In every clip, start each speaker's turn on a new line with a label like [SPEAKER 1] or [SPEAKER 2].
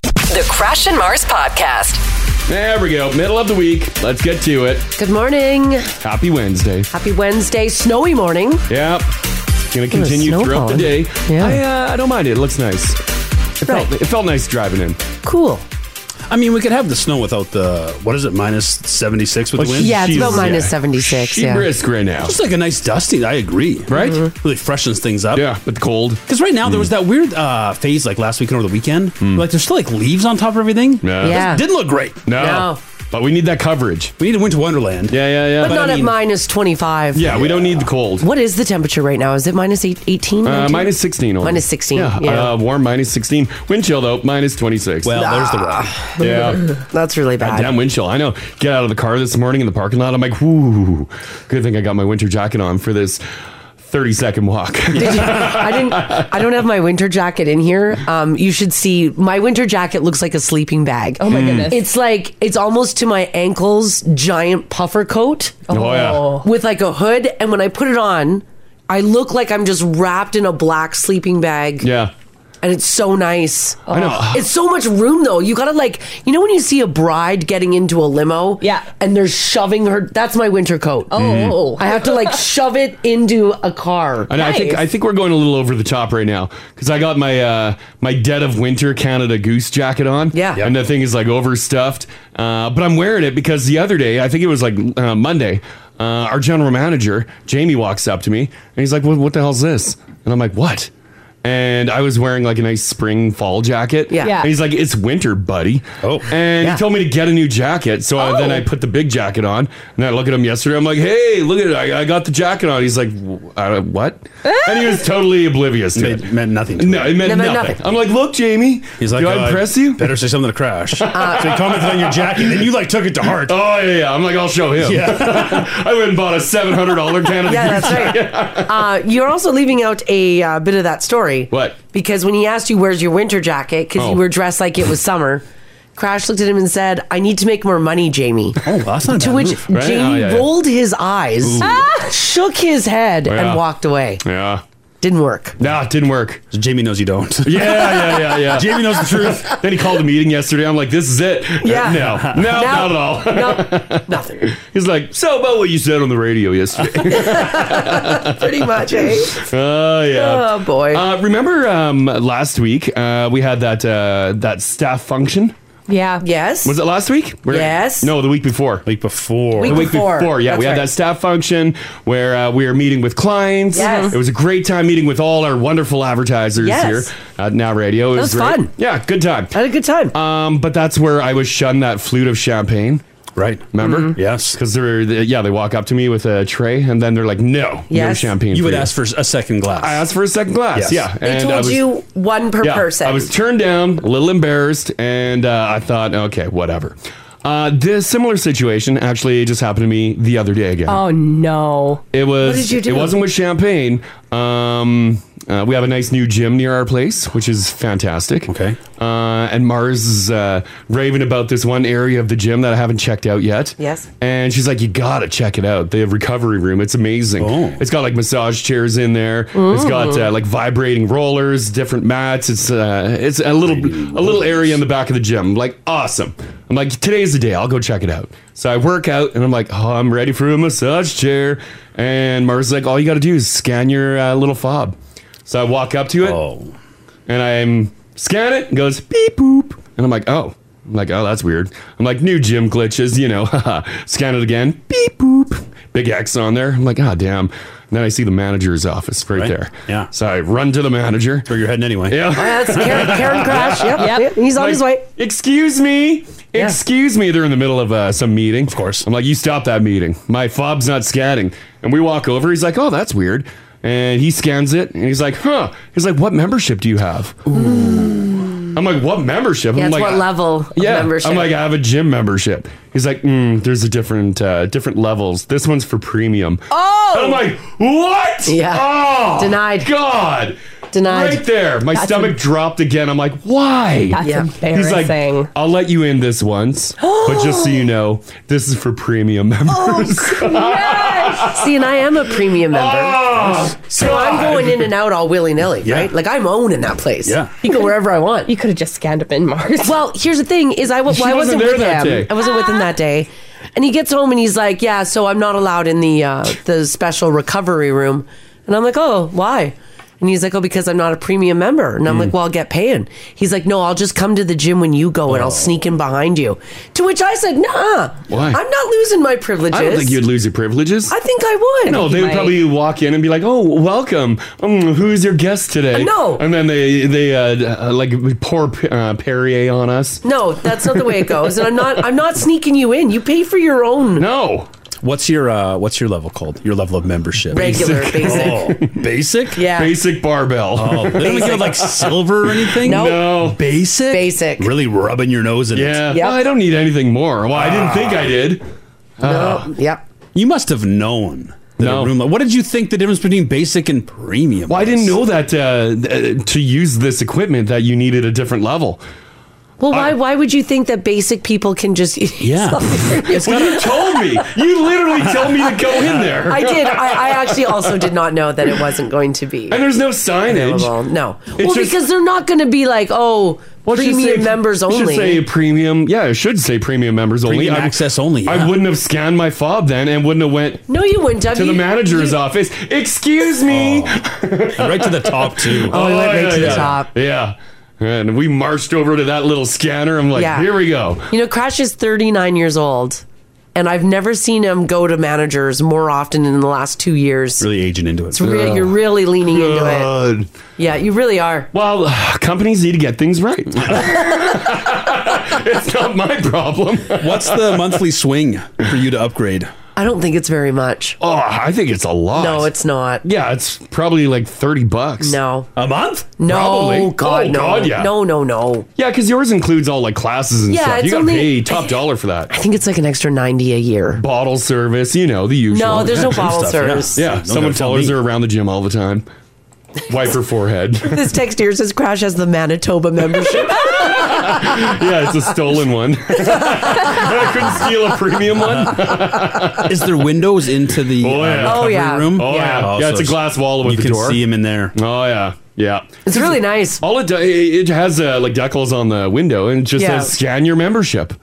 [SPEAKER 1] The Crash and Mars Podcast.
[SPEAKER 2] There we go. Middle of the week. Let's get to it.
[SPEAKER 3] Good morning.
[SPEAKER 2] Happy Wednesday.
[SPEAKER 3] Happy Wednesday, snowy morning.
[SPEAKER 2] Yep. Gonna continue
[SPEAKER 3] snow
[SPEAKER 2] throughout
[SPEAKER 3] falling.
[SPEAKER 2] the day.
[SPEAKER 3] Yeah.
[SPEAKER 2] I, uh, I don't mind it. It looks nice. Uh, It, felt,
[SPEAKER 3] Right.
[SPEAKER 2] it felt nice driving in.
[SPEAKER 3] Cool.
[SPEAKER 4] I mean, we could have the snow without the what is it minus seventy six with the wind.
[SPEAKER 3] Yeah, it's about
[SPEAKER 2] Jesus,
[SPEAKER 3] minus
[SPEAKER 2] yeah.
[SPEAKER 3] 76.
[SPEAKER 2] She
[SPEAKER 3] yeah.
[SPEAKER 2] brisk right now.
[SPEAKER 4] Just like a nice dusting. I agree. Mm-hmm.
[SPEAKER 2] Right?
[SPEAKER 4] Really freshens things up.
[SPEAKER 2] Yeah, but cold. Mm.
[SPEAKER 4] Because right now there was that weird uh, phase like last week and over the weekend. Like there's still like leaves on top of everything.
[SPEAKER 2] No.
[SPEAKER 3] Yeah.
[SPEAKER 4] Didn't look great.
[SPEAKER 2] No.
[SPEAKER 3] No.
[SPEAKER 2] But we need that coverage.
[SPEAKER 4] We need a winter wonderland.
[SPEAKER 2] Yeah, yeah, yeah.
[SPEAKER 3] But,
[SPEAKER 4] But
[SPEAKER 3] not
[SPEAKER 4] I
[SPEAKER 3] at
[SPEAKER 4] mean-
[SPEAKER 3] minus 25.
[SPEAKER 2] yeah, we don't need the cold.
[SPEAKER 3] What is the temperature right now? Is it minus eight- 18?
[SPEAKER 2] Uh,
[SPEAKER 3] 19?
[SPEAKER 2] minus 16. Only.
[SPEAKER 3] Minus 16,
[SPEAKER 2] Yeah.
[SPEAKER 3] yeah.
[SPEAKER 2] Uh, warm minus 16. Wind chill, though, minus 26.
[SPEAKER 4] Well, there's the rub.
[SPEAKER 2] yeah.
[SPEAKER 3] That's really bad.
[SPEAKER 2] Damn wind chill. I know. Get out of the car this morning in the parking lot. I'm like, whoo. Good thing I got my winter jacket on for this 30 second walk.
[SPEAKER 3] Did you- I didn't. I don't have my winter jacket in here. Um, you should see my winter jacket looks like a sleeping bag.
[SPEAKER 5] Oh my
[SPEAKER 2] Mm.
[SPEAKER 5] goodness.
[SPEAKER 3] It's like it's almost to my ankles. Giant puffer coat.
[SPEAKER 2] Oh, yeah. Oh.
[SPEAKER 3] With like a hood, and when I put it on, I look like I'm just wrapped in a black sleeping bag.
[SPEAKER 2] yeah.
[SPEAKER 3] and it's so nice.
[SPEAKER 2] I know.
[SPEAKER 3] It's so much room though. You gotta like, you know, when you see a bride getting into a limo,
[SPEAKER 5] Yeah.
[SPEAKER 3] and they're shoving her. That's my winter coat.
[SPEAKER 5] Oh.
[SPEAKER 3] I have to like shove it into a car.
[SPEAKER 2] And I think
[SPEAKER 5] Nice.
[SPEAKER 2] I think we're going a little over the top right now because I got my uh, my dead of winter Canada Goose jacket on.
[SPEAKER 3] Yeah.
[SPEAKER 2] and the thing is like overstuffed, uh, but I'm wearing it because the other day I think it was like uh, Monday, uh, our general manager Jamie walks up to me and he's like, "What, what the hell's this?" And I'm like, "What?" And I was wearing like a nice spring fall jacket.
[SPEAKER 3] Yeah. Yeah.
[SPEAKER 2] And he's like, it's winter, buddy.
[SPEAKER 4] Oh.
[SPEAKER 2] And
[SPEAKER 3] Yeah. Oh.
[SPEAKER 2] he told me to get a new jacket. So I, then I put the big jacket on and I look at him yesterday. I'm like, hey, look at it. I, I got the jacket on. He's like, "Wh- I, don't- what? and he was totally oblivious to
[SPEAKER 4] It
[SPEAKER 2] it.
[SPEAKER 4] meant nothing. To
[SPEAKER 2] No,
[SPEAKER 4] me.
[SPEAKER 2] it meant
[SPEAKER 3] Ah. It meant
[SPEAKER 2] nothing.
[SPEAKER 3] nothing.
[SPEAKER 2] I'm like, look, Jamie.
[SPEAKER 4] He's like,
[SPEAKER 2] do
[SPEAKER 4] uh,
[SPEAKER 2] I impress you?
[SPEAKER 4] Better say something to Crash.
[SPEAKER 3] Uh,
[SPEAKER 4] so he commented on your jacket, and you like took it to heart.
[SPEAKER 2] Oh yeah, yeah. I'm like, I'll show him. I went and bought a seven hundred dollar Canada.
[SPEAKER 3] Yeah,
[SPEAKER 2] Goose
[SPEAKER 3] that's right. Uh, you're also leaving out a uh, bit of that story.
[SPEAKER 2] What?
[SPEAKER 3] Because when he asked you, where's your winter jacket? Because
[SPEAKER 2] Oh.
[SPEAKER 3] you were dressed like it was summer. Crash looked at him and said, I need to make more money, Jamie.
[SPEAKER 4] Oh, that's not a
[SPEAKER 3] to
[SPEAKER 4] bad
[SPEAKER 3] which
[SPEAKER 4] move.
[SPEAKER 2] right?
[SPEAKER 3] Jamie
[SPEAKER 2] Oh, yeah, yeah.
[SPEAKER 3] rolled his eyes, shook his head,
[SPEAKER 2] Yeah.
[SPEAKER 3] and walked away.
[SPEAKER 2] Yeah.
[SPEAKER 3] Didn't work.
[SPEAKER 2] Nah, it didn't work.
[SPEAKER 4] So Jamie knows you don't.
[SPEAKER 2] Yeah, yeah, yeah, yeah.
[SPEAKER 4] Jamie knows the truth.
[SPEAKER 2] then he called a meeting yesterday. I'm like, this is it.
[SPEAKER 3] Yeah.
[SPEAKER 2] No, no, not at all.
[SPEAKER 3] no, nothing.
[SPEAKER 2] He's like, so about what you said on the radio yesterday.
[SPEAKER 3] Pretty much, eh?
[SPEAKER 2] Oh yeah.
[SPEAKER 3] Oh, boy.
[SPEAKER 2] Uh, remember um, last week uh, we had that uh, that staff function.
[SPEAKER 5] yeah.
[SPEAKER 3] Yes.
[SPEAKER 2] Was it last week? Where-
[SPEAKER 3] Yes.
[SPEAKER 2] No, the week before.
[SPEAKER 4] Week before.
[SPEAKER 3] Week
[SPEAKER 2] The week
[SPEAKER 3] before.
[SPEAKER 2] before, yeah, we
[SPEAKER 3] That's
[SPEAKER 2] had
[SPEAKER 3] right.
[SPEAKER 2] that staff function where uh, we were meeting with clients.
[SPEAKER 3] Yes.
[SPEAKER 2] It was a great time meeting with all our wonderful advertisers
[SPEAKER 3] Yes.
[SPEAKER 2] here at Now Radio. It
[SPEAKER 3] That was
[SPEAKER 2] great.
[SPEAKER 3] fun.
[SPEAKER 2] Yeah, good time.
[SPEAKER 3] Had a good time.
[SPEAKER 2] Um, but that's where I was shunned that flute of champagne.
[SPEAKER 4] Right. Mm-hmm.
[SPEAKER 2] Remember?
[SPEAKER 4] Yes.
[SPEAKER 2] Because they're they- yeah, they walk up to me with a tray and then they're like, "No, no
[SPEAKER 3] Yes.
[SPEAKER 2] champagne."
[SPEAKER 4] You
[SPEAKER 2] for
[SPEAKER 4] would ask for a second glass.
[SPEAKER 2] I asked for a second
[SPEAKER 4] Yes.
[SPEAKER 2] glass. Yeah,
[SPEAKER 3] they
[SPEAKER 2] and
[SPEAKER 3] told
[SPEAKER 2] I was-
[SPEAKER 3] you one per
[SPEAKER 2] yeah,
[SPEAKER 3] person.
[SPEAKER 2] I was turned down, a little embarrassed, and uh, I thought, okay, whatever. Uh, this similar situation actually just happened to me the other day again.
[SPEAKER 5] Oh no.
[SPEAKER 2] It was.
[SPEAKER 3] did you do?
[SPEAKER 2] It wasn't with champagne. Um, uh, we have a nice new gym near our place, which is fantastic.
[SPEAKER 4] Okay.
[SPEAKER 2] Uh, and Mars is uh, raving about this one area of the gym that I haven't checked out yet.
[SPEAKER 3] Yes.
[SPEAKER 2] And she's like, "You gotta check it out. They have recovery room. It's amazing.
[SPEAKER 4] Oh.
[SPEAKER 2] It's got like massage chairs in there. It's got uh, like vibrating rollers, different mats. It's uh, it's a little a little area in the back of the gym. Like awesome. I'm like, today's the day. I'll go check it out. So I work out, and I'm like, oh, I'm ready for a massage chair. And Mars is like, all you gotta do is scan your uh, little fob. So I walk up to it
[SPEAKER 4] oh.
[SPEAKER 2] and I'm scan it and goes beep boop, and I'm like, oh, I'm like, oh, that's weird. I'm like, new gym glitches, you know. scan it again, beep boop, big X on there. I'm like, ah, damn. And then I see the manager's office right,
[SPEAKER 4] Right.
[SPEAKER 2] there.
[SPEAKER 4] Yeah.
[SPEAKER 2] So I run to the manager.
[SPEAKER 4] Where you're heading anyway.
[SPEAKER 2] Yeah.
[SPEAKER 3] That's Karen, Karen Crash. Yep.
[SPEAKER 5] Yep.
[SPEAKER 3] yep. He's on
[SPEAKER 2] Like,
[SPEAKER 3] his way.
[SPEAKER 2] Excuse me.
[SPEAKER 3] Yeah.
[SPEAKER 2] Excuse me. They're in the middle of uh, some meeting. Of
[SPEAKER 4] course.
[SPEAKER 2] I'm like, you stop that meeting. My fob's not scanning. And we walk over. He's like, oh, that's weird. And he scans it and he's like, huh. He's like, what membership do you have? I'm like, what membership?
[SPEAKER 3] Yeah,
[SPEAKER 2] I'm
[SPEAKER 3] it's
[SPEAKER 2] like,
[SPEAKER 3] what
[SPEAKER 2] "I-
[SPEAKER 3] level of
[SPEAKER 2] yeah.
[SPEAKER 3] membership.
[SPEAKER 2] I'm like, uh, I have a gym membership. He's like, mm, there's a different uh, different levels. This one's for premium. Oh. I'm like, what?
[SPEAKER 3] Yeah.
[SPEAKER 2] Oh.
[SPEAKER 3] Denied.
[SPEAKER 2] God.
[SPEAKER 3] Denied.
[SPEAKER 2] Right there. My stomach dropped again. I'm like, why?
[SPEAKER 5] That's
[SPEAKER 3] Yeah.
[SPEAKER 2] He's like,
[SPEAKER 5] embarrassing.
[SPEAKER 2] I'll let you
[SPEAKER 3] Oh,
[SPEAKER 6] Oh,
[SPEAKER 2] in this once, but just so you know, this is for premium members.
[SPEAKER 5] yes.
[SPEAKER 3] See, and I am a premium member. so I'm
[SPEAKER 5] God.
[SPEAKER 3] going in and out all willy nilly, right? Like I'm owning that place.
[SPEAKER 5] Yeah.
[SPEAKER 3] You go wherever I want. You
[SPEAKER 6] could have just scanned up in Mars.
[SPEAKER 3] Well, here's the thing: is I, wa-
[SPEAKER 6] She
[SPEAKER 3] well, I
[SPEAKER 6] wasn't there
[SPEAKER 3] wasn't, with
[SPEAKER 6] that
[SPEAKER 3] him.
[SPEAKER 6] day.
[SPEAKER 3] I wasn't with him that day. And he gets home and he's like, "Yeah, so I'm not allowed in the uh, the special recovery room." And I'm like, "Oh, why?" And he's like, "Oh, because I'm not a premium member." And I'm like, "Well, I'll get paying." He's like, "No, I'll just come to the gym when you go, and I'll sneak in behind you." To which I said, "Nah,
[SPEAKER 2] Why?
[SPEAKER 3] I'm not losing my privileges."
[SPEAKER 2] I don't think you'd lose your privileges.
[SPEAKER 3] I think I would.
[SPEAKER 2] No, they would probably walk in and be like, "Oh, welcome. Um, who's your guest today?"
[SPEAKER 3] No.
[SPEAKER 2] and then they they uh, uh, like pour uh, Perrier on us.
[SPEAKER 3] No, that's not the way it goes. And I'm not. I'm not sneaking you in. You pay for your own.
[SPEAKER 2] No.
[SPEAKER 4] What's your uh, what's your level called? Your level of membership?
[SPEAKER 3] Regular, basic.
[SPEAKER 4] Oh, basic?
[SPEAKER 3] Yeah.
[SPEAKER 2] Basic barbell.
[SPEAKER 4] Oh, they don't
[SPEAKER 2] Basic.
[SPEAKER 4] give like silver or anything?
[SPEAKER 2] Nope. No.
[SPEAKER 4] Basic?
[SPEAKER 3] Basic.
[SPEAKER 4] Really rubbing your nose in it. Ah.
[SPEAKER 2] Yeah. Well, I don't need anything more. Well, I didn't think I did. Uh,
[SPEAKER 3] No. Yep.
[SPEAKER 4] You must have known. that a Room, what did you think the difference between basic and premium?
[SPEAKER 2] Well, I didn't know that uh, th- to use this equipment that you needed a different level.
[SPEAKER 3] Well, why why would you think that basic people can just
[SPEAKER 2] Uh, Yeah. well, you told me. You literally told me to go in there.
[SPEAKER 3] I did. I, I actually also did not know that it wasn't going to be.
[SPEAKER 2] And there's no signage.
[SPEAKER 3] available. No.
[SPEAKER 2] It's
[SPEAKER 3] well,
[SPEAKER 2] just-
[SPEAKER 3] because they're not going to be like, oh,
[SPEAKER 2] it should
[SPEAKER 3] premium
[SPEAKER 2] say-
[SPEAKER 3] members
[SPEAKER 2] it
[SPEAKER 3] only.
[SPEAKER 2] Should say premium. Yeah, it should say premium members only.
[SPEAKER 4] Premium
[SPEAKER 2] I-
[SPEAKER 4] access only,
[SPEAKER 2] I
[SPEAKER 4] yeah.
[SPEAKER 2] wouldn't have scanned my fob then, and wouldn't have went
[SPEAKER 3] no, you wouldn't. have.
[SPEAKER 2] to the
[SPEAKER 3] You-
[SPEAKER 2] manager's
[SPEAKER 3] you-
[SPEAKER 2] office. Excuse me.
[SPEAKER 4] right to the top too.
[SPEAKER 3] Oh, it went right to the
[SPEAKER 2] yeah.
[SPEAKER 3] top.
[SPEAKER 2] Yeah. And we marched over to that little scanner. I'm like,
[SPEAKER 3] Yeah.
[SPEAKER 2] here we go.
[SPEAKER 3] You know, Crash is 39 years old, and I've never seen him go to managers more often in the last two years.
[SPEAKER 4] Really aging into it.
[SPEAKER 3] It's real. You're really leaning into it.
[SPEAKER 2] into it.
[SPEAKER 3] Yeah, you really are.
[SPEAKER 2] Well, companies need to get things right. it's not my problem.
[SPEAKER 4] What's the monthly swing for you to upgrade?
[SPEAKER 3] I don't think it's very much.
[SPEAKER 2] Oh, I think it's a lot.
[SPEAKER 3] No, it's not.
[SPEAKER 2] Yeah, it's probably like 30 bucks.
[SPEAKER 3] No.
[SPEAKER 4] A month?
[SPEAKER 3] No,
[SPEAKER 2] Probably.
[SPEAKER 3] God,
[SPEAKER 2] Oh,
[SPEAKER 3] no.
[SPEAKER 2] God, yeah.
[SPEAKER 3] No, no, no.
[SPEAKER 2] Yeah, because yours includes all like classes and
[SPEAKER 3] Yeah,
[SPEAKER 2] stuff. You
[SPEAKER 3] it's
[SPEAKER 2] gotta
[SPEAKER 3] only-
[SPEAKER 2] pay top dollar for that.
[SPEAKER 3] I think it's like an extra 90 a year.
[SPEAKER 2] Bottle service, you know, the usual.
[SPEAKER 3] No, there's no bottle
[SPEAKER 2] Stuff,
[SPEAKER 3] service.
[SPEAKER 2] Yeah,
[SPEAKER 3] No,
[SPEAKER 2] yeah
[SPEAKER 3] don't
[SPEAKER 2] someone
[SPEAKER 3] gotta tell
[SPEAKER 2] follows
[SPEAKER 3] me.
[SPEAKER 2] her around the gym all the time. Wipe her forehead.
[SPEAKER 3] This text here says Crash has the Manitoba membership.
[SPEAKER 2] yeah, it's a stolen one. I couldn't steal a premium one.
[SPEAKER 4] Is there windows into the
[SPEAKER 2] Oh,
[SPEAKER 4] uh,
[SPEAKER 2] yeah.
[SPEAKER 4] recovery
[SPEAKER 3] Oh, yeah.
[SPEAKER 4] room?
[SPEAKER 2] Oh, yeah. Yeah, it's a glass wall with
[SPEAKER 4] you
[SPEAKER 2] the
[SPEAKER 4] can
[SPEAKER 2] door.
[SPEAKER 4] see him in there.
[SPEAKER 2] Oh yeah, yeah.
[SPEAKER 3] it's really nice.
[SPEAKER 2] All it do- it has uh, like decals on the window and it just
[SPEAKER 3] Yeah.
[SPEAKER 2] says scan your membership.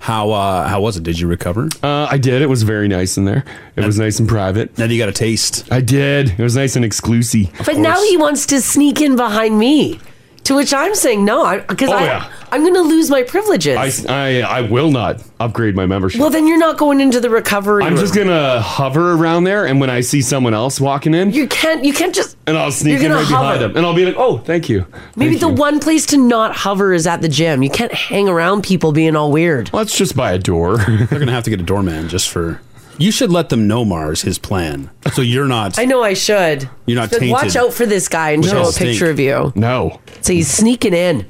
[SPEAKER 4] How uh, how was it? Did you recover?
[SPEAKER 2] Uh, I did. It was very nice in there. It was nice and private.
[SPEAKER 4] Now you got a taste.
[SPEAKER 2] I did. It was nice and exclusive.
[SPEAKER 3] But now he wants to sneak in behind me, to which I'm saying no, because
[SPEAKER 2] Oh,
[SPEAKER 3] I,
[SPEAKER 2] yeah.
[SPEAKER 3] I'm going to lose my privileges.
[SPEAKER 2] I, I I will not upgrade my membership.
[SPEAKER 3] well, then you're not going into the recovery.
[SPEAKER 2] I'm
[SPEAKER 3] room.
[SPEAKER 2] just gonna hover around there, and when I see someone else walking in,
[SPEAKER 3] You can't. You can't just.
[SPEAKER 2] and I'll sneak
[SPEAKER 3] You're
[SPEAKER 2] in
[SPEAKER 3] gonna
[SPEAKER 2] right behind
[SPEAKER 3] hover.
[SPEAKER 2] them, and I'll be like, "Oh, thank you."
[SPEAKER 3] Maybe
[SPEAKER 2] Thank
[SPEAKER 3] the
[SPEAKER 2] you."
[SPEAKER 3] one place to not hover is at the gym. You can't hang around people being all weird.
[SPEAKER 2] Let's just buy a door.
[SPEAKER 4] They're gonna have to get a doorman just for. You should let them know Mars his plan, so you're not.
[SPEAKER 3] I know I should.
[SPEAKER 4] You're not
[SPEAKER 3] But Watch
[SPEAKER 4] tainted.
[SPEAKER 3] out for this guy and
[SPEAKER 4] Which
[SPEAKER 3] show
[SPEAKER 4] I'll
[SPEAKER 3] a picture
[SPEAKER 4] stink.
[SPEAKER 3] of you.
[SPEAKER 2] no.
[SPEAKER 3] So he's sneaking in.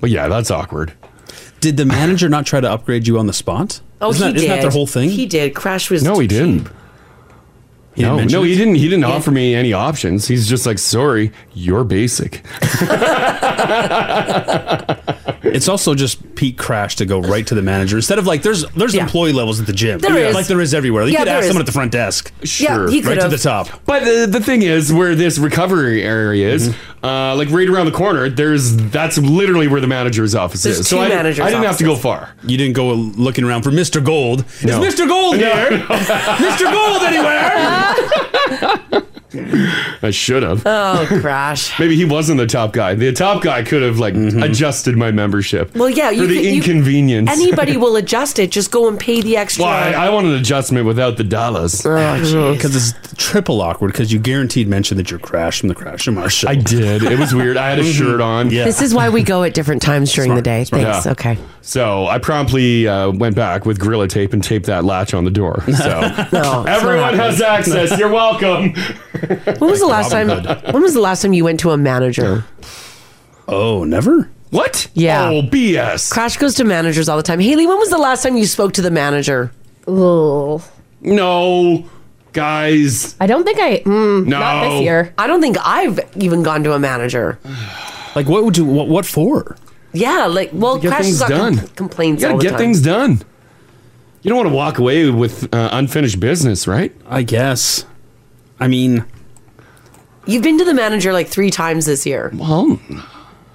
[SPEAKER 2] Well, yeah, that's awkward.
[SPEAKER 4] Did the manager not try to upgrade you on the spot?
[SPEAKER 3] Oh,
[SPEAKER 4] isn't that,
[SPEAKER 3] he did.
[SPEAKER 4] Isn't that their whole thing?
[SPEAKER 3] He did. Crash was.
[SPEAKER 2] No, he didn't.
[SPEAKER 4] He didn't
[SPEAKER 2] no,
[SPEAKER 4] mention
[SPEAKER 2] no,
[SPEAKER 4] it?
[SPEAKER 2] he didn't. He didn't offer me any options. He's just like, "Sorry, you're basic."
[SPEAKER 4] It's also just peak crash to go right to the manager instead of like there's there's
[SPEAKER 3] Yeah.
[SPEAKER 4] employee levels at the gym.
[SPEAKER 3] There is.
[SPEAKER 4] like there is everywhere. You
[SPEAKER 3] Yeah,
[SPEAKER 4] could
[SPEAKER 3] there
[SPEAKER 4] ask
[SPEAKER 3] is.
[SPEAKER 4] someone at the front desk.
[SPEAKER 3] Yeah, he could
[SPEAKER 4] right to
[SPEAKER 3] have.
[SPEAKER 4] the top.
[SPEAKER 2] But the, the thing is, where this recovery area is,
[SPEAKER 4] Mm-hmm.
[SPEAKER 2] uh, like right around the corner, there's that's literally where the manager's office
[SPEAKER 3] There's
[SPEAKER 2] is.
[SPEAKER 3] two
[SPEAKER 2] I, didn't-
[SPEAKER 3] manager's
[SPEAKER 2] I didn't have to go
[SPEAKER 3] offices.
[SPEAKER 2] far.
[SPEAKER 4] You didn't go looking around for Mr. Gold.
[SPEAKER 2] No.
[SPEAKER 4] Is Mr. Gold
[SPEAKER 2] No.
[SPEAKER 4] here? Mr. Gold anywhere?
[SPEAKER 2] I should have.
[SPEAKER 3] Oh, Crash.
[SPEAKER 2] Maybe he wasn't the top guy. The top guy could have like
[SPEAKER 4] Mm-hmm.
[SPEAKER 2] adjusted my membership.
[SPEAKER 3] Well, yeah,
[SPEAKER 2] for
[SPEAKER 3] you
[SPEAKER 2] the
[SPEAKER 3] can- you-
[SPEAKER 2] inconvenience.
[SPEAKER 3] Anybody will adjust it. Just go and pay the extra.
[SPEAKER 2] Why? I want an adjustment without the dollars.
[SPEAKER 3] Oh,
[SPEAKER 4] Because it's triple awkward because you guaranteed mention that you're Crash from the Crash and Mars show.
[SPEAKER 2] I did. It was weird. I
[SPEAKER 4] Mm-hmm.
[SPEAKER 2] had a shirt on.
[SPEAKER 4] Yeah.
[SPEAKER 3] This is why we go at different times during the day. Thanks.
[SPEAKER 2] Yeah.
[SPEAKER 3] Okay.
[SPEAKER 2] So I promptly uh, went back with Gorilla Tape and taped that latch on the door. So
[SPEAKER 3] No,
[SPEAKER 2] everyone has access. You're welcome.
[SPEAKER 3] When was the last time?
[SPEAKER 4] Robin
[SPEAKER 3] When was the last time you went to a manager?
[SPEAKER 4] oh, never?
[SPEAKER 2] What?
[SPEAKER 3] Yeah.
[SPEAKER 2] Oh, BS.
[SPEAKER 3] Crash goes to managers all the time. Haley, when was the last time you spoke to the manager?
[SPEAKER 6] Ugh.
[SPEAKER 2] No, guys.
[SPEAKER 6] I don't think I. Mm,
[SPEAKER 2] No.
[SPEAKER 6] Not this year.
[SPEAKER 3] I don't think I've even gone to a manager.
[SPEAKER 4] Like, what would you, what, what for?
[SPEAKER 3] Yeah, like well,
[SPEAKER 2] Get
[SPEAKER 3] Crash
[SPEAKER 2] things
[SPEAKER 3] is on
[SPEAKER 2] done.
[SPEAKER 3] com- complaints
[SPEAKER 2] You
[SPEAKER 3] all
[SPEAKER 2] gotta
[SPEAKER 3] the
[SPEAKER 2] get
[SPEAKER 3] time.
[SPEAKER 2] things done. You don't want to walk away with uh, unfinished business, right?
[SPEAKER 4] I guess. I mean,
[SPEAKER 3] You've been to the manager like three times this year.
[SPEAKER 2] Well,
[SPEAKER 3] in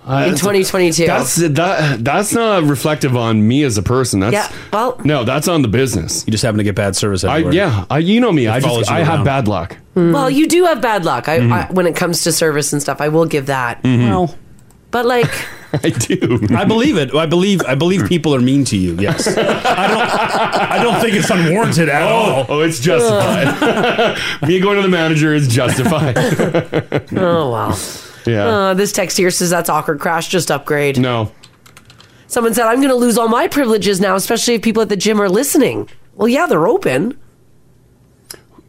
[SPEAKER 3] 2022.
[SPEAKER 2] That's that. That's not reflective on me as a person. That's
[SPEAKER 3] Yeah, well-
[SPEAKER 2] no, that's on the business. You
[SPEAKER 4] just happen to get bad service.
[SPEAKER 2] I,
[SPEAKER 4] everywhere.
[SPEAKER 2] yeah, I, you know me. I
[SPEAKER 4] follows
[SPEAKER 2] just
[SPEAKER 4] you
[SPEAKER 2] I have
[SPEAKER 4] around.
[SPEAKER 2] bad luck.
[SPEAKER 3] Well, you do have bad luck I,
[SPEAKER 2] Mhm.
[SPEAKER 3] I, when it comes to service and stuff. I will give that.
[SPEAKER 2] Mm-hmm.
[SPEAKER 4] Mhm. Well-
[SPEAKER 3] but like,
[SPEAKER 2] I do.
[SPEAKER 4] I believe it. I believe. I believe people are mean to you. Yes. I don't think it's unwarranted at all.
[SPEAKER 2] Oh, it's justified. me going to the manager is justified.
[SPEAKER 3] oh wow.
[SPEAKER 2] Yeah.
[SPEAKER 3] Uh, this text here says that's awkward. Crash, just upgrade.
[SPEAKER 2] No.
[SPEAKER 3] Someone said I'm going to lose all my privileges now, especially if people at the gym are listening. Well, yeah, they're open.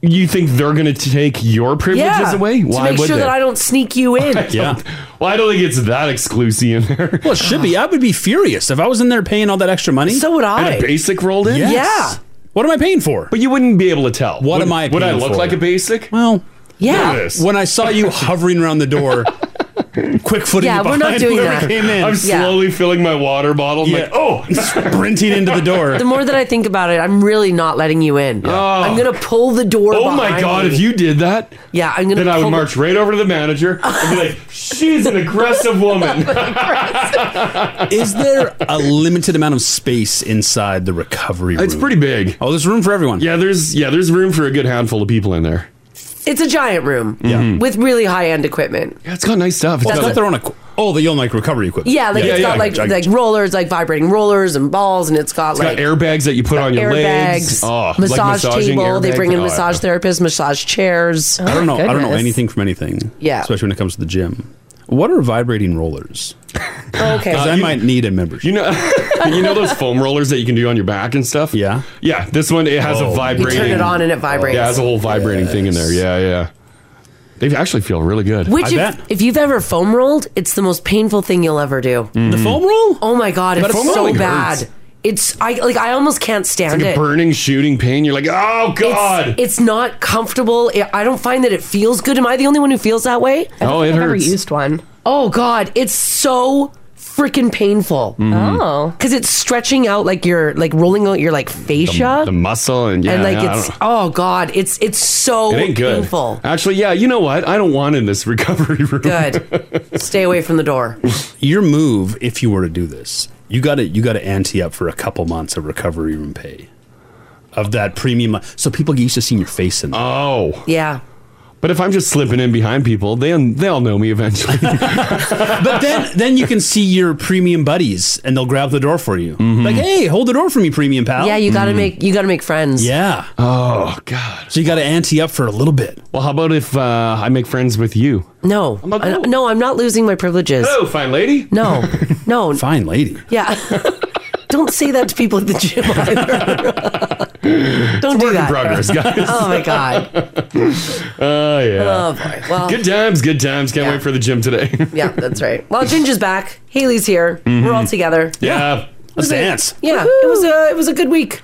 [SPEAKER 2] you think they're going to take your privileges
[SPEAKER 3] yeah,
[SPEAKER 2] away?
[SPEAKER 3] to
[SPEAKER 2] Why
[SPEAKER 3] make
[SPEAKER 2] would
[SPEAKER 3] sure
[SPEAKER 2] they?
[SPEAKER 3] that I don't sneak you in.
[SPEAKER 2] Well, I don't think it's that exclusive in there.
[SPEAKER 4] Well, it should be. I would be furious if I was in there paying all that extra money.
[SPEAKER 3] So would I.
[SPEAKER 2] And a basic rolled in?
[SPEAKER 4] Yes.
[SPEAKER 2] Yeah.
[SPEAKER 4] What am I paying for?
[SPEAKER 2] But you wouldn't be able to tell.
[SPEAKER 4] What
[SPEAKER 2] Would-
[SPEAKER 4] am I?
[SPEAKER 2] Would I
[SPEAKER 4] paying
[SPEAKER 2] look
[SPEAKER 4] for?
[SPEAKER 2] like a basic?
[SPEAKER 4] Well,
[SPEAKER 3] Yeah.
[SPEAKER 4] When I saw you hovering around the door, quick footing.
[SPEAKER 3] Yeah,
[SPEAKER 4] it
[SPEAKER 3] we're not
[SPEAKER 4] behind
[SPEAKER 3] doing
[SPEAKER 4] whoever
[SPEAKER 3] that.
[SPEAKER 4] Came in.
[SPEAKER 3] I'm Yeah. slowly
[SPEAKER 2] filling my water bottle. I'm like, oh,
[SPEAKER 4] sprinting into the door.
[SPEAKER 3] The more that I think about it, I'm really not letting you in. I'm going to pull the door.
[SPEAKER 2] Oh my
[SPEAKER 3] behind
[SPEAKER 2] god!
[SPEAKER 3] me.
[SPEAKER 2] If you did that,
[SPEAKER 3] yeah, I'm gonna.
[SPEAKER 2] Then I
[SPEAKER 3] pull
[SPEAKER 2] would
[SPEAKER 3] the-
[SPEAKER 2] march right over to the manager and be like, "She's an aggressive woman."
[SPEAKER 4] Is there a limited amount of space inside the recovery room?
[SPEAKER 2] It's pretty big.
[SPEAKER 4] Oh, there's room for everyone.
[SPEAKER 2] Yeah, there's yeah, there's room for a good handful of people in there.
[SPEAKER 3] It's a giant room
[SPEAKER 2] Mhm.
[SPEAKER 3] with really high end equipment.
[SPEAKER 2] Yeah, it's got nice stuff.
[SPEAKER 4] Well,
[SPEAKER 3] Mm-hmm. That's
[SPEAKER 4] it's got
[SPEAKER 3] what-
[SPEAKER 4] their own. equi- oh, the own like recovery equipment.
[SPEAKER 3] Yeah, like it's
[SPEAKER 4] I
[SPEAKER 3] got like
[SPEAKER 4] get you, I
[SPEAKER 3] like
[SPEAKER 4] get you.
[SPEAKER 3] rollers, like vibrating rollers and balls, and it's got
[SPEAKER 2] It's
[SPEAKER 3] like
[SPEAKER 2] got airbags that you put on your legs.
[SPEAKER 3] airbags,
[SPEAKER 4] Ah,
[SPEAKER 2] Oh, like
[SPEAKER 3] massage
[SPEAKER 2] massaging
[SPEAKER 3] table. They
[SPEAKER 2] airbags.
[SPEAKER 3] bring
[SPEAKER 2] Oh,
[SPEAKER 3] in a
[SPEAKER 2] yeah.
[SPEAKER 3] massage therapist, massage chairs.
[SPEAKER 4] I don't know. I don't know anything from anything.
[SPEAKER 3] Yeah.
[SPEAKER 4] especially when it comes to the gym. What are vibrating rollers?
[SPEAKER 3] Okay,
[SPEAKER 2] Uh,
[SPEAKER 4] Because I might need a membership.
[SPEAKER 2] You know, you know those foam rollers that you can do on your back and stuff. Yeah, yeah. This one it has
[SPEAKER 4] Oh.
[SPEAKER 2] a
[SPEAKER 4] You turn
[SPEAKER 2] vibrating.
[SPEAKER 3] it on and it vibrates.
[SPEAKER 2] Yeah, it has a whole vibrating thing in there. Yeah, yeah. They actually feel really good.
[SPEAKER 3] Which, if, if you've ever foam rolled, it's the most painful thing you'll ever do.
[SPEAKER 2] The foam
[SPEAKER 4] roll?
[SPEAKER 3] Oh my god,
[SPEAKER 2] But
[SPEAKER 3] it's
[SPEAKER 2] foam
[SPEAKER 3] so
[SPEAKER 2] rolling
[SPEAKER 3] bad.
[SPEAKER 2] hurts.
[SPEAKER 3] It's I like I almost can't
[SPEAKER 2] It's
[SPEAKER 3] stand
[SPEAKER 2] like a
[SPEAKER 3] it.
[SPEAKER 2] burning, shooting pain. You're like, oh god.
[SPEAKER 3] It's, it's not comfortable. I I don't find that it feels good. Am I the only one who feels that way?
[SPEAKER 2] Oh, it I've ever hurts. used
[SPEAKER 3] one. Oh God, it's so freaking painful.
[SPEAKER 2] Mhm.
[SPEAKER 3] Oh, because it's stretching out like you're like rolling out your like fascia.
[SPEAKER 2] the muscle and yeah,
[SPEAKER 3] and like
[SPEAKER 2] yeah, I
[SPEAKER 3] it's
[SPEAKER 2] don't know.
[SPEAKER 3] oh god, it's it's so
[SPEAKER 2] it ain't good.
[SPEAKER 3] painful.
[SPEAKER 2] Actually, yeah. You know what? I don't want in this recovery room.
[SPEAKER 3] Good. Stay away from the door.
[SPEAKER 4] Your move, if you were to do this, you got to you got to ante up for a couple months of recovery room pay, of that premium. So people get used to seeing your face in. There.
[SPEAKER 2] Oh,
[SPEAKER 3] Yeah.
[SPEAKER 2] But if I'm just slipping in behind people, they they'll know me eventually.
[SPEAKER 4] but then then you can see your premium buddies, and they'll grab the door for you.
[SPEAKER 2] Mm-hmm.
[SPEAKER 4] Like, hey, hold the door for me, premium pal.
[SPEAKER 3] Yeah, you
[SPEAKER 2] mm.
[SPEAKER 3] gotta make you gotta make friends.
[SPEAKER 4] Yeah.
[SPEAKER 2] Oh God.
[SPEAKER 4] So you got to ante up for a little bit.
[SPEAKER 2] Well, how about if uh, I make friends with you?
[SPEAKER 3] No, I- no, I'm not losing my privileges.
[SPEAKER 2] Hello, Oh, fine lady.
[SPEAKER 3] No, no,
[SPEAKER 4] fine lady.
[SPEAKER 3] Yeah. Don't say that to people at the gym either. Don't do that.
[SPEAKER 2] progress, guys.
[SPEAKER 3] Oh my god.
[SPEAKER 2] Oh yeah.
[SPEAKER 3] Oh, boy. Well-
[SPEAKER 2] good times, good times. Can't wait for the gym today.
[SPEAKER 3] Yeah, that's right. Well, Ginger's back. Haley's here. We're all
[SPEAKER 2] Mhm.
[SPEAKER 3] together.
[SPEAKER 2] yeah.
[SPEAKER 3] Was it- Yeah, it was a it was a good week.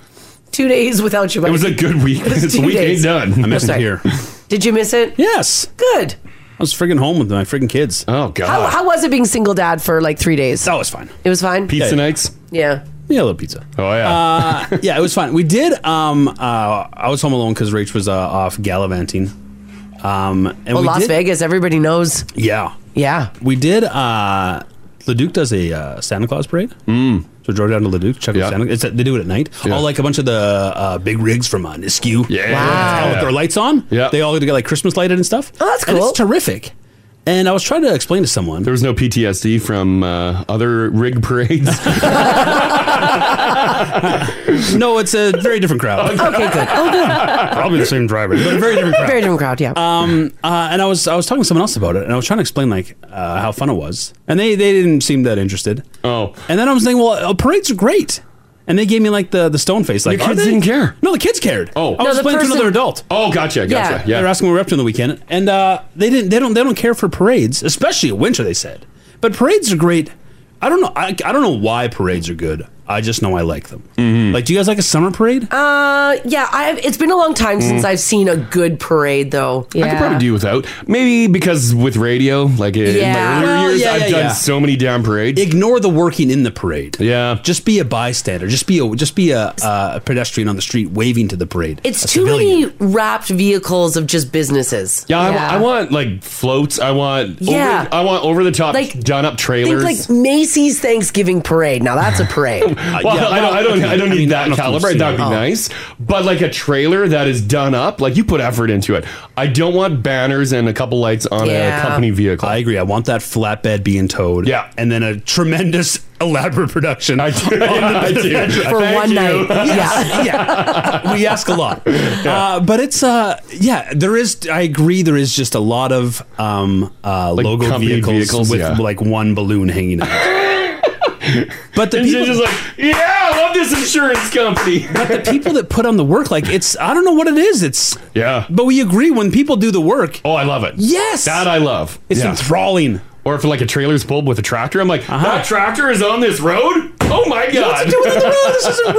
[SPEAKER 3] Two days without you. buddy.
[SPEAKER 2] It was a good week.
[SPEAKER 3] It was
[SPEAKER 2] This
[SPEAKER 3] two
[SPEAKER 2] week
[SPEAKER 3] days.
[SPEAKER 2] ain't done.
[SPEAKER 4] I missed
[SPEAKER 3] That's
[SPEAKER 4] it here. I
[SPEAKER 3] Did you miss it?
[SPEAKER 4] Yes.
[SPEAKER 3] Good.
[SPEAKER 4] was friggin' home with my friggin' kids.
[SPEAKER 2] Oh god.
[SPEAKER 3] How, how was it being single dad for like three days?
[SPEAKER 4] That was fine.
[SPEAKER 3] It was fine.
[SPEAKER 4] Pizza Yeah.
[SPEAKER 2] nights.
[SPEAKER 3] Yeah.
[SPEAKER 4] Yeah, a little pizza.
[SPEAKER 2] Oh
[SPEAKER 4] yeah. Uh, yeah, it was fun. We did. Um, uh, I was home alone because Rach was uh, off gallivanting. Um, and
[SPEAKER 3] well,
[SPEAKER 4] we
[SPEAKER 3] Oh, Las
[SPEAKER 4] did-
[SPEAKER 3] Vegas, everybody knows.
[SPEAKER 4] Yeah,
[SPEAKER 3] yeah.
[SPEAKER 4] We did. Uh, Leduc does a uh, Santa Claus parade. Mm. So we drove down to Leduc, check out Santa. It's, they do it at night. Oh, like a bunch of the uh, big rigs from uh, Nisku. Yeah,
[SPEAKER 2] Wow.
[SPEAKER 4] with their lights on. Yeah, they all get like Christmas lighted and stuff. Oh, that's
[SPEAKER 2] cool.
[SPEAKER 4] it's terrific. And I was trying to explain to someone.
[SPEAKER 2] There was no PTSD from uh, other rig parades.
[SPEAKER 4] no, it's a very different crowd.
[SPEAKER 3] Okay, good. Oh, good.
[SPEAKER 4] Probably the same driver, but a very different crowd.
[SPEAKER 3] Very different crowd, yeah.
[SPEAKER 4] Um, uh, and I was I was talking to someone else about it, and I was trying to explain like uh, how fun it was, and they they didn't seem that interested.
[SPEAKER 2] Oh,
[SPEAKER 4] and then I was thinking, well, uh, parades are great, and they gave me like the the stone face. Like
[SPEAKER 2] Your
[SPEAKER 4] are
[SPEAKER 2] kids
[SPEAKER 4] they?
[SPEAKER 2] didn't care.
[SPEAKER 4] No, the kids cared.
[SPEAKER 2] Oh.
[SPEAKER 4] I
[SPEAKER 2] No,
[SPEAKER 4] was
[SPEAKER 2] the
[SPEAKER 4] playing to
[SPEAKER 2] person-
[SPEAKER 4] another adult.
[SPEAKER 2] Oh, gotcha, gotcha, yeah.
[SPEAKER 4] They were asking what we're up to on the weekend, and uh, they didn't they don't they don't care for parades, especially in winter. They said, but parades are great. I don't know. I, I don't know why parades are good. I just know I like them.
[SPEAKER 2] Mm-hmm.
[SPEAKER 4] Like, do you guys like a summer parade?
[SPEAKER 3] Uh, yeah, I've, it's been a long time since I've seen a good parade, though.
[SPEAKER 2] Mm. I could probably do without. Maybe because with radio, like in
[SPEAKER 3] Yeah.
[SPEAKER 2] my earlier
[SPEAKER 3] Well,
[SPEAKER 2] years,
[SPEAKER 4] yeah,
[SPEAKER 2] I've
[SPEAKER 4] yeah,
[SPEAKER 2] done
[SPEAKER 4] yeah.
[SPEAKER 2] so many damn parades.
[SPEAKER 4] Ignore the working in the parade.
[SPEAKER 2] yeah.
[SPEAKER 4] Just be a bystander. Just be a just be a, a pedestrian on the street waving to the parade.
[SPEAKER 3] It's
[SPEAKER 4] A
[SPEAKER 3] too
[SPEAKER 4] civilian.
[SPEAKER 3] many wrapped vehicles of just businesses.
[SPEAKER 2] Yeah, I,
[SPEAKER 6] Yeah.
[SPEAKER 2] I want like floats. I want
[SPEAKER 3] Yeah.
[SPEAKER 2] over, I want over the top
[SPEAKER 3] Like,
[SPEAKER 2] done up
[SPEAKER 3] Think
[SPEAKER 2] trailers.
[SPEAKER 3] like Macy's Thanksgiving parade. Now that's a parade.
[SPEAKER 4] Uh,
[SPEAKER 2] well,
[SPEAKER 4] yeah,
[SPEAKER 2] I don't, I don't, I don't need
[SPEAKER 4] mean,
[SPEAKER 2] that
[SPEAKER 4] don't know if
[SPEAKER 2] caliber.
[SPEAKER 4] you've
[SPEAKER 2] That'd
[SPEAKER 4] seen
[SPEAKER 2] be
[SPEAKER 4] it. Oh.
[SPEAKER 2] nice, but like a trailer that is done up, like you put effort into it. I don't want banners and a couple lights on
[SPEAKER 3] Yeah.
[SPEAKER 2] a company vehicle.
[SPEAKER 4] I agree. I want that flatbed being towed.
[SPEAKER 2] Yeah.
[SPEAKER 4] and then a tremendous elaborate production. I do.
[SPEAKER 2] I do.
[SPEAKER 3] For
[SPEAKER 2] Thank
[SPEAKER 3] one
[SPEAKER 2] you.
[SPEAKER 3] night. Yeah.
[SPEAKER 4] yeah, we ask a lot, uh, but it's uh, yeah. There is, I agree. There is just a lot of um, uh, logo
[SPEAKER 2] company
[SPEAKER 4] vehicles,
[SPEAKER 2] vehicles,
[SPEAKER 4] with
[SPEAKER 2] yeah.
[SPEAKER 4] like one balloon hanging out. but the
[SPEAKER 2] And she's
[SPEAKER 4] people,
[SPEAKER 2] just like, yeah, I love this insurance company.
[SPEAKER 4] but the people that put on the work, like it's, I don't know what it is. It's
[SPEAKER 2] Yeah.
[SPEAKER 4] But we agree when people do the work,
[SPEAKER 2] Oh, I love it.
[SPEAKER 4] Yes!
[SPEAKER 2] that I love.
[SPEAKER 4] it's
[SPEAKER 2] Yeah.
[SPEAKER 4] enthralling. Uh-huh.
[SPEAKER 2] or if like a trailer's pulled with a tractor, I'm like, that tractor is on this road. Oh my
[SPEAKER 4] What's
[SPEAKER 2] god.
[SPEAKER 4] it doing on the road? This isn't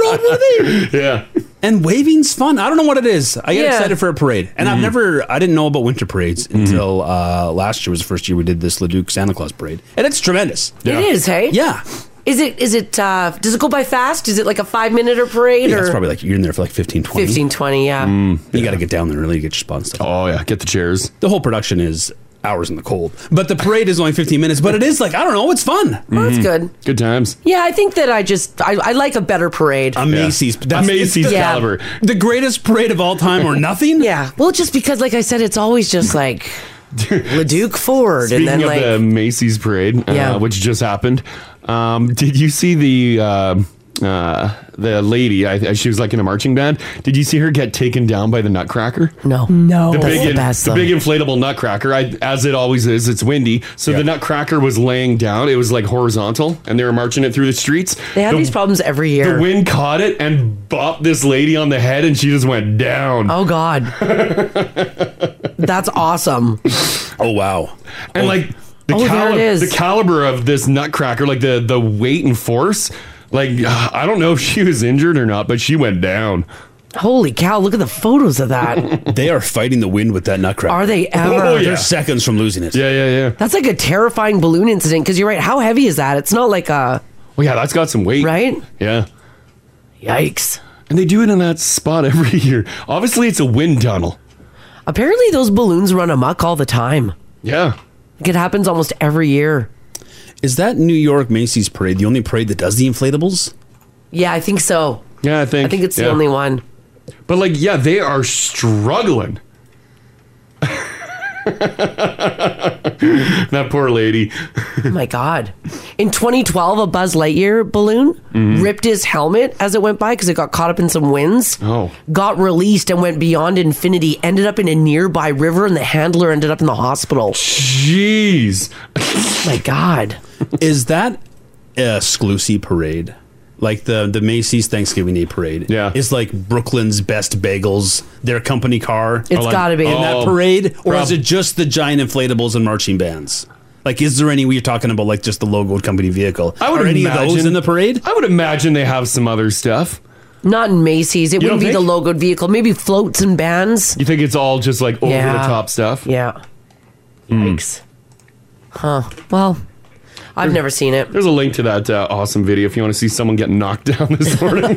[SPEAKER 4] road worthy.
[SPEAKER 2] yeah.
[SPEAKER 4] And waving's fun. I don't know what it is. I get
[SPEAKER 3] Yeah.
[SPEAKER 4] excited for a parade, and
[SPEAKER 2] Mm-hmm.
[SPEAKER 4] I've never, I didn't know about winter parades until uh, last year was the first year we did this Leduc Santa Claus parade, and it's tremendous.
[SPEAKER 2] Yeah.
[SPEAKER 3] It is, hey?
[SPEAKER 4] Yeah,
[SPEAKER 3] Is it, is it, uh, does it go by fast? Is it like a five minute or parade
[SPEAKER 4] yeah
[SPEAKER 3] or
[SPEAKER 4] it's probably like you're in there for like 15, 20.
[SPEAKER 3] 15, 20? Yeah.
[SPEAKER 2] Mm.
[SPEAKER 4] You got to get down there early to get your spot and stuff.
[SPEAKER 2] Oh yeah. Get the chairs.
[SPEAKER 4] The whole production is hours in the cold, but the parade is only fifteen minutes. But it is like I don't know, it's fun.
[SPEAKER 3] Well,
[SPEAKER 2] Mm.
[SPEAKER 3] that's good.
[SPEAKER 2] Mm-hmm. Good times.
[SPEAKER 3] Yeah, I think that I just, I, I like a better parade.
[SPEAKER 4] A Macy's,
[SPEAKER 2] Yeah. A Macy's
[SPEAKER 4] the,
[SPEAKER 3] Yeah.
[SPEAKER 2] caliber.
[SPEAKER 4] the greatest parade of all time, or nothing.
[SPEAKER 3] yeah. Well, just because, like I said, it's always just like Leduc Ford
[SPEAKER 2] Speaking
[SPEAKER 3] and then
[SPEAKER 2] of
[SPEAKER 3] like.
[SPEAKER 2] the Macy's parade, uh,
[SPEAKER 3] Yeah.
[SPEAKER 2] which just happened, um, did you see the uh, uh, the lady? I, I- she was like in a marching band. Did you see her get taken down by the Nutcracker?
[SPEAKER 3] no.
[SPEAKER 6] No.
[SPEAKER 3] The
[SPEAKER 6] The
[SPEAKER 3] big
[SPEAKER 2] Big,
[SPEAKER 3] the
[SPEAKER 2] in-
[SPEAKER 3] best,
[SPEAKER 2] the
[SPEAKER 3] though.
[SPEAKER 2] big inflatable nutcracker, I, as it always is, it's windy. So
[SPEAKER 4] Yeah.
[SPEAKER 2] the nutcracker was laying down. It was like horizontal, and they were marching it through the streets.
[SPEAKER 3] They have
[SPEAKER 2] The-
[SPEAKER 3] these problems every year.
[SPEAKER 2] The wind caught it and bopped this lady on the head, and she just went down.
[SPEAKER 3] Oh God, that's awesome.
[SPEAKER 4] Oh wow.
[SPEAKER 2] And like the,
[SPEAKER 3] Oh, there it is.
[SPEAKER 2] the caliber of this nutcracker, like the the weight and force. Like I don't know if she was injured or not, but she went down.
[SPEAKER 3] Holy cow! Look at the photos of that.
[SPEAKER 4] They are fighting the wind with that nutcracker.
[SPEAKER 3] Are they ever?
[SPEAKER 2] Oh, yeah.
[SPEAKER 4] They're seconds from losing it.
[SPEAKER 2] Yeah, yeah, yeah.
[SPEAKER 3] That's like a terrifying balloon incident. Because you're right. How heavy is that? It's not like a
[SPEAKER 2] Well, yeah, that's got some weight,
[SPEAKER 3] Right?
[SPEAKER 2] Yeah.
[SPEAKER 3] yikes.
[SPEAKER 2] And they do it in that spot every year. Obviously, it's a wind tunnel.
[SPEAKER 3] Apparently, those balloons run amok all the time.
[SPEAKER 2] Yeah.
[SPEAKER 3] Like, it happens almost every year.
[SPEAKER 4] Is that New York Macy's parade the only parade that does the inflatables?
[SPEAKER 3] Yeah, I think so.
[SPEAKER 2] Yeah, I think.
[SPEAKER 3] I think it's
[SPEAKER 2] yeah.
[SPEAKER 3] the only one.
[SPEAKER 2] But like, yeah, they are struggling. that poor lady.
[SPEAKER 3] Oh my God. In 2012, a Buzz Lightyear balloon
[SPEAKER 2] Mm-hmm.
[SPEAKER 3] ripped his helmet as it went by because it got caught up in some winds.
[SPEAKER 2] Oh.
[SPEAKER 3] Got released and went beyond infinity, ended up in a nearby river, and the handler ended up in the hospital.
[SPEAKER 2] Jeez.
[SPEAKER 3] Oh my God.
[SPEAKER 4] Is that a Sclusy parade? Like the the Macy's Thanksgiving Day parade.
[SPEAKER 2] Yeah.
[SPEAKER 4] Is like Brooklyn's best bagels, their company car.
[SPEAKER 3] It's
[SPEAKER 4] like,
[SPEAKER 3] gotta be.
[SPEAKER 4] in
[SPEAKER 2] Oh,
[SPEAKER 4] that parade? Or
[SPEAKER 2] prob-
[SPEAKER 4] is it just the giant inflatables and marching bands? Like is there any we are talking about like just the logoed company vehicle?
[SPEAKER 2] I would
[SPEAKER 4] are any
[SPEAKER 2] imagine
[SPEAKER 4] of those in the parade?
[SPEAKER 2] I would imagine they have some other stuff.
[SPEAKER 3] Not in Macy's. It
[SPEAKER 2] You
[SPEAKER 3] wouldn't be
[SPEAKER 2] don't
[SPEAKER 3] the
[SPEAKER 2] think?
[SPEAKER 3] logoed vehicle. Maybe floats and bands.
[SPEAKER 2] You think it's all just like over the top stuff? Hmm.
[SPEAKER 3] Yeah. Yikes. Huh. Well, I've never seen it.
[SPEAKER 2] There's a link to that uh, awesome video if you want to see someone get knocked down this morning.
[SPEAKER 3] can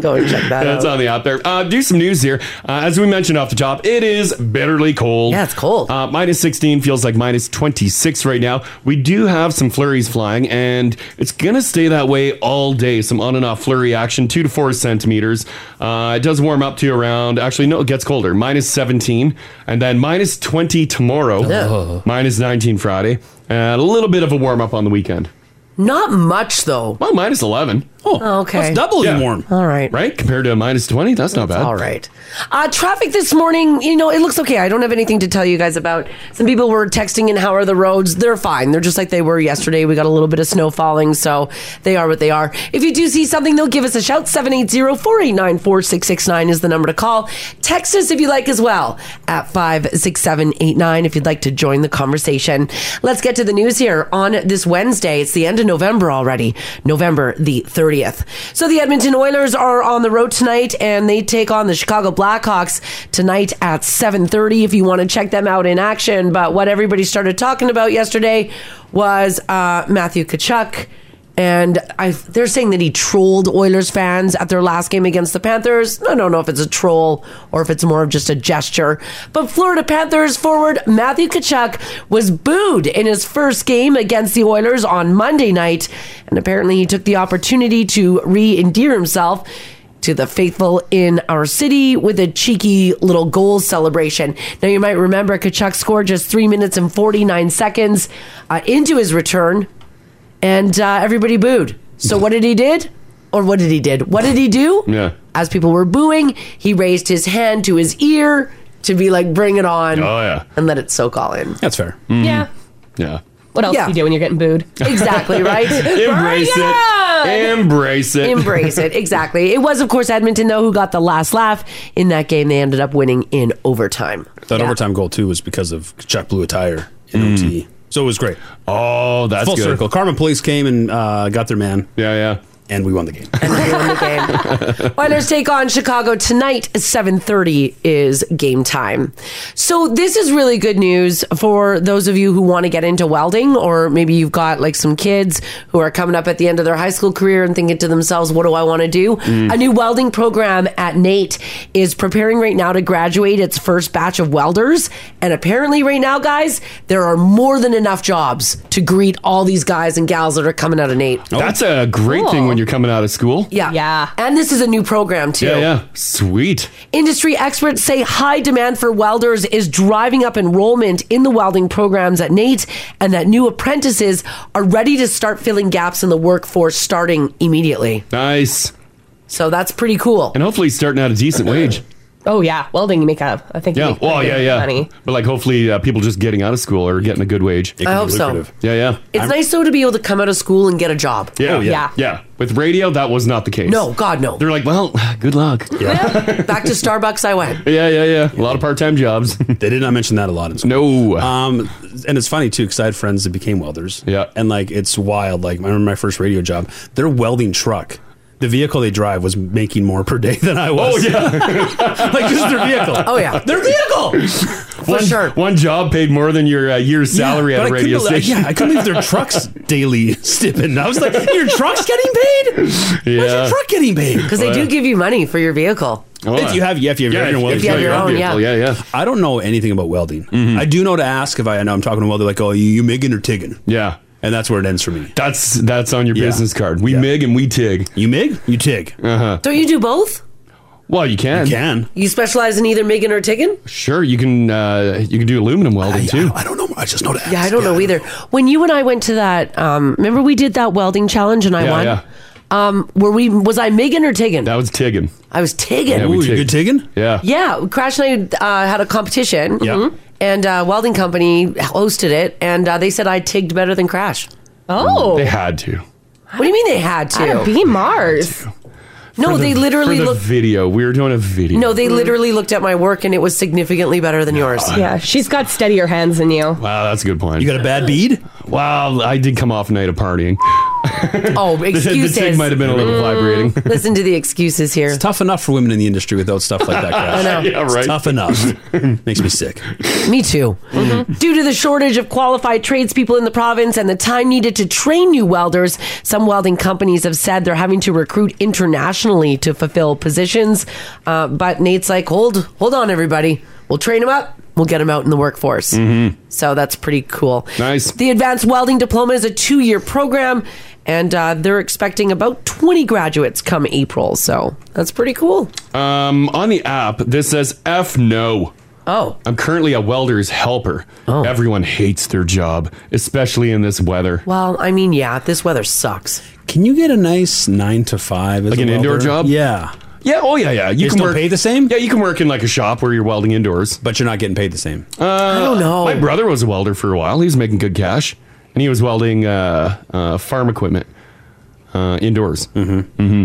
[SPEAKER 3] go and check that
[SPEAKER 2] That's
[SPEAKER 3] out.
[SPEAKER 2] on the app there. Uh, do some news here. Uh, as we mentioned off the top, it is bitterly cold.
[SPEAKER 3] Yeah, it's cold.
[SPEAKER 2] Uh, minus 16 feels like minus 26 right now. We do have some flurries flying, and it's going to stay that way all day. Some on and off flurry action, two to four centimeters. Uh, it does warm up to around, actually, no, it gets colder, minus 17, and then minus 20 tomorrow,
[SPEAKER 3] Yeah.
[SPEAKER 2] minus 19 Friday, and a little bit of a warm up on the weekend.
[SPEAKER 3] Not much, though.
[SPEAKER 2] Well, minus 11,
[SPEAKER 3] Oh, okay.
[SPEAKER 4] It's doubly
[SPEAKER 2] Yeah.
[SPEAKER 4] warm.
[SPEAKER 3] All right.
[SPEAKER 2] right? Compared to minus 20, that's not bad.
[SPEAKER 3] All right. Uh, traffic this morning, you know, it looks okay. I don't have anything to tell you guys about. Some people were texting in, how are the roads? They're fine. They're just like they were yesterday. We got a little bit of snow falling, so they are what they are. If you do see something, they'll give us a shout. 780 489 4669 is the number to call. Text us if you like as well at 56789 if you'd like to join the conversation. Let's get to the news here on this Wednesday. It's the end of November already, November the 30th. So the Edmonton Oilers are on the road tonight and they take on the Chicago Blackhawks tonight at 7:30 if you want to check them out in action, but what everybody started talking about yesterday was uh, Matthew Kachuk and I, they're saying that he trolled Oilers fans at their last game against the Panthers. I don't know if it's a troll or if it's more of just a gesture. But Florida Panthers forward Matthew Kachuk was booed in his first game against the Oilers on Monday night. And apparently he took the opportunity to re endear himself to the faithful in our city with a cheeky little goal celebration. Now, you might remember Kachuk scored just three minutes and 49 seconds uh, into his return and uh, everybody booed. So what did he did, or what did he did? What did he do?
[SPEAKER 2] Yeah.
[SPEAKER 3] As people were booing, he raised his hand to his ear to be like, "Bring it on!"
[SPEAKER 2] Oh, yeah.
[SPEAKER 3] and let it soak all in.
[SPEAKER 4] That's fair.
[SPEAKER 6] Yeah.
[SPEAKER 2] Hmm. Yeah.
[SPEAKER 6] What else
[SPEAKER 3] Yeah.
[SPEAKER 6] do you do when you're getting booed?
[SPEAKER 3] Exactly right.
[SPEAKER 2] Embrace
[SPEAKER 6] Bring it on!
[SPEAKER 2] it. Embrace it.
[SPEAKER 3] Embrace it. Exactly. It was, of course, Edmonton though who got the last laugh in that game. They ended up winning in overtime.
[SPEAKER 4] That overtime goal too was because of Chuck blew a tire in OT. So it was great.
[SPEAKER 2] Hmm. Oh, that's
[SPEAKER 4] Full
[SPEAKER 2] good.
[SPEAKER 4] circle. Carmen Police came and uh, got their man,
[SPEAKER 2] Yeah, yeah.
[SPEAKER 4] and we won the game.
[SPEAKER 3] Oilers take on Chicago tonight. 7:30 is game time. So this is really good news for those of you who want to get into welding or maybe you've got like some kids who are coming up at the end of their high school career and thinking to themselves, what do I want to do?
[SPEAKER 2] Mm.
[SPEAKER 3] A new welding program at Nate is preparing right now to graduate its first batch of welders and apparently right now guys, there are more than enough jobs to greet all these guys and gals that are coming out of Nate.
[SPEAKER 2] That's a great thing when you're coming out of school.
[SPEAKER 3] Yeah.
[SPEAKER 6] Yeah.
[SPEAKER 3] And this is a new program too.
[SPEAKER 2] Yeah, yeah. Sweet.
[SPEAKER 3] Industry experts say high demand for welders is driving up enrollment in the welding programs at Nate and that new apprentices are ready to start filling gaps in the workforce starting immediately.
[SPEAKER 2] Nice.
[SPEAKER 3] So that's pretty cool.
[SPEAKER 2] And hopefully starting at a decent wage.
[SPEAKER 6] Oh yeah, welding you make up. I think. you
[SPEAKER 2] Yeah.
[SPEAKER 6] make
[SPEAKER 2] Well,
[SPEAKER 6] pretty
[SPEAKER 2] yeah,
[SPEAKER 6] good
[SPEAKER 2] yeah.
[SPEAKER 6] Money.
[SPEAKER 2] But like hopefully uh, people just getting out of school are getting a good wage.
[SPEAKER 3] I hope so.
[SPEAKER 2] Yeah, yeah.
[SPEAKER 3] It's nice though to be able to come out of school and get a job.
[SPEAKER 2] Yeah.
[SPEAKER 4] Oh, yeah.
[SPEAKER 6] Yeah.
[SPEAKER 2] Yeah. With radio, that was not the case.
[SPEAKER 3] No, God, no.
[SPEAKER 2] They're like, well, good luck. Yeah.
[SPEAKER 3] Back to Starbucks I went.
[SPEAKER 2] yeah, yeah, yeah. A lot of part time jobs.
[SPEAKER 4] They did not mention that a lot in school.
[SPEAKER 2] no.
[SPEAKER 4] Um, and it's funny too because I had friends that became welders.
[SPEAKER 2] Yeah.
[SPEAKER 4] and like it's wild. Like I remember my first radio job. Their welding truck, the vehicle they drive, was making more per day than I was.
[SPEAKER 2] Oh,
[SPEAKER 4] yeah, like just their vehicle.
[SPEAKER 3] Oh, yeah.
[SPEAKER 4] their vehicle.
[SPEAKER 2] for one,
[SPEAKER 3] sure.
[SPEAKER 2] One job paid more than your uh, year's salary
[SPEAKER 4] Yeah,
[SPEAKER 2] at a
[SPEAKER 4] but I
[SPEAKER 2] radio
[SPEAKER 4] couldn't believe-
[SPEAKER 2] station.
[SPEAKER 4] Yeah, I couldn't believe their trucks daily stipend. I was like, your truck's getting paid? Where's
[SPEAKER 2] Yeah.
[SPEAKER 4] your truck getting paid?
[SPEAKER 3] Because they do give you money for your vehicle.
[SPEAKER 4] If you have, yeah, if you have
[SPEAKER 2] Yeah,
[SPEAKER 4] your own
[SPEAKER 2] if
[SPEAKER 4] welding
[SPEAKER 2] you have
[SPEAKER 4] truck,
[SPEAKER 2] your own,
[SPEAKER 3] yeah.
[SPEAKER 2] vehicle, yeah, yeah. Mm-hmm.
[SPEAKER 4] I don't know anything about welding. I do know to ask if I, I know I'm talking to a welder, like, oh, you, you MIGing or TIGGing?
[SPEAKER 2] Yeah.
[SPEAKER 4] And that's where it ends for me.
[SPEAKER 2] That's that's on your
[SPEAKER 4] Yeah.
[SPEAKER 2] business card. We
[SPEAKER 4] Yeah.
[SPEAKER 2] MIG and we TIG. Uh-huh.
[SPEAKER 4] You MIG, you TIG.
[SPEAKER 3] Don't you do both?
[SPEAKER 2] Well, you can.
[SPEAKER 4] You can.
[SPEAKER 3] You specialize in either MIG or TIGGing?
[SPEAKER 2] Sure, you can uh, you can do aluminum welding
[SPEAKER 4] I, I
[SPEAKER 2] too.
[SPEAKER 4] don't- I don't know. I just know to ask.
[SPEAKER 3] Yeah, I don't know either. When you and I went to that, um, remember we did that welding challenge and I
[SPEAKER 2] Yeah,
[SPEAKER 3] won.
[SPEAKER 2] yeah.
[SPEAKER 3] Um, were we? Was I Megan or Tiggin?
[SPEAKER 2] That was TIGGing.
[SPEAKER 3] I was Tiggin.
[SPEAKER 2] Yeah,
[SPEAKER 3] Yeah,
[SPEAKER 2] we
[SPEAKER 4] Ooh, you good
[SPEAKER 2] TIG.
[SPEAKER 4] TIGGing?
[SPEAKER 2] Yeah.
[SPEAKER 3] Crash and I uh, had a competition.
[SPEAKER 4] Yeah.
[SPEAKER 3] Mhm. And uh, welding company hosted it, and uh, they said I tigged better than Crash.
[SPEAKER 6] Oh,
[SPEAKER 2] Mm, They had to.
[SPEAKER 3] What do you mean they had
[SPEAKER 6] gotta
[SPEAKER 3] to?
[SPEAKER 6] be Mars.
[SPEAKER 3] No,
[SPEAKER 2] For
[SPEAKER 3] they
[SPEAKER 2] the-
[SPEAKER 3] literally
[SPEAKER 2] for the
[SPEAKER 3] looked.
[SPEAKER 2] video. We were doing a video.
[SPEAKER 3] No, they literally looked at my work, and it was significantly better than yours.
[SPEAKER 6] Yeah, she's got steadier hands than you.
[SPEAKER 2] Wow, that's a good point.
[SPEAKER 4] You got a bad bead?
[SPEAKER 2] wow, I did come off a night of partying.
[SPEAKER 3] Oh,
[SPEAKER 2] The, the TIG
[SPEAKER 3] excuses.
[SPEAKER 2] might have been a little
[SPEAKER 4] Mm,
[SPEAKER 6] Mm.
[SPEAKER 2] vibrating.
[SPEAKER 3] Listen to the excuses here.
[SPEAKER 4] Tough enough for women in the industry without stuff like that. Crash.
[SPEAKER 3] know.
[SPEAKER 2] yeah,
[SPEAKER 4] It's
[SPEAKER 2] right.
[SPEAKER 4] Tough enough. Makes me sick.
[SPEAKER 3] Me too.
[SPEAKER 2] Mm-hmm.
[SPEAKER 3] Due to the shortage of qualified tradespeople in the province and the time needed to train new welders, some welding companies have said they're having to recruit internationally to fulfill positions. Uh, but Nate's like, hold, hold on, everybody. We'll train them up. We'll get them out in the workforce. So that's pretty cool.
[SPEAKER 2] Mm-hmm. Nice.
[SPEAKER 3] The Advanced Welding Diploma is a two year program, and uh, they're expecting about 20 graduates come April. So that's pretty cool.
[SPEAKER 2] Um, on the app, this says F no.
[SPEAKER 3] Oh,
[SPEAKER 2] I'm currently a welder's helper. Everyone hates their job, especially in this weather.
[SPEAKER 3] well, I mean, yeah, this weather sucks.
[SPEAKER 4] Can you get a nice nine to five? As
[SPEAKER 2] Like
[SPEAKER 4] a
[SPEAKER 2] an indoor
[SPEAKER 4] welder?
[SPEAKER 2] job?
[SPEAKER 4] Yeah.
[SPEAKER 2] Yeah, oh yeah, yeah.
[SPEAKER 4] They
[SPEAKER 2] You
[SPEAKER 4] still pay the same?
[SPEAKER 2] Yeah, you can work in like a shop where you're welding indoors. Uh,
[SPEAKER 4] But you're not getting paid the same.
[SPEAKER 3] I don't know.
[SPEAKER 2] My brother was a welder for a while. He was making good cash, and he was welding uh, uh, farm equipment uh, indoors.
[SPEAKER 4] Mm-hmm.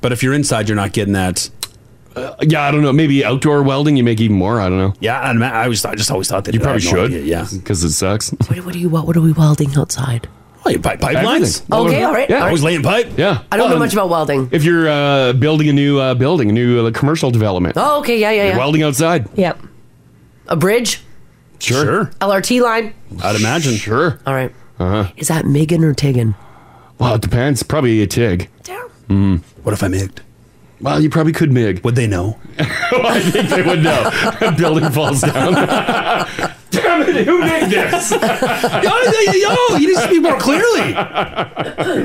[SPEAKER 4] but if you're inside, you're not getting that.
[SPEAKER 2] Uh, Yeah, I don't know. Maybe outdoor welding, you make even more. I don't know.
[SPEAKER 4] Yeah, I, I, was, I just always thought that. You
[SPEAKER 2] Probably should.
[SPEAKER 4] yeah.
[SPEAKER 2] because it sucks.
[SPEAKER 3] What, what do you what, what are we welding outside?
[SPEAKER 4] Oh, you pipe pipelines.
[SPEAKER 2] Everything. Okay, all right,
[SPEAKER 4] Yeah,
[SPEAKER 2] all right.
[SPEAKER 4] always laying pipe.
[SPEAKER 2] Yeah.
[SPEAKER 3] I don't know
[SPEAKER 2] Um,
[SPEAKER 3] much about welding.
[SPEAKER 2] If you're uh, building a new uh, building, a new uh, commercial development,
[SPEAKER 3] Oh, okay, yeah, yeah,
[SPEAKER 2] You're
[SPEAKER 3] yeah.
[SPEAKER 2] welding outside.
[SPEAKER 6] Yep.
[SPEAKER 3] A bridge,
[SPEAKER 2] Sure.
[SPEAKER 3] LRT line.
[SPEAKER 4] I'd imagine.
[SPEAKER 2] Sure.
[SPEAKER 3] All right.
[SPEAKER 2] Uh-huh.
[SPEAKER 3] Is that Megan or Tigan?
[SPEAKER 2] Well, it depends. Probably a TIG. Mm.
[SPEAKER 4] What if I migged?
[SPEAKER 2] Well, you probably could MIG.
[SPEAKER 4] Would they know?
[SPEAKER 2] I think they would know. Building falls down. Damn it! Who made this?
[SPEAKER 4] yo, you need to speak more clearly.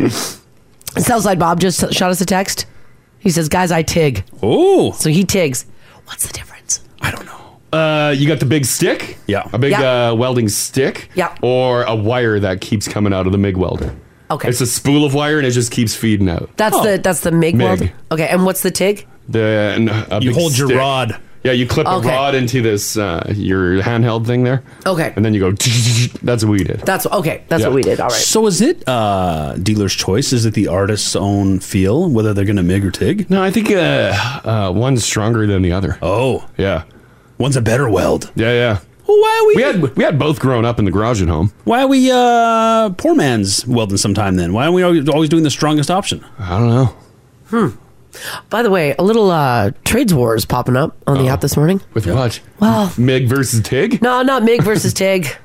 [SPEAKER 3] Southside Bob just shot us a text. He says, "Guys, I tig."
[SPEAKER 4] Oh,
[SPEAKER 3] So he tigs. What's the difference?
[SPEAKER 4] I don't know.
[SPEAKER 2] Uh, you got the big stick.
[SPEAKER 4] Yeah.
[SPEAKER 2] A big
[SPEAKER 3] Yeah.
[SPEAKER 2] Uh, welding stick.
[SPEAKER 3] Yeah.
[SPEAKER 2] Or a wire that keeps coming out of the MIG welder.
[SPEAKER 3] Okay.
[SPEAKER 2] It's a spool of wire and it just keeps feeding out.
[SPEAKER 3] That's the that's the MIG,
[SPEAKER 2] Mig.
[SPEAKER 3] weld. Okay, and what's the TIG?
[SPEAKER 2] The and a
[SPEAKER 4] You
[SPEAKER 2] big
[SPEAKER 4] hold your
[SPEAKER 2] stick.
[SPEAKER 4] rod.
[SPEAKER 2] Yeah, you clip
[SPEAKER 3] Okay.
[SPEAKER 2] a rod into this uh, your handheld thing there.
[SPEAKER 3] Okay.
[SPEAKER 2] And then you go. That's what we did.
[SPEAKER 3] That's okay. That's
[SPEAKER 2] Yeah.
[SPEAKER 3] what we did. All right.
[SPEAKER 4] So is it uh, dealer's choice? Is it the artist's own feel whether they're going to mig or tig?
[SPEAKER 2] No, I think uh, uh, one's stronger than the other.
[SPEAKER 4] Oh,
[SPEAKER 2] Yeah.
[SPEAKER 4] one's a better weld.
[SPEAKER 2] Yeah. Yeah.
[SPEAKER 4] Well, why are we?
[SPEAKER 2] We had we had both grown up in the garage at home.
[SPEAKER 4] why are we uh, poor man's welding sometime? Then why are we always always doing the strongest option?
[SPEAKER 2] I don't know.
[SPEAKER 3] By the way, a little uh trades war is popping up on the app this morning.
[SPEAKER 2] Oh. With what?
[SPEAKER 3] Well,
[SPEAKER 2] Mig versus Tig?
[SPEAKER 3] no, not MIG versus TIG.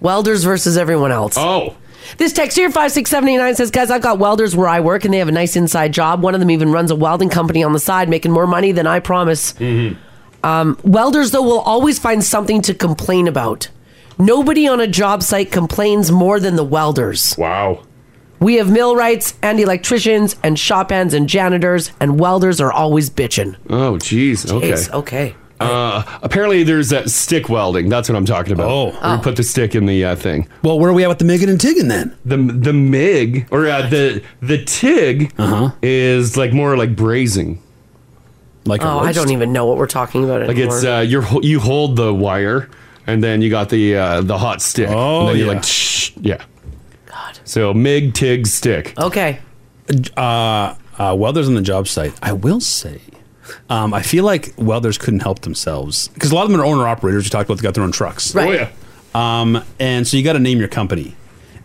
[SPEAKER 3] Welders versus everyone else.
[SPEAKER 2] Oh.
[SPEAKER 3] This text here, 56789, says, Guys, I've got welders where I work and they have a nice inside job. One of them even runs a welding company on the side, making more money than I promise.
[SPEAKER 2] Mm-hmm.
[SPEAKER 3] Um, welders, though, will always find something to complain about. Nobody on a job site complains more than the welders.
[SPEAKER 2] Wow.
[SPEAKER 3] We have millwrights and electricians and shop hands and janitors, and welders are always bitching.
[SPEAKER 2] Oh, jeez. Okay.
[SPEAKER 3] Jeez, okay.
[SPEAKER 2] Uh, apparently, there's that stick welding. That's what I'm talking about.
[SPEAKER 4] Oh.
[SPEAKER 2] Where you put the stick in the uh, thing.
[SPEAKER 4] Well, where are we at with the migging and tigging then?
[SPEAKER 2] The the mig or uh, the the tig
[SPEAKER 4] Uh-huh.
[SPEAKER 2] is like more like brazing.
[SPEAKER 4] Like a
[SPEAKER 3] Oh, I
[SPEAKER 4] roast?
[SPEAKER 3] don't even know what we're talking about
[SPEAKER 2] Like
[SPEAKER 3] anymore.
[SPEAKER 2] it's uh, you're ho- you hold the wire and then you got the uh, the hot stick.
[SPEAKER 4] Oh,
[SPEAKER 2] and then
[SPEAKER 4] yeah.
[SPEAKER 2] You're like Shh. yeah. God. So mig tig stick.
[SPEAKER 3] okay.
[SPEAKER 4] uh, uh, welders on the job site, I will say, um, I feel like welders couldn't help themselves because a lot of them are owner operators. We talked about they got their own trucks,
[SPEAKER 3] Right.
[SPEAKER 2] Oh yeah.
[SPEAKER 4] Um, and so you got to name your company,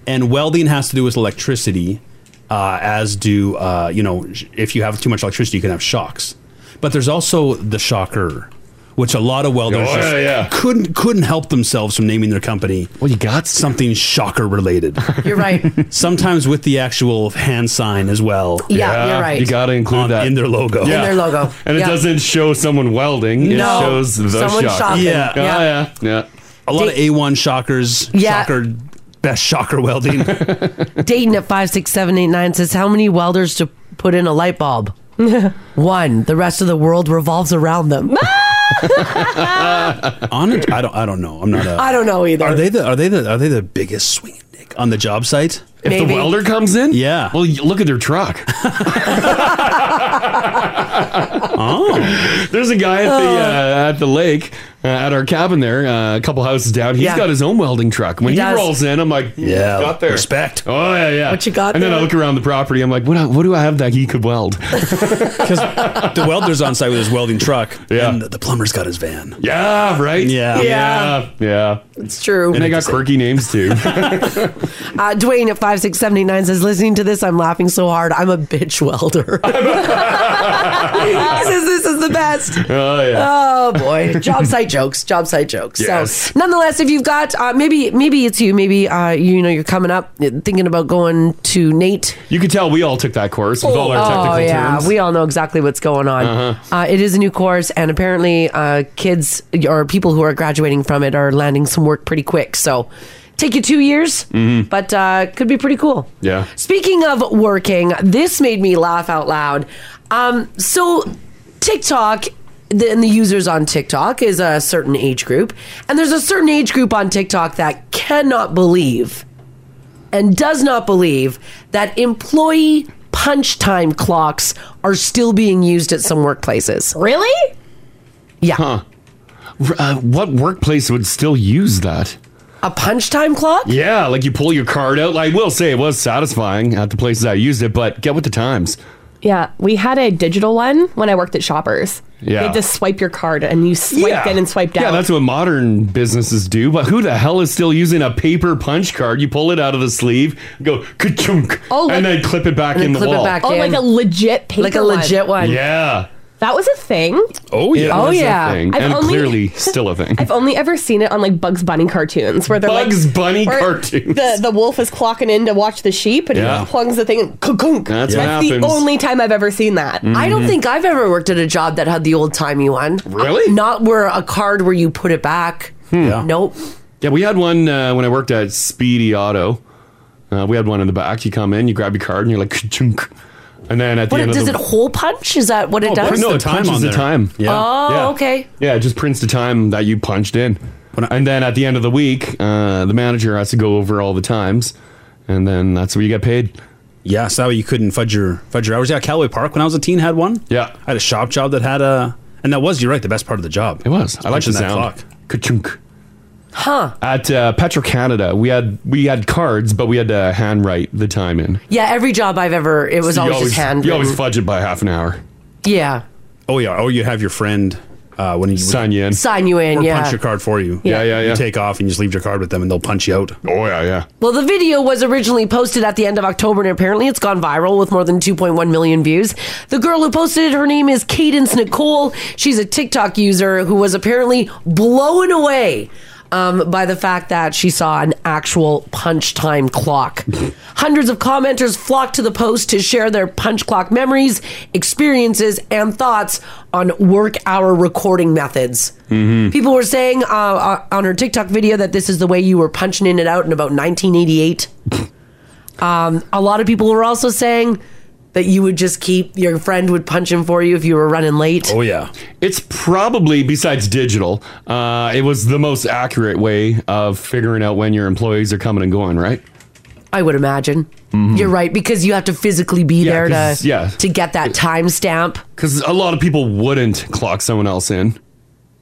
[SPEAKER 4] and welding has to do with electricity, uh, as do uh, you know sh- if you have too much electricity, you can have shocks. But there's also the shocker, which a lot of welders
[SPEAKER 2] Oh, yeah,
[SPEAKER 4] just
[SPEAKER 2] yeah.
[SPEAKER 4] couldn't couldn't help themselves from naming their company
[SPEAKER 2] Well, you got some.
[SPEAKER 4] something shocker related.
[SPEAKER 3] You're right.
[SPEAKER 4] Sometimes with the actual hand sign as well.
[SPEAKER 3] Yeah, you're right.
[SPEAKER 2] You got to include
[SPEAKER 4] on-
[SPEAKER 2] that
[SPEAKER 4] in their logo.
[SPEAKER 2] Yeah.
[SPEAKER 3] their logo.
[SPEAKER 2] And it
[SPEAKER 3] Yeah.
[SPEAKER 2] doesn't show someone welding. It
[SPEAKER 3] No.
[SPEAKER 2] shows the
[SPEAKER 3] Someone
[SPEAKER 2] shock.
[SPEAKER 3] shocking.
[SPEAKER 4] Yeah.
[SPEAKER 2] Oh, yeah. Yeah.
[SPEAKER 4] A lot of A1 shockers.
[SPEAKER 3] Yeah.
[SPEAKER 4] Shocker, best shocker welding.
[SPEAKER 3] Dayton at 56789 says, How many welders to put in a light bulb? One. The rest of the world revolves around them.
[SPEAKER 4] on it, I don't. I don't know. I'm not. A,
[SPEAKER 3] I don't know either.
[SPEAKER 4] Are they the? Are they the? Are they the biggest swinging dick on the job site?
[SPEAKER 2] If
[SPEAKER 3] Maybe.
[SPEAKER 2] the welder comes in?
[SPEAKER 4] Yeah.
[SPEAKER 2] Well, you- look at their truck. oh. There's a guy at the uh, at the lake uh, at our cabin there, uh, a couple houses down. He's
[SPEAKER 3] Yeah.
[SPEAKER 2] got his own welding truck. When
[SPEAKER 3] He
[SPEAKER 2] he,
[SPEAKER 3] does.
[SPEAKER 2] rolls in, I'm like,
[SPEAKER 4] Yeah.
[SPEAKER 2] got there.
[SPEAKER 4] Respect.
[SPEAKER 2] Oh yeah, yeah.
[SPEAKER 3] What you got
[SPEAKER 2] And then I
[SPEAKER 3] there?
[SPEAKER 2] look around the property. I'm like, what? What do I have that he could weld?
[SPEAKER 4] Because the welder's on site with his welding truck.
[SPEAKER 2] Yeah.
[SPEAKER 4] And the plumber's got his van.
[SPEAKER 2] yeah, right.
[SPEAKER 4] Yeah.
[SPEAKER 2] yeah, Um, yeah.
[SPEAKER 3] It's true.
[SPEAKER 2] And they got quirky names too.
[SPEAKER 3] Uh, Dwayne at 56789 says, Listening to this, I'm laughing so hard. I'm a bitch welder. he says, This is the best.
[SPEAKER 2] oh yeah.
[SPEAKER 3] Oh boy, job site jokes, job site jokes.
[SPEAKER 2] Yes.
[SPEAKER 3] So, nonetheless, if you've got uh, maybe maybe it's you, maybe uh, you know you're coming up uh, thinking about going to Nate
[SPEAKER 2] You could tell we all took that course with all our technical
[SPEAKER 3] oh, yeah.
[SPEAKER 2] terms. Uh-huh.
[SPEAKER 3] We all know exactly what's going on. uh it is a new course, and apparently, uh, kids or people who are graduating from it are landing some work pretty quick. So, take you two years,
[SPEAKER 2] Mm-hmm.
[SPEAKER 3] but uh, could be pretty cool.
[SPEAKER 2] Yeah.
[SPEAKER 3] Speaking of working, this made me laugh out loud. Um, so, TikTok. The, and the users on TikTok is a certain age group. And there's a certain age group on TikTok that cannot believe and does not believe that employee punch time clocks are still being used at some workplaces.
[SPEAKER 6] Really?
[SPEAKER 3] Yeah.
[SPEAKER 2] Uh, what workplace would still use that?
[SPEAKER 3] A punch time clock?
[SPEAKER 2] Yeah, like you pull your card out. I will say it was satisfying at the places I used it, but get with the times.
[SPEAKER 6] Yeah, we had a digital one when I worked at Shoppers.
[SPEAKER 2] Yeah.
[SPEAKER 6] you had to swipe your card and you swiped in and swiped out.
[SPEAKER 2] Yeah, that's what modern businesses do. But who the hell is still using a paper punch card? You pull it out of the sleeve, go ka-chunk,
[SPEAKER 6] Oh, like-
[SPEAKER 2] and then clip it back in the wall.
[SPEAKER 6] oh, like a legit paper,
[SPEAKER 3] Like a legit one.
[SPEAKER 2] Yeah.
[SPEAKER 6] That was a thing.
[SPEAKER 2] Oh
[SPEAKER 6] yeah. Oh,
[SPEAKER 2] That's a
[SPEAKER 6] yeah.
[SPEAKER 2] thing.
[SPEAKER 6] I've
[SPEAKER 2] And
[SPEAKER 6] only-
[SPEAKER 2] clearly still a thing.
[SPEAKER 6] I've only ever seen it on like Bugs Bunny cartoons where they're
[SPEAKER 2] Bugs
[SPEAKER 6] like
[SPEAKER 2] Bunny
[SPEAKER 6] where
[SPEAKER 2] cartoons.
[SPEAKER 6] The the wolf is clocking in to watch the sheep and
[SPEAKER 2] Yeah.
[SPEAKER 6] he plugs the thing. And ka-kunk.
[SPEAKER 2] That's
[SPEAKER 6] That's
[SPEAKER 2] what
[SPEAKER 6] the
[SPEAKER 2] happens. Mm-hmm.
[SPEAKER 6] only time I've ever seen that.
[SPEAKER 3] I don't think I've ever worked at a job that had the old timey one.
[SPEAKER 2] Really?
[SPEAKER 3] Not where a card where you put it back. Nope.
[SPEAKER 2] Hmm. Yeah, we had one uh, when I worked at Speedy Auto. Uh, we had one in the back. You come in, you grab your card, and you're like, "Ka-chunk." and then at the
[SPEAKER 3] What
[SPEAKER 2] end
[SPEAKER 3] it,
[SPEAKER 2] of
[SPEAKER 3] does
[SPEAKER 2] the
[SPEAKER 3] it hole punch? Is that what it does?
[SPEAKER 2] no, it punches the time.
[SPEAKER 3] Oh,
[SPEAKER 2] Yeah.
[SPEAKER 3] okay.
[SPEAKER 2] Yeah, it just prints the time that you punched in. and then at the end of the week, uh, the manager has to go over all the times, and then that's where you get paid.
[SPEAKER 4] Yeah, so that way you couldn't fudge your fudge your hours. Yeah, Callaway Park when I was a teen had one.
[SPEAKER 2] Yeah,
[SPEAKER 4] I had a shop job that had a, and that was you're right the best part of the job. It
[SPEAKER 2] was. I like the
[SPEAKER 4] punching that
[SPEAKER 2] sound.
[SPEAKER 4] clock.
[SPEAKER 2] Ka-chunk.
[SPEAKER 3] Huh.
[SPEAKER 2] At uh, Petro Canada, we had we had cards, but we had to handwrite the time in.
[SPEAKER 3] Yeah, every job I've ever, it was
[SPEAKER 2] So you
[SPEAKER 3] always just hand.
[SPEAKER 2] You always fudge it by half an hour.
[SPEAKER 3] Yeah.
[SPEAKER 4] Oh yeah, or you have your friend uh, when you
[SPEAKER 2] sign you in,
[SPEAKER 3] Sign you in,
[SPEAKER 4] or
[SPEAKER 3] yeah.
[SPEAKER 4] punch your card for you.
[SPEAKER 3] Yeah. Yeah, yeah, yeah.
[SPEAKER 4] You take off and you just leave your card with them, and they'll punch you out.
[SPEAKER 2] Oh yeah, yeah.
[SPEAKER 3] Well, the video was originally posted at the end of October, and apparently it's gone viral with more than 2.1 million views. The girl who posted it, her name is Cadence Nicole. She's a TikTok user who was apparently blown away um, by the fact that she saw an actual punch time clock. Hundreds of commenters flocked to the post to share their punch clock memories, experiences, and thoughts on work hour recording methods.
[SPEAKER 2] Hmm.
[SPEAKER 3] People were saying uh, uh, on her TikTok video that this is the way you were punching in and out in about 1988. um, a lot of people were also saying that you would just keep your friend would punch in for you if you were running late.
[SPEAKER 4] Oh yeah,
[SPEAKER 2] It's probably besides digital, uh, it was the most accurate way of figuring out when your employees are coming and going, right?
[SPEAKER 3] I would imagine. You're right because you have to physically be there to
[SPEAKER 2] 'cause- Mm-hmm. yeah.
[SPEAKER 3] to get that timestamp.
[SPEAKER 2] Because a lot of people wouldn't clock someone else in.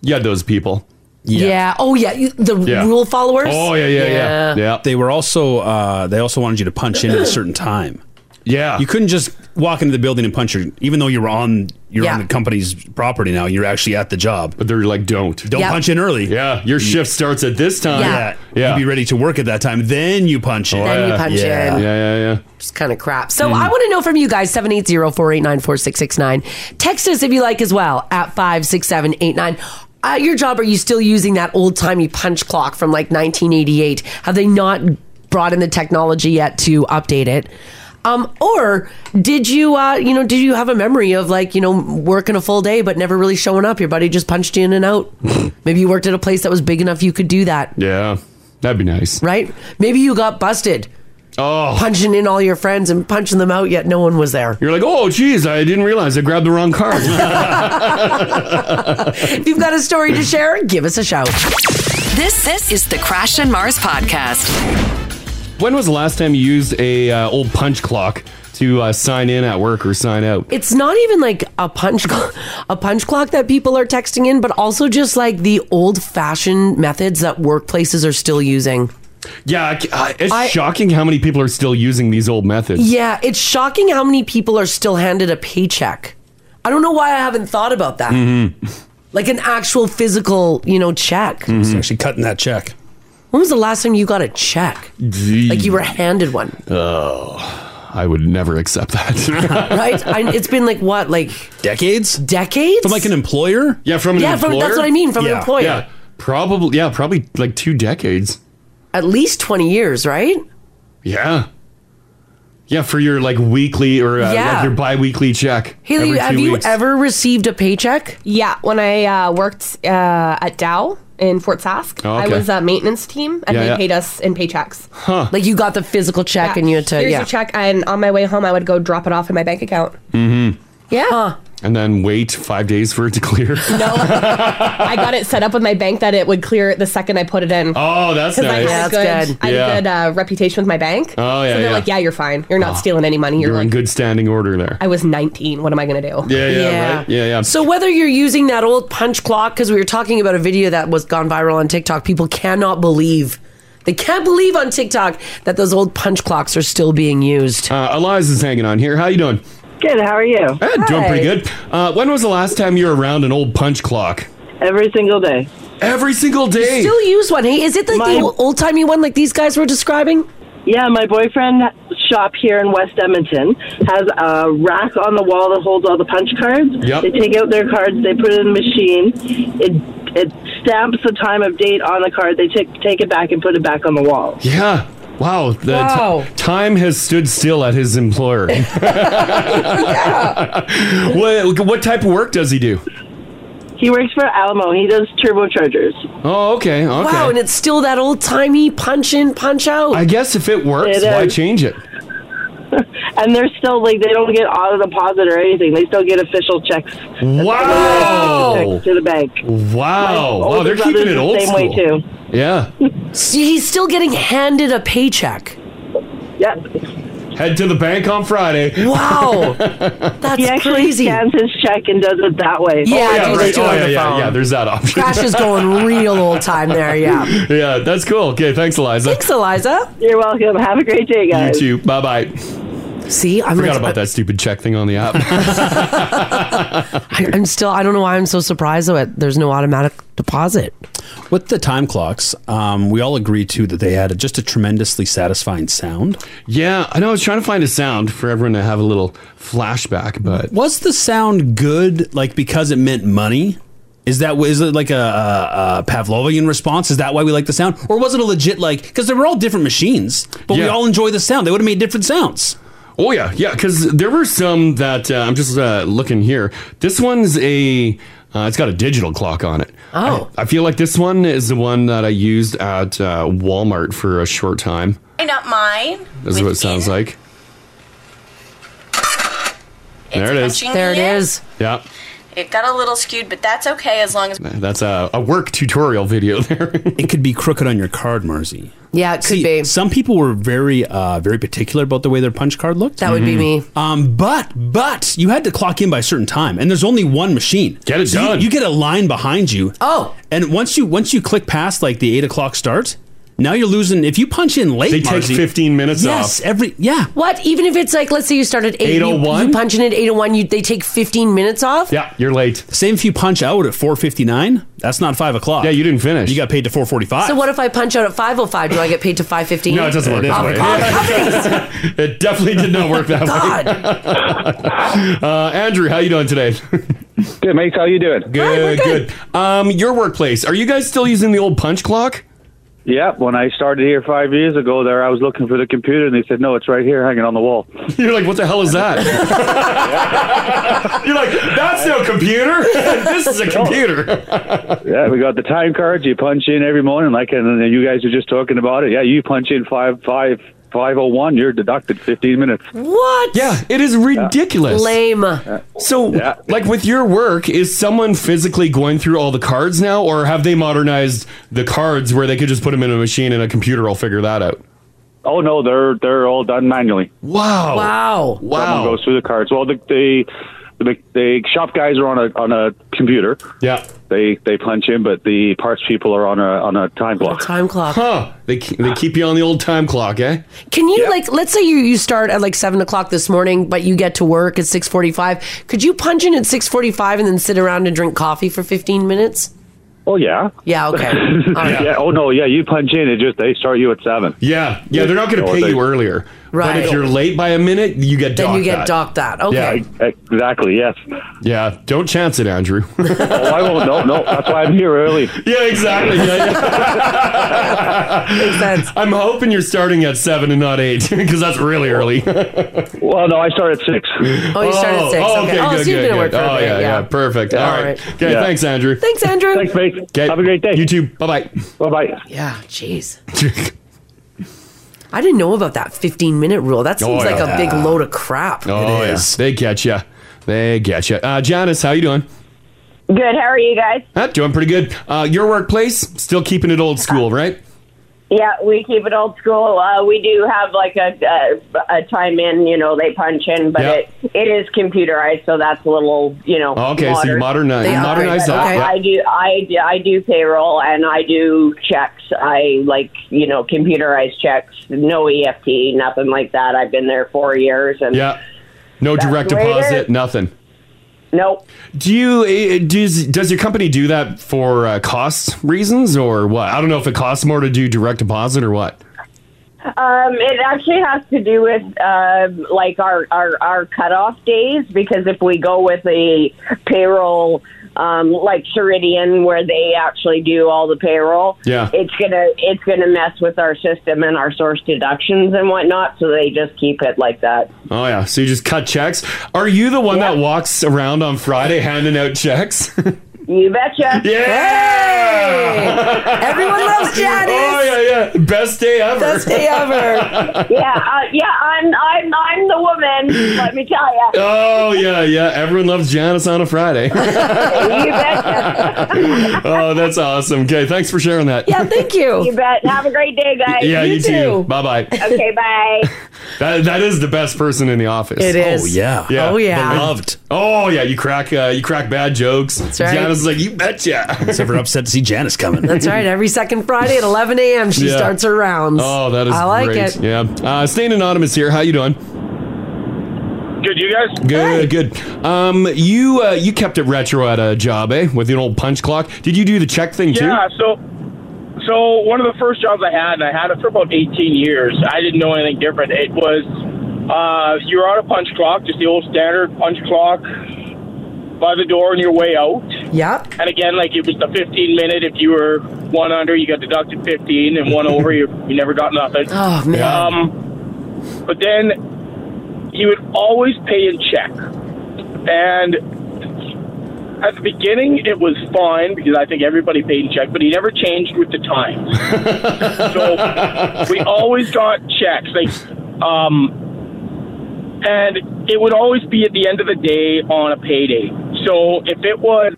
[SPEAKER 2] You had those people.
[SPEAKER 3] Yeah. Oh yeah, you- the
[SPEAKER 2] Yeah.
[SPEAKER 3] rule followers.
[SPEAKER 2] Oh yeah, yeah, yeah, yeah.
[SPEAKER 4] They were also uh, they also wanted you to punch in at a certain time.
[SPEAKER 2] Yeah,
[SPEAKER 4] you couldn't just walk into the building and punch your. Even though you were on you're on
[SPEAKER 2] Yeah.
[SPEAKER 4] the company's property now, you're actually at the job.
[SPEAKER 2] But they're like, don't
[SPEAKER 4] don't
[SPEAKER 2] Yeah.
[SPEAKER 4] punch in early.
[SPEAKER 2] Yeah, your shift starts at this time.
[SPEAKER 4] Yeah,
[SPEAKER 2] Yeah. Oh,
[SPEAKER 4] you be ready to work at that time. Then you punch in.
[SPEAKER 3] Then you punch
[SPEAKER 4] yeah.
[SPEAKER 2] Yeah,
[SPEAKER 3] in.
[SPEAKER 2] yeah, yeah. Mm-hmm.
[SPEAKER 3] Just kind of crap. So
[SPEAKER 2] Mm.
[SPEAKER 3] I want to know from you guys 780-489-4669. Text us if you like as well at 56789. At Uh, your job are you still using that old-timey punch clock from like 1988? Have they not brought in the technology yet to update it? Um, or did you, uh, you know, did you have a memory of like, you know, working a full day but never really showing up? Your buddy just punched you in and out. Maybe you worked at a place that was big enough you could do that,
[SPEAKER 2] Yeah, that'd be nice.
[SPEAKER 3] right? Maybe you got busted.
[SPEAKER 2] Oh,
[SPEAKER 3] punching in all your friends and punching them out, yet no one was there.
[SPEAKER 2] You're like, oh, geez, I didn't realize I grabbed the wrong card.
[SPEAKER 3] If you've got a story to share, give us a shout.
[SPEAKER 1] This this is the Crash and Mars podcast.
[SPEAKER 2] when was the last time you used a uh, old punch clock to uh, sign in at work or sign out?
[SPEAKER 3] It's not even like a punch cl- a punch clock that people are texting in, but also just like the old fashioned methods that workplaces are still using.
[SPEAKER 2] Yeah, I c- I- it's
[SPEAKER 3] I-
[SPEAKER 2] shocking how many people are still using these old methods.
[SPEAKER 3] Yeah, it's shocking how many people are still handed a paycheck. I don't know why I haven't thought about that.
[SPEAKER 2] Mm-hmm.
[SPEAKER 3] Like an actual physical, you know, check.
[SPEAKER 4] It's actually cutting that check.
[SPEAKER 3] When was the last time you got a check? Like you were handed one,
[SPEAKER 2] Oh, I would never accept that.
[SPEAKER 3] right? I, it's been like what, like
[SPEAKER 4] Decades?
[SPEAKER 3] Decades?
[SPEAKER 4] From like an employer?
[SPEAKER 2] yeah, from an
[SPEAKER 3] Yeah,
[SPEAKER 2] employer.
[SPEAKER 3] from- that's what I mean, from an
[SPEAKER 2] yeah.
[SPEAKER 3] employer.
[SPEAKER 2] Yeah, probably. Yeah, probably like two decades.
[SPEAKER 3] at least 20 years, right?
[SPEAKER 2] Yeah. Yeah, for your like weekly or uh,
[SPEAKER 3] Yeah.
[SPEAKER 2] like your bi-weekly check.
[SPEAKER 6] Haley,
[SPEAKER 2] every
[SPEAKER 6] have
[SPEAKER 2] two
[SPEAKER 6] you
[SPEAKER 2] weeks.
[SPEAKER 3] Ever received a paycheck?
[SPEAKER 6] Yeah, when I uh, worked uh, at Dow in Fort Sask,
[SPEAKER 3] Oh,
[SPEAKER 6] I
[SPEAKER 3] okay.
[SPEAKER 6] was a maintenance team, and
[SPEAKER 3] Yeah,
[SPEAKER 6] they
[SPEAKER 3] yeah.
[SPEAKER 6] paid us in paychecks.
[SPEAKER 2] Huh.
[SPEAKER 3] Like you got the physical check and you had to,
[SPEAKER 6] Here's
[SPEAKER 3] yeah.
[SPEAKER 6] your check, and on my way home, I would go drop it off in my bank account.
[SPEAKER 2] Mm-hmm.
[SPEAKER 6] Yeah,
[SPEAKER 2] And then wait five days for it to clear.
[SPEAKER 6] I got it set up with my bank that it would clear the second I put it in.
[SPEAKER 2] Oh, that's
[SPEAKER 6] 'Cause
[SPEAKER 2] nice.
[SPEAKER 6] I
[SPEAKER 2] Yeah,
[SPEAKER 6] had a
[SPEAKER 2] that's
[SPEAKER 6] good,
[SPEAKER 2] good.
[SPEAKER 6] I had
[SPEAKER 2] Yeah.
[SPEAKER 6] a good uh, reputation with my bank.
[SPEAKER 2] Oh, yeah,
[SPEAKER 6] so they're
[SPEAKER 2] yeah.
[SPEAKER 6] like, yeah, you're fine. You're not
[SPEAKER 2] Oh.
[SPEAKER 6] stealing any money. You're,
[SPEAKER 2] You're
[SPEAKER 6] like,
[SPEAKER 2] in good standing order there.
[SPEAKER 6] I was 19. What am I gonna do?
[SPEAKER 2] Yeah, yeah, right? Yeah, yeah.
[SPEAKER 3] So whether you're using that old punch clock, because we were talking about a video that was gone viral on TikTok, people cannot believe. They can't believe on TikTok that those old punch clocks are still being used.
[SPEAKER 2] Uh, Eliza's hanging on here. How you doing?
[SPEAKER 5] Good. How are you?
[SPEAKER 2] Eh, doing pretty good. Uh, when was the last time you were around an old punch clock?
[SPEAKER 5] Every single day.
[SPEAKER 2] Every single day.
[SPEAKER 3] Still use one. Hey, is it like
[SPEAKER 5] My-
[SPEAKER 3] the old timey one like these guys were describing?
[SPEAKER 5] Yeah, my boyfriend shop here in West Edmonton has a rack on the wall that holds all the punch cards.
[SPEAKER 2] Yep.
[SPEAKER 5] They take out their cards, they put it in the machine. It it stamps the time of date on the card. They take take it back and put it back on the wall.
[SPEAKER 2] Yeah. Wow. The t-
[SPEAKER 3] Wow.
[SPEAKER 2] time has stood still at his employer. what, what type of work does he do?
[SPEAKER 5] He works for Alamo. He does turbochargers.
[SPEAKER 2] Oh, okay. Okay.
[SPEAKER 3] Wow, and it's still that old timey punch in, punch out.
[SPEAKER 2] I guess if it works,
[SPEAKER 5] It
[SPEAKER 2] why
[SPEAKER 5] is.
[SPEAKER 2] change it?
[SPEAKER 5] And they're still like they don't get auto deposit or anything. They still get official checks.
[SPEAKER 2] Wow.
[SPEAKER 5] Checks to the bank.
[SPEAKER 2] Oh, Wow.
[SPEAKER 5] My
[SPEAKER 2] Wow, they're
[SPEAKER 5] older
[SPEAKER 2] keeping
[SPEAKER 5] brother's
[SPEAKER 2] it
[SPEAKER 5] the
[SPEAKER 2] old
[SPEAKER 5] same way,
[SPEAKER 2] school.
[SPEAKER 5] too.
[SPEAKER 2] Yeah.
[SPEAKER 3] So he's still getting handed a paycheck.
[SPEAKER 5] Yep.
[SPEAKER 2] Head to the bank on Friday.
[SPEAKER 3] Wow, that's
[SPEAKER 5] He actually
[SPEAKER 3] crazy.
[SPEAKER 5] scans his check and does it that way.
[SPEAKER 3] Yeah, I do
[SPEAKER 2] yeah,
[SPEAKER 3] that
[SPEAKER 2] right.
[SPEAKER 3] too
[SPEAKER 2] Oh,
[SPEAKER 3] on
[SPEAKER 2] yeah,
[SPEAKER 3] the
[SPEAKER 2] yeah,
[SPEAKER 3] phone.
[SPEAKER 2] yeah. There's that option.
[SPEAKER 3] Crash is going real old time there. Yeah.
[SPEAKER 2] yeah, that's cool. Okay, thanks, Eliza.
[SPEAKER 3] Thanks, Eliza.
[SPEAKER 5] You're welcome. Have a great day,
[SPEAKER 2] You
[SPEAKER 5] guys.
[SPEAKER 2] too. Bye bye.
[SPEAKER 3] See, I'm
[SPEAKER 2] Forgot
[SPEAKER 3] like- uh,
[SPEAKER 2] about that stupid check thing on the app.
[SPEAKER 3] I, I'm still. I don't know why I'm so surprised though. at- There's no automatic deposit.
[SPEAKER 4] With the time clocks, um, we all agree too that they had a, just a tremendously satisfying sound.
[SPEAKER 2] yeah, I know. I was trying to find a sound for everyone to have a little flashback, but
[SPEAKER 4] Was the sound good? Like because it meant money? Is that is it like a, a, a Pavlovian response? Is that why we like the sound, or was it a legit like because they were all different machines, but we
[SPEAKER 2] Yeah.
[SPEAKER 4] all enjoy the sound? They would have made different sounds.
[SPEAKER 2] Oh yeah, yeah. Because there were some that uh, I'm just uh, looking here. This one's a. Uh, it's got a digital clock on it.
[SPEAKER 3] Oh.
[SPEAKER 2] I, I feel like this one is the one that I used at uh, Walmart for a short time.
[SPEAKER 7] Line up mine.
[SPEAKER 2] That's what it sounds like. There it is.
[SPEAKER 7] punching
[SPEAKER 3] There it
[SPEAKER 7] in.
[SPEAKER 3] is.
[SPEAKER 2] Yeah,
[SPEAKER 7] It got a little skewed, but that's okay as long as
[SPEAKER 2] that's a, a work tutorial video there.
[SPEAKER 4] It could be crooked on your card, Marzi.
[SPEAKER 3] Yeah, it could
[SPEAKER 4] See,
[SPEAKER 3] be.
[SPEAKER 4] Some people were very uh, very particular about the way their punch card looked.
[SPEAKER 3] that would be
[SPEAKER 2] Mm-hmm.
[SPEAKER 3] me.
[SPEAKER 4] Um, but but you had to clock in by a certain time, and there's only one machine.
[SPEAKER 2] Get it
[SPEAKER 4] So you-
[SPEAKER 2] done.
[SPEAKER 4] You, get a line behind you.
[SPEAKER 3] Oh.
[SPEAKER 4] and once you once you click past like the eight o'clock start, now you're losing. If you punch in late,
[SPEAKER 2] They take
[SPEAKER 4] Marzi-
[SPEAKER 2] 15 minutes
[SPEAKER 4] Yes,
[SPEAKER 2] off.
[SPEAKER 4] every yeah.
[SPEAKER 3] What? Even if it's like, let's say you start at eight, you-
[SPEAKER 2] 8:01?
[SPEAKER 3] you punch in at eight oh one, you they take fifteen minutes off.
[SPEAKER 2] Yeah, you're late.
[SPEAKER 4] Same if you punch out at four fifty nine. That's not five o'clock.
[SPEAKER 2] Yeah, you didn't finish.
[SPEAKER 4] You got paid to four forty five.
[SPEAKER 3] So what if I punch out at five oh five? Do I get paid to five fifteen?
[SPEAKER 2] No, it doesn't work
[SPEAKER 3] Oh,
[SPEAKER 2] that way.
[SPEAKER 3] God.
[SPEAKER 2] It definitely did not work that way.
[SPEAKER 3] God.
[SPEAKER 2] Uh, Andrew, how you doing today?
[SPEAKER 8] Good, mate. How you doing?
[SPEAKER 2] good, good. Um, your workplace. Are you guys still using the old punch clock?
[SPEAKER 8] Yeah, when I started here five years ago, there I was looking for the computer, and they said, "No, it's right here, hanging on the wall."
[SPEAKER 2] You're like, what the hell is that? You're like, that's no computer. this is a computer.
[SPEAKER 8] yeah, we got the time cards. You punch in every morning, like, and then you guys are just talking about it. Yeah, you punch in five five five oh one, you're deducted fifteen minutes.
[SPEAKER 3] What?
[SPEAKER 2] Yeah, it is ridiculous.
[SPEAKER 3] Lame.
[SPEAKER 2] So,
[SPEAKER 8] Yeah.
[SPEAKER 2] like with your work, is someone physically going through all the cards now, or have they modernized the cards where they could just put them in a machine and a computer will figure that out?
[SPEAKER 8] Oh no, they're they're all done manually.
[SPEAKER 2] Wow.
[SPEAKER 3] Wow.
[SPEAKER 8] Someone
[SPEAKER 2] Wow.
[SPEAKER 8] goes through the cards. Well, the the, the the shop guys are on a on a computer.
[SPEAKER 2] Yeah.
[SPEAKER 8] They they punch in, but the parts people are on a on a time clock.
[SPEAKER 3] Time clock.
[SPEAKER 2] Huh. They, ke- they keep you on the old time clock, eh?
[SPEAKER 3] Can you like let's say you, you start at like seven o'clock this morning, but you get to work at six forty five. Could you punch in at six forty five and then sit around and drink coffee for fifteen minutes?
[SPEAKER 8] Oh yeah.
[SPEAKER 3] Yeah, okay. All right.
[SPEAKER 8] Yeah. Oh no. Yeah, you punch in. It just they start you at seven.
[SPEAKER 2] Yeah, yeah, they're not going to
[SPEAKER 8] No,
[SPEAKER 2] pay
[SPEAKER 8] they-
[SPEAKER 2] you earlier. But
[SPEAKER 3] Right.
[SPEAKER 2] if you're late by a minute, you get
[SPEAKER 3] Then
[SPEAKER 2] docked
[SPEAKER 3] you get
[SPEAKER 2] that.
[SPEAKER 3] docked that. Okay.
[SPEAKER 2] Yeah.
[SPEAKER 8] Exactly. Yes.
[SPEAKER 2] Yeah, don't chance it, Andrew.
[SPEAKER 8] Oh, I won't. No, no. That's why I'm here early.
[SPEAKER 2] yeah, exactly. Yeah, yeah.
[SPEAKER 3] Makes sense.
[SPEAKER 2] I'm hoping you're starting at seven and not eight because that's really early. oh,
[SPEAKER 8] Well, no, I start at six.
[SPEAKER 3] Oh, you start at six.
[SPEAKER 2] oh,
[SPEAKER 3] okay. Oh, so you've been at work for
[SPEAKER 2] oh,
[SPEAKER 3] a bit.
[SPEAKER 2] yeah,
[SPEAKER 3] Yeah,
[SPEAKER 2] yeah, perfect. All
[SPEAKER 3] All
[SPEAKER 2] right.
[SPEAKER 3] right.
[SPEAKER 2] Okay,
[SPEAKER 8] Yeah.
[SPEAKER 2] thanks, Andrew.
[SPEAKER 3] Thanks, Andrew.
[SPEAKER 8] Thanks, mate.
[SPEAKER 2] Okay.
[SPEAKER 8] Have a great day.
[SPEAKER 2] You too. Bye bye.
[SPEAKER 8] Bye bye.
[SPEAKER 3] Yeah, jeez. I didn't know about that 15 minute rule. That seems
[SPEAKER 2] Oh,
[SPEAKER 3] like
[SPEAKER 2] yeah.
[SPEAKER 3] a big load of crap.
[SPEAKER 2] oh, yeah.
[SPEAKER 4] is.
[SPEAKER 2] They get you. They get you. Uh, Janice, how you doing?
[SPEAKER 9] Good. How are you guys?
[SPEAKER 2] Uh, doing pretty good. Uh, your workplace still keeping it old school, right?
[SPEAKER 9] Yeah, we keep it old school. Uh, we do have like a, a a time in, you know, they punch in, but
[SPEAKER 2] Yeah.
[SPEAKER 9] it it is computerized, so that's a little, you know.
[SPEAKER 2] Oh, Okay, so you modernize,
[SPEAKER 3] They
[SPEAKER 2] you
[SPEAKER 3] are.
[SPEAKER 2] modernize
[SPEAKER 9] But
[SPEAKER 2] that.
[SPEAKER 3] Okay.
[SPEAKER 2] Yeah.
[SPEAKER 9] I, I do, I do, I do payroll and I do checks. I like, you know, E computerized checks. No EFT, nothing like that. I've been there four years, and
[SPEAKER 2] Yeah. No
[SPEAKER 9] That's
[SPEAKER 2] direct
[SPEAKER 9] greater.
[SPEAKER 2] deposit, nothing.
[SPEAKER 9] Nope.
[SPEAKER 2] Do you eh, does does your company do that for uh, cost reasons or what? I don't know if it costs more to do direct deposit or what.
[SPEAKER 9] Um, it actually has to do with um like our, our our cutoff days because if we go with a payroll um, like Ceridian where they actually do all the payroll,
[SPEAKER 10] Yeah.
[SPEAKER 9] it's gonna it's gonna mess with our system and our source deductions and whatnot. So they just keep it like that.
[SPEAKER 2] Oh yeah, so you just cut checks. Are you the one that walks around on Friday handing out checks?
[SPEAKER 9] You betcha.
[SPEAKER 2] Yeah.
[SPEAKER 9] Everyone loves Janice.
[SPEAKER 2] Oh yeah, yeah. Best day ever.
[SPEAKER 9] Best day ever. yeah, uh, yeah. I'm I'm I'm the woman. Let me tell you.
[SPEAKER 2] Oh yeah, yeah. Everyone loves Janice on a Friday. oh, that's awesome. Okay, thanks for sharing that.
[SPEAKER 3] Yeah, thank you.
[SPEAKER 9] You bet. Have a great day, guys.
[SPEAKER 2] Yeah, you, too. Bye bye.
[SPEAKER 9] okay, bye.
[SPEAKER 2] That, that is the best person in the office.
[SPEAKER 3] It is. Oh, yeah. Oh, yeah.
[SPEAKER 2] Beloved. Oh yeah. You crack uh, you crack bad jokes. That's
[SPEAKER 3] right.
[SPEAKER 2] Janice is like, you betcha. Except for upset to see Janice coming.
[SPEAKER 3] That's right. Every second Friday at 11 a.m., she
[SPEAKER 2] Yeah.
[SPEAKER 3] starts her rounds.
[SPEAKER 2] Oh, that is
[SPEAKER 3] I like
[SPEAKER 2] great.
[SPEAKER 3] it.
[SPEAKER 2] Yeah. Uh, staying anonymous here. How you doing?
[SPEAKER 11] Good, you guys.
[SPEAKER 2] Good, good. Um, you uh, you kept it retro at a job, eh? With an old punch clock. Did you do the check thing too?
[SPEAKER 11] Yeah, so so one of the first jobs I had, and I had it for about 18 years. I didn't know anything different. It was uh, you're on a punch clock, just the old standard punch clock by the door on your way out.
[SPEAKER 3] Yep.
[SPEAKER 11] And again, like it was the 15 minute. If you were one under, you got deducted 15, and one over, you, you never got nothing.
[SPEAKER 3] Oh, man.
[SPEAKER 11] Um, but then he would always pay in check, and at the beginning it was fine because I think everybody paid in check, but he never changed with the times. so we always got checks, like, um, and it would always be at the end of the day on a payday. So if it was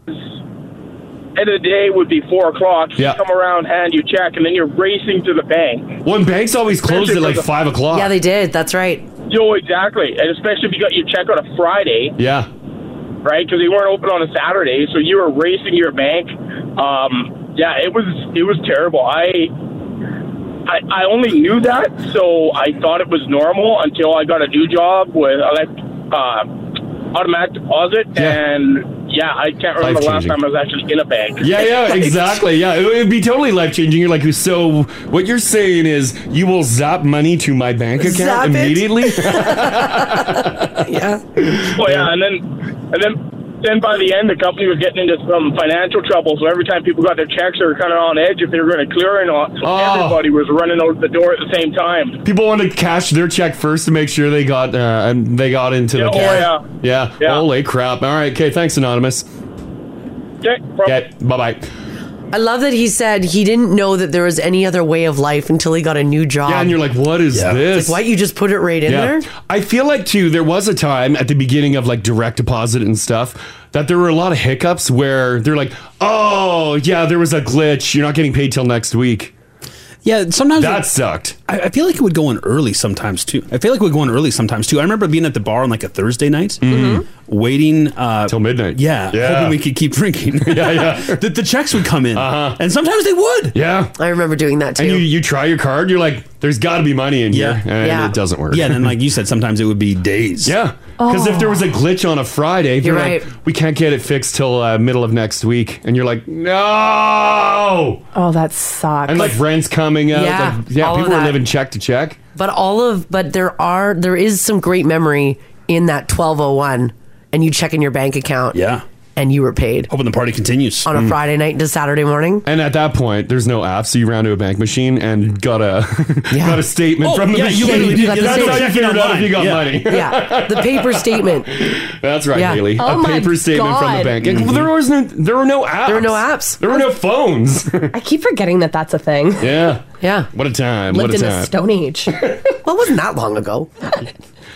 [SPEAKER 11] end of the day would be four o'clock, he'd
[SPEAKER 2] Yeah.
[SPEAKER 11] come around, hand you check, and then you're racing to the bank.
[SPEAKER 2] Well, and banks always closed at
[SPEAKER 11] Especially
[SPEAKER 2] like
[SPEAKER 11] for the-
[SPEAKER 2] five o'clock.
[SPEAKER 3] Yeah, they did. That's right.
[SPEAKER 11] Yo, exactly, and especially if you got your check on a Friday.
[SPEAKER 2] Yeah.
[SPEAKER 11] right? Because they weren't open on a Saturday, so you were racing your bank. Um, yeah, it was it was terrible. I, I I only knew that, so I thought it was normal until I got a new job with elect, uh, automatic deposit, and yeah, I can't remember the last
[SPEAKER 2] Life-changing.
[SPEAKER 11] time I was actually in a bank.
[SPEAKER 2] Yeah, yeah, exactly. Yeah, it would be totally life changing. You're like, so what you're saying is you will zap money to my bank account
[SPEAKER 11] Zap it.
[SPEAKER 2] immediately?
[SPEAKER 11] Well, Oh, yeah, and then and then then by the end, the company was getting into some financial trouble. So every time people got their checks, they were kind of on edge if they were going to clear or not. So
[SPEAKER 4] Oh.
[SPEAKER 11] everybody was running out the door at the same time.
[SPEAKER 2] People want to cash their check first to make sure they got uh, and they got into the
[SPEAKER 11] Yeah, oh,
[SPEAKER 2] account. yeah. Holy crap. All right, okay, thanks, Anonymous.
[SPEAKER 11] Okay.
[SPEAKER 2] Okay, bye bye.
[SPEAKER 3] I love that he said he didn't know that there was any other way of life until he got a new job.
[SPEAKER 2] Yeah, and you're like, what is this?
[SPEAKER 3] It's like, what? You just put it right in there?
[SPEAKER 2] I feel like too, there was a time at the beginning of like direct deposit and stuff that there were a lot of hiccups where they're like, Oh yeah, there was a glitch. You're not getting paid till next week.
[SPEAKER 4] Yeah, sometimes
[SPEAKER 2] that sucked.
[SPEAKER 4] I, I feel like it would go in early sometimes too. I feel like it would go in early sometimes too. I remember being at the bar on like a Thursday night, waiting uh, till
[SPEAKER 2] Mm-hmm. midnight.
[SPEAKER 4] Yeah,
[SPEAKER 2] Yeah.
[SPEAKER 4] hoping we could keep drinking.
[SPEAKER 2] Yeah, yeah.
[SPEAKER 4] the, the checks would come in, uh-huh. and sometimes they would.
[SPEAKER 2] Yeah.
[SPEAKER 3] I remember doing that
[SPEAKER 2] And you, you try your card, you're like, there's got to be money in
[SPEAKER 4] Yeah.
[SPEAKER 2] here. And
[SPEAKER 4] Yeah.
[SPEAKER 2] it doesn't work.
[SPEAKER 4] Yeah, and then, like you said, sometimes it would be days.
[SPEAKER 2] Yeah. Because if there was a glitch on a Friday, they're
[SPEAKER 4] You're
[SPEAKER 2] like,
[SPEAKER 4] right.
[SPEAKER 2] we can't get it fixed till uh, middle of next week. And you're like, no.
[SPEAKER 6] Oh, that sucks.
[SPEAKER 2] And like rent's coming up.
[SPEAKER 3] Yeah,
[SPEAKER 2] Yeah. Like, yeah
[SPEAKER 3] all of
[SPEAKER 2] people were
[SPEAKER 3] that.
[SPEAKER 2] living check to check.
[SPEAKER 3] But all of but there are there is some great memory in that 1201 and you check in your bank account.
[SPEAKER 4] Yeah.
[SPEAKER 3] And you were paid.
[SPEAKER 4] Hoping the party continues.
[SPEAKER 3] On a
[SPEAKER 2] Mm.
[SPEAKER 3] Friday night to Saturday morning.
[SPEAKER 2] And at that point, there's no app, so you ran to a bank machine and got a got a statement
[SPEAKER 3] Oh,
[SPEAKER 2] from the
[SPEAKER 3] yeah, you
[SPEAKER 2] machine.
[SPEAKER 3] literally Yeah, you did. got the
[SPEAKER 2] That's how you
[SPEAKER 3] statement.
[SPEAKER 2] figured out if you got
[SPEAKER 3] Yeah.
[SPEAKER 2] money.
[SPEAKER 3] Yeah, the paper statement.
[SPEAKER 2] That's right,
[SPEAKER 3] Yeah.
[SPEAKER 2] Haley.
[SPEAKER 3] Oh
[SPEAKER 2] a
[SPEAKER 3] my
[SPEAKER 2] paper statement from the
[SPEAKER 6] God.
[SPEAKER 2] bank. And
[SPEAKER 6] Mhm.
[SPEAKER 2] There was no, there were no apps. There were no
[SPEAKER 3] apps.
[SPEAKER 2] There were no phones.
[SPEAKER 6] I keep forgetting that that's a thing.
[SPEAKER 2] yeah.
[SPEAKER 3] Yeah.
[SPEAKER 2] What a time.
[SPEAKER 6] Lived
[SPEAKER 2] what a
[SPEAKER 6] in
[SPEAKER 2] time.
[SPEAKER 6] a stone age.
[SPEAKER 3] well, it wasn't that long ago.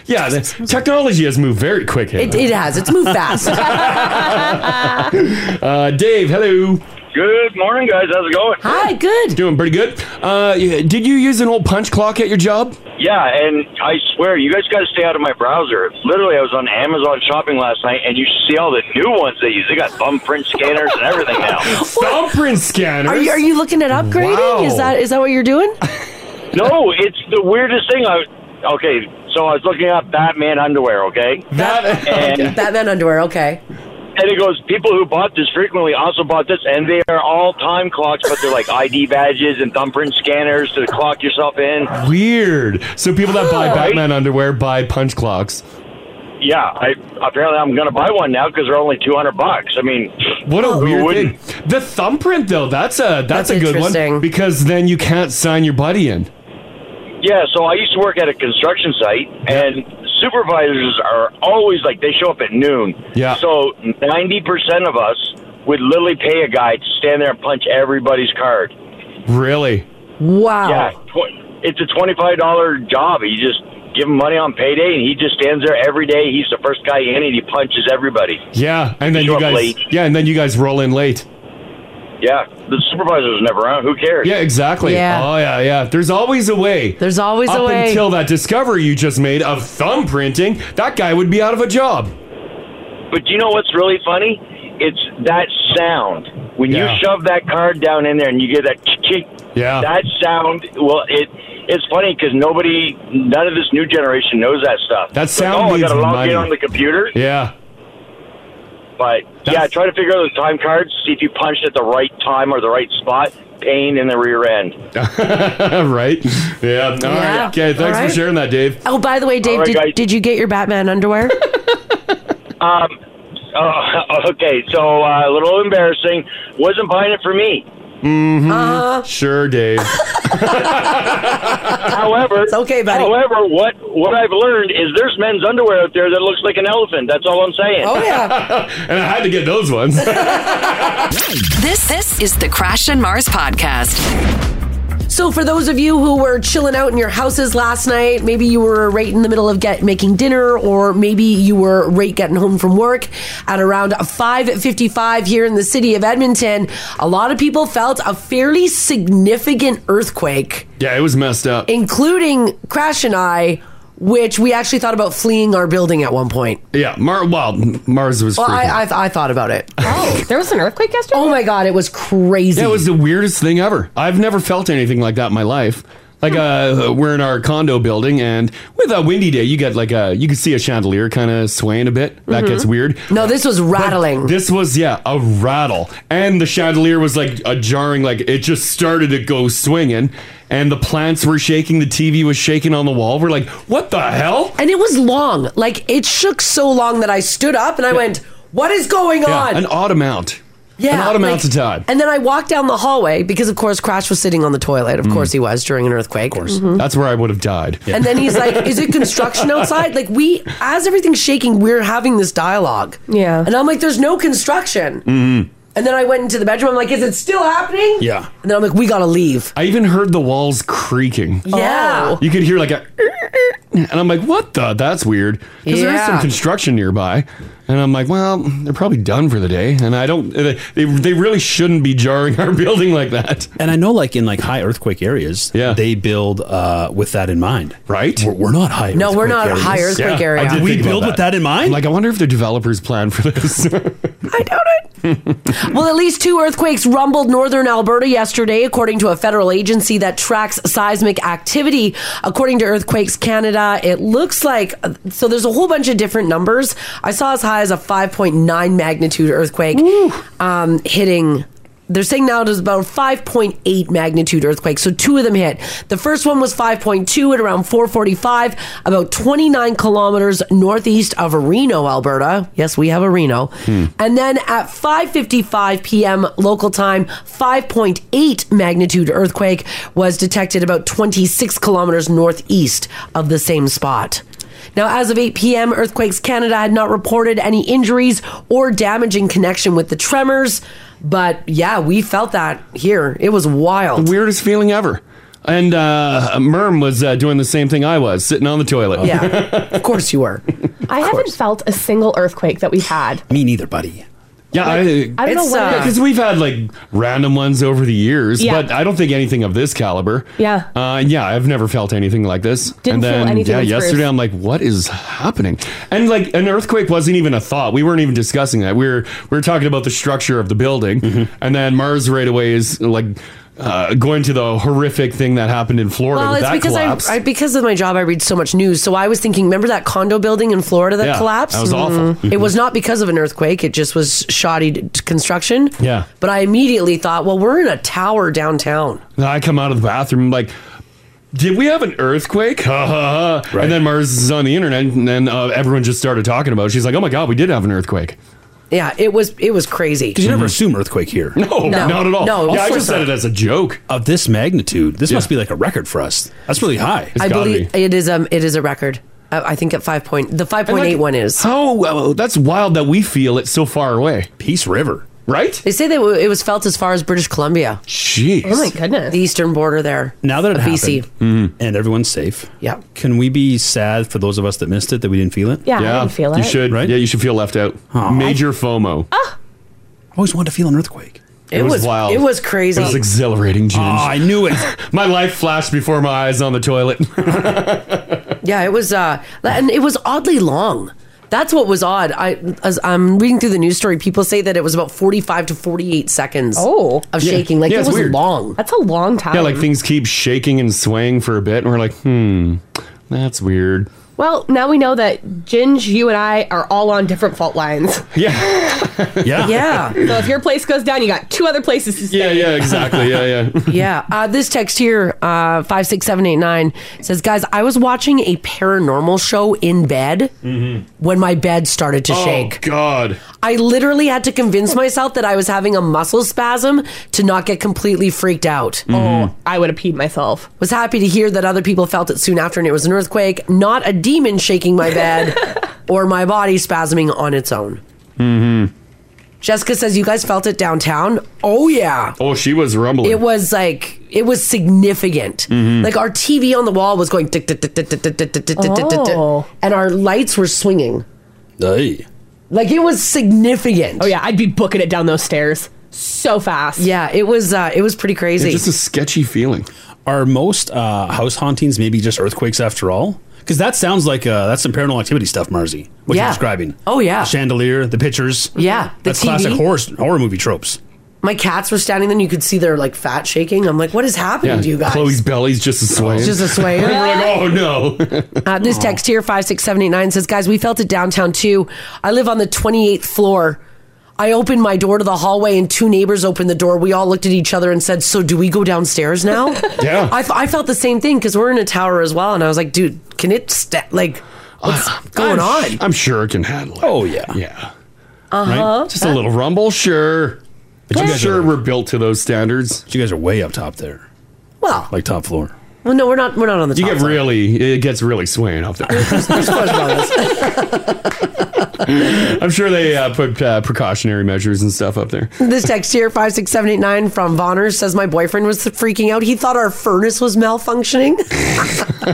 [SPEAKER 2] yeah, the technology has moved very quick.
[SPEAKER 3] It,
[SPEAKER 2] Haley.
[SPEAKER 3] it has. It's moved fast.
[SPEAKER 2] Uh, Dave, hello.
[SPEAKER 11] Good morning, guys. How's it going?
[SPEAKER 3] Hi, good.
[SPEAKER 2] Doing pretty good. Uh, y- did you use an old punch clock at your job?
[SPEAKER 12] Yeah, and I swear, you guys got to stay out of my browser. Literally, I was on Amazon shopping last night, and you see all the new ones they use. They got thumbprint scanners and everything now.
[SPEAKER 2] Thumbprint scanners.
[SPEAKER 3] Are you are you looking at upgrading? Is
[SPEAKER 12] Wow.
[SPEAKER 3] that is that what you're doing?
[SPEAKER 12] No, it's the weirdest thing. I okay, So I was looking up Batman underwear, okay?
[SPEAKER 3] That
[SPEAKER 12] and,
[SPEAKER 3] Batman underwear. Okay.
[SPEAKER 12] and it goes, people who bought this frequently also bought this, and they are all time clocks, but they're like ID badges and thumbprint scanners to clock yourself in.
[SPEAKER 2] Weird. So people that buy
[SPEAKER 12] Huh.
[SPEAKER 2] Batman underwear buy punch clocks.
[SPEAKER 12] Yeah, I apparently I'm going to buy one now because they're only two hundred bucks. I mean,
[SPEAKER 2] What a
[SPEAKER 12] who
[SPEAKER 2] weird
[SPEAKER 12] wouldn't?
[SPEAKER 2] thing. The thumbprint though, that's a that's,
[SPEAKER 12] Oh. That's
[SPEAKER 2] a good one
[SPEAKER 12] interesting.
[SPEAKER 2] because then you can't sign your buddy in.
[SPEAKER 12] Yeah, so I used to work at a construction site, and supervisors are always like they show up at noon.
[SPEAKER 2] Yeah.
[SPEAKER 12] So ninety percent of us would literally pay a guy to stand there and punch everybody's card.
[SPEAKER 2] Really?
[SPEAKER 3] Wow.
[SPEAKER 12] Yeah, tw- it's a twenty-five dollar job. You just give him money on payday, and he just stands there every day. He's the first guy in, and he punches everybody.
[SPEAKER 2] Yeah, and then
[SPEAKER 12] Show
[SPEAKER 2] you
[SPEAKER 12] up
[SPEAKER 2] guys
[SPEAKER 12] late.
[SPEAKER 2] Yeah, and then you guys roll in late.
[SPEAKER 12] Yeah, the supervisor's never around. Who cares?
[SPEAKER 2] Yeah, exactly.
[SPEAKER 12] Yeah.
[SPEAKER 2] Oh yeah, yeah. There's always a way. There's
[SPEAKER 3] always a way.
[SPEAKER 2] Up until that discovery you just made of thumbprinting, that guy would be out of a job.
[SPEAKER 12] But do you know what's really funny? It's that sound. When
[SPEAKER 2] Yeah.
[SPEAKER 12] you shove that card down in there and you get that chick,
[SPEAKER 2] Yeah.
[SPEAKER 12] that sound. Well, it it's funny because nobody, none of this new generation knows that stuff.
[SPEAKER 2] That
[SPEAKER 12] It's like,
[SPEAKER 2] sound
[SPEAKER 12] oh, I
[SPEAKER 2] means
[SPEAKER 12] got to log
[SPEAKER 2] money.
[SPEAKER 12] in on the computer.
[SPEAKER 2] Yeah.
[SPEAKER 12] But yeah, try to figure out the time cards. See if you punched at the right time or the right spot. Pain in the rear end.
[SPEAKER 2] right? Yeah. All right.
[SPEAKER 3] Yeah.
[SPEAKER 2] Okay,
[SPEAKER 3] All
[SPEAKER 2] thanks
[SPEAKER 3] right.
[SPEAKER 2] for sharing that, Dave.
[SPEAKER 3] Oh, by the way, Dave,
[SPEAKER 2] All right, guys.
[SPEAKER 3] did, did you get your Batman underwear?
[SPEAKER 12] Um, oh, okay, so uh, a little embarrassing. Wasn't buying it for me.
[SPEAKER 2] Mm-hmm.
[SPEAKER 3] Uh-huh.
[SPEAKER 2] Sure, Dave.
[SPEAKER 12] However, it's okay, buddy. However, what what I've learned is there's men's underwear out there that looks like an elephant. That's all I'm saying.
[SPEAKER 2] Oh, yeah. and I had to get those ones.
[SPEAKER 1] This this is the Crash and Mars podcast.
[SPEAKER 3] So, for those of you who were chilling out in your houses last night, maybe you were right in the middle of get making dinner, or maybe you were right getting home from work at around 5:55 here in the city of Edmonton. A lot of people felt a fairly significant earthquake,
[SPEAKER 2] yeah, it was messed up.
[SPEAKER 3] including Crash and I, which we actually thought about fleeing our building at one point.
[SPEAKER 2] Yeah, Mar- well, Mars was.
[SPEAKER 3] Well, I,
[SPEAKER 2] freaking-
[SPEAKER 3] I, I thought about it.
[SPEAKER 6] Oh, there was an earthquake yesterday.
[SPEAKER 3] Oh my god, it was crazy.
[SPEAKER 2] Yeah, it was the weirdest thing ever. I've never felt anything like that in my life.
[SPEAKER 3] Hmm.
[SPEAKER 2] Like uh, we're in our condo building, and with a windy day, you get like a you can see a chandelier kind of swaying a bit. That
[SPEAKER 3] Mhm.
[SPEAKER 2] gets weird.
[SPEAKER 3] No, this was rattling.
[SPEAKER 2] This was yeah a rattle, and the chandelier was like a jarring. Like it just started to go swinging, and the plants were shaking. The TV was shaking on the wall. We're like, what the hell?
[SPEAKER 3] And it was long. Like it shook so long that I stood up and I went, "What is going
[SPEAKER 2] Yeah,
[SPEAKER 3] on?"
[SPEAKER 2] an odd amount. an odd amount
[SPEAKER 3] like-
[SPEAKER 2] of time.
[SPEAKER 3] And then I walked down the hallway because, of course, Crash was sitting on the toilet. Of course, he was during an earthquake. Of course.
[SPEAKER 2] Mm. That's where I would have died.
[SPEAKER 3] And then he's like, "Is it construction outside?" Like we, as everything's shaking, we're having this dialogue. Yeah. And I'm like, "There's no construction."
[SPEAKER 2] Mhm.
[SPEAKER 3] And then I went into the bedroom. I'm like, "Is it still happening?"
[SPEAKER 2] Yeah.
[SPEAKER 3] And then I'm like, we gotta leave.
[SPEAKER 2] I even heard the walls creaking.
[SPEAKER 3] Yeah.
[SPEAKER 2] You could hear like a, and I'm like, what the? That's weird. Because there is some
[SPEAKER 3] Yeah.
[SPEAKER 2] construction nearby. And I'm like, well, they're probably done for the day. And I don't, they, they they really shouldn't be jarring our building like that.
[SPEAKER 4] And I know, like in like high earthquake areas, yeah. they build uh, with that in mind,
[SPEAKER 2] right?
[SPEAKER 4] We're, we're not high.
[SPEAKER 3] No, we're
[SPEAKER 4] earthquake
[SPEAKER 3] not
[SPEAKER 4] areas.
[SPEAKER 3] high earthquake area.
[SPEAKER 2] I did
[SPEAKER 4] We
[SPEAKER 2] think about
[SPEAKER 4] build with that in mind.
[SPEAKER 2] Like, I wonder if the developers plan for this.
[SPEAKER 3] Well, at least two earthquakes rumbled northern Alberta yesterday, according to a federal agency that tracks seismic activity. According to Earthquakes Canada, it looks like so there's a whole bunch of different numbers. I saw as high as a 5.9 magnitude earthquake um, hitting. They're saying now it is about a 5.8 magnitude earthquake. So two of them hit. The first one was 5.2 at around 4:45, about 29 kilometers northeast of Reno, Alberta. Yes, we have a Reno. And then at 5:55 p.m. local time, 5.8 magnitude earthquake was detected about 26 kilometers northeast of the same spot. Now, as of 8 p.m., Earthquakes Canada had not reported any injuries or damage in connection with the tremors. But yeah, we felt that here. It was wild.
[SPEAKER 2] The weirdest feeling ever. And uh, Merm was uh, doing the same thing I was, sitting on the toilet.
[SPEAKER 6] Yeah.
[SPEAKER 3] of course you were.
[SPEAKER 6] I haven't felt a single earthquake that we've had.
[SPEAKER 4] Me neither, buddy.
[SPEAKER 2] Yeah,
[SPEAKER 6] I don't know It's, when- uh,
[SPEAKER 2] because we've had like random ones over the years,
[SPEAKER 6] Yeah.
[SPEAKER 2] but I don't think anything of this caliber.
[SPEAKER 6] Yeah.
[SPEAKER 2] uh, yeah, I've never felt anything like this. and
[SPEAKER 6] Didn't feel
[SPEAKER 2] then
[SPEAKER 6] anything
[SPEAKER 2] yeah,
[SPEAKER 6] with Bruce.
[SPEAKER 2] yesterday I'm like, what is happening? And like an earthquake wasn't even a thought. We weren't even
[SPEAKER 6] Mm-hmm.
[SPEAKER 2] discussing that. We were we were talking about the structure of the building, and then Mars right away is like. uh, going to the horrific thing that happened in Florida
[SPEAKER 3] Well,
[SPEAKER 2] with
[SPEAKER 3] it's
[SPEAKER 2] that
[SPEAKER 3] because
[SPEAKER 2] collapse.
[SPEAKER 3] I, I because of my job, I read so much news. So I was thinking, remember that condo building in Florida that
[SPEAKER 2] Yeah,
[SPEAKER 3] collapsed? Mm-hmm.
[SPEAKER 2] that was awful. Mhm.
[SPEAKER 3] It was not because of an earthquake; it just was shoddy d- construction.
[SPEAKER 2] yeah.
[SPEAKER 3] But I immediately thought, well, we're in a tower downtown.
[SPEAKER 2] And I come out of the bathroom I'm like, did we have an earthquake? Ha ha ha. And then Mars is on the internet, and then uh, everyone just started talking about it. She's like, oh my God, we did have an earthquake. Mm-hmm.
[SPEAKER 3] Yeah, it was it was crazy. Mm-hmm.
[SPEAKER 4] Because you never assume earthquake here.
[SPEAKER 2] No, No. not at all. No, Yeah, I of just course said not. it as a joke.
[SPEAKER 4] Of this magnitude, this must be like a record for us. That's really high.
[SPEAKER 3] I believe it is um it is a record. I, I think at five point the five point eight one is.
[SPEAKER 2] How well, that's wild that we feel it so far away.
[SPEAKER 4] Peace River,
[SPEAKER 2] right?
[SPEAKER 3] They say that it was felt as far as British Columbia.
[SPEAKER 2] Jeez.
[SPEAKER 3] Oh my goodness. The eastern border there.
[SPEAKER 4] Now that it
[SPEAKER 3] Of
[SPEAKER 4] happened
[SPEAKER 3] BC.
[SPEAKER 2] Mm-hmm.
[SPEAKER 4] and everyone's safe,
[SPEAKER 3] yeah.
[SPEAKER 4] Can we be sad for those of us that missed it that we didn't feel it?
[SPEAKER 6] Yeah, I Yeah, didn't feel
[SPEAKER 2] You
[SPEAKER 6] it.
[SPEAKER 2] should, yeah, you should feel left out. Major FOMO.
[SPEAKER 4] Always wanted to feel an earthquake.
[SPEAKER 2] It, was, wild. It was exhilarating, Ginge.
[SPEAKER 4] I knew it.
[SPEAKER 2] my life flashed before my eyes on the toilet.
[SPEAKER 3] Yeah, it was, uh, and it was oddly long. That's what was odd. I as I'm reading through the news story, people say that it was about 45 to 48 seconds. Oh, of
[SPEAKER 2] Yeah.
[SPEAKER 3] shaking, like
[SPEAKER 2] Yeah,
[SPEAKER 3] it
[SPEAKER 2] it's
[SPEAKER 3] was
[SPEAKER 2] weird.
[SPEAKER 3] long.
[SPEAKER 6] That's a long time.
[SPEAKER 2] yeah, like things keep shaking and swaying for a bit, and we're like, hmm, that's weird.
[SPEAKER 6] Well, now we know that Ginge, you and I are all on different fault lines.
[SPEAKER 2] Yeah.
[SPEAKER 6] So if your place goes down, you got two other places to stay.
[SPEAKER 2] Yeah, yeah, exactly. Yeah, yeah.
[SPEAKER 3] yeah. Uh, this text here, uh, five six seven eight nine says, guys, I was watching a paranormal show in bed when my bed started Mm-hmm. to
[SPEAKER 2] oh,
[SPEAKER 3] shake.
[SPEAKER 2] God.
[SPEAKER 3] I literally had to convince myself that I was having a muscle spasm to not get completely freaked out.
[SPEAKER 2] Mhm.
[SPEAKER 3] Oh, I would have peed myself. Was happy to hear that other people felt it soon after and it was an earthquake, not a demon shaking my bed or my body spasming on its own.
[SPEAKER 2] Mm-hmm.
[SPEAKER 3] Jessica says, You guys felt it downtown? Oh, yeah.
[SPEAKER 2] Oh, she was rumbling.
[SPEAKER 3] It was like, it was significant.
[SPEAKER 2] Mhm.
[SPEAKER 3] Like our TV on the wall was going, tick, tick, tick, tick, tick, tick, tick, tick, tick, tick, tick, tick,
[SPEAKER 6] Oh.
[SPEAKER 3] and our lights were swinging.
[SPEAKER 4] Hey.
[SPEAKER 3] Like it was significant. Oh
[SPEAKER 6] yeah, I'd be booking it down those stairs so fast.
[SPEAKER 3] Yeah, it was uh it was pretty crazy.
[SPEAKER 4] It's
[SPEAKER 2] sketchy feeling.
[SPEAKER 4] Are most uh, house hauntings maybe just earthquakes after all? Because that sounds like uh, that's some paranormal activity stuff, Marzi. What
[SPEAKER 3] Yeah.
[SPEAKER 4] you're describing.
[SPEAKER 3] Oh, yeah.
[SPEAKER 4] The chandelier, the pictures.
[SPEAKER 3] Yeah, the
[SPEAKER 4] that's classic
[SPEAKER 3] TV.
[SPEAKER 4] horror horror movie tropes.
[SPEAKER 3] My cats were standing there and you could see their like fat shaking. I'm like, what is happening to you guys?
[SPEAKER 2] Chloe's belly's just a sway.
[SPEAKER 3] Just a sway.
[SPEAKER 2] We're like, oh no.
[SPEAKER 3] Uh, this text here, 56789, says, Guys, we felt it downtown too. I live on the 28th floor. I opened my door to the hallway and two neighbors opened the door. We all looked at each other and said, So do we go downstairs now?
[SPEAKER 2] Yeah.
[SPEAKER 3] I, f- I felt the same thing because we're in a tower as well. And I was like, Dude, can it, st- like, what's
[SPEAKER 2] Uh,
[SPEAKER 3] going on?
[SPEAKER 2] I'm, I'm sure it can handle it. Oh yeah. Yeah.
[SPEAKER 3] Uh-huh.
[SPEAKER 2] Just a little rumble, sure. But you guys sure we're built to those standards.
[SPEAKER 4] you guys are way up top there.
[SPEAKER 3] Well,
[SPEAKER 4] Like top floor.
[SPEAKER 3] well, no, we're not, we're not on the
[SPEAKER 2] You
[SPEAKER 3] top.
[SPEAKER 2] get really, it gets really swaying up there. I'm sure they uh, put uh, precautionary measures and stuff up there.
[SPEAKER 3] This text here, 56789 from Vonner, says my boyfriend was freaking out. He thought our furnace was malfunctioning.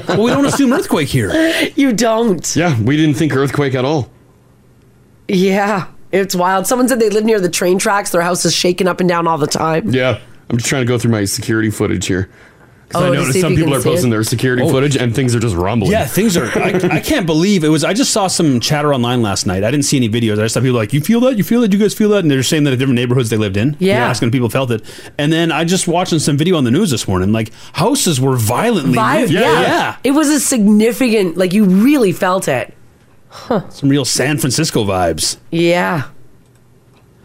[SPEAKER 4] well, we don't assume earthquake here.
[SPEAKER 3] You don't.
[SPEAKER 2] Yeah, we didn't think earthquake at all.
[SPEAKER 3] yeah, it's wild. Someone said they live near the train tracks. Their house is shaking up and down all the time.
[SPEAKER 2] Yeah, I'm just trying to go through my security footage here. Because
[SPEAKER 3] Oh,
[SPEAKER 2] I
[SPEAKER 3] to see
[SPEAKER 2] noticed
[SPEAKER 3] if
[SPEAKER 2] some
[SPEAKER 3] you
[SPEAKER 2] people
[SPEAKER 3] can
[SPEAKER 2] are
[SPEAKER 3] see
[SPEAKER 2] posting
[SPEAKER 3] it.
[SPEAKER 2] their security
[SPEAKER 4] Oh.
[SPEAKER 2] footage and things are just rumbling.
[SPEAKER 4] Yeah, things are. I, I can't believe it was. I just saw some chatter online last night. I didn't see any videos. I just saw people like, "You feel that? You feel that? You guys feel that?" And they're saying that in different neighborhoods they lived in.
[SPEAKER 3] Yeah.
[SPEAKER 4] They're asking if people felt it. And then I just watching some video on the news this morning. Like houses were violently.
[SPEAKER 3] Vibe,
[SPEAKER 4] moved.
[SPEAKER 3] yeah, It was a significant, like, you really felt it.
[SPEAKER 4] yeah. Some real San Francisco vibes.
[SPEAKER 3] Yeah.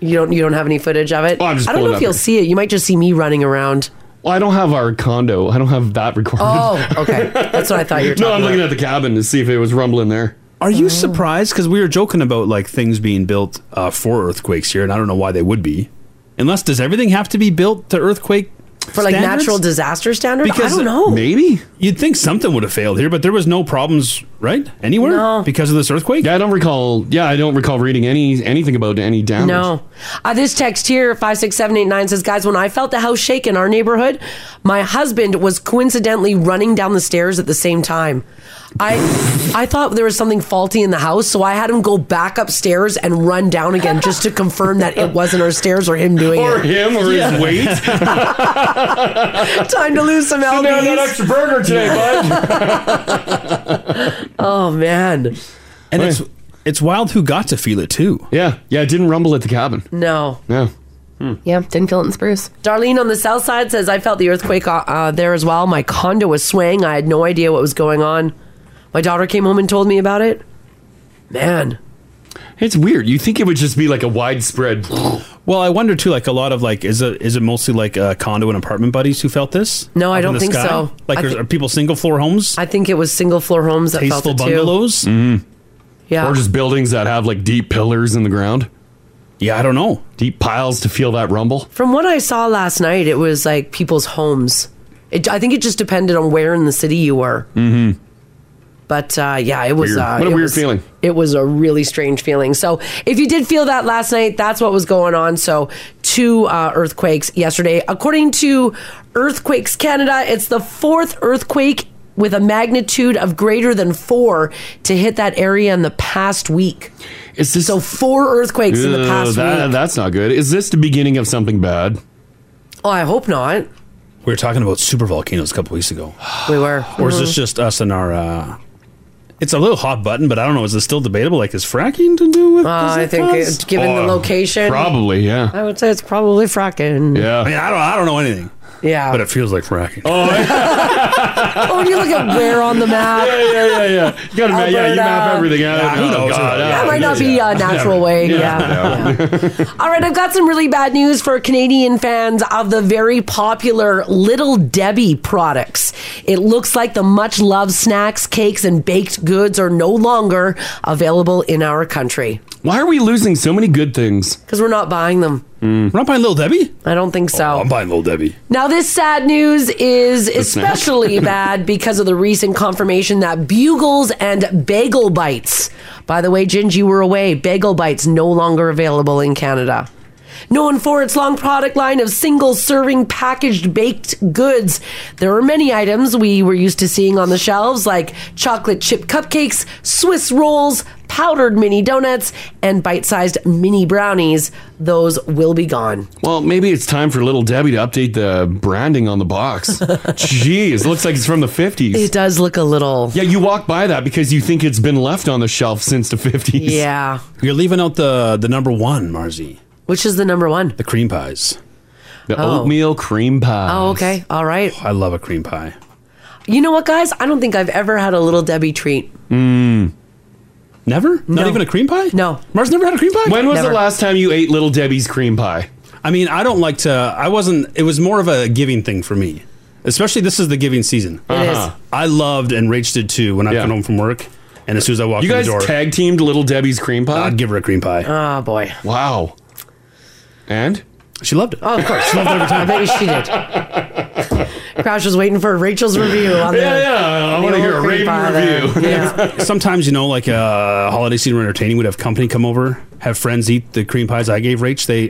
[SPEAKER 3] You don't you don't have any footage of it?
[SPEAKER 2] I'm just
[SPEAKER 3] I don't know
[SPEAKER 2] pulling
[SPEAKER 3] if
[SPEAKER 2] up
[SPEAKER 3] you'll
[SPEAKER 2] here.
[SPEAKER 3] see it. You might just see me running around.
[SPEAKER 2] Well, I don't have our condo. I don't have that recorded.
[SPEAKER 3] Oh, okay. That's what I thought you were talking
[SPEAKER 2] No, I'm
[SPEAKER 3] about.
[SPEAKER 2] looking at the cabin to see if it was rumbling there.
[SPEAKER 4] Are
[SPEAKER 3] Oh.
[SPEAKER 4] you surprised? Because we were joking about like things being built uh, for earthquakes here, and I don't know why they would be. Unless does everything have to be built to earthquake
[SPEAKER 3] For like
[SPEAKER 4] standards?
[SPEAKER 3] natural disaster standards? I don't know.
[SPEAKER 2] Maybe
[SPEAKER 4] you'd think something would have failed here, but there was no problems, right? Anywhere because of this earthquake.
[SPEAKER 2] Yeah, I don't recall. Yeah, I don't recall reading any anything about any damage.
[SPEAKER 3] No. Uh, this text here, 56789, says, Guys, when I felt the house shake in our neighborhood, my husband was coincidentally running down the stairs at the same time. I I thought there was something faulty in the house, so I had him go back upstairs and run down again just to confirm that it wasn't our stairs or him doing
[SPEAKER 2] Or
[SPEAKER 3] it.
[SPEAKER 2] him or his
[SPEAKER 3] Yeah.
[SPEAKER 2] weight.
[SPEAKER 3] Time to lose some
[SPEAKER 2] Sit down
[SPEAKER 3] LBs.
[SPEAKER 2] that extra burger today, bud.
[SPEAKER 3] oh man.
[SPEAKER 4] And it's it's wild who got to feel it too.
[SPEAKER 2] Yeah, yeah, it didn't rumble at the cabin.
[SPEAKER 3] No.
[SPEAKER 2] No. Hmm.
[SPEAKER 6] Yeah, Dinfield and Spruce.
[SPEAKER 3] Darlene on the south side says, I felt the earthquake uh, uh, there as well. My condo was swaying. I had no idea what was going on. My daughter came home and told me about it. Man.
[SPEAKER 2] It's weird. You think it would just be like a widespread.
[SPEAKER 4] Well, I wonder too. Like a lot of like, is it is it mostly like uh, condo and apartment buddies who felt this?
[SPEAKER 3] No, I
[SPEAKER 4] Up in
[SPEAKER 3] don't
[SPEAKER 4] the
[SPEAKER 3] think
[SPEAKER 4] sky?
[SPEAKER 3] so.
[SPEAKER 4] Like,
[SPEAKER 3] I
[SPEAKER 4] are,
[SPEAKER 3] thi-
[SPEAKER 4] are people single floor homes?
[SPEAKER 3] I think it was single floor homes that
[SPEAKER 4] Tasteful
[SPEAKER 3] felt it too.
[SPEAKER 4] bungalows?
[SPEAKER 3] Yeah.
[SPEAKER 2] Or just buildings that have like deep pillars in the ground.
[SPEAKER 4] Yeah, I don't know.
[SPEAKER 2] Deep piles to feel that rumble.
[SPEAKER 3] From what I saw last night, it was like people's homes. It, I think it just depended on where in the city you were.
[SPEAKER 2] Mm
[SPEAKER 4] Mm-hmm.
[SPEAKER 2] hmm.
[SPEAKER 3] But uh, yeah, it was
[SPEAKER 2] Weird.
[SPEAKER 3] Uh,
[SPEAKER 2] What a
[SPEAKER 3] it
[SPEAKER 2] weird
[SPEAKER 3] was-
[SPEAKER 2] feeling.
[SPEAKER 3] It was a really strange feeling. So if you did feel that last night, that's what was going on. So two uh, earthquakes yesterday, according to Earthquakes Canada, it's the fourth earthquake with a magnitude of greater than four to hit that area in the past week.
[SPEAKER 2] Is this
[SPEAKER 3] so four earthquakes in the
[SPEAKER 2] Ew,
[SPEAKER 3] past
[SPEAKER 2] that-
[SPEAKER 3] week?
[SPEAKER 2] That's not good. Is this the beginning of something bad?
[SPEAKER 3] Oh, I hope not.
[SPEAKER 4] We were talking about super volcanoes a couple weeks ago.
[SPEAKER 3] We were.
[SPEAKER 4] Or is this
[SPEAKER 3] Mhm.
[SPEAKER 4] just us and our? uh It's a little hot button, but I don't know. Is this still debatable? Like, is fracking to do with?
[SPEAKER 3] Uh,
[SPEAKER 4] does
[SPEAKER 3] I
[SPEAKER 4] it
[SPEAKER 3] think
[SPEAKER 4] cause-
[SPEAKER 3] it, given the
[SPEAKER 4] Oh,
[SPEAKER 3] location, Mm-hmm.
[SPEAKER 2] probably, yeah.
[SPEAKER 3] I would say it's probably fracking.
[SPEAKER 4] I mean, I don't. I don't know anything.
[SPEAKER 3] Yeah.
[SPEAKER 4] But it feels like Uh, fracking.
[SPEAKER 3] oh, when you look at where on the map.
[SPEAKER 2] Yeah, yeah, yeah, yeah. You gotta map, yeah, you map
[SPEAKER 3] Alberta.
[SPEAKER 2] everything out.
[SPEAKER 4] Yeah, who
[SPEAKER 2] Oh,
[SPEAKER 4] knows?
[SPEAKER 2] God,
[SPEAKER 3] That
[SPEAKER 2] yeah,
[SPEAKER 3] might not be a natural way, yeah. All right, I've got some really bad news for Canadian fans of the very popular Little Debbie products. It looks like the much loved snacks, cakes, and baked goods are no longer available in our country
[SPEAKER 2] Why are we losing so many good things? Mm.
[SPEAKER 3] because we're not buying them.
[SPEAKER 4] We're not buying Little Debbie?
[SPEAKER 3] I don't think so.
[SPEAKER 2] Oh,
[SPEAKER 4] I'm buying Little Debbie.
[SPEAKER 3] Now, this sad news is
[SPEAKER 4] snack.
[SPEAKER 3] especially bad because of the recent confirmation that bugles and bagel bites, by the way, Gingy, you were away, bagel bites no longer available in Canada. Known for its long product line of single serving packaged baked goods, there are many items we were used to seeing on the shelves like chocolate chip cupcakes, Swiss rolls, powdered mini donuts, and bite sized mini brownies. Those will be gone.
[SPEAKER 2] Well, maybe it's time for Little Debbie to update the branding on the box. Jeez, looks like it's from the 50s.
[SPEAKER 3] It does look a little.
[SPEAKER 2] Yeah, you walk by that because you think it's been left on the shelf since the 50s.
[SPEAKER 3] Yeah.
[SPEAKER 4] You're leaving out the the number one, Marzi.
[SPEAKER 3] Which is the number one?
[SPEAKER 4] The cream pies.
[SPEAKER 2] The
[SPEAKER 3] Oh.
[SPEAKER 2] oatmeal cream pie.
[SPEAKER 3] Oh, okay. All right.
[SPEAKER 4] I love a cream pie.
[SPEAKER 3] You know what, guys? I don't think I've ever had a little Debbie treat.
[SPEAKER 2] Mm.
[SPEAKER 4] Never? Not even a cream pie?
[SPEAKER 3] No.
[SPEAKER 4] Mars never had a cream pie?
[SPEAKER 2] When was
[SPEAKER 4] Never.
[SPEAKER 2] the last time you ate Little Debbie's cream pie?
[SPEAKER 4] I mean, I don't like to. I wasn't. It was more of a giving thing for me. Especially this is the giving season.
[SPEAKER 2] It is. Uh-huh.
[SPEAKER 4] I loved and Rach did too when I come home from work. And as soon as I walked
[SPEAKER 2] You
[SPEAKER 4] in the
[SPEAKER 2] guys
[SPEAKER 4] door,
[SPEAKER 2] tag teamed Little Debbie's cream pie?
[SPEAKER 4] I'd give her a cream pie.
[SPEAKER 3] Oh, boy.
[SPEAKER 2] Wow. And?
[SPEAKER 4] She loved it.
[SPEAKER 3] Oh, of course.
[SPEAKER 4] she loved it every time.
[SPEAKER 3] Maybe she did. Crash was waiting for Rachel's review on the. on the old cream pie there. Yeah.
[SPEAKER 4] Sometimes you know, like uh, holiday season or entertaining, would have company come over, have friends eat the cream pies I gave Rach. They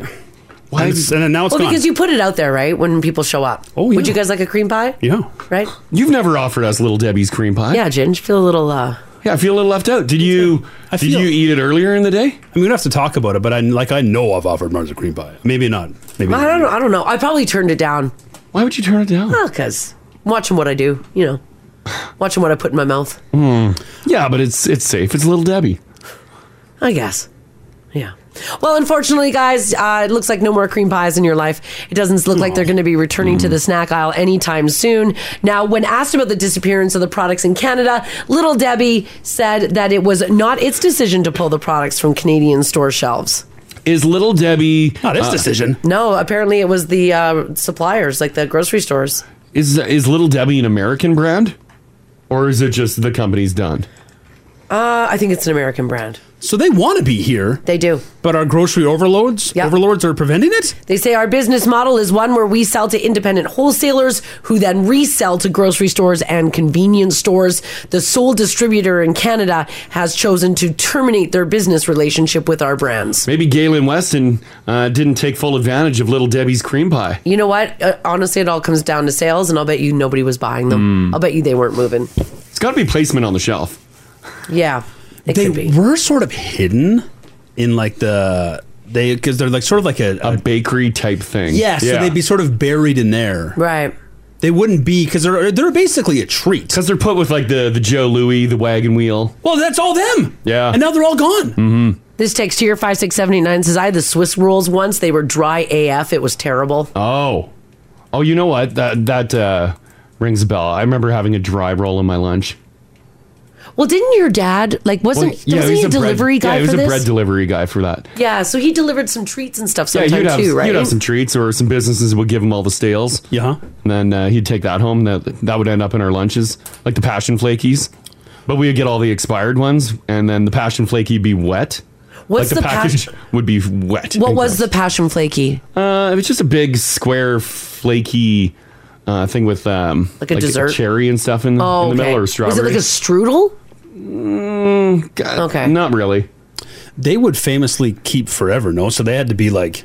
[SPEAKER 3] Why
[SPEAKER 4] and, it's- and then now it's
[SPEAKER 3] well,
[SPEAKER 4] gone.
[SPEAKER 3] because you put it out there, right? When people show up. Oh, yeah. Would you guys like a cream pie?
[SPEAKER 4] yeah.
[SPEAKER 3] Right?
[SPEAKER 2] You've never offered us Little Debbie's cream pie.
[SPEAKER 3] Yeah, Ginge. Feel a little. uh
[SPEAKER 2] Yeah, I feel a little left out. Did you? did you eat it earlier in the day?
[SPEAKER 4] I mean, we don't have to talk about it, but I like I know I've offered Mars a cream pie. Maybe not. Maybe
[SPEAKER 3] I
[SPEAKER 4] not.
[SPEAKER 3] don't know. I don't know. I probably turned it down.
[SPEAKER 2] Why would you turn it down?
[SPEAKER 3] because watching what I do, you know, watching what I put in my mouth.
[SPEAKER 2] Hmm. Yeah, but it's it's safe. It's Little Debbie.
[SPEAKER 3] I guess. Yeah. Well, unfortunately, guys, uh, it looks like no more cream pies in your life. It doesn't look like they're going to be returning to the snack aisle anytime soon. Now, when asked about the disappearance of the products in Canada, Little Debbie said that it was not its decision to pull the products from Canadian store shelves. Uh,
[SPEAKER 2] Is Little Debbie uh,
[SPEAKER 4] not
[SPEAKER 2] his decision?
[SPEAKER 3] No, apparently it was the uh, suppliers, like the grocery stores.
[SPEAKER 2] Is is Little Debbie an American brand, or is it just the company's done?
[SPEAKER 3] Uh, I think it's an American brand.
[SPEAKER 4] So they want to be here.
[SPEAKER 3] They do.
[SPEAKER 4] But our grocery overloads, overlords are preventing it.
[SPEAKER 3] They say our business model is one where we sell to independent wholesalers who then resell to grocery stores and convenience stores. The sole distributor in Canada has chosen to terminate their business relationship with our brands.
[SPEAKER 2] Maybe Galen Weston uh, didn't take full advantage of Little Debbie's cream pie.
[SPEAKER 3] You know what? Uh, honestly, it all comes down to sales, and I'll bet you nobody was buying them.
[SPEAKER 2] Mm.
[SPEAKER 4] Hmm.
[SPEAKER 3] I'll bet you they weren't moving.
[SPEAKER 2] It's got to be placement on the shelf.
[SPEAKER 3] Yeah. It
[SPEAKER 4] they
[SPEAKER 3] could be.
[SPEAKER 4] were sort of hidden in like the they because they're like sort of like a, a,
[SPEAKER 2] bakery type thing.
[SPEAKER 4] Yeah, so
[SPEAKER 2] Yeah.
[SPEAKER 4] they'd be sort of buried in there,
[SPEAKER 3] right?
[SPEAKER 4] They wouldn't be because they're they're basically a treat.
[SPEAKER 2] Because they're put with like the the Joe Louis, the wagon wheel.
[SPEAKER 4] Well, that's all them.
[SPEAKER 2] Yeah.
[SPEAKER 4] and now they're all gone.
[SPEAKER 2] Mm-hmm.
[SPEAKER 3] This text here, 56789, says, I had the Swiss rolls once. They were dry AF. It was terrible.
[SPEAKER 2] Oh. Oh, you know what? That that uh, rings a bell. I remember having a dry roll in my lunch.
[SPEAKER 3] Well, didn't your dad, like, wasn't,
[SPEAKER 2] yeah,
[SPEAKER 3] wasn't he
[SPEAKER 2] was
[SPEAKER 3] a delivery
[SPEAKER 2] bread,
[SPEAKER 3] guy
[SPEAKER 2] Yeah, he was
[SPEAKER 3] for
[SPEAKER 2] a
[SPEAKER 3] this?
[SPEAKER 2] bread delivery guy for that.
[SPEAKER 3] yeah, so he delivered some treats and stuff sometime
[SPEAKER 2] yeah, you'd have,
[SPEAKER 3] too, right?
[SPEAKER 2] you'd have some treats or some businesses would give him all the stales.
[SPEAKER 4] Yeah.
[SPEAKER 2] And then uh, he'd take that home. That that would end up in our lunches, like the passion flakies. But we would get all the expired ones, and then the passion flaky would be wet.
[SPEAKER 3] What's
[SPEAKER 2] like
[SPEAKER 3] the pas-
[SPEAKER 2] package would be wet.
[SPEAKER 3] what
[SPEAKER 2] and
[SPEAKER 3] was the passion flaky?
[SPEAKER 2] uh, it was just a big square flaky uh, thing with um,
[SPEAKER 3] Like a dessert?
[SPEAKER 2] cherry and stuff in,
[SPEAKER 3] Oh,
[SPEAKER 2] in the middle,
[SPEAKER 3] okay.
[SPEAKER 2] or
[SPEAKER 3] Was it
[SPEAKER 2] strawberry.
[SPEAKER 3] like a strudel?
[SPEAKER 2] okay, Mm, not really.
[SPEAKER 4] They would famously keep forever, no? So they had to be like,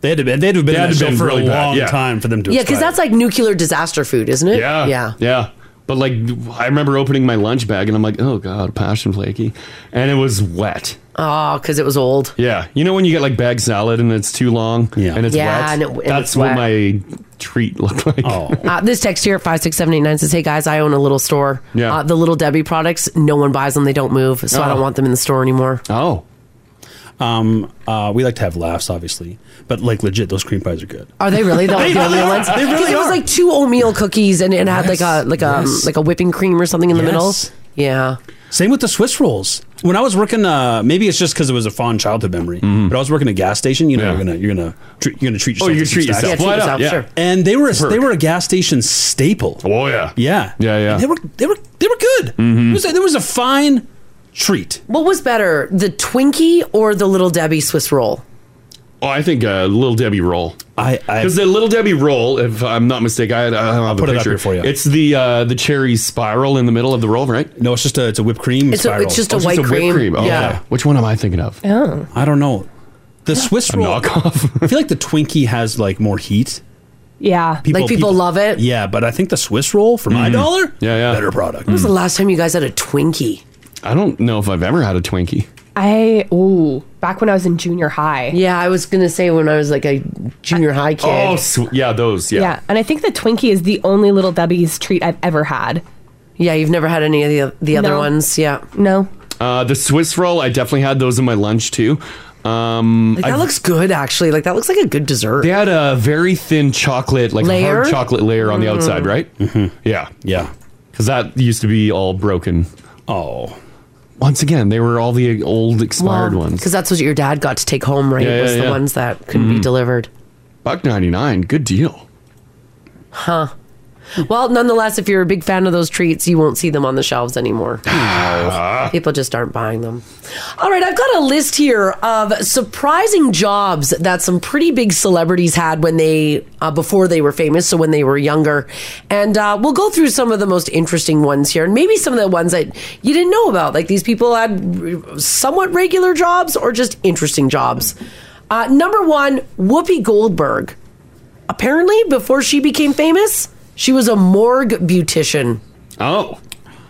[SPEAKER 4] they had to, be, they had to have been
[SPEAKER 2] They
[SPEAKER 4] in
[SPEAKER 2] had
[SPEAKER 4] the
[SPEAKER 2] to
[SPEAKER 4] show
[SPEAKER 2] been
[SPEAKER 4] for a
[SPEAKER 2] really bad,
[SPEAKER 4] long
[SPEAKER 2] yeah.
[SPEAKER 4] time for them to.
[SPEAKER 3] Yeah, because that's like nuclear disaster food, isn't it?
[SPEAKER 2] Yeah.
[SPEAKER 3] Yeah.
[SPEAKER 2] Yeah. But like, I remember opening my lunch bag and I'm like, oh God, passion flaky. And it was wet.
[SPEAKER 3] Oh, because it was old.
[SPEAKER 2] Yeah. You know when you get like bag salad and it's too long yeah. and it's
[SPEAKER 3] Yeah,
[SPEAKER 2] wet?
[SPEAKER 3] and it- and it's
[SPEAKER 2] That's what
[SPEAKER 3] wet.
[SPEAKER 2] my treat looked like. Oh.
[SPEAKER 3] Uh, this text here at 56789 says, Hey guys, I own a little store.
[SPEAKER 2] Yeah. Uh-huh.
[SPEAKER 3] Uh, the little Debbie products, no one buys them. They don't move. So I don't
[SPEAKER 4] Oh.
[SPEAKER 3] want them in the store anymore.
[SPEAKER 2] Oh.
[SPEAKER 4] Um, uh, we like to have laughs, obviously, but like legit, those cream pies are good.
[SPEAKER 3] Are they really the
[SPEAKER 4] They
[SPEAKER 3] oatmeal
[SPEAKER 4] really
[SPEAKER 3] ones?
[SPEAKER 4] are. They
[SPEAKER 3] Because
[SPEAKER 4] really
[SPEAKER 3] it was
[SPEAKER 4] are.
[SPEAKER 3] like two oatmeal cookies and it had like a like a
[SPEAKER 4] Yes.
[SPEAKER 3] like a whipping cream or something in the middle. Yeah.
[SPEAKER 4] Same with the Swiss rolls. When I was working, uh, maybe it's just because it was a fond childhood memory, but I was working at a gas station. You know, you're gonna you're gonna tre- you're gonna treat
[SPEAKER 2] Mm-hmm. Oh,
[SPEAKER 4] yourself. to
[SPEAKER 2] you can
[SPEAKER 4] some
[SPEAKER 2] treat
[SPEAKER 4] snacks.
[SPEAKER 2] yourself. Why not? Yeah.
[SPEAKER 4] And they were a, they were a gas station staple.
[SPEAKER 2] Oh yeah,
[SPEAKER 4] yeah,
[SPEAKER 2] yeah, yeah. Mm-hmm.
[SPEAKER 4] They were they were they were good. It was a, there was a fine treat.
[SPEAKER 3] What was better, the Twinkie or the little Debbie Swiss roll?
[SPEAKER 2] Oh, I think a little Debbie roll.
[SPEAKER 4] I
[SPEAKER 2] because the little Debbie roll, if I'm not mistaken, I, I don't have
[SPEAKER 4] put
[SPEAKER 2] a
[SPEAKER 4] it up
[SPEAKER 2] picture
[SPEAKER 4] here for you.
[SPEAKER 2] It's the uh, the cherry spiral in the middle of the roll, right?
[SPEAKER 4] No, it's just a it's a whipped cream
[SPEAKER 3] It's a- it's spiral. just a
[SPEAKER 2] Oh,
[SPEAKER 3] white cream.
[SPEAKER 2] Oh,
[SPEAKER 3] Yeah.
[SPEAKER 2] okay. Which one am I thinking of?
[SPEAKER 3] Oh.
[SPEAKER 4] I don't know. The Swiss roll
[SPEAKER 2] knockoff.
[SPEAKER 4] I feel like the Twinkie has like more heat.
[SPEAKER 6] Yeah.
[SPEAKER 3] like people, love it.
[SPEAKER 4] Yeah, but I think the Swiss roll for my
[SPEAKER 2] Mhm.
[SPEAKER 4] dollar,
[SPEAKER 2] Yeah, yeah.
[SPEAKER 4] better product.
[SPEAKER 3] When was the last time you guys had a Twinkie?
[SPEAKER 2] I don't know if I've ever had a Twinkie.
[SPEAKER 6] I ooh, back when I was in junior high.
[SPEAKER 3] Yeah, I was gonna say when I was like a junior high kid.
[SPEAKER 2] Oh, sw- yeah, those.
[SPEAKER 6] Yeah.
[SPEAKER 2] Yeah.
[SPEAKER 6] and I think the Twinkie is the only little Debbie's treat I've ever had.
[SPEAKER 3] Yeah, you've never had any of the the other
[SPEAKER 6] No.
[SPEAKER 3] ones. Yeah.
[SPEAKER 6] No.
[SPEAKER 2] Uh, the Swiss roll, I definitely had those in my lunch too. Um,
[SPEAKER 3] Like, that
[SPEAKER 2] I've-
[SPEAKER 3] looks good, actually. Like that looks like a good dessert.
[SPEAKER 2] They had a very thin chocolate, like
[SPEAKER 3] Layer?
[SPEAKER 2] hard chocolate layer on the
[SPEAKER 3] Mm.
[SPEAKER 2] outside, right? Mm-hmm. Yeah,
[SPEAKER 4] yeah.
[SPEAKER 2] Because that used to be all broken.
[SPEAKER 4] Oh,
[SPEAKER 2] once again, they were all the old expired ones.
[SPEAKER 3] because that's what your dad got to take home, right?
[SPEAKER 2] Yeah,
[SPEAKER 3] was
[SPEAKER 2] yeah,
[SPEAKER 3] the
[SPEAKER 2] yeah.
[SPEAKER 3] ones that couldn't be
[SPEAKER 2] Mhm.
[SPEAKER 3] delivered.
[SPEAKER 2] Buck ninety nine, good deal.
[SPEAKER 3] Huh. Well, nonetheless, if you're a big fan of those treats, you won't see them on the shelves anymore.
[SPEAKER 4] Ah.
[SPEAKER 3] People just aren't buying them. All right, I've got a list here of surprising jobs that some pretty big celebrities had when they uh, before they were famous, so when they were younger, and uh, we'll go through some of the most interesting ones here, and maybe some of the ones that you didn't know about. Like these people had r- somewhat regular jobs or just interesting jobs. Uh, number one, Whoopi Goldberg. Apparently, before she became famous, she was a morgue beautician.
[SPEAKER 2] Oh,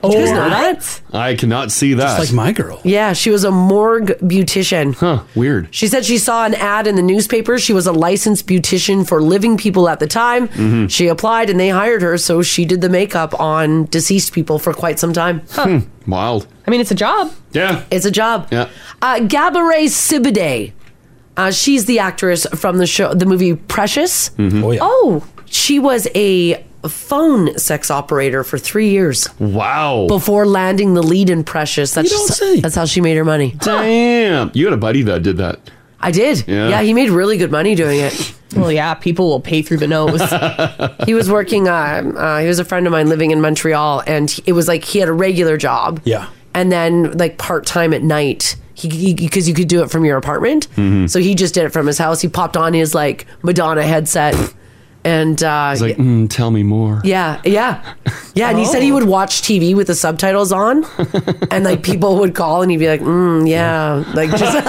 [SPEAKER 3] Did you guys know that?
[SPEAKER 2] I cannot see that.
[SPEAKER 4] Just like my girl.
[SPEAKER 3] Yeah, she was a morgue beautician.
[SPEAKER 2] Huh, weird.
[SPEAKER 3] She said she saw an ad in the newspaper. She was a licensed beautician for living people at the time.
[SPEAKER 2] Mhm.
[SPEAKER 3] She applied and they hired her, so she did the makeup on deceased people for quite some time.
[SPEAKER 2] Hmm, Wild.
[SPEAKER 6] I mean, it's a job.
[SPEAKER 2] Yeah.
[SPEAKER 3] It's a job.
[SPEAKER 2] Yeah.
[SPEAKER 3] Uh, Gabourey Sidibe. Uh, she's the actress from the show, the movie Precious.
[SPEAKER 2] Mhm. Oh, yeah.
[SPEAKER 3] Oh, she was a phone sex operator for three years.
[SPEAKER 2] Wow.
[SPEAKER 3] Before landing the lead in Precious, that's
[SPEAKER 2] You don't
[SPEAKER 3] just- that's how she made her money.
[SPEAKER 2] Damn. You had a buddy that did that.
[SPEAKER 3] I did.
[SPEAKER 2] Yeah.
[SPEAKER 3] he made really good money doing it.
[SPEAKER 6] Well, yeah, people will pay through the nose.
[SPEAKER 3] he was working. Uh, uh, he was a friend of mine living in Montreal, and he- it was like he had a regular job.
[SPEAKER 4] Yeah.
[SPEAKER 3] and then like part time at night. He because you could do it from your apartment,
[SPEAKER 2] Mhm.
[SPEAKER 3] so he just did it from his house. He popped on his like Madonna headset, and uh,
[SPEAKER 2] It's like, mm, tell me more.
[SPEAKER 3] Yeah, yeah, yeah. And he said he
[SPEAKER 2] Oh.
[SPEAKER 3] would watch TV with the subtitles on, and like people would call, and he'd be like, mm, "Yeah, like just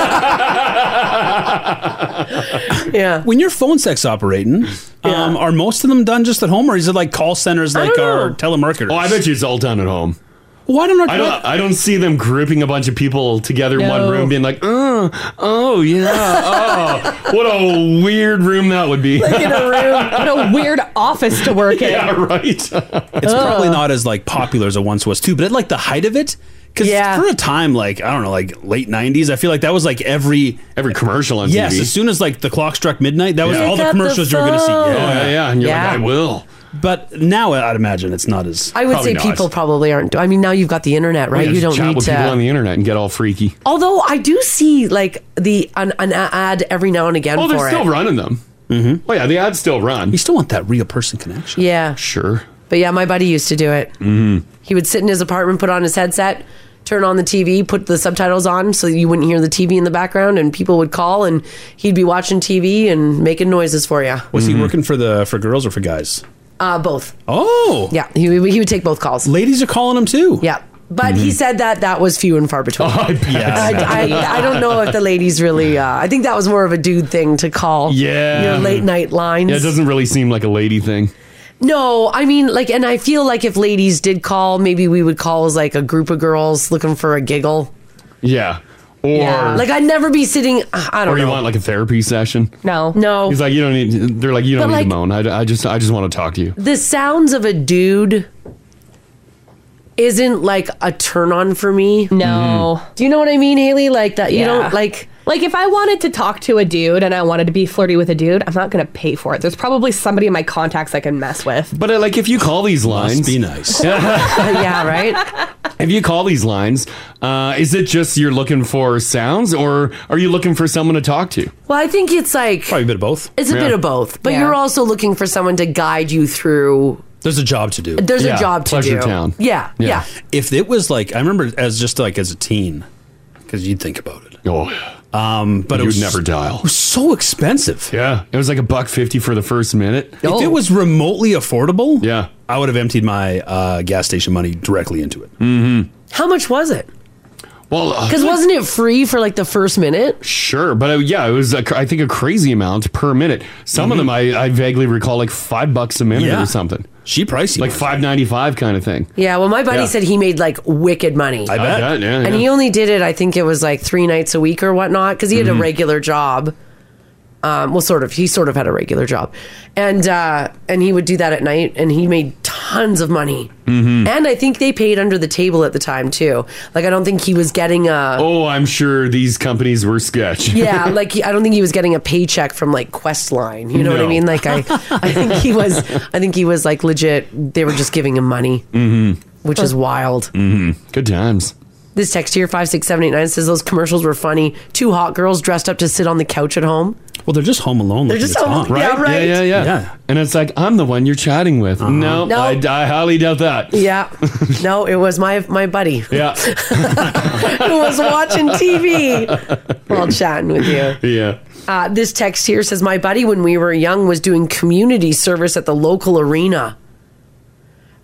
[SPEAKER 3] yeah.
[SPEAKER 4] When your phone sex operating, um, are most of them done just at home, or is it like call centers, like our telemarketers?
[SPEAKER 2] Oh, I bet you it's all done at home.
[SPEAKER 4] Why don't
[SPEAKER 2] I don't, I don't see them grouping a bunch of people together in one
[SPEAKER 4] No.
[SPEAKER 2] room, being like, "Uh, "Oh, yeah, oh, what a weird room that would be."
[SPEAKER 6] Like in a room, what a weird office to work in.
[SPEAKER 2] yeah, right.
[SPEAKER 4] It's probably not as like popular as it once was too, but at like the height of it, because for a time, like I don't know, like late '90s, I feel like that was like every
[SPEAKER 2] every commercial on
[SPEAKER 4] yes,
[SPEAKER 2] TV.
[SPEAKER 4] as soon as like the clock struck midnight, that was
[SPEAKER 2] Yeah.
[SPEAKER 4] all
[SPEAKER 2] Pick
[SPEAKER 4] the
[SPEAKER 2] up the
[SPEAKER 4] commercials you were going to see.
[SPEAKER 2] phone. Oh, Yeah, yeah, and you're like, Yeah. I will.
[SPEAKER 4] But now I'd imagine it's not as.
[SPEAKER 3] I would
[SPEAKER 4] probably
[SPEAKER 3] say
[SPEAKER 4] not.
[SPEAKER 3] people probably aren't. do- I mean, now you've got the internet, right?
[SPEAKER 2] Yeah,
[SPEAKER 3] you
[SPEAKER 2] just
[SPEAKER 3] don't
[SPEAKER 2] chat
[SPEAKER 3] need
[SPEAKER 2] with
[SPEAKER 3] to.
[SPEAKER 2] people on the internet and get all freaky.
[SPEAKER 3] Although I do see like the an, an ad every now and again
[SPEAKER 2] oh,
[SPEAKER 3] for
[SPEAKER 2] they're still
[SPEAKER 3] it.
[SPEAKER 2] running them. Mm-hmm. Oh yeah, the ads still run. You
[SPEAKER 4] still want that real person connection? Mm-hmm.
[SPEAKER 3] Yeah,
[SPEAKER 2] Sure.
[SPEAKER 3] but yeah, my buddy used to do it.
[SPEAKER 2] Mm.
[SPEAKER 3] He would sit in his apartment, put on his headset, turn on the TV, put the subtitles on so that you wouldn't hear the TV in the background, and people would call and he'd be watching TV and making noises for you.
[SPEAKER 4] Was
[SPEAKER 2] Mm-hmm.
[SPEAKER 4] he working for the for girls or for guys?
[SPEAKER 3] Uh, both.
[SPEAKER 4] Oh,
[SPEAKER 3] yeah. He, he would take both calls.
[SPEAKER 4] Ladies are calling him too. Oh,
[SPEAKER 3] Yeah, but he
[SPEAKER 4] Mhm.
[SPEAKER 3] said that that was few and far between.
[SPEAKER 4] I bet.
[SPEAKER 3] I, I, I don't know if the ladies really. Uh, I think that was more of a dude thing to call.
[SPEAKER 2] Yeah.
[SPEAKER 3] your late night lines.
[SPEAKER 2] Yeah, it doesn't really seem like a lady thing.
[SPEAKER 3] No, I mean, like, and I feel like if ladies did call, maybe we would call as like a group of girls looking for a giggle.
[SPEAKER 2] Yeah. Or
[SPEAKER 3] Like, I'd never be sitting. I don't
[SPEAKER 2] or you
[SPEAKER 3] know.
[SPEAKER 2] want like a therapy session?
[SPEAKER 6] No,
[SPEAKER 3] no.
[SPEAKER 2] He's like, you don't need. They're like, you don't
[SPEAKER 3] But,
[SPEAKER 2] need to
[SPEAKER 3] like-
[SPEAKER 2] moan. I, I just, I just want to talk to you.
[SPEAKER 3] the sounds of a dude isn't like a turn on for me.
[SPEAKER 6] No.
[SPEAKER 3] Do you know what I mean, Haley? Like that. You
[SPEAKER 6] Yeah.
[SPEAKER 3] don't like.
[SPEAKER 6] Like if I wanted to talk to a dude and I wanted to be flirty with a dude, I'm not gonna pay for it. There's probably somebody in my contacts I can mess with.
[SPEAKER 2] But uh, like, if you call these lines,
[SPEAKER 4] be nice.
[SPEAKER 3] yeah, right.
[SPEAKER 2] If you call these lines, uh, is it just you're looking for sounds, or are you looking for someone to talk to?
[SPEAKER 3] Well, I think it's like
[SPEAKER 4] probably a bit of both.
[SPEAKER 3] It's a
[SPEAKER 2] Yeah.
[SPEAKER 3] bit of both, but
[SPEAKER 2] Yeah.
[SPEAKER 3] you're also looking for someone to guide you through.
[SPEAKER 4] There's a job to do.
[SPEAKER 3] There's a job to do. Yeah, yeah.
[SPEAKER 4] If it was like, I remember as just like as a teen, because you'd think about it.
[SPEAKER 2] Oh,
[SPEAKER 4] um, but it
[SPEAKER 2] You'd
[SPEAKER 4] was
[SPEAKER 2] never dial.
[SPEAKER 4] It was so expensive.
[SPEAKER 2] Yeah, it was like a buck fifty for the first minute.
[SPEAKER 4] If
[SPEAKER 3] Oh.
[SPEAKER 4] it was remotely affordable,
[SPEAKER 2] yeah,
[SPEAKER 4] I would have emptied my uh, gas station money directly into it.
[SPEAKER 2] Mm-hmm.
[SPEAKER 3] How much was it?
[SPEAKER 2] Well, uh,
[SPEAKER 3] Because wasn't it free for like the first minute?
[SPEAKER 2] Sure, but uh, yeah, it was a cr- I think a crazy amount per minute. Some of them I, I vaguely recall like five bucks a minute
[SPEAKER 3] Yeah.
[SPEAKER 2] or something.
[SPEAKER 4] She pricey,
[SPEAKER 2] like five ninety five kind of thing.
[SPEAKER 3] Yeah. Well, my buddy
[SPEAKER 2] Yeah.
[SPEAKER 3] said he made like wicked money.
[SPEAKER 2] I bet. bet, yeah,
[SPEAKER 3] And
[SPEAKER 2] yeah.
[SPEAKER 3] he only did it, I think it was like three nights a week or whatnot, because he had
[SPEAKER 2] Mhm.
[SPEAKER 3] a regular job. Um, well, sort of. He sort of had a regular job, and uh, and he would do that at night, and he made tons of money.
[SPEAKER 2] Mhm.
[SPEAKER 3] And I think they paid under the table at the time too. Like I don't think he was getting a.
[SPEAKER 2] Oh, I'm sure these companies were sketch.
[SPEAKER 3] Yeah, like he, I don't think he was getting a paycheck from like Questline. You know what I
[SPEAKER 2] No.
[SPEAKER 3] mean? Like I, I think he was. I think he was like legit. They were just giving him money,
[SPEAKER 2] mm-hmm.
[SPEAKER 3] which is wild.
[SPEAKER 2] Mm-hmm. Good times.
[SPEAKER 3] This text here five six seven eight nine says those commercials were funny. Two hot girls dressed up to sit on the couch at home.
[SPEAKER 4] Well, they're just home alone.
[SPEAKER 3] They're just home.
[SPEAKER 2] Right?
[SPEAKER 3] Yeah, right.
[SPEAKER 2] Yeah, yeah, Uh-huh. yeah. And it's like I'm the one you're chatting with. No,
[SPEAKER 3] No.
[SPEAKER 2] I, I highly doubt that.
[SPEAKER 3] Yeah. No, it was my my buddy
[SPEAKER 2] Yeah,
[SPEAKER 3] who was watching TV while chatting with you.
[SPEAKER 2] yeah.
[SPEAKER 3] Uh, this text here says my buddy when we were young was doing community service at the local arena.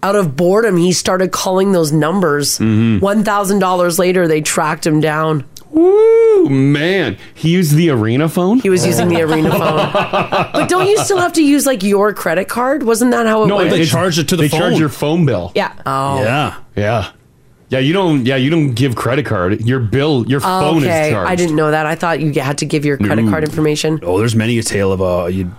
[SPEAKER 3] Out of boredom, he started calling those numbers.
[SPEAKER 2] Mm-hmm.
[SPEAKER 3] One thousand dollars later, they tracked him down.
[SPEAKER 2] Woo, Oh, man. He used the arena phone. He
[SPEAKER 3] was using the arena phone. But don't you still have to use like your credit card? Wasn't that how it
[SPEAKER 2] No,
[SPEAKER 3] went?
[SPEAKER 2] they charge it to the. They charge your phone bill.
[SPEAKER 3] Yeah. Oh.
[SPEAKER 4] Yeah.
[SPEAKER 2] Yeah. Yeah, you don't yeah, you don't give credit card. Your bill, your phone
[SPEAKER 3] Oh, okay.
[SPEAKER 2] is charged.
[SPEAKER 3] I didn't know that. I thought you had to give your credit
[SPEAKER 4] No.
[SPEAKER 3] card information.
[SPEAKER 4] Oh, there's many a tale of uh, you,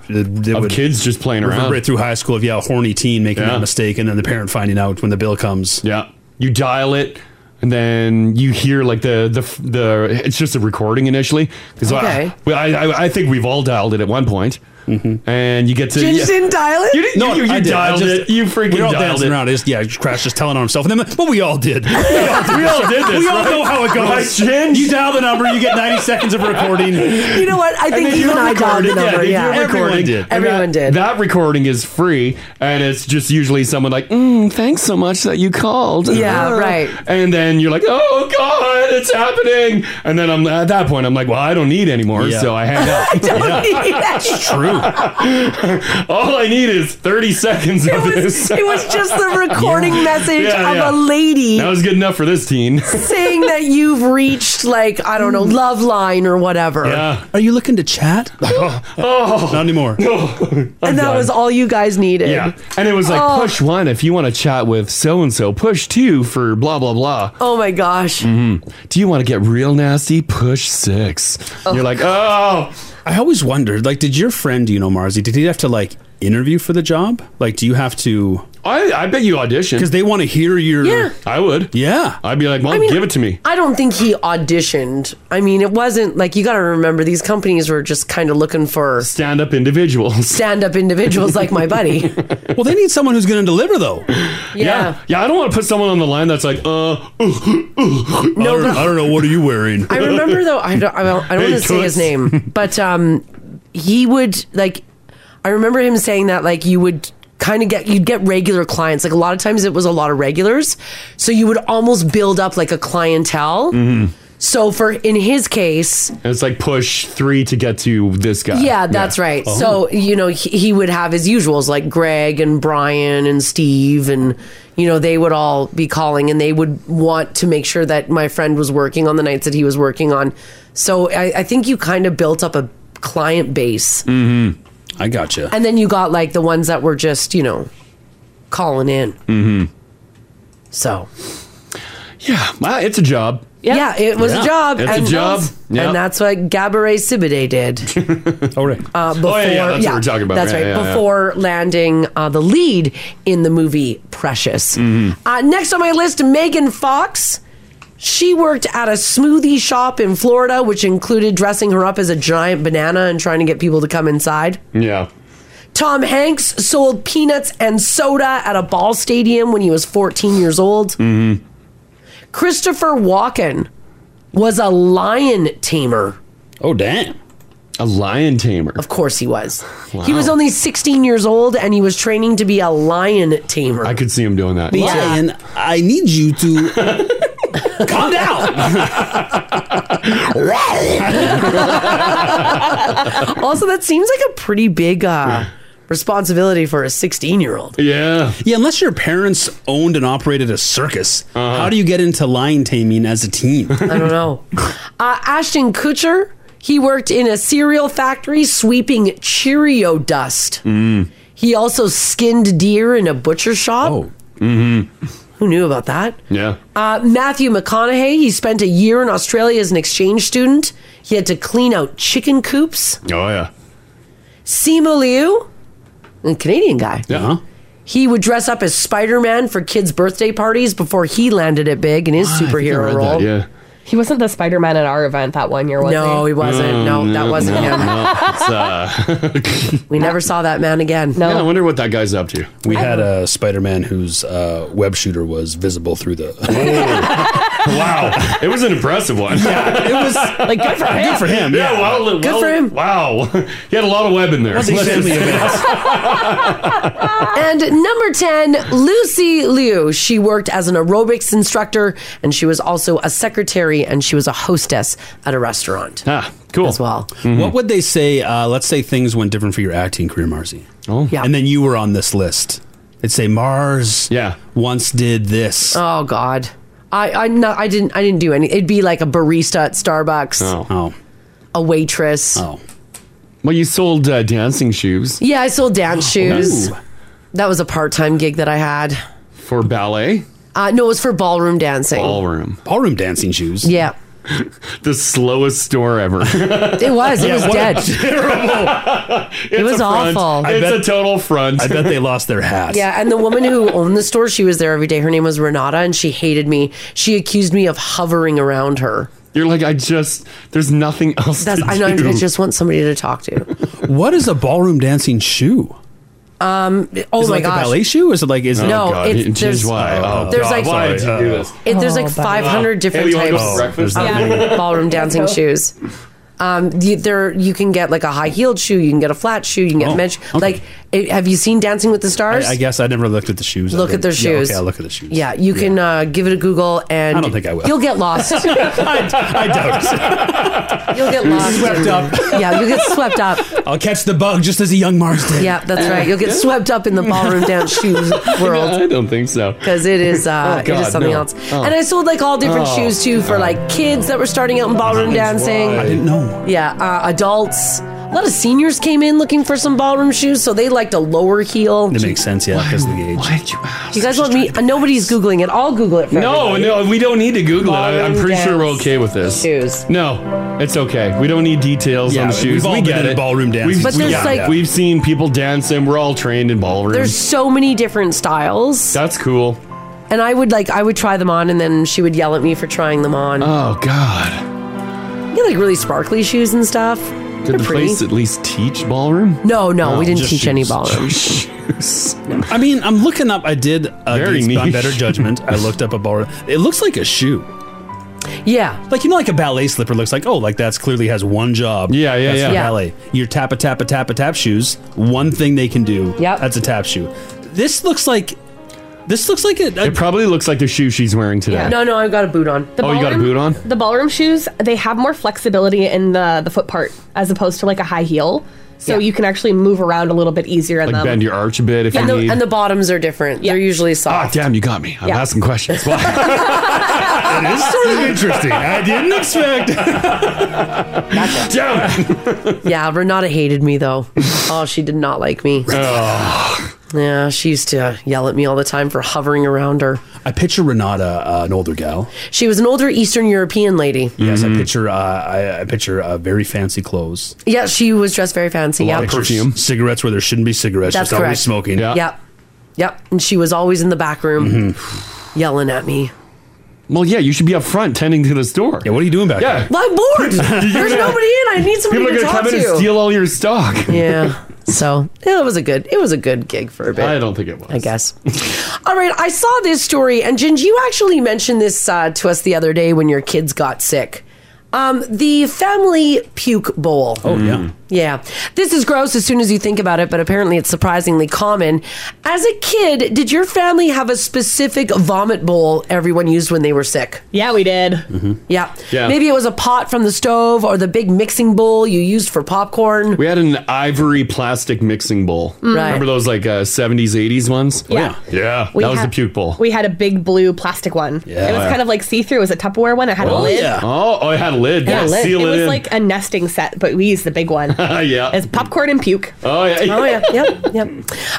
[SPEAKER 2] Of kids just playing around.
[SPEAKER 4] Remember it through high school of yeah, a horny teen making
[SPEAKER 2] Yeah.
[SPEAKER 4] that mistake, and then the parent finding out when the bill comes.
[SPEAKER 2] Yeah, you dial it, and then you hear like the the the. It's just a recording initially because
[SPEAKER 4] Okay.
[SPEAKER 2] I, I I I think we've all dialed it at one point, and you get to
[SPEAKER 4] Did you didn't
[SPEAKER 3] dial
[SPEAKER 2] You didn't. No, you,
[SPEAKER 4] Mm-hmm.
[SPEAKER 2] you
[SPEAKER 4] I did. I
[SPEAKER 2] dialed
[SPEAKER 4] just-
[SPEAKER 2] it. You freaking
[SPEAKER 4] we were all
[SPEAKER 2] dialed
[SPEAKER 4] dancing
[SPEAKER 2] it.
[SPEAKER 4] around. Just, yeah, Crash just telling on himself, and then but we all did. We all did,
[SPEAKER 2] We all did this,
[SPEAKER 4] We all
[SPEAKER 2] right?
[SPEAKER 4] know how it goes.
[SPEAKER 2] Right, Jen?
[SPEAKER 4] You dial the number, you get 90 seconds of recording.
[SPEAKER 3] You know what? I
[SPEAKER 4] And
[SPEAKER 3] think
[SPEAKER 4] then
[SPEAKER 3] even
[SPEAKER 4] you
[SPEAKER 3] I dialed the
[SPEAKER 4] recorded.
[SPEAKER 3] number,
[SPEAKER 4] they
[SPEAKER 3] yeah.
[SPEAKER 4] did
[SPEAKER 3] Everyone
[SPEAKER 4] recording.
[SPEAKER 3] did. Everyone
[SPEAKER 2] that, did. That recording is free, and it's just usually someone like, mm, "Thanks so much that you called."
[SPEAKER 3] Yeah,
[SPEAKER 2] Uh,
[SPEAKER 3] right.
[SPEAKER 2] And then you're like, "Oh God, it's happening!" And then I'm at that point, I'm like, "Well, I don't need anymore,"
[SPEAKER 4] Yeah.
[SPEAKER 2] so I hang up.
[SPEAKER 3] I don't need that.
[SPEAKER 4] It's true.
[SPEAKER 2] All I need is 30 seconds of this.
[SPEAKER 3] it was just the recording
[SPEAKER 2] Yeah.
[SPEAKER 3] message
[SPEAKER 2] Yeah,
[SPEAKER 3] of
[SPEAKER 2] yeah.
[SPEAKER 3] a lady
[SPEAKER 2] That was good enough for this teen.
[SPEAKER 3] saying that you've reached like I don't know love line or whatever.
[SPEAKER 2] Mm. Yeah.
[SPEAKER 4] Are you looking to chat?
[SPEAKER 2] Oh,
[SPEAKER 4] not anymore.
[SPEAKER 2] and
[SPEAKER 3] and that was all you guys needed.
[SPEAKER 2] Yeah. And it was like,
[SPEAKER 3] Oh.
[SPEAKER 2] push one if you want to chat with so and so, push two for blah, blah, blah.
[SPEAKER 3] Oh my gosh.
[SPEAKER 2] Mhm. Do you want to get real nasty? Push six. You're like, oh.
[SPEAKER 4] I always wondered, like, did your friend, you know, Marzi, did he have to like interview for the job? Like, do you have to?
[SPEAKER 2] I, I bet you audition
[SPEAKER 4] because they want to hear your.
[SPEAKER 3] Yeah.
[SPEAKER 2] I would.
[SPEAKER 4] Yeah.
[SPEAKER 2] I'd be like, mom,
[SPEAKER 3] I mean-
[SPEAKER 2] give it to me.
[SPEAKER 3] I don't think he auditioned. I mean, it wasn't like you got to remember these companies were just kind of looking for
[SPEAKER 2] stand up individuals,
[SPEAKER 3] stand up individuals like my buddy.
[SPEAKER 4] well, they need someone who's going to deliver, though.
[SPEAKER 3] Yeah.
[SPEAKER 2] yeah. I don't want to put someone on the line that's like, uh, no,
[SPEAKER 3] don't-
[SPEAKER 4] I don't know. What are you wearing?
[SPEAKER 3] I remember though. I don't. I don't, I don't
[SPEAKER 2] Hey,
[SPEAKER 3] want to say
[SPEAKER 2] Toots.
[SPEAKER 3] his name, but um, he would like. I remember him saying that like you would kind of get you'd get regular clients. Like a lot of times it was a lot of regulars, so you would almost build up like a clientele. So for in his case,
[SPEAKER 2] Mm-hmm. And it's like push three to get to this guy.
[SPEAKER 3] yeah, that's right.
[SPEAKER 2] Oh.
[SPEAKER 3] So you know he, he would have his usuals like Greg and Brian and Steve and you know they would all be calling and they would want to make sure that my friend was working on the nights that he was working on. So I, I think you kind of built up a client base,
[SPEAKER 4] Mm-hmm. I gotcha.
[SPEAKER 3] and then you got like the ones that were just you know calling in.
[SPEAKER 2] Mm-hmm.
[SPEAKER 3] So.
[SPEAKER 2] Yeah, well, it's a job.
[SPEAKER 3] Yeah, it was
[SPEAKER 2] Yeah.
[SPEAKER 3] a job.
[SPEAKER 2] It's a job. Yeah.
[SPEAKER 3] and that's what Gabourey Sidibe did.
[SPEAKER 4] All right.
[SPEAKER 3] Uh, before,
[SPEAKER 2] Oh, yeah, yeah, that's what we're talking about.
[SPEAKER 3] That's
[SPEAKER 2] Yeah,
[SPEAKER 3] right.
[SPEAKER 2] yeah, yeah.
[SPEAKER 3] before landing uh, the lead in the movie Precious.
[SPEAKER 2] Mm-hmm.
[SPEAKER 3] Uh, next on my list, Megan Fox. She worked at a smoothie shop in Florida, which included dressing her up as a giant banana and trying to get people to come inside.
[SPEAKER 2] Yeah.
[SPEAKER 3] Tom Hanks sold peanuts and soda at a ball stadium when he was 14 years old.
[SPEAKER 2] Mm-hmm.
[SPEAKER 3] Christopher Walken was a lion tamer.
[SPEAKER 4] Oh, damn.
[SPEAKER 2] A lion tamer.
[SPEAKER 3] Of course he was.
[SPEAKER 2] Wow.
[SPEAKER 3] He was only 16 years old and he was training to be a lion tamer.
[SPEAKER 2] I could see him doing that.
[SPEAKER 4] Lion, I need you to calm down.
[SPEAKER 3] also, that seems like a pretty big uh, responsibility for a 16 year old.
[SPEAKER 2] Yeah.
[SPEAKER 4] Yeah, unless your parents owned and operated a circus,
[SPEAKER 2] Uh-huh.
[SPEAKER 4] how do you get into lion taming as a teen? I
[SPEAKER 3] don't know. Uh, Ashton Kutcher, he worked in a cereal factory sweeping Cheerio dust. He also skinned deer in a butcher shop.
[SPEAKER 2] Mm-hmm.
[SPEAKER 3] Who knew about that?
[SPEAKER 2] Yeah.
[SPEAKER 3] Uh, Matthew McConaughey, he spent a year in Australia as an exchange student. He had to clean out chicken coops.
[SPEAKER 2] Oh yeah.
[SPEAKER 3] Simu Liu, a Canadian guy.
[SPEAKER 2] Yeah.
[SPEAKER 3] He would dress up as Spider Man for kids' birthday parties before he landed it big in his
[SPEAKER 2] Ah,
[SPEAKER 3] superhero role.
[SPEAKER 2] yeah.
[SPEAKER 6] He wasn't the Spider Man at our event that one year, was he?
[SPEAKER 3] No, he wasn't. No,
[SPEAKER 2] Mm,
[SPEAKER 3] that wasn't him.
[SPEAKER 2] uh,
[SPEAKER 3] we never saw that man again.
[SPEAKER 6] No.
[SPEAKER 2] Yeah, I wonder what that guy's up to.
[SPEAKER 4] We had a Spider-Man whose uh, web shooter was visible through the.
[SPEAKER 2] Oh. wow, it was an impressive one.
[SPEAKER 4] Yeah, it was like good for him. Good for him.
[SPEAKER 2] Yeah,
[SPEAKER 4] yeah.
[SPEAKER 2] well,
[SPEAKER 4] Good
[SPEAKER 2] well,
[SPEAKER 4] for him.
[SPEAKER 2] Wow, he had a lot of web in there.
[SPEAKER 4] Wasn't he
[SPEAKER 2] Let's just-
[SPEAKER 3] And number 10, Lucy Liu. She worked as an aerobics instructor and she was also a secretary and she was a hostess at a restaurant.
[SPEAKER 2] Ah, cool.
[SPEAKER 3] As well.
[SPEAKER 4] Mm-hmm. What would they say? Uh, let's say things went different for your acting career, Marzi.
[SPEAKER 2] Oh,
[SPEAKER 3] yeah.
[SPEAKER 4] And then you were on this list. They'd say Mars.
[SPEAKER 2] Yeah.
[SPEAKER 4] Once did this.
[SPEAKER 3] Oh God. I I no, I didn't I didn't do any. It'd be like a barista at Starbucks.
[SPEAKER 2] Oh.
[SPEAKER 3] A waitress.
[SPEAKER 4] Oh.
[SPEAKER 2] Well, you sold uh, dancing shoes
[SPEAKER 3] Yeah, I sold dance shoes.
[SPEAKER 2] Ooh.
[SPEAKER 3] That was a part-time gig that I had.
[SPEAKER 2] for ballet,
[SPEAKER 3] Uh, no, it was for ballroom dancing.
[SPEAKER 2] ballroom,
[SPEAKER 4] ballroom dancing shoes.
[SPEAKER 3] Yeah.
[SPEAKER 2] the slowest store ever.
[SPEAKER 3] It was. It was dead. it was awful.
[SPEAKER 2] it's a total front.
[SPEAKER 4] I bet they lost their hats.
[SPEAKER 3] Yeah, and the woman who owned the store, she was there every day. Her name was Renata, and she hated me. She accused me of hovering around her.
[SPEAKER 2] You're like, I just, there's nothing else
[SPEAKER 3] That's,
[SPEAKER 2] to
[SPEAKER 3] I, know,
[SPEAKER 2] do.
[SPEAKER 3] I just want somebody to talk to.
[SPEAKER 4] What is a ballroom dancing shoe?
[SPEAKER 3] Um, oh
[SPEAKER 4] is it
[SPEAKER 3] my
[SPEAKER 4] like
[SPEAKER 3] gosh.
[SPEAKER 4] a ballet shoe? Is it like is it
[SPEAKER 3] No, Oh, God. it's- Jeez, there's- why? Oh, there's God, like- why did you
[SPEAKER 2] do this?
[SPEAKER 3] It, there's like 500 different
[SPEAKER 2] Haley, you wanna go
[SPEAKER 3] types
[SPEAKER 2] for breakfast?
[SPEAKER 3] of
[SPEAKER 2] Yeah.
[SPEAKER 3] ballroom dancing
[SPEAKER 2] Cool.
[SPEAKER 3] shoes. Um, you, there you can get like a high heeled shoe, you can get a flat shoe, you can get
[SPEAKER 2] Oh,
[SPEAKER 3] mesh. Like eh, have you seen Dancing with the Stars?
[SPEAKER 4] I, I guess I never looked at the shoes.
[SPEAKER 3] Look
[SPEAKER 4] I
[SPEAKER 3] at their
[SPEAKER 4] didn't- yeah,
[SPEAKER 3] shoes.
[SPEAKER 4] okay, I'll look at the shoes.
[SPEAKER 3] Yeah, you can Uh, give it a Google, and
[SPEAKER 4] I don't think I will.
[SPEAKER 3] You'll get lost.
[SPEAKER 4] I, I doubt
[SPEAKER 3] You'll get lost.
[SPEAKER 4] Swept up.
[SPEAKER 3] Yeah, you'll get swept up.
[SPEAKER 4] it. I'll catch the bug just as a young Mars did.
[SPEAKER 3] Yeah, that's right. You'll get swept up in the ballroom dance shoes
[SPEAKER 2] I
[SPEAKER 3] world.
[SPEAKER 2] don't think so.
[SPEAKER 3] Because it is, uh,
[SPEAKER 2] Oh,
[SPEAKER 3] it
[SPEAKER 2] God,
[SPEAKER 3] is something
[SPEAKER 2] no.
[SPEAKER 3] else.
[SPEAKER 2] Oh.
[SPEAKER 3] And I sold like all different
[SPEAKER 2] Oh,
[SPEAKER 3] shoes too for like kids that were starting out in ballroom dancing.
[SPEAKER 4] I didn't know.
[SPEAKER 3] Yeah, uh, adults. A lot of seniors came in looking for some ballroom shoes, so they liked a lower heel.
[SPEAKER 4] It makes sense, yeah, because of the age. Why
[SPEAKER 2] did you
[SPEAKER 3] You guys want me? uh, Nobody's googling it. I'll Google it. For
[SPEAKER 2] No,
[SPEAKER 3] everybody.
[SPEAKER 2] no, we don't need to Google it. I, I'm
[SPEAKER 3] Ballroom
[SPEAKER 2] pretty sure we're
[SPEAKER 3] dance
[SPEAKER 2] okay with this.
[SPEAKER 3] Shoes.
[SPEAKER 2] No, it's okay. We don't need details
[SPEAKER 4] Yeah,
[SPEAKER 2] on the
[SPEAKER 4] we've
[SPEAKER 2] shoes.
[SPEAKER 4] all
[SPEAKER 2] we
[SPEAKER 4] been
[SPEAKER 2] get
[SPEAKER 4] in
[SPEAKER 2] it.
[SPEAKER 4] ballroom dances.
[SPEAKER 2] We've,
[SPEAKER 3] But
[SPEAKER 2] we-
[SPEAKER 3] there's
[SPEAKER 2] yeah,
[SPEAKER 3] like-
[SPEAKER 2] we've seen people dancing. We're all trained in ballroom.
[SPEAKER 3] There's so many different styles,
[SPEAKER 2] That's cool.
[SPEAKER 3] and I would like I would try them on, and then she would yell at me for trying them on.
[SPEAKER 2] Oh God!
[SPEAKER 3] You get like really sparkly shoes and stuff.
[SPEAKER 2] Did
[SPEAKER 3] They're
[SPEAKER 2] the
[SPEAKER 3] pretty.
[SPEAKER 2] place at least teach ballroom?
[SPEAKER 3] No, no,
[SPEAKER 2] No,
[SPEAKER 3] we didn't
[SPEAKER 2] just
[SPEAKER 3] teach any
[SPEAKER 2] shoes.
[SPEAKER 3] ballroom.
[SPEAKER 4] I mean, I'm looking up. I did uh,
[SPEAKER 2] Very
[SPEAKER 4] against my
[SPEAKER 2] niche.
[SPEAKER 4] better judgment. I looked up a ballroom. It looks like a shoe.
[SPEAKER 3] Yeah,
[SPEAKER 4] like you know, like a ballet slipper looks like. Oh, like that's clearly has one job. Yeah,
[SPEAKER 2] yeah,
[SPEAKER 4] that's
[SPEAKER 2] yeah.
[SPEAKER 4] for
[SPEAKER 2] Yeah.
[SPEAKER 4] Ballet. Your tap a tap a tap a tap shoes. One thing they can do. Yeah, that's a tap shoe. This looks like. This looks like a.
[SPEAKER 2] It probably looks like the shoe she's wearing today.
[SPEAKER 3] no, I've got a boot on.
[SPEAKER 2] oh, you got a boot on?
[SPEAKER 6] The ballroom shoes, they have more flexibility in the the foot part as opposed to like a high heel. So you can actually move around a little bit easier in
[SPEAKER 2] Like
[SPEAKER 6] them.
[SPEAKER 2] bend your arch a bit if
[SPEAKER 6] Yeah,
[SPEAKER 2] you
[SPEAKER 6] no,
[SPEAKER 2] need.
[SPEAKER 6] and
[SPEAKER 3] The bottoms are different. They're usually soft.
[SPEAKER 2] ah, damn, you got me. I'm
[SPEAKER 3] Yeah.
[SPEAKER 2] asking questions. Why? it is sort of interesting. I didn't
[SPEAKER 4] Ah,
[SPEAKER 2] expect.
[SPEAKER 3] yeah, Renata hated me though. Oh, she did not like me. Yeah, she used to yell at me all the time for hovering around her.
[SPEAKER 4] I picture Renata, uh, an older gal.
[SPEAKER 3] She was an older Eastern European lady.
[SPEAKER 4] Yes,
[SPEAKER 2] Mm-hmm.
[SPEAKER 4] I picture. Uh, I, I picture uh, very fancy clothes.
[SPEAKER 3] Yeah, she was dressed very fancy. Yeah,
[SPEAKER 4] perfume, cigarettes where there shouldn't be cigarettes.
[SPEAKER 3] That's
[SPEAKER 4] just
[SPEAKER 3] correct.
[SPEAKER 4] always smoking. Mm-hmm.
[SPEAKER 3] Yep. Yep. And she was always in the back room yelling at me.
[SPEAKER 2] Well, yeah, you should be up front tending to the store. Yeah,
[SPEAKER 4] what are you doing back
[SPEAKER 2] yeah.
[SPEAKER 3] Well, I'm bored.
[SPEAKER 2] You're
[SPEAKER 3] There's
[SPEAKER 2] gonna-
[SPEAKER 3] nobody in. I need somebody
[SPEAKER 2] People are
[SPEAKER 3] to
[SPEAKER 2] gonna
[SPEAKER 3] talk
[SPEAKER 2] come
[SPEAKER 3] to.
[SPEAKER 2] in and steal all your stock.
[SPEAKER 3] Yeah. So it was a good. It was a good gig for a bit.
[SPEAKER 2] I don't think it was.
[SPEAKER 3] I guess. All right, I saw this story, and Ginge, you actually mentioned this uh, to us the other day when your kids got sick. Um, the family puke bowl.
[SPEAKER 4] Oh
[SPEAKER 2] Mm-hmm.
[SPEAKER 4] yeah.
[SPEAKER 3] Yeah. This is gross as soon as you think about it, but apparently it's surprisingly common. As a kid, did your family have a specific vomit bowl everyone used when they were sick? Mm-hmm.
[SPEAKER 6] Yeah, we did.
[SPEAKER 2] Mm-hmm.
[SPEAKER 3] Yeah.
[SPEAKER 2] Yeah.
[SPEAKER 3] Maybe it was a pot from the stove or the big mixing bowl you used for popcorn.
[SPEAKER 2] We had an ivory plastic mixing bowl.
[SPEAKER 6] Mm. Right.
[SPEAKER 2] Remember those like uh, 70s, 80s ones?
[SPEAKER 6] Yeah.
[SPEAKER 2] Yeah.
[SPEAKER 6] We
[SPEAKER 2] that was
[SPEAKER 6] had-
[SPEAKER 2] the puke bowl.
[SPEAKER 6] We had a big blue plastic one.
[SPEAKER 2] Yeah.
[SPEAKER 6] It was kind of like see through. It was a Tupperware one. It had a lid.
[SPEAKER 2] Oh, oh, it had a lid. Yeah, seal it,
[SPEAKER 6] it was
[SPEAKER 2] in.
[SPEAKER 6] like a nesting set, but we used the big one.
[SPEAKER 2] Yeah.
[SPEAKER 6] It's popcorn and puke.
[SPEAKER 2] oh, yeah.
[SPEAKER 3] oh yeah, yep, yep.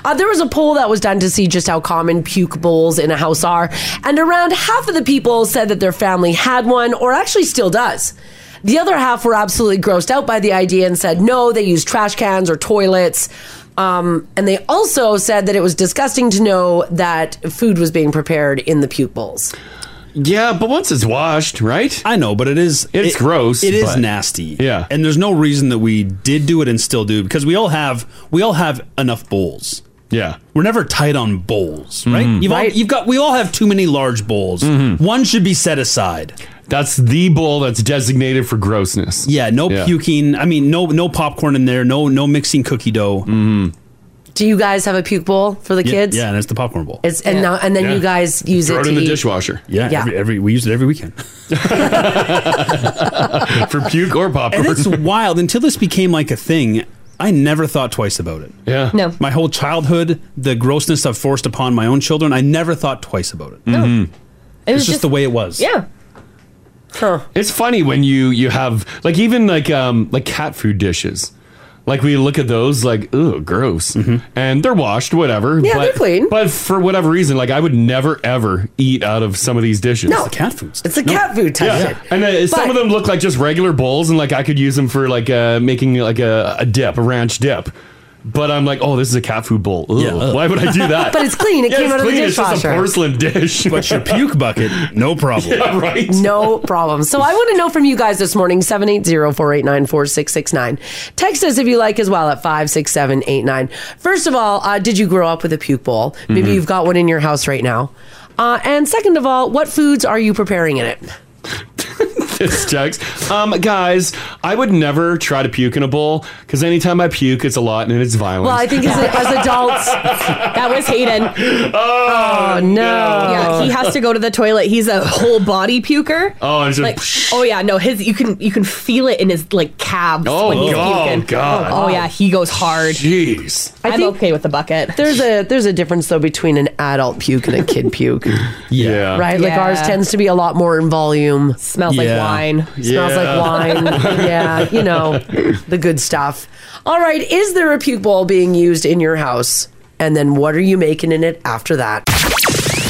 [SPEAKER 3] Uh, there was a poll that was done to see just how common puke bowls in a house are, and around half of the people said that their family had one, or actually still does. The other half were absolutely grossed out by the idea and said no, they use trash cans or toilets. Um, and they also said that it was disgusting to know that food was being prepared in the puke bowls.
[SPEAKER 2] Yeah, but once it's washed, right?
[SPEAKER 4] I know, but it is
[SPEAKER 2] it's
[SPEAKER 4] it-
[SPEAKER 2] gross.
[SPEAKER 4] It is
[SPEAKER 2] but-
[SPEAKER 4] nasty.
[SPEAKER 2] Yeah.
[SPEAKER 4] And there's no reason that we did do it and still do because we all have we all have enough bowls.
[SPEAKER 2] Yeah.
[SPEAKER 4] We're never tight on bowls, right?
[SPEAKER 2] Mhm.
[SPEAKER 4] You've all,
[SPEAKER 2] Right.
[SPEAKER 4] you've got we all have too many large bowls.
[SPEAKER 2] Mm-hmm.
[SPEAKER 4] One should be set aside.
[SPEAKER 2] That's the bowl that's designated for grossness.
[SPEAKER 4] Yeah, no
[SPEAKER 2] Yeah.
[SPEAKER 4] puking. I mean, no no popcorn in there. No no mixing cookie dough.
[SPEAKER 2] Mm-hmm.
[SPEAKER 4] Mm.
[SPEAKER 3] Do you guys have a puke bowl for the kids?
[SPEAKER 4] Yeah, and it's the popcorn bowl.
[SPEAKER 3] It's and now and then you guys use it to eat.
[SPEAKER 4] Yeah,
[SPEAKER 3] Yeah.
[SPEAKER 4] Every, every we use it every weekend
[SPEAKER 2] for puke or popcorn.
[SPEAKER 4] And it's wild. Until this became like a thing, I never thought twice about it.
[SPEAKER 2] Yeah,
[SPEAKER 6] no.
[SPEAKER 4] My whole childhood, the grossness I've forced upon my own children, I never thought twice about it. No,
[SPEAKER 2] Mm-hmm.
[SPEAKER 6] It
[SPEAKER 4] it's
[SPEAKER 6] was
[SPEAKER 4] just,
[SPEAKER 6] just-
[SPEAKER 4] the way it was.
[SPEAKER 6] Yeah.
[SPEAKER 2] It's funny when you you have like even like um like cat food dishes. Like we look at those like ooh gross,
[SPEAKER 4] Mm-hmm.
[SPEAKER 2] and they're washed whatever.
[SPEAKER 3] Yeah, they're
[SPEAKER 2] clean. But for whatever reason, like I would never ever eat out of some of these dishes.
[SPEAKER 3] No. It's the
[SPEAKER 4] cat food.
[SPEAKER 3] It's the cat food type shit.
[SPEAKER 2] and uh, some of
[SPEAKER 3] But-
[SPEAKER 2] them look like just regular bowls, and like I could use them for like uh, making like a, a dip, a ranch dip. But I'm like, oh, this is a cat food bowl. Ugh, Why would I do that?
[SPEAKER 3] But it's clean. It
[SPEAKER 2] Yeah,
[SPEAKER 3] came
[SPEAKER 2] it's
[SPEAKER 3] out of the
[SPEAKER 2] clean. It's just a
[SPEAKER 3] dishwasher.
[SPEAKER 2] porcelain dish.
[SPEAKER 4] But your puke bucket, no problem.
[SPEAKER 2] Yeah, right.
[SPEAKER 3] No problem. So I want to know from you guys this morning 780-489-4669. Text us if you like as well at 56789. First of all, uh, did you grow up with a puke bowl? Maybe
[SPEAKER 2] Mhm.
[SPEAKER 3] you've got one in your house right now. Uh, and second of all, what foods are you preparing in it?
[SPEAKER 2] this text. Um, guys, I would never try to puke in a bowl because anytime I puke, it's a lot and it's violent.
[SPEAKER 3] Well, I think as, as adults, that
[SPEAKER 6] was Hayden.
[SPEAKER 2] Oh,
[SPEAKER 3] no!
[SPEAKER 6] Yeah, he has to go to the toilet. He's a whole body puker.
[SPEAKER 2] Oh, it's just-
[SPEAKER 6] like oh yeah, no, his you can you can feel it in his like calves.
[SPEAKER 2] Oh,
[SPEAKER 6] when he's
[SPEAKER 2] God.
[SPEAKER 6] puking.
[SPEAKER 2] God.
[SPEAKER 6] Oh yeah, he goes hard.
[SPEAKER 2] Jeez,
[SPEAKER 6] I'm okay with the bucket.
[SPEAKER 3] There's a there's a difference though between an adult puke and a kid puke.
[SPEAKER 2] Yeah.
[SPEAKER 3] Right? Like ours
[SPEAKER 6] Yeah.
[SPEAKER 3] tends to be a lot more in volume.
[SPEAKER 6] Smells
[SPEAKER 2] like Yeah. wine.
[SPEAKER 3] Smells
[SPEAKER 2] Yeah.
[SPEAKER 3] like wine. yeah, you know, the good stuff. All right, is there a puke bowl being used in your house? And then what are you making in it after that?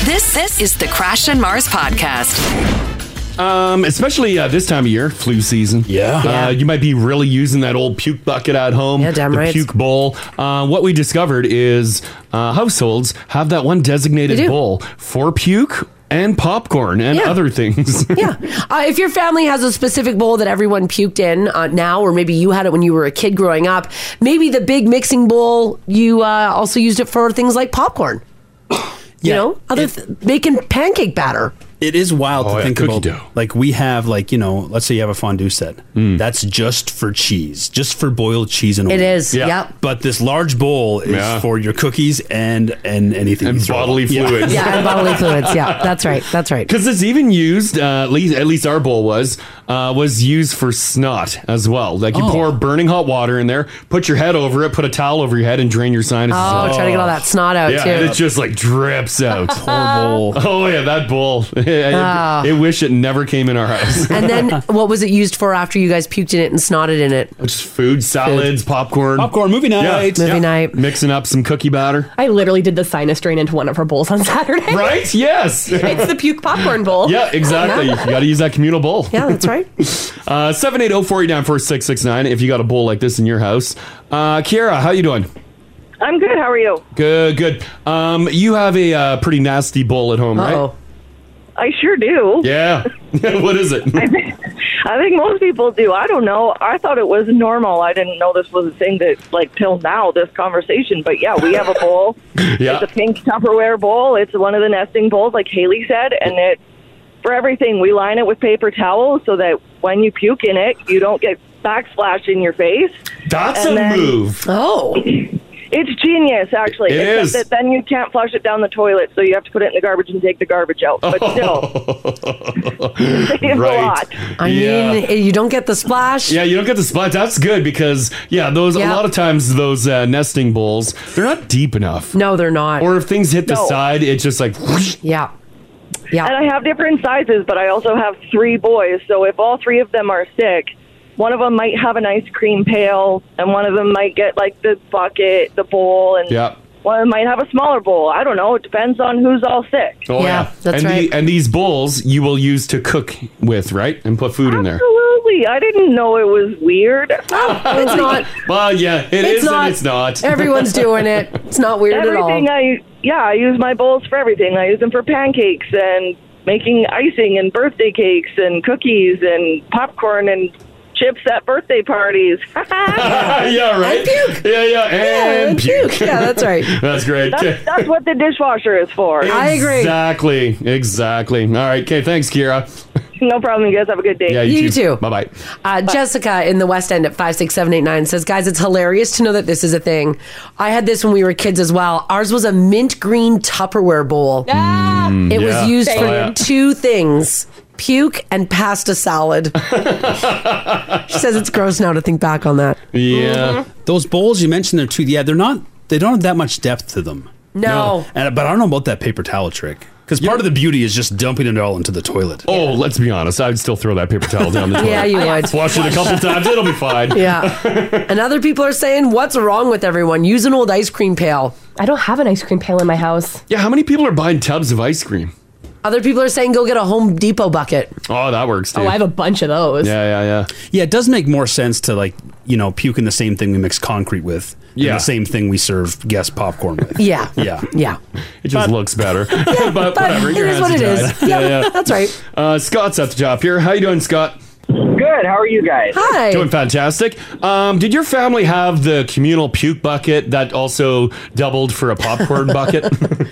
[SPEAKER 1] This this is the Crash and Mars podcast.
[SPEAKER 2] Um, especially uh, this time of year, flu season. Yeah. Uh, you might be really using that old puke bucket at home. Yeah, damn the
[SPEAKER 3] right.
[SPEAKER 2] Puke bowl. Uh, what we discovered is uh, households have that one
[SPEAKER 3] They
[SPEAKER 2] designated
[SPEAKER 3] do.
[SPEAKER 2] bowl for puke and popcorn and
[SPEAKER 3] Yeah.
[SPEAKER 2] other things.
[SPEAKER 3] Yeah. Uh, if your family has a specific bowl that everyone puked in uh, now, or maybe you had it when you were a kid growing up, maybe the big mixing bowl, you uh, also used it for things like popcorn. you know, other th- making pancake batter.
[SPEAKER 4] It is wild to
[SPEAKER 2] Oh, yeah,
[SPEAKER 4] think
[SPEAKER 2] cookie
[SPEAKER 4] about. Like we have, like you know, let's say you have a fondue set.
[SPEAKER 2] Mm.
[SPEAKER 4] That's just for cheese, just for boiled cheese and
[SPEAKER 3] It
[SPEAKER 4] oil.
[SPEAKER 3] is, Yeah. yep.
[SPEAKER 4] But this large bowl is
[SPEAKER 2] Yeah.
[SPEAKER 4] for your cookies and and anything and bodily
[SPEAKER 2] fluids.
[SPEAKER 3] Yeah, and bodily fluids. Yeah, that's right. That's right.
[SPEAKER 2] Because it's even used, uh, at least at least our bowl was uh, was used for snot as well. Like you
[SPEAKER 3] Oh.
[SPEAKER 2] pour burning hot water in there, put your head over it, put a towel over your head, and drain your sinuses.
[SPEAKER 3] Oh, try to get all that snot out,
[SPEAKER 2] yeah,
[SPEAKER 3] too.
[SPEAKER 2] and it just like drips out. Poor bowl. Oh yeah, that bowl.
[SPEAKER 3] Ah.
[SPEAKER 2] I, I wish it never came in our house.
[SPEAKER 3] And then what was it used for after you guys puked in it and snotted in it?
[SPEAKER 2] just food, salads, popcorn,
[SPEAKER 4] popcorn, movie
[SPEAKER 6] night. Movie night.
[SPEAKER 2] mixing up some cookie batter.
[SPEAKER 6] I literally did the sinus drain into one of her bowls on Saturday.
[SPEAKER 2] Right? Yes.
[SPEAKER 6] it's the puke popcorn bowl.
[SPEAKER 2] Yeah, exactly. You got to use that communal bowl.
[SPEAKER 3] Yeah, that's right.
[SPEAKER 2] Uh, 780-489-4669 if you got a bowl like this in your house. Uh, Kiara, how you doing?
[SPEAKER 10] I'm good. How are you?
[SPEAKER 2] Good, good. Um, you have a uh, pretty nasty bowl at home, right?
[SPEAKER 10] I sure do.
[SPEAKER 2] Yeah. what is it?
[SPEAKER 10] I think most people do. I don't know. I thought it was normal. I didn't know this was a thing that, like, till now, this conversation. But yeah, we have a bowl.
[SPEAKER 2] Yeah.
[SPEAKER 10] It's a pink Tupperware bowl. It's one of the nesting bowls, like Haley said. And it, for everything, we line it with paper towels so that when you puke in it, you don't get backsplash in your face.
[SPEAKER 2] That's
[SPEAKER 10] And
[SPEAKER 2] a
[SPEAKER 10] then-
[SPEAKER 2] move.
[SPEAKER 3] Oh.
[SPEAKER 10] It's genius, actually.
[SPEAKER 2] It
[SPEAKER 10] except
[SPEAKER 2] is.
[SPEAKER 10] that then you can't flush it down the toilet, so you have to put it in the garbage and take the garbage out. But
[SPEAKER 2] Oh.
[SPEAKER 10] still, saves a lot.
[SPEAKER 3] I mean, eh, you don't get the splash.
[SPEAKER 2] Yeah, you don't get the spot. That's good because yeah, those
[SPEAKER 3] Yeah.
[SPEAKER 2] a lot of times those uh, nesting bowls they're not deep enough.
[SPEAKER 3] No, they're not.
[SPEAKER 2] Or if things hit the
[SPEAKER 10] No.
[SPEAKER 2] side, it's just like whoosh.
[SPEAKER 3] Yeah. Yeah.
[SPEAKER 10] And I have different sizes, but I also have three boys. So if all three of them are sick, one of them might have an ice cream pail, and one of them might get like the bucket, the bowl, and
[SPEAKER 2] yeah.
[SPEAKER 10] one of them might have a smaller bowl. I don't know. It depends on who's all sick.
[SPEAKER 2] Oh, yeah,
[SPEAKER 10] that's
[SPEAKER 2] and
[SPEAKER 10] right.
[SPEAKER 2] The, and these bowls you will use to cook with, right? And put food in there.
[SPEAKER 10] Absolutely. I didn't know it was weird. it's
[SPEAKER 3] not.
[SPEAKER 2] Well, yeah, it is
[SPEAKER 3] It's not.
[SPEAKER 2] and it's not.
[SPEAKER 3] Everyone's doing it. It's not weird at all.
[SPEAKER 10] everything I yeah, I use my bowls for everything. I use them for pancakes and making icing and birthday cakes and cookies and popcorn and chips at birthday parties.
[SPEAKER 2] yeah, right. Yeah, yeah, and,
[SPEAKER 10] and
[SPEAKER 2] puke.
[SPEAKER 10] puke. Yeah, that's right.
[SPEAKER 2] that's great. Okay.
[SPEAKER 10] That's, that's what the dishwasher is for.
[SPEAKER 2] Exactly. Exactly. All right. Okay. Thanks, Kira.
[SPEAKER 10] No problem. You guys have a good day.
[SPEAKER 2] Yeah. You, too. Bye bye.
[SPEAKER 3] Uh, Jessica in the West End at 56789 says, Guys, it's hilarious to know that this is a thing. I had this when we were kids as well. Ours was a mint green Tupperware bowl. it
[SPEAKER 2] yeah.
[SPEAKER 3] was used
[SPEAKER 2] Same.
[SPEAKER 3] for
[SPEAKER 2] Oh, yeah.
[SPEAKER 3] two things puke and pasta salad. she says it's gross now to think back on that. Mm-hmm.
[SPEAKER 2] Yeah.
[SPEAKER 4] Those bowls you mentioned there too. Yeah, they're not. They don't have that much depth to them.
[SPEAKER 3] No.
[SPEAKER 4] And, but I don't know about that paper towel trick because part of the beauty is just dumping it all into the toilet.
[SPEAKER 2] Oh, let's be honest. I'd still throw that paper towel down the toilet.
[SPEAKER 3] Yeah, you would.
[SPEAKER 2] Wash it a couple times. It'll be fine.
[SPEAKER 3] Yeah. and other people are saying, What's wrong with everyone? Use an old ice cream pail.
[SPEAKER 6] I don't have an ice cream pail in my house.
[SPEAKER 2] Yeah. How many people are buying tubs of ice cream?
[SPEAKER 3] Other people are saying, Go get a Home Depot bucket.
[SPEAKER 2] Oh, that works too.
[SPEAKER 6] a bunch of those.
[SPEAKER 2] Yeah, yeah,
[SPEAKER 4] yeah. Yeah, it does make more sense to like you know puke in the same thing we mix concrete with. Yeah, the same thing we serve guest popcorn with.
[SPEAKER 3] Yeah.
[SPEAKER 4] Yeah,
[SPEAKER 3] yeah.
[SPEAKER 2] It just looks better. but, whatever.
[SPEAKER 3] it
[SPEAKER 2] your
[SPEAKER 3] is
[SPEAKER 2] hands
[SPEAKER 3] what
[SPEAKER 2] are
[SPEAKER 3] it
[SPEAKER 2] tied.
[SPEAKER 3] is. Yeah, that's right.
[SPEAKER 2] Uh, Scott's at the job here. How you doing, Scott?
[SPEAKER 13] Good. How are you guys?
[SPEAKER 3] Hi.
[SPEAKER 2] Doing fantastic. Um, did your family have the communal puke bucket that also doubled for a popcorn bucket?
[SPEAKER 13] It,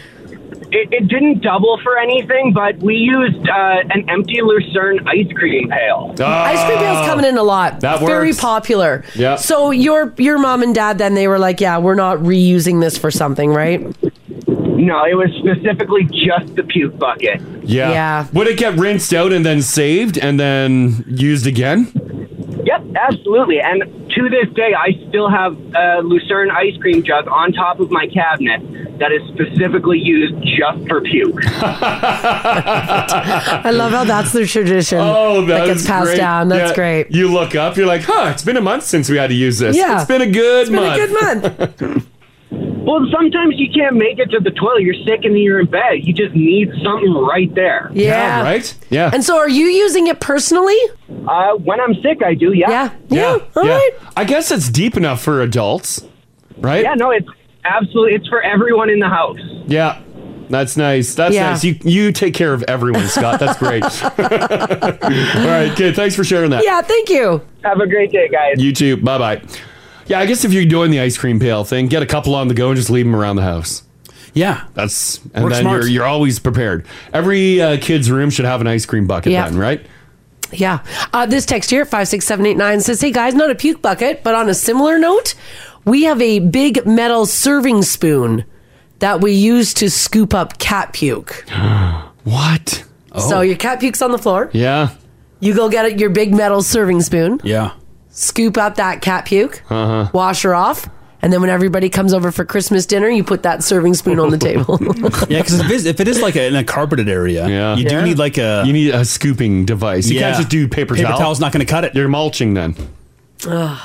[SPEAKER 13] it
[SPEAKER 14] it didn't double for anything, but we used uh, an empty lucerne ice cream pail.
[SPEAKER 3] Ice cream
[SPEAKER 2] Oh.
[SPEAKER 3] pail's coming in a lot.
[SPEAKER 14] That
[SPEAKER 3] Very
[SPEAKER 14] works.
[SPEAKER 3] popular.
[SPEAKER 14] Yeah.
[SPEAKER 3] So your your mom and dad then they were like, yeah, we're not reusing this for something, right?
[SPEAKER 14] No, it was specifically just the puke bucket.
[SPEAKER 2] Yeah.
[SPEAKER 3] Yeah.
[SPEAKER 2] Would it get rinsed out and then saved and then used again?
[SPEAKER 14] Yep, absolutely. And to this day, I still have a Lucerne ice cream jug on top of my cabinet that is specifically used just for puke.
[SPEAKER 3] I love how that's their tradition.
[SPEAKER 2] Oh, that
[SPEAKER 3] gets
[SPEAKER 2] is
[SPEAKER 3] passed
[SPEAKER 2] great.
[SPEAKER 3] down. That's
[SPEAKER 2] Yeah.
[SPEAKER 3] great.
[SPEAKER 2] You look up, you're like, huh, it's been a month since we had to use this.
[SPEAKER 3] Yeah.
[SPEAKER 2] It's been a good
[SPEAKER 3] It's been a
[SPEAKER 2] month.
[SPEAKER 3] good month.
[SPEAKER 14] Well, sometimes you can't make it to the toilet. You're sick and you're in bed. You just need something right there.
[SPEAKER 3] Yeah. Yeah, right?
[SPEAKER 2] Yeah.
[SPEAKER 3] And so are you using it personally?
[SPEAKER 14] Uh, when I'm sick, I do. Yeah.
[SPEAKER 3] Yeah.
[SPEAKER 2] Yeah. yeah. I guess it's deep enough for adults, right?
[SPEAKER 14] Yeah, no, it's absolutely it's for everyone in the house.
[SPEAKER 2] Yeah. That's nice. That's
[SPEAKER 14] Yeah.
[SPEAKER 2] nice. You you take care of everyone, Scott. That's great. All right, kid. Thanks for sharing that.
[SPEAKER 3] Yeah, thank you.
[SPEAKER 14] Have a great day, guys.
[SPEAKER 2] You too. Bye bye. Yeah, I guess if you're doing the ice cream pail thing, get a couple on the go and just leave them around the house.
[SPEAKER 4] Yeah,
[SPEAKER 2] that's and
[SPEAKER 4] Work
[SPEAKER 2] then
[SPEAKER 4] smart.
[SPEAKER 2] you're you're always prepared. Every uh, kid's room should have an ice cream bucket.
[SPEAKER 3] Yeah.
[SPEAKER 2] Then right.
[SPEAKER 3] Yeah. Uh, this text here, 56789, says, Hey guys, not a puke bucket, but on a similar note, we have a big metal serving spoon that we use to scoop up cat puke.
[SPEAKER 2] what? Oh.
[SPEAKER 3] So your cat puke's on the floor.
[SPEAKER 2] Yeah.
[SPEAKER 3] You go get it, your big metal serving spoon,
[SPEAKER 4] Yeah.
[SPEAKER 3] scoop up that cat puke,
[SPEAKER 2] Uh huh.
[SPEAKER 3] wash her off. And then when everybody comes over for Christmas dinner, you put that serving spoon on the table.
[SPEAKER 4] Yeah, because if, it is- if it is like a, in a carpeted area, yeah. you do
[SPEAKER 2] Yeah.
[SPEAKER 4] need like a
[SPEAKER 2] you need a scooping device. You can't
[SPEAKER 4] Yeah.
[SPEAKER 2] just do paper,
[SPEAKER 4] Paper
[SPEAKER 2] towel.
[SPEAKER 4] towel's not going to cut it. Mm-hmm.
[SPEAKER 2] You're mulching then.
[SPEAKER 3] Ugh.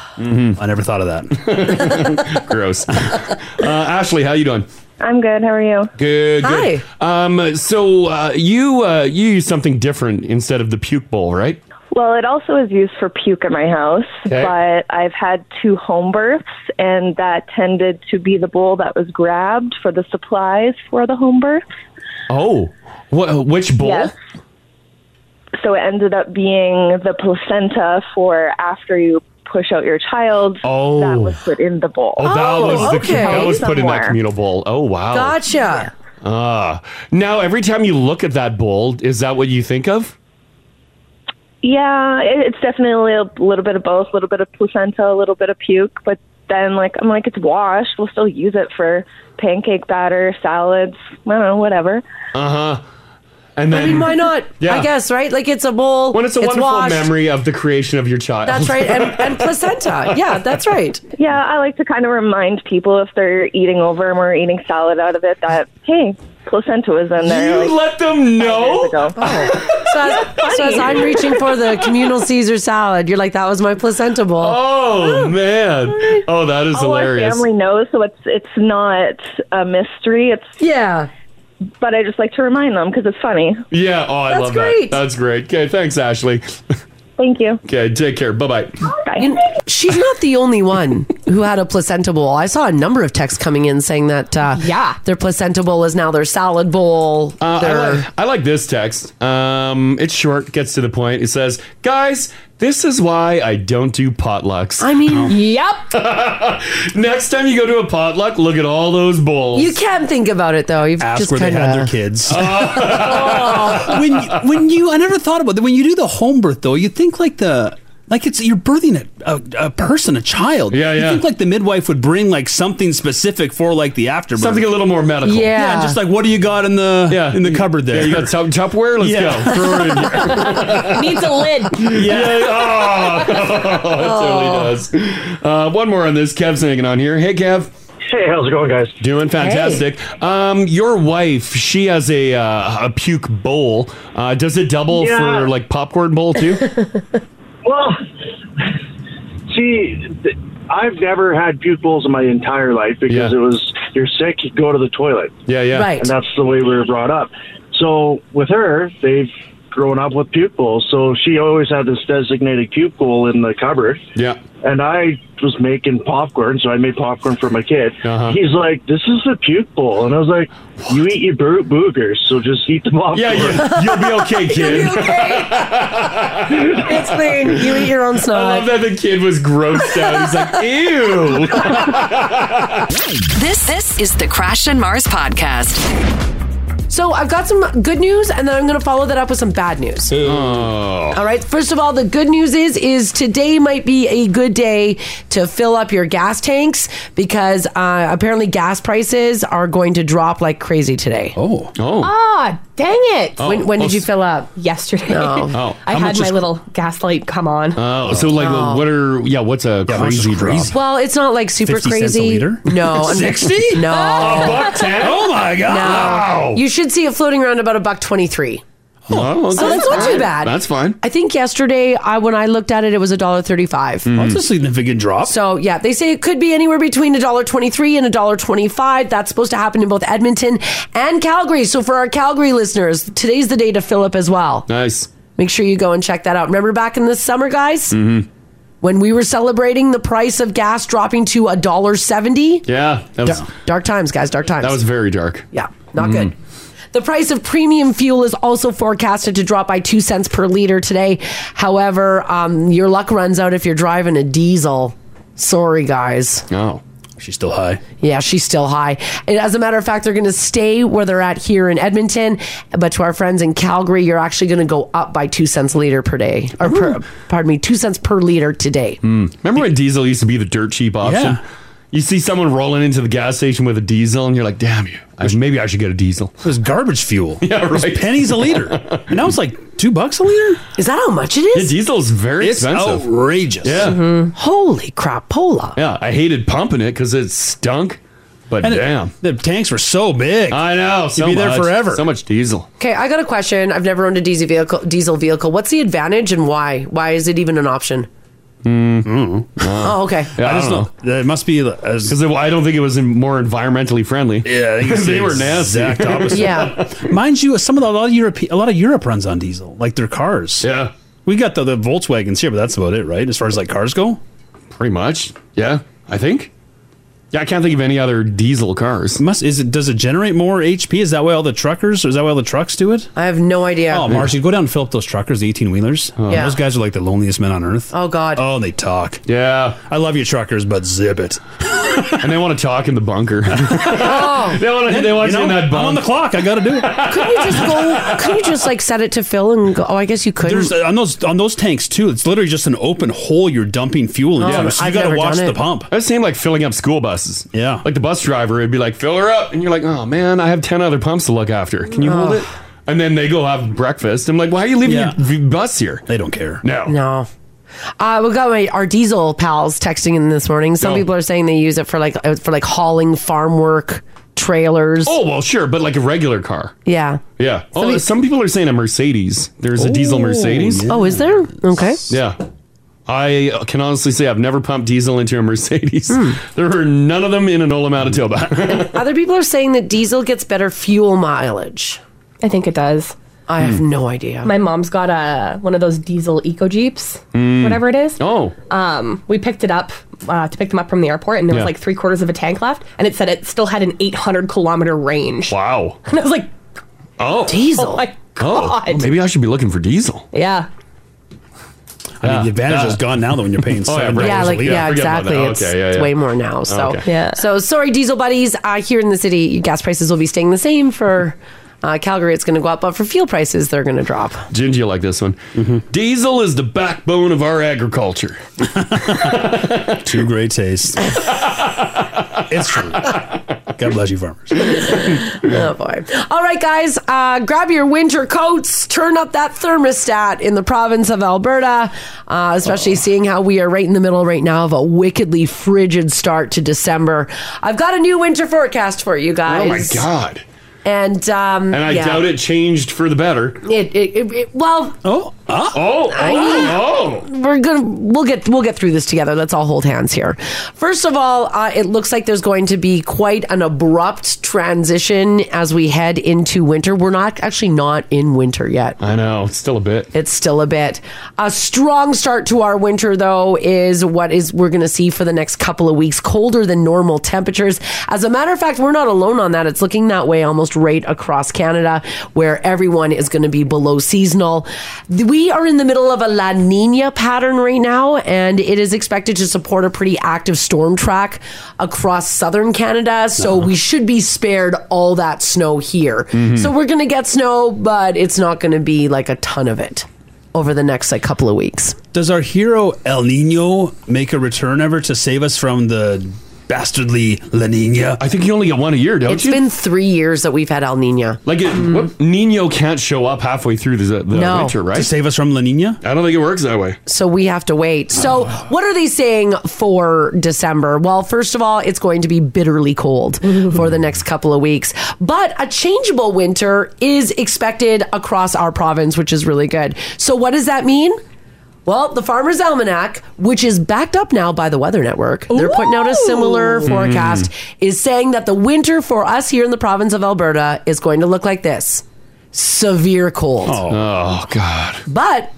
[SPEAKER 4] I never thought of that.
[SPEAKER 2] Gross. uh, Ashley, how you doing?
[SPEAKER 15] I'm good. How are you?
[SPEAKER 2] Good.
[SPEAKER 15] Hi.
[SPEAKER 2] Good. Um, so uh, you uh, you use something different instead of the puke bowl, right?
[SPEAKER 15] Well, it also is used for puke at my house,
[SPEAKER 2] Okay.
[SPEAKER 15] but I've had two home births, and that tended to be the bowl that was grabbed for the supplies for the home birth.
[SPEAKER 2] Oh, wh- which bowl?
[SPEAKER 15] Yes. So it ended up being the placenta for after you push out your child.
[SPEAKER 2] Oh.
[SPEAKER 15] That was put in the bowl.
[SPEAKER 2] Oh, that was the, that was put in that
[SPEAKER 15] Somewhere.
[SPEAKER 2] communal bowl. Oh wow.
[SPEAKER 3] Gotcha.
[SPEAKER 2] Ah. now every time you look at that bowl, is that what you think of?
[SPEAKER 15] Yeah, it, it's definitely a little bit of both, a little bit of placenta, a little bit of puke, but then like I'm like it's washed. We'll still use it for pancake batter, salads, I don't know, whatever.
[SPEAKER 2] Uh huh. And then
[SPEAKER 3] I mean, why not?
[SPEAKER 2] Yeah.
[SPEAKER 3] I guess, right? Like it's a bowl.
[SPEAKER 2] When it's a wonderful
[SPEAKER 3] washed.
[SPEAKER 2] memory of the creation of your child.
[SPEAKER 3] That's right. And, and placenta. Uh, Yeah, that's right.
[SPEAKER 15] Yeah, I like to kind of remind people if they're eating over 'em or eating salad out of it that hey, placenta was in there.
[SPEAKER 2] You let them know.
[SPEAKER 3] So as, so as I'm reaching for the communal Caesar salad, you're like, that was my placenta bowl.
[SPEAKER 2] Oh man. Oh, that is
[SPEAKER 15] All our
[SPEAKER 2] hilarious.
[SPEAKER 15] family knows, so it's it's not a mystery. It's
[SPEAKER 3] yeah,
[SPEAKER 15] but I just like to remind them because it's funny.
[SPEAKER 2] Yeah. Oh, I
[SPEAKER 15] That's
[SPEAKER 2] love
[SPEAKER 15] great.
[SPEAKER 2] that. That's great. Okay. Thanks, Ashley.
[SPEAKER 15] Thank you.
[SPEAKER 2] Okay. Take care. Bye bye.
[SPEAKER 3] You- she's not the only one who had a placenta bowl. I saw a number of texts coming in saying that uh, yeah, their placenta bowl is now their salad bowl.
[SPEAKER 2] Uh, I,
[SPEAKER 3] their-
[SPEAKER 2] like, I like this text. Um, it's short, gets to the point. It says, "Guys, this is why I don't do potlucks." Oh.
[SPEAKER 3] I mean, yep.
[SPEAKER 2] Next time you go to a potluck, look at all those bowls.
[SPEAKER 3] You can think about it though. You've
[SPEAKER 2] Ask
[SPEAKER 3] just
[SPEAKER 2] where they
[SPEAKER 3] kinda,
[SPEAKER 2] had
[SPEAKER 4] their kids.
[SPEAKER 3] Oh.
[SPEAKER 4] when when you I never thought about that. When you do the home birth though, you think like the like it's you're birthing a, a, a person, a child. Yeah, yeah. You think like the midwife would bring like something specific for like the afterbirth,
[SPEAKER 2] Something a little more medical.
[SPEAKER 4] Yeah,
[SPEAKER 2] Yeah.
[SPEAKER 4] just like what do you got in the in the cupboard there?
[SPEAKER 2] Yeah, you got top, Tupperware. Let's go. Throw it
[SPEAKER 3] Oh,
[SPEAKER 2] in here.
[SPEAKER 16] Needs a lid.
[SPEAKER 2] Yeah. Oh, it totally does. Uh, one more on this. Kev's hanging on here. Hey, Kev.
[SPEAKER 8] Hey, how's it going, guys?
[SPEAKER 2] Doing fantastic. Um, your wife, she has a uh, a puke bowl. Uh, does it double
[SPEAKER 8] Yeah.
[SPEAKER 2] for like popcorn bowl too?
[SPEAKER 8] Well, see, th- I've never had puke bowls in my entire life because it was you're sick, you go to the toilet.
[SPEAKER 2] Yeah, yeah. Right.
[SPEAKER 8] And that's the way we were brought up. So with her, they've grown up with puke bowls. So she always had this designated puke bowl in the cupboard.
[SPEAKER 2] yeah.
[SPEAKER 8] And I was making popcorn, so I made popcorn for my kid.
[SPEAKER 2] Uh-huh.
[SPEAKER 8] He's like, "This is the puke bowl," and I was like, "You eat your bo- boogers, so just eat the popcorn."
[SPEAKER 2] Yeah, yeah. You'll be okay, kid.
[SPEAKER 3] it's clean. You eat your own snot.
[SPEAKER 2] I love Uh, that the kid was grossed out. He's like, ew.
[SPEAKER 1] This this is the Crash and Mars podcast.
[SPEAKER 3] So I've got some good news, and then I'm going to follow that up with some bad news.
[SPEAKER 2] Oh.
[SPEAKER 3] All right. First of all, the good news is is today might be a good day to fill up your gas tanks because uh, apparently gas prices are going to drop like crazy today.
[SPEAKER 4] Oh.
[SPEAKER 6] Ah, dang it!
[SPEAKER 3] Oh, When- when did oh, you fill up?
[SPEAKER 6] Yesterday.
[SPEAKER 3] Oh. Oh.
[SPEAKER 6] I
[SPEAKER 2] How
[SPEAKER 6] had
[SPEAKER 2] much
[SPEAKER 6] my
[SPEAKER 2] is-
[SPEAKER 6] little gaslight come on.
[SPEAKER 2] Oh, so like,
[SPEAKER 6] No.
[SPEAKER 2] what are yeah? What's a
[SPEAKER 4] mine's
[SPEAKER 2] crazy,
[SPEAKER 4] just crazy.
[SPEAKER 2] drop?
[SPEAKER 3] Well, it's not like super
[SPEAKER 2] 50
[SPEAKER 3] crazy.
[SPEAKER 2] cents a liter?
[SPEAKER 3] No,
[SPEAKER 2] 60?
[SPEAKER 3] No,
[SPEAKER 2] A buck 10? Oh my God. Wow.
[SPEAKER 3] No. You should see it floating around about a buck twenty-three.
[SPEAKER 2] Oh,
[SPEAKER 3] So that's not too
[SPEAKER 2] fine.
[SPEAKER 3] bad.
[SPEAKER 2] That's fine.
[SPEAKER 3] I think yesterday, I when I looked at it, it was a dollar thirty-five.
[SPEAKER 2] Hmm.
[SPEAKER 4] That's a significant drop.
[SPEAKER 3] So yeah, they say it could be anywhere between a dollar twenty-three and a dollar twenty-five. That's supposed to happen in both Edmonton and Calgary. So for our Calgary listeners, today's the day to fill up as well.
[SPEAKER 2] Nice.
[SPEAKER 3] Make sure you go and check that out. Remember back in the summer, guys,
[SPEAKER 2] Mm-hmm.
[SPEAKER 3] when we were celebrating the price of gas dropping to a dollar seventy.
[SPEAKER 2] Yeah, that was
[SPEAKER 3] dark times, guys. Dark times.
[SPEAKER 2] That was very dark. Mm.
[SPEAKER 3] Yeah, not good. The price of premium fuel is also forecasted to drop by two cents per liter today. However, um, your luck runs out if you're driving a diesel. Sorry, guys.
[SPEAKER 2] No.
[SPEAKER 4] She's still high.
[SPEAKER 3] Yeah, she's still high. And as a matter of fact, they're going to stay where they're at here in Edmonton. But to our friends in Calgary, you're actually going to go up by two cents a liter per day. Or, per, pardon me, two cents per liter today.
[SPEAKER 2] Mm. Remember when diesel used to be the dirt cheap option?
[SPEAKER 3] Yeah.
[SPEAKER 2] You see someone rolling into the gas station with a diesel, and you're like, "Damn you! I, maybe I should get a diesel." It
[SPEAKER 4] was garbage fuel.
[SPEAKER 2] Yeah,
[SPEAKER 4] It was
[SPEAKER 2] right.
[SPEAKER 4] pennies a liter. And now it's like two bucks a liter.
[SPEAKER 3] Is that how much it is?
[SPEAKER 2] Yeah, diesel's very
[SPEAKER 4] It's
[SPEAKER 2] expensive.
[SPEAKER 4] outrageous.
[SPEAKER 2] Yeah.
[SPEAKER 3] Holy crapola.
[SPEAKER 2] Yeah, I hated pumping it because it stunk. But
[SPEAKER 4] And it-
[SPEAKER 2] damn,
[SPEAKER 4] the tanks were so big.
[SPEAKER 2] I know. So
[SPEAKER 4] be there
[SPEAKER 2] much.
[SPEAKER 4] forever.
[SPEAKER 2] So much diesel.
[SPEAKER 3] Okay, I got a question. I've never owned a diesel vehicle. Diesel vehicle. What's the advantage and why? Why is it even an option?
[SPEAKER 2] Mm.
[SPEAKER 3] Oh,
[SPEAKER 2] Yeah, I,
[SPEAKER 3] okay.
[SPEAKER 4] Mm-hmm. I just
[SPEAKER 2] don't
[SPEAKER 4] know. It must be because
[SPEAKER 2] I don't think it was in- more environmentally friendly.
[SPEAKER 4] Yeah, I think it's
[SPEAKER 2] they
[SPEAKER 4] the
[SPEAKER 2] were nasty.
[SPEAKER 4] exact opposite. mind you, some of the, a lot of Europe, a lot of Europe runs on diesel, like their cars.
[SPEAKER 2] Yeah,
[SPEAKER 4] we got the, the Volkswagens here, but that's about it, right? As far as like cars go,
[SPEAKER 2] pretty much. Yeah, I think. Yeah, I can't think of any other diesel cars.
[SPEAKER 4] Must is it? Does it generate more HP? Is that why all the truckers? Or is that why all the trucks do it?
[SPEAKER 3] I have no idea.
[SPEAKER 4] Oh, Marcy, go down and fill up those truckers, the eighteen wheelers.
[SPEAKER 3] Yeah.
[SPEAKER 4] Those guys are like the loneliest men on earth.
[SPEAKER 3] Oh God.
[SPEAKER 4] Oh, and they talk.
[SPEAKER 2] Yeah,
[SPEAKER 4] I love you, truckers, but zip it.
[SPEAKER 2] and they want to talk in the bunker.
[SPEAKER 3] Oh.
[SPEAKER 2] they want to. They want
[SPEAKER 4] You
[SPEAKER 2] to in
[SPEAKER 4] know,
[SPEAKER 2] that
[SPEAKER 4] I'm
[SPEAKER 2] bunk.
[SPEAKER 4] on the clock. I got to do it.
[SPEAKER 3] Couldn't you just go? Couldn't you just like set it to fill and go? Oh, I guess you could.
[SPEAKER 4] There's on those on those tanks too. It's literally just an open hole you're dumping fuel into.
[SPEAKER 2] Oh,
[SPEAKER 4] so you got to watch the pump.
[SPEAKER 2] That seemed like filling up school buses.
[SPEAKER 4] Yeah.
[SPEAKER 2] Like the bus driver would be like, fill her up. And you're like, oh man, I have 10 other pumps to look after. Can you hold
[SPEAKER 4] Ugh.
[SPEAKER 2] it? And then they go have breakfast. I'm like, why are you leaving
[SPEAKER 4] Yeah.
[SPEAKER 2] your v- bus here?
[SPEAKER 4] They don't care.
[SPEAKER 2] No.
[SPEAKER 3] No. Uh, we got my, our diesel pals texting in this morning. Some people are saying they use it for like uh, for like hauling farm work trailers.
[SPEAKER 2] Oh, well, sure, but like a regular car.
[SPEAKER 3] Yeah.
[SPEAKER 2] Yeah. oh, some people are saying a Mercedes. There's a diesel Mercedes.
[SPEAKER 3] Oh, is there? Okay.
[SPEAKER 2] Yeah. I uh, can honestly say I've never pumped diesel into a Mercedes.
[SPEAKER 6] Hmm.
[SPEAKER 2] There were none of them in Enola Manitoba.
[SPEAKER 3] Other people are saying that diesel gets better fuel mileage.
[SPEAKER 6] I think it does.
[SPEAKER 3] I have
[SPEAKER 2] Hmm.
[SPEAKER 3] no idea.
[SPEAKER 6] My mom's got a one of those diesel eco jeeps,
[SPEAKER 3] Mm.
[SPEAKER 6] whatever it is.
[SPEAKER 2] Oh.
[SPEAKER 6] Um, we picked it up uh, to pick them up from the airport, and there
[SPEAKER 2] Yeah.
[SPEAKER 6] was like three quarters of a tank left, and it said it still had an 800 kilometer range.
[SPEAKER 2] wow.
[SPEAKER 6] And I was like,
[SPEAKER 2] Oh.
[SPEAKER 6] Diesel. Oh my
[SPEAKER 2] Oh, well,
[SPEAKER 6] God.
[SPEAKER 2] maybe I should be looking for diesel.
[SPEAKER 6] yeah.
[SPEAKER 4] I mean, the advantage is gone now though when you're paying.
[SPEAKER 2] Oh, yeah,
[SPEAKER 4] seven
[SPEAKER 2] right.
[SPEAKER 4] dollars
[SPEAKER 3] yeah,
[SPEAKER 4] a
[SPEAKER 3] like
[SPEAKER 4] liter.
[SPEAKER 3] yeah, exactly. It's, it's way more
[SPEAKER 2] Oh,
[SPEAKER 3] now. Oh, So
[SPEAKER 4] okay.
[SPEAKER 3] yeah. So sorry, diesel buddies. Uh, here in the city, gas prices will be staying the same for uh, Calgary. It's going to go up, but for fuel prices, they're going to drop.
[SPEAKER 2] Gingy will like this one. Diesel is the backbone of our agriculture.
[SPEAKER 4] Two great tastes. it's true. God bless you, farmers.
[SPEAKER 3] oh boy. All right, guys, uh, grab your winter coats. Turn up that thermostat in the province of Alberta, uh,
[SPEAKER 2] Oh.
[SPEAKER 3] especially seeing how we are right in the middle right now of a wickedly frigid start to December. I've got a new winter forecast for you
[SPEAKER 2] Oh my
[SPEAKER 3] guys.
[SPEAKER 2] god!
[SPEAKER 3] And um,
[SPEAKER 2] And I
[SPEAKER 3] yeah.
[SPEAKER 2] doubt it changed for the better.
[SPEAKER 3] It, it, it, it well.
[SPEAKER 4] Oh, oh,
[SPEAKER 2] oh, oh,
[SPEAKER 3] We're gonna we'll get we'll get through this together. Let's all hold hands here. First of all, uh, it looks like there's going to be quite an abrupt transition as we head into winter. We're not actually not in winter yet.
[SPEAKER 2] I know it's still a bit.
[SPEAKER 3] It's still a bit. A strong start to our winter, though, is what is we're going to see for the next couple of weeks. Colder than normal temperatures. As a matter of fact, we're not alone on that. It's looking that way almost straight across Canada where everyone is going to be below seasonal. We are in the middle of a La Nina pattern right now, and it is expected to support a pretty active storm track across southern Canada. So
[SPEAKER 2] Uh-huh.
[SPEAKER 3] we should be spared all that snow here.
[SPEAKER 2] Mm-hmm.
[SPEAKER 17] Mhm.
[SPEAKER 3] So we're going to get snow, but it's not going to be like a ton of it over the next like couple of weeks.
[SPEAKER 4] Does our hero El Nino make a return ever to save us from the bastardly La Nina?
[SPEAKER 2] I think you only get one a year, don't
[SPEAKER 3] It's
[SPEAKER 2] you?
[SPEAKER 3] been three years that we've had El Nino.
[SPEAKER 2] Like it, what, Nino can't show up halfway through the, the
[SPEAKER 3] Mm. No.
[SPEAKER 2] winter, right? To
[SPEAKER 4] save us from La Nina?
[SPEAKER 2] I don't think it works that way.
[SPEAKER 3] So we have to wait. So what are they saying for December? Well, first of all, it's going to be bitterly cold for the next couple of weeks. But a changeable winter is expected across our province, which is really good. So what does that mean? Well, the Farmer's Almanac, which is backed up now by the Weather Network, they're putting out a similar
[SPEAKER 17] Ooh.
[SPEAKER 3] forecast, is saying that the winter for us here in the province of Alberta is going to look like this severe cold.
[SPEAKER 2] Oh, God.
[SPEAKER 3] But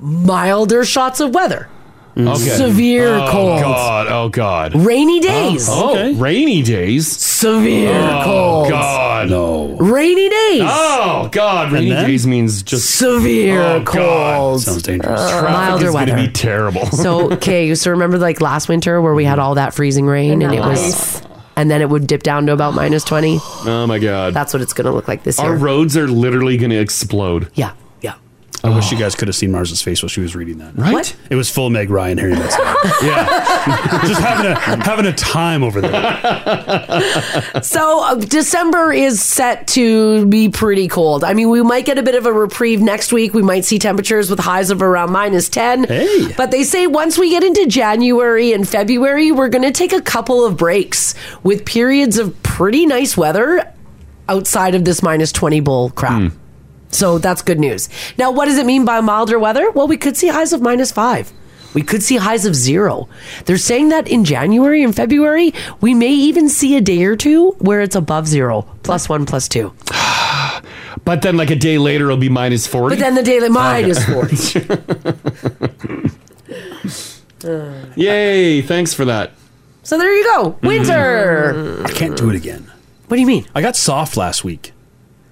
[SPEAKER 3] milder shots of weather.
[SPEAKER 2] Mm.
[SPEAKER 4] Mm.
[SPEAKER 2] Okay.
[SPEAKER 3] Severe
[SPEAKER 2] oh,
[SPEAKER 3] cold.
[SPEAKER 2] God. Oh, God.
[SPEAKER 3] Rainy days.
[SPEAKER 2] Oh, rainy days.
[SPEAKER 3] Severe
[SPEAKER 2] oh,
[SPEAKER 3] cold.
[SPEAKER 2] God. No.
[SPEAKER 3] Rainy days.
[SPEAKER 2] Oh, God. Rainy
[SPEAKER 3] then?
[SPEAKER 2] days means just
[SPEAKER 3] Severe
[SPEAKER 2] oh,
[SPEAKER 3] cold.
[SPEAKER 2] God. Sounds dangerous.
[SPEAKER 3] Uh,
[SPEAKER 2] Traffic
[SPEAKER 3] milder
[SPEAKER 2] is
[SPEAKER 3] weather.
[SPEAKER 2] going to be terrible.
[SPEAKER 3] so, okay, you so remember like last winter where we had all that freezing rain and it was and then it would dip down to about minus 20.
[SPEAKER 2] oh, my God.
[SPEAKER 3] That's what it's going to look like this
[SPEAKER 2] Our
[SPEAKER 3] year.
[SPEAKER 2] roads are literally going to explode. Oh.
[SPEAKER 3] Yeah. Yeah.
[SPEAKER 4] I wish you guys could have seen Mars's face while she was reading that.
[SPEAKER 2] Right? What?
[SPEAKER 4] It was full Meg Ryan hearing that. story. yeah, just having a having a time over there.
[SPEAKER 3] so uh, December is set to be pretty cold. I mean, we might get a bit of a reprieve next week. We might see temperatures with highs of around minus 10. But they say once we get into January and February, we're going to take a couple of breaks with periods of pretty nice weather outside of this minus 20 bull crap. So that's good news. Now, what does it mean by milder weather? Well, we could see highs of minus five. We could see highs of zero. They're saying that in January and February, we may even see a day or two where it's above zero, plus one, plus two.
[SPEAKER 2] But then, like a day later, it'll be minus Oh, 40.
[SPEAKER 3] But then the daily mine is four.
[SPEAKER 2] 40. Yay. Thanks for that.
[SPEAKER 3] So there you go. Winter.
[SPEAKER 4] Mm-hmm. I can't do it again.
[SPEAKER 3] What do you mean?
[SPEAKER 4] I got soft last week.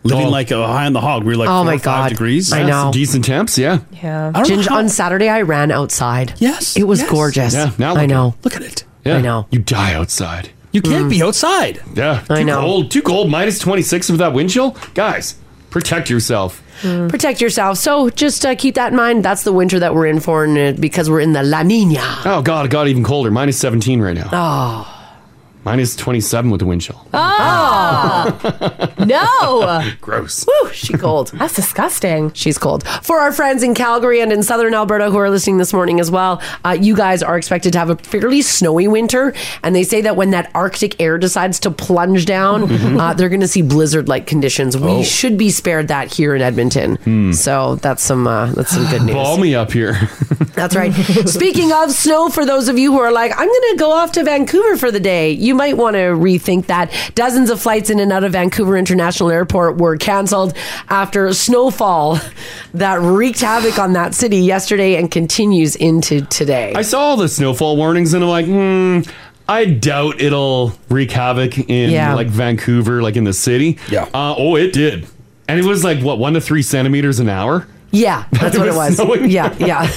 [SPEAKER 4] Living like a high on the hog. We were like
[SPEAKER 3] Oh
[SPEAKER 4] four
[SPEAKER 3] my
[SPEAKER 4] or five
[SPEAKER 3] God.
[SPEAKER 4] degrees.
[SPEAKER 3] I That's know.
[SPEAKER 2] Oh. decent temps, yeah.
[SPEAKER 6] Yeah.
[SPEAKER 3] Ginger, on Saturday, I ran outside.
[SPEAKER 4] Yes.
[SPEAKER 3] It was
[SPEAKER 4] yes.
[SPEAKER 3] gorgeous.
[SPEAKER 2] Yeah, now
[SPEAKER 3] I
[SPEAKER 2] look-
[SPEAKER 3] know.
[SPEAKER 4] Look at it.
[SPEAKER 2] Yeah.
[SPEAKER 3] I know. Mm.
[SPEAKER 2] You die outside.
[SPEAKER 4] You can't be outside.
[SPEAKER 2] Yeah. Too
[SPEAKER 3] I know.
[SPEAKER 2] cold. Too cold. Minus 26 with that wind chill. Guys, protect yourself.
[SPEAKER 3] Protect yourself. So just uh, keep that in mind. That's the winter that we're in for, and uh, because we're in the La Nina.
[SPEAKER 2] Oh, God. It got even colder. Minus 17 right now.
[SPEAKER 3] Oh.
[SPEAKER 2] Minus 27 with the wind chill.
[SPEAKER 6] no.
[SPEAKER 2] Gross.
[SPEAKER 3] Woo, she cold.
[SPEAKER 6] That's disgusting.
[SPEAKER 3] She's cold. For our friends in Calgary and in southern Alberta who are listening this morning as well, uh, you guys are expected to have a fairly snowy winter. And they say that when that Arctic air decides to plunge down,
[SPEAKER 17] Mhm.
[SPEAKER 3] uh, they're going to see blizzard like conditions. We
[SPEAKER 2] Mm-hmm. Oh. Hmm.
[SPEAKER 3] should be spared that here in Edmonton. So that's some uh, that's some good news.
[SPEAKER 2] Balmy up here.
[SPEAKER 3] That's right. Speaking of snow, for those of you who are like, I'm going to go off to Vancouver for the day, you might want to rethink that. Dozens of flights in and out of Vancouver International Airport were canceled after snowfall that wreaked havoc on that city yesterday and continues into today.
[SPEAKER 2] I saw all the snowfall warnings and I'm like, hmm, I doubt it'll wreak havoc in
[SPEAKER 3] Yeah.
[SPEAKER 2] like Vancouver, like in the city. Yeah. Uh, oh, it did. And it was like, what, one to three centimeters an hour?
[SPEAKER 3] Yeah, that's
[SPEAKER 2] It
[SPEAKER 3] what it was.
[SPEAKER 2] was snowing.
[SPEAKER 3] Yeah, yeah.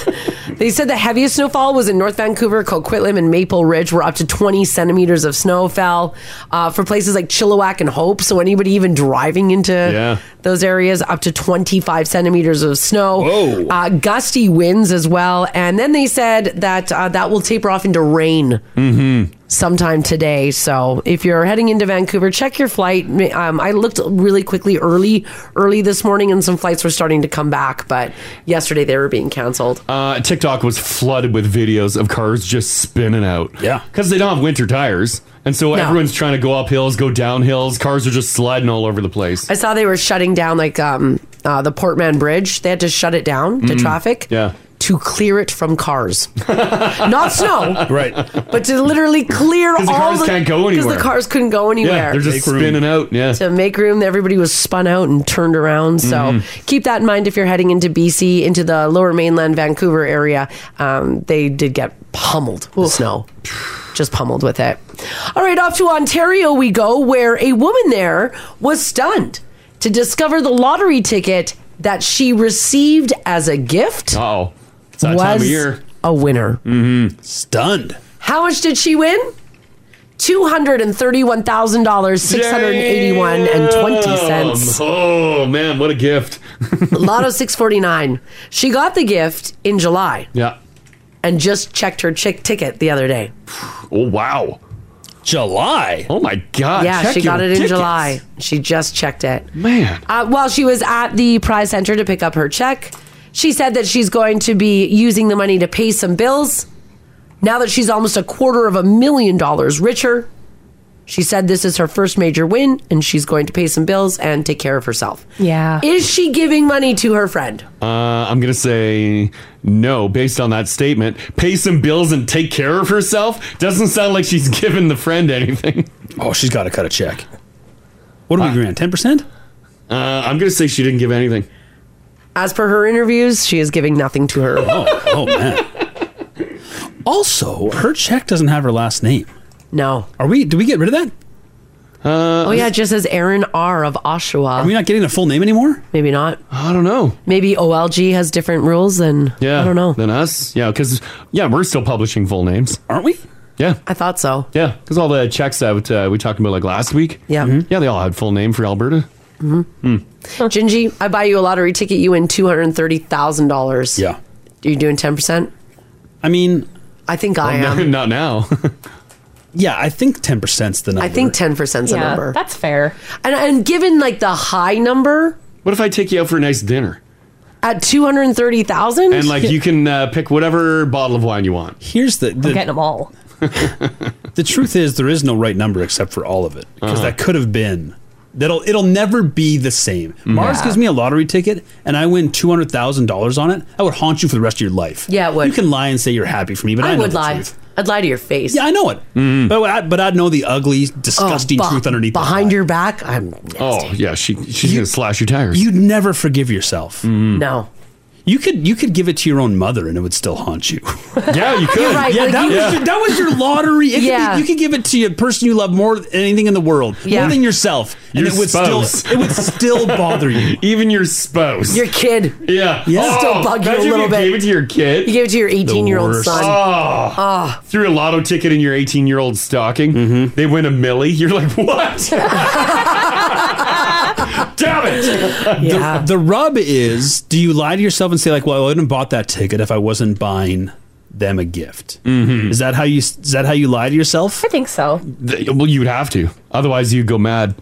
[SPEAKER 3] They said the heaviest snowfall was in North Vancouver, Coquitlam, and Maple Ridge, where up to 20 centimeters of snow fell. Uh, for places like Chilliwack and Hope, so anybody even driving into those areas, up to 25 centimeters of snow. Uh, gusty winds as well. And then they said that uh, that will taper off into rain
[SPEAKER 17] Mm-hmm.
[SPEAKER 3] sometime today. So if you're heading into Vancouver, check your flight. Um, I looked really quickly early, early this morning, and some flights were starting to come back, but yesterday they were being canceled.
[SPEAKER 2] Uh, TikTok was flooded with videos of cars just spinning out. Yeah. Because they don't have winter tires. And so
[SPEAKER 3] No.
[SPEAKER 2] everyone's trying to go up hills, go down hills. Cars are just sliding all over the place.
[SPEAKER 3] I saw they were shutting down like um, uh, the Portman Bridge. They had to shut it down to
[SPEAKER 2] Mm.
[SPEAKER 3] traffic
[SPEAKER 2] Yeah.
[SPEAKER 3] to clear it from cars, not snow,
[SPEAKER 2] Right.
[SPEAKER 3] but to literally clear
[SPEAKER 2] 'Cause the
[SPEAKER 3] all
[SPEAKER 2] cars can't go
[SPEAKER 3] because
[SPEAKER 2] anywhere.
[SPEAKER 3] the cars couldn't go anywhere.
[SPEAKER 2] Yeah, they're just spinning out. Yeah.
[SPEAKER 3] to make room. Everybody was spun out and turned around. So keep that in mind if you're heading into BC, into the lower mainland Vancouver area. Um, they did get pummeled with snow, just pummeled with it. All right, off to Ontario we go, where a woman there was stunned to discover the lottery ticket that she received as a gift.
[SPEAKER 2] Oh,
[SPEAKER 3] it's that was
[SPEAKER 2] time of year.
[SPEAKER 3] A winner.
[SPEAKER 2] Mm-hmm. Stunned.
[SPEAKER 3] How much did she win? Two hundred and thirty-one thousand dollars, six hundred eighty-one and twenty cents.
[SPEAKER 2] Um, Oh man, what a gift!
[SPEAKER 3] Lotto six forty-nine. She got the gift in July
[SPEAKER 2] Yeah.
[SPEAKER 3] and just checked her chick ticket the other day.
[SPEAKER 2] Oh wow. July. Oh my God.
[SPEAKER 3] yeah,
[SPEAKER 2] check
[SPEAKER 3] she got
[SPEAKER 2] your
[SPEAKER 3] it in
[SPEAKER 2] tickets.
[SPEAKER 3] July. She just checked it.
[SPEAKER 2] Man.
[SPEAKER 3] Uh, while she was at the prize center to pick up her check, she said that she's going to be using the money to pay some bills. Now that she's almost a quarter of a million dollars richer, she said this is her first major win and she's going to pay some bills and take care of herself.
[SPEAKER 6] Yeah.
[SPEAKER 3] Is she giving money to her friend?
[SPEAKER 2] Uh, I'm gonna say no based on that statement. Pay some bills and take care of herself doesn't sound like she's giving the friend anything. Oh, she's got to cut a check. What are we agreeing? Ten percent? Uh, I'm gonna say she didn't give anything.
[SPEAKER 3] As per her interviews, she is giving nothing to her.
[SPEAKER 4] Oh, oh man. Also, her check doesn't have her last name.
[SPEAKER 3] No.
[SPEAKER 4] Are we? Do we get rid of that? Uh,
[SPEAKER 3] oh yeah, it just says Aaron R of Oshawa.
[SPEAKER 4] Are we not getting a full name anymore?
[SPEAKER 3] Maybe not.
[SPEAKER 2] I don't know.
[SPEAKER 3] Maybe OLG has different rules than
[SPEAKER 2] Yeah.
[SPEAKER 3] I don't know.
[SPEAKER 2] Than us? Yeah, because yeah, we're still publishing full names,
[SPEAKER 4] aren't we?
[SPEAKER 2] Yeah.
[SPEAKER 3] I thought so.
[SPEAKER 2] Yeah, because all the checks that uh, we talked about like last week.
[SPEAKER 3] Yeah.
[SPEAKER 4] Mm-hmm.
[SPEAKER 2] Yeah, they all had full name for Alberta.
[SPEAKER 3] Mhm.
[SPEAKER 2] Hmm.
[SPEAKER 3] Gingy, I buy you a lottery ticket. You win two hundred thirty thousand dollars.
[SPEAKER 4] Yeah.
[SPEAKER 3] Are you doing ten percent?
[SPEAKER 4] I mean,
[SPEAKER 3] I think I
[SPEAKER 4] Well,
[SPEAKER 3] am.
[SPEAKER 4] no-
[SPEAKER 2] Not now.
[SPEAKER 4] yeah, I think ten percent's the number.
[SPEAKER 3] I think ten percent's a
[SPEAKER 6] Yeah,
[SPEAKER 3] number.
[SPEAKER 6] That's fair.
[SPEAKER 3] And, and given like the high number
[SPEAKER 2] What if I take you out for a nice dinner
[SPEAKER 3] at two hundred thirty thousand,
[SPEAKER 2] and like you can uh, pick whatever bottle of wine you want?
[SPEAKER 4] Here's the, the
[SPEAKER 6] I'm getting them all.
[SPEAKER 4] The truth is, there is no right number except for all of it because
[SPEAKER 2] Uh-huh.
[SPEAKER 4] that could have been. That'll it'll never be the same. Mars
[SPEAKER 3] Yeah.
[SPEAKER 4] gives me a lottery ticket and I win two hundred thousand dollars on it. I would haunt you for the rest of your life. Yeah, it would. You can lie and say you're happy for me, but I,
[SPEAKER 3] I
[SPEAKER 4] know
[SPEAKER 3] would
[SPEAKER 4] the
[SPEAKER 3] lie.
[SPEAKER 4] truth.
[SPEAKER 3] I'd lie to your face.
[SPEAKER 4] Yeah, I know it.
[SPEAKER 2] Mm-hmm.
[SPEAKER 4] But I, but I'd know the ugly, disgusting
[SPEAKER 3] beh-
[SPEAKER 4] truth underneath behind
[SPEAKER 3] Oh, your back. I'm.
[SPEAKER 2] Oh yeah, she she's gonna slash your tires. Mm-hmm.
[SPEAKER 4] You'd never forgive yourself.
[SPEAKER 3] No.
[SPEAKER 4] You could you could give it to your own mother and it would still haunt you.
[SPEAKER 2] Yeah, you could.
[SPEAKER 4] You're right, Yeah, like that you- was your- that was your lottery. It could be-
[SPEAKER 2] Yeah.
[SPEAKER 4] you could give it to a person you love more than anything in the world,
[SPEAKER 2] Yeah.
[SPEAKER 4] more than yourself, and
[SPEAKER 2] Your
[SPEAKER 4] it would
[SPEAKER 2] spouse.
[SPEAKER 4] still it would still bother you.
[SPEAKER 2] Even your spouse,
[SPEAKER 3] Your kid.
[SPEAKER 2] Yeah, Oh,
[SPEAKER 3] It'll still bug you a
[SPEAKER 2] imagine if
[SPEAKER 3] little bit.
[SPEAKER 2] Gave it to your kid.
[SPEAKER 3] You gave it to your eighteen-year-old
[SPEAKER 2] worst.
[SPEAKER 3] son.
[SPEAKER 2] Oh.
[SPEAKER 3] Ah.
[SPEAKER 2] Threw a lotto ticket in your 18 year old stocking.
[SPEAKER 4] Mm-hmm.
[SPEAKER 2] They win a milli. You're like, what? Damn it!
[SPEAKER 4] The- The, rub is, do you lie to yourself and say like, "Well, I wouldn't have bought that ticket if I wasn't buying them a gift"?
[SPEAKER 2] Mm-hmm.
[SPEAKER 4] Is that how you is that how you lie to yourself? I
[SPEAKER 6] think so.
[SPEAKER 2] Th- well, you would have to, otherwise you'd go mad.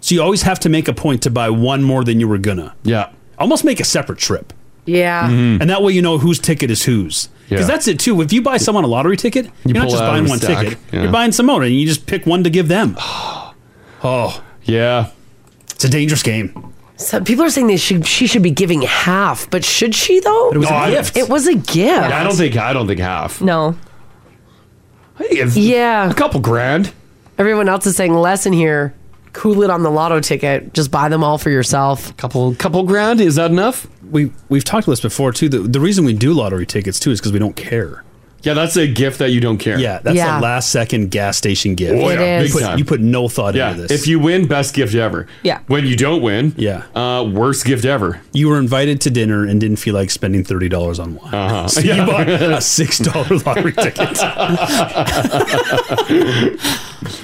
[SPEAKER 4] So you always have to make a point to buy one more than you were gonna.
[SPEAKER 2] Yeah, Mm-hmm.
[SPEAKER 4] almost make a separate trip.
[SPEAKER 3] Yeah.
[SPEAKER 4] And that way you know whose ticket is whose. Because
[SPEAKER 2] Yeah.
[SPEAKER 4] that's it too. If you buy someone a lottery ticket, you are not
[SPEAKER 2] pull
[SPEAKER 4] just
[SPEAKER 2] out
[SPEAKER 4] buying
[SPEAKER 2] of
[SPEAKER 4] one
[SPEAKER 2] the stack.
[SPEAKER 4] ticket.
[SPEAKER 2] Yeah.
[SPEAKER 4] You're buying some more, and you just pick one to give them. Oh,
[SPEAKER 2] yeah.
[SPEAKER 4] It's a dangerous game.
[SPEAKER 3] So people are saying they should she should be giving half, but should she though?
[SPEAKER 2] But it was a No, I- gift.
[SPEAKER 3] It was a gift.
[SPEAKER 2] I don't think I don't think half.
[SPEAKER 6] No.
[SPEAKER 3] Yeah. A
[SPEAKER 2] couple grand.
[SPEAKER 3] Everyone else is saying less in here. Cool it on the lotto ticket. Just buy them all for yourself.
[SPEAKER 2] Couple couple grand is that enough?
[SPEAKER 4] We we've talked about this before too. The, the reason we do lottery tickets too is because we don't care.
[SPEAKER 2] Yeah, that's a gift that you don't care.
[SPEAKER 4] Yeah, that's a
[SPEAKER 2] Yeah.
[SPEAKER 4] last second gas station gift.
[SPEAKER 2] Oh, It yeah,
[SPEAKER 4] You
[SPEAKER 2] is. big
[SPEAKER 4] put,
[SPEAKER 2] time.
[SPEAKER 4] you put no thought
[SPEAKER 2] Yeah,
[SPEAKER 4] into this.
[SPEAKER 2] if you win, best gift ever.
[SPEAKER 6] Yeah.
[SPEAKER 2] When you don't win,
[SPEAKER 4] yeah,
[SPEAKER 2] uh, worst gift ever.
[SPEAKER 4] You were invited to dinner and didn't feel like spending thirty dollars on wine. Uh-huh. So
[SPEAKER 2] Yeah.
[SPEAKER 4] you bought a six dollar lottery ticket.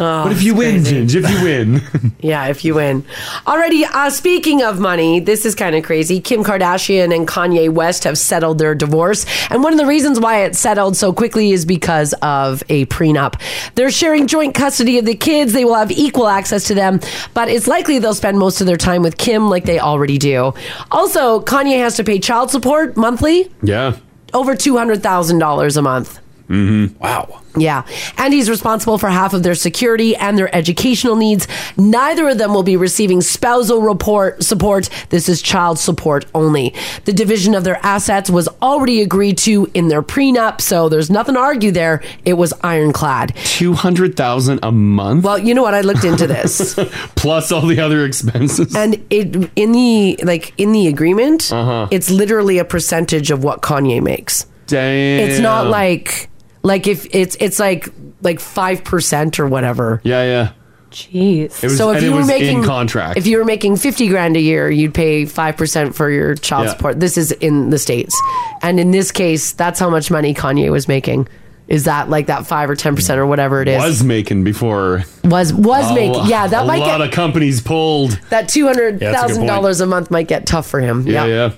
[SPEAKER 3] Oh,
[SPEAKER 2] what if you win, Ginge? If you win,
[SPEAKER 3] Yeah, if you win. Already, uh, speaking of money, this is kind of crazy. Kim Kardashian and Kanye West have settled their divorce. And one of the reasons why it settled so quickly is because of a prenup. They're sharing joint custody of the kids. They will have equal access to them, but it's likely they'll spend most of their time with Kim like they already do. Also, Kanye has to pay child support monthly,
[SPEAKER 2] yeah.
[SPEAKER 3] over $200,000 a month.
[SPEAKER 2] Mm-hmm.
[SPEAKER 4] Wow.
[SPEAKER 3] Yeah. And he's responsible for half of their security and their educational needs. Neither of them will be receiving spousal report support. This is child support only. The division of their assets was already agreed to in their prenup, so there's nothing to argue there. It was ironclad.
[SPEAKER 2] Two hundred thousand a month.
[SPEAKER 3] Well, you know what? I looked into this.
[SPEAKER 2] Plus all the other expenses.
[SPEAKER 3] and it in the like in the agreement,
[SPEAKER 2] Uh-huh.
[SPEAKER 3] it's literally a percentage of what Kanye makes.
[SPEAKER 2] Damn.
[SPEAKER 3] It's not like like if it's it's like like five percent or whatever.
[SPEAKER 2] Yeah, yeah.
[SPEAKER 3] Jeez.
[SPEAKER 2] It was-
[SPEAKER 3] so if
[SPEAKER 2] and
[SPEAKER 3] you
[SPEAKER 2] it
[SPEAKER 3] were
[SPEAKER 2] was in
[SPEAKER 3] making
[SPEAKER 2] contract.
[SPEAKER 3] if you were making fifty grand a year, you'd pay five percent for your child
[SPEAKER 2] Yeah.
[SPEAKER 3] support. This is in the states, and in this case, that's how much money Kanye was making. Is that like that five or ten percent or whatever it is?
[SPEAKER 2] was making before
[SPEAKER 3] was was
[SPEAKER 2] a
[SPEAKER 3] making
[SPEAKER 2] lo-
[SPEAKER 3] yeah that
[SPEAKER 2] a
[SPEAKER 3] might
[SPEAKER 2] lot
[SPEAKER 3] get
[SPEAKER 2] of companies pulled.
[SPEAKER 3] that two hundred
[SPEAKER 2] Yeah, that's a good
[SPEAKER 3] thousand
[SPEAKER 2] point.
[SPEAKER 3] dollars a month might get tough for him.
[SPEAKER 2] Yeah, yeah.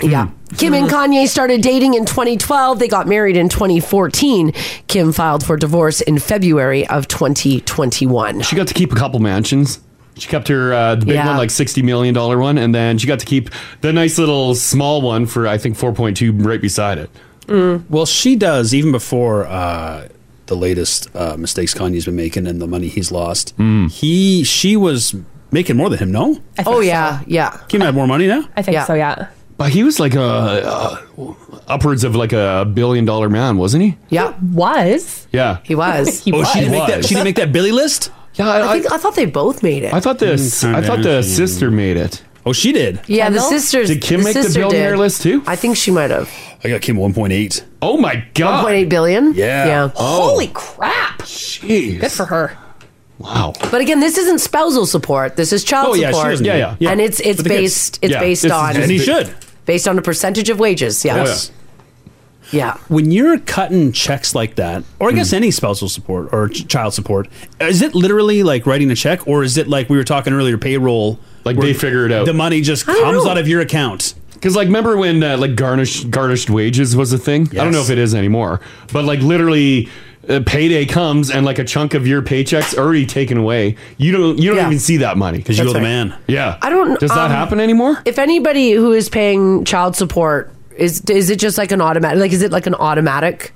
[SPEAKER 2] Hmm.
[SPEAKER 3] Yeah. Kim and Kanye started dating in 2012. They got married in 2014. Kim filed for divorce in February of 2021.
[SPEAKER 2] She got to keep a couple mansions. She kept her uh, the big
[SPEAKER 3] Yeah.
[SPEAKER 2] one, like sixty million dollar one, and then she got to keep the nice little small one for I think four point two right beside it.
[SPEAKER 6] Mm.
[SPEAKER 4] Well, she does even before uh, the latest uh, mistakes Kanye's been making and the money he's lost.
[SPEAKER 2] Mm.
[SPEAKER 4] He she was making more than him. No,
[SPEAKER 3] Oh yeah, yeah.
[SPEAKER 4] Kim had more money now.
[SPEAKER 6] I think so. Yeah.
[SPEAKER 2] But he was like a uh, upwards of like a billion dollar man, wasn't he?
[SPEAKER 3] Yeah.
[SPEAKER 6] Was.
[SPEAKER 2] Yeah,
[SPEAKER 3] he was.
[SPEAKER 4] oh, she didn't make that. She didn't make that Billy list.
[SPEAKER 2] Yeah, I,
[SPEAKER 3] think, I thought they both made it.
[SPEAKER 2] I thought this. I thought the sister made it.
[SPEAKER 4] Oh, she did.
[SPEAKER 3] Yeah, the sisters.
[SPEAKER 2] Did Kim make the
[SPEAKER 3] sister
[SPEAKER 2] billionaire
[SPEAKER 3] did.
[SPEAKER 2] list too?
[SPEAKER 3] I think she might have.
[SPEAKER 4] I got Kim one point eight.
[SPEAKER 2] Oh my god.
[SPEAKER 3] 1.8 billion.
[SPEAKER 4] Yeah.
[SPEAKER 3] Yeah.
[SPEAKER 6] Holy crap.
[SPEAKER 2] Oh. Jeez.
[SPEAKER 6] Good for her.
[SPEAKER 2] Wow.
[SPEAKER 3] But again, this isn't spousal support. This is child
[SPEAKER 2] Oh, yeah, she
[SPEAKER 3] support.
[SPEAKER 2] doesn't- yeah, yeah, yeah.
[SPEAKER 3] And it's it's
[SPEAKER 2] For the kids.
[SPEAKER 3] based it's
[SPEAKER 2] Yeah,
[SPEAKER 3] based
[SPEAKER 2] this is
[SPEAKER 3] on
[SPEAKER 2] just Oh, And he ba- should.
[SPEAKER 3] based on a percentage of wages. Yeah.
[SPEAKER 4] Yes.
[SPEAKER 3] Yeah.
[SPEAKER 4] When you're cutting checks like that, or I guess
[SPEAKER 2] Hmm.
[SPEAKER 4] any spousal support or ch- child support, is it literally like writing a check, or is it like we were talking earlier, payroll? Like
[SPEAKER 2] they figure it out.
[SPEAKER 4] The money just
[SPEAKER 2] I don't
[SPEAKER 4] comes
[SPEAKER 2] know.
[SPEAKER 4] out of your account.
[SPEAKER 2] Because like, remember when uh, like garnish garnished wages was a thing? I don't know if it is anymore, but like literally. Uh, payday comes and like a chunk of your paycheck's already taken away. You don't you don't even see that money because
[SPEAKER 4] you That's owe the right. man.
[SPEAKER 2] Yeah,
[SPEAKER 3] I don't.
[SPEAKER 2] Does that
[SPEAKER 3] um,
[SPEAKER 2] happen anymore?
[SPEAKER 3] If anybody who is paying child support is is it just like an automatic? Like is it like an automatic?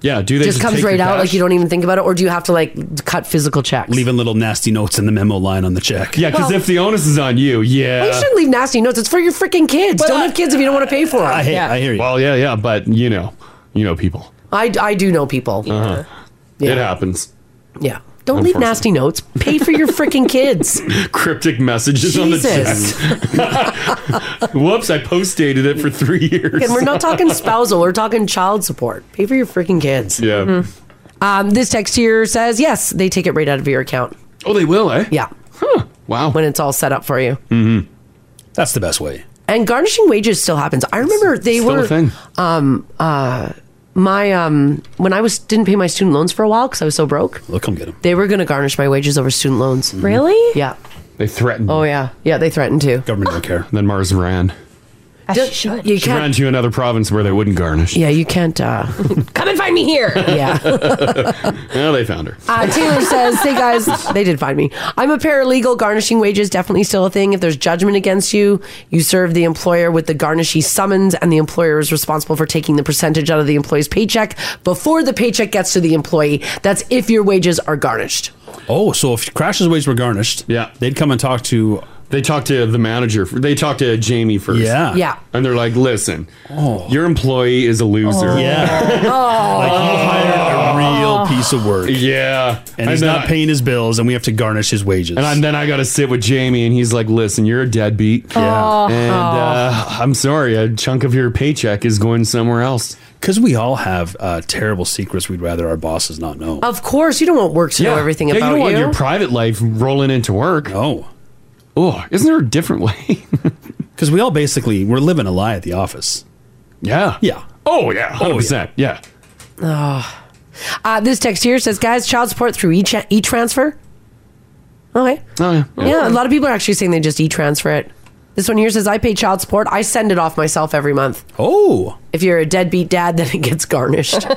[SPEAKER 2] Yeah. Do they
[SPEAKER 3] just, comes
[SPEAKER 4] take your
[SPEAKER 3] right out.
[SPEAKER 4] cash?
[SPEAKER 3] Like you don't even think about it, or do you have to like cut physical checks?
[SPEAKER 4] leaving little nasty notes in the memo line on the check?
[SPEAKER 2] Yeah,
[SPEAKER 3] 'cause Well- if
[SPEAKER 2] the onus is on you, yeah.
[SPEAKER 3] Well, you shouldn't leave nasty notes. It's for your freaking kids. don't have kids if you don't want to pay for them. I,
[SPEAKER 4] hear you.
[SPEAKER 2] Well, yeah, yeah, but you know, you know people.
[SPEAKER 3] I, do know people.
[SPEAKER 2] Uh-huh. It happens.
[SPEAKER 3] Yeah. Don't leave nasty notes. Pay for your freaking kids.
[SPEAKER 2] Cryptic messages
[SPEAKER 3] Jesus.
[SPEAKER 2] on the check. Whoops! I post dated it for three years.
[SPEAKER 3] And we're not talking spousal. We're talking child support. Pay for your freaking kids.
[SPEAKER 2] Yeah.
[SPEAKER 3] Um, this text here says yes, they take it right out of your account.
[SPEAKER 2] Oh, they will, eh?
[SPEAKER 3] Yeah.
[SPEAKER 2] Wow.
[SPEAKER 3] When it's all set up for you.
[SPEAKER 4] Mm-hmm. That's the best way.
[SPEAKER 3] And garnishing wages still happens. I remember they
[SPEAKER 4] still a
[SPEAKER 3] were
[SPEAKER 4] thing.
[SPEAKER 3] um uh my um when I was didn't pay my student loans for a while because I was so broke.
[SPEAKER 4] Look, come get Mm-hmm. them.
[SPEAKER 3] They were going to garnish my wages over student loans.
[SPEAKER 6] Really?
[SPEAKER 3] Yeah.
[SPEAKER 2] They threatened.
[SPEAKER 3] Oh yeah, yeah. They threatened to.
[SPEAKER 4] Government don't care.
[SPEAKER 2] Then Mars ran.
[SPEAKER 3] Just, should. You
[SPEAKER 2] she ran
[SPEAKER 3] can't.
[SPEAKER 2] to another province where they wouldn't garnish.
[SPEAKER 3] Yeah, you can't. Uh,
[SPEAKER 6] Come and find me here.
[SPEAKER 2] well, they found her.
[SPEAKER 3] Uh, Taylor says, "Hey guys, they did find me. I'm a paralegal. Garnishing wages definitely still a thing. If there's judgment against you, you serve the employer with the garnishy summons, and the employer is responsible for taking the percentage out of the employee's paycheck before the paycheck gets to the employee. That's if your wages are garnished.
[SPEAKER 4] Oh, so if Crash's wages were garnished, yeah, they'd come and talk to.
[SPEAKER 2] They talked to the manager. They talked to Jamie first.
[SPEAKER 4] Yeah. Oh.
[SPEAKER 3] Yeah.
[SPEAKER 2] And they're like, listen, your employee is a loser.
[SPEAKER 4] Yeah.
[SPEAKER 3] Oh.
[SPEAKER 4] Like you hired a real piece of work.
[SPEAKER 2] Yeah.
[SPEAKER 4] And he's
[SPEAKER 2] And then
[SPEAKER 4] not
[SPEAKER 2] I-
[SPEAKER 4] paying his bills, and we have to garnish his wages.
[SPEAKER 2] And I'm- then I got to sit with Jamie, and he's like, "Listen, you're a deadbeat.
[SPEAKER 4] Yeah. Oh.
[SPEAKER 2] and uh, I'm sorry, a chunk of your paycheck is going somewhere else.
[SPEAKER 4] Because we all have uh, terrible secrets we'd rather our bosses not know.
[SPEAKER 3] Of course, you don't want work to know everything
[SPEAKER 2] yeah,
[SPEAKER 3] about
[SPEAKER 2] you.
[SPEAKER 3] you.
[SPEAKER 2] don't want your private life rolling into work.
[SPEAKER 4] Oh,
[SPEAKER 2] oh, isn't there a different way?
[SPEAKER 4] Because we all basically we're living a lie at the office.
[SPEAKER 2] Yeah.
[SPEAKER 4] Yeah.
[SPEAKER 2] Oh yeah. Hundred percent. Yeah.
[SPEAKER 3] Oh. Uh, this text here says, guys, child support through e e transfer. Okay.
[SPEAKER 2] Oh yeah.
[SPEAKER 3] yeah. a lot of people are actually saying they just e transfer it. This one here says, I pay child support. I send it off myself every month.
[SPEAKER 4] Oh.
[SPEAKER 3] If you're a deadbeat dad, then it gets garnished.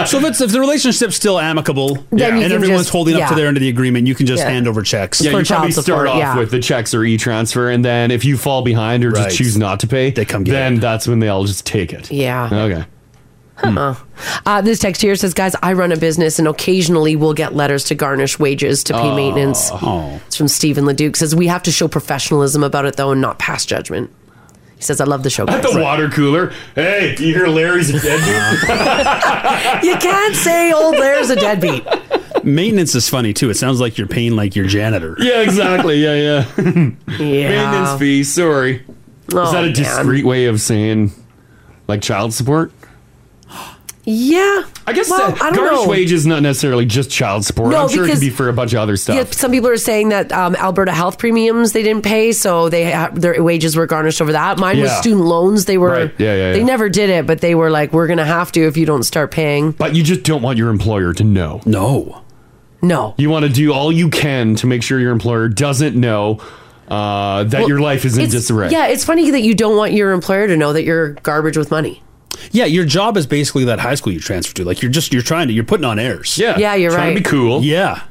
[SPEAKER 4] So if it's if the relationship's still amicable
[SPEAKER 3] you can
[SPEAKER 4] and everyone's
[SPEAKER 3] just-
[SPEAKER 4] holding up to
[SPEAKER 3] yeah.
[SPEAKER 4] their end of the agreement, you can just
[SPEAKER 3] Yeah.
[SPEAKER 4] hand over checks.
[SPEAKER 2] Yeah, you probably start off with the checks or e-transfer, and then if you fall behind or
[SPEAKER 4] Right.
[SPEAKER 2] just choose not to pay, they come. Then that's when they all just take it.
[SPEAKER 3] Yeah.
[SPEAKER 2] Okay. Hmm.
[SPEAKER 3] Huh. Uh, this text here says, guys, I run a business and occasionally we'll get letters to garnish wages to pay
[SPEAKER 2] Oh.
[SPEAKER 3] maintenance. It's from Stephen Leduc. Says, we have to show professionalism about it, though, and not pass judgment. He says, I love the show.
[SPEAKER 2] At
[SPEAKER 3] Guys.
[SPEAKER 2] the water cooler. Hey, do you hear Larry's a deadbeat? Uh-huh.
[SPEAKER 3] you can't say old Blair's a deadbeat.
[SPEAKER 4] Maintenance is funny too. It sounds like you're paying like your janitor.
[SPEAKER 2] yeah, exactly. Yeah, yeah.
[SPEAKER 3] yeah.
[SPEAKER 2] Maintenance fee. Sorry.
[SPEAKER 3] Oh,
[SPEAKER 2] Is that a
[SPEAKER 3] man.
[SPEAKER 2] discreet way of saying like child support?
[SPEAKER 3] Yeah.
[SPEAKER 2] I guess
[SPEAKER 3] Well,
[SPEAKER 2] that
[SPEAKER 3] I don't
[SPEAKER 2] garbage
[SPEAKER 3] know.
[SPEAKER 2] wage is not necessarily just child support.
[SPEAKER 3] No,
[SPEAKER 2] I'm sure it could
[SPEAKER 3] because-
[SPEAKER 2] be for a bunch of other stuff.
[SPEAKER 3] Yeah, some people are saying that um, Alberta health premiums they didn't pay, so they ha- their wages were garnished over that. Mine was
[SPEAKER 2] Yeah.
[SPEAKER 3] student loans; they were
[SPEAKER 2] Right. Yeah, yeah,
[SPEAKER 3] they
[SPEAKER 2] yeah.
[SPEAKER 3] never did it, but they were like, "We're gonna have to if you don't start paying."
[SPEAKER 2] But you just don't want your employer to know. No.
[SPEAKER 3] No.
[SPEAKER 2] You want to do all you can to make sure your employer doesn't know uh, that
[SPEAKER 3] Well,
[SPEAKER 2] your life is in
[SPEAKER 3] it's-
[SPEAKER 2] disarray.
[SPEAKER 3] Yeah, it's funny that you don't want your employer to know that you're garbage with money.
[SPEAKER 4] Yeah, your job is basically that high school you transferred to. Like you're just you're trying to you're putting on airs.
[SPEAKER 3] Yeah. Yeah, you're Trying to right. be
[SPEAKER 2] cool.
[SPEAKER 4] Yeah,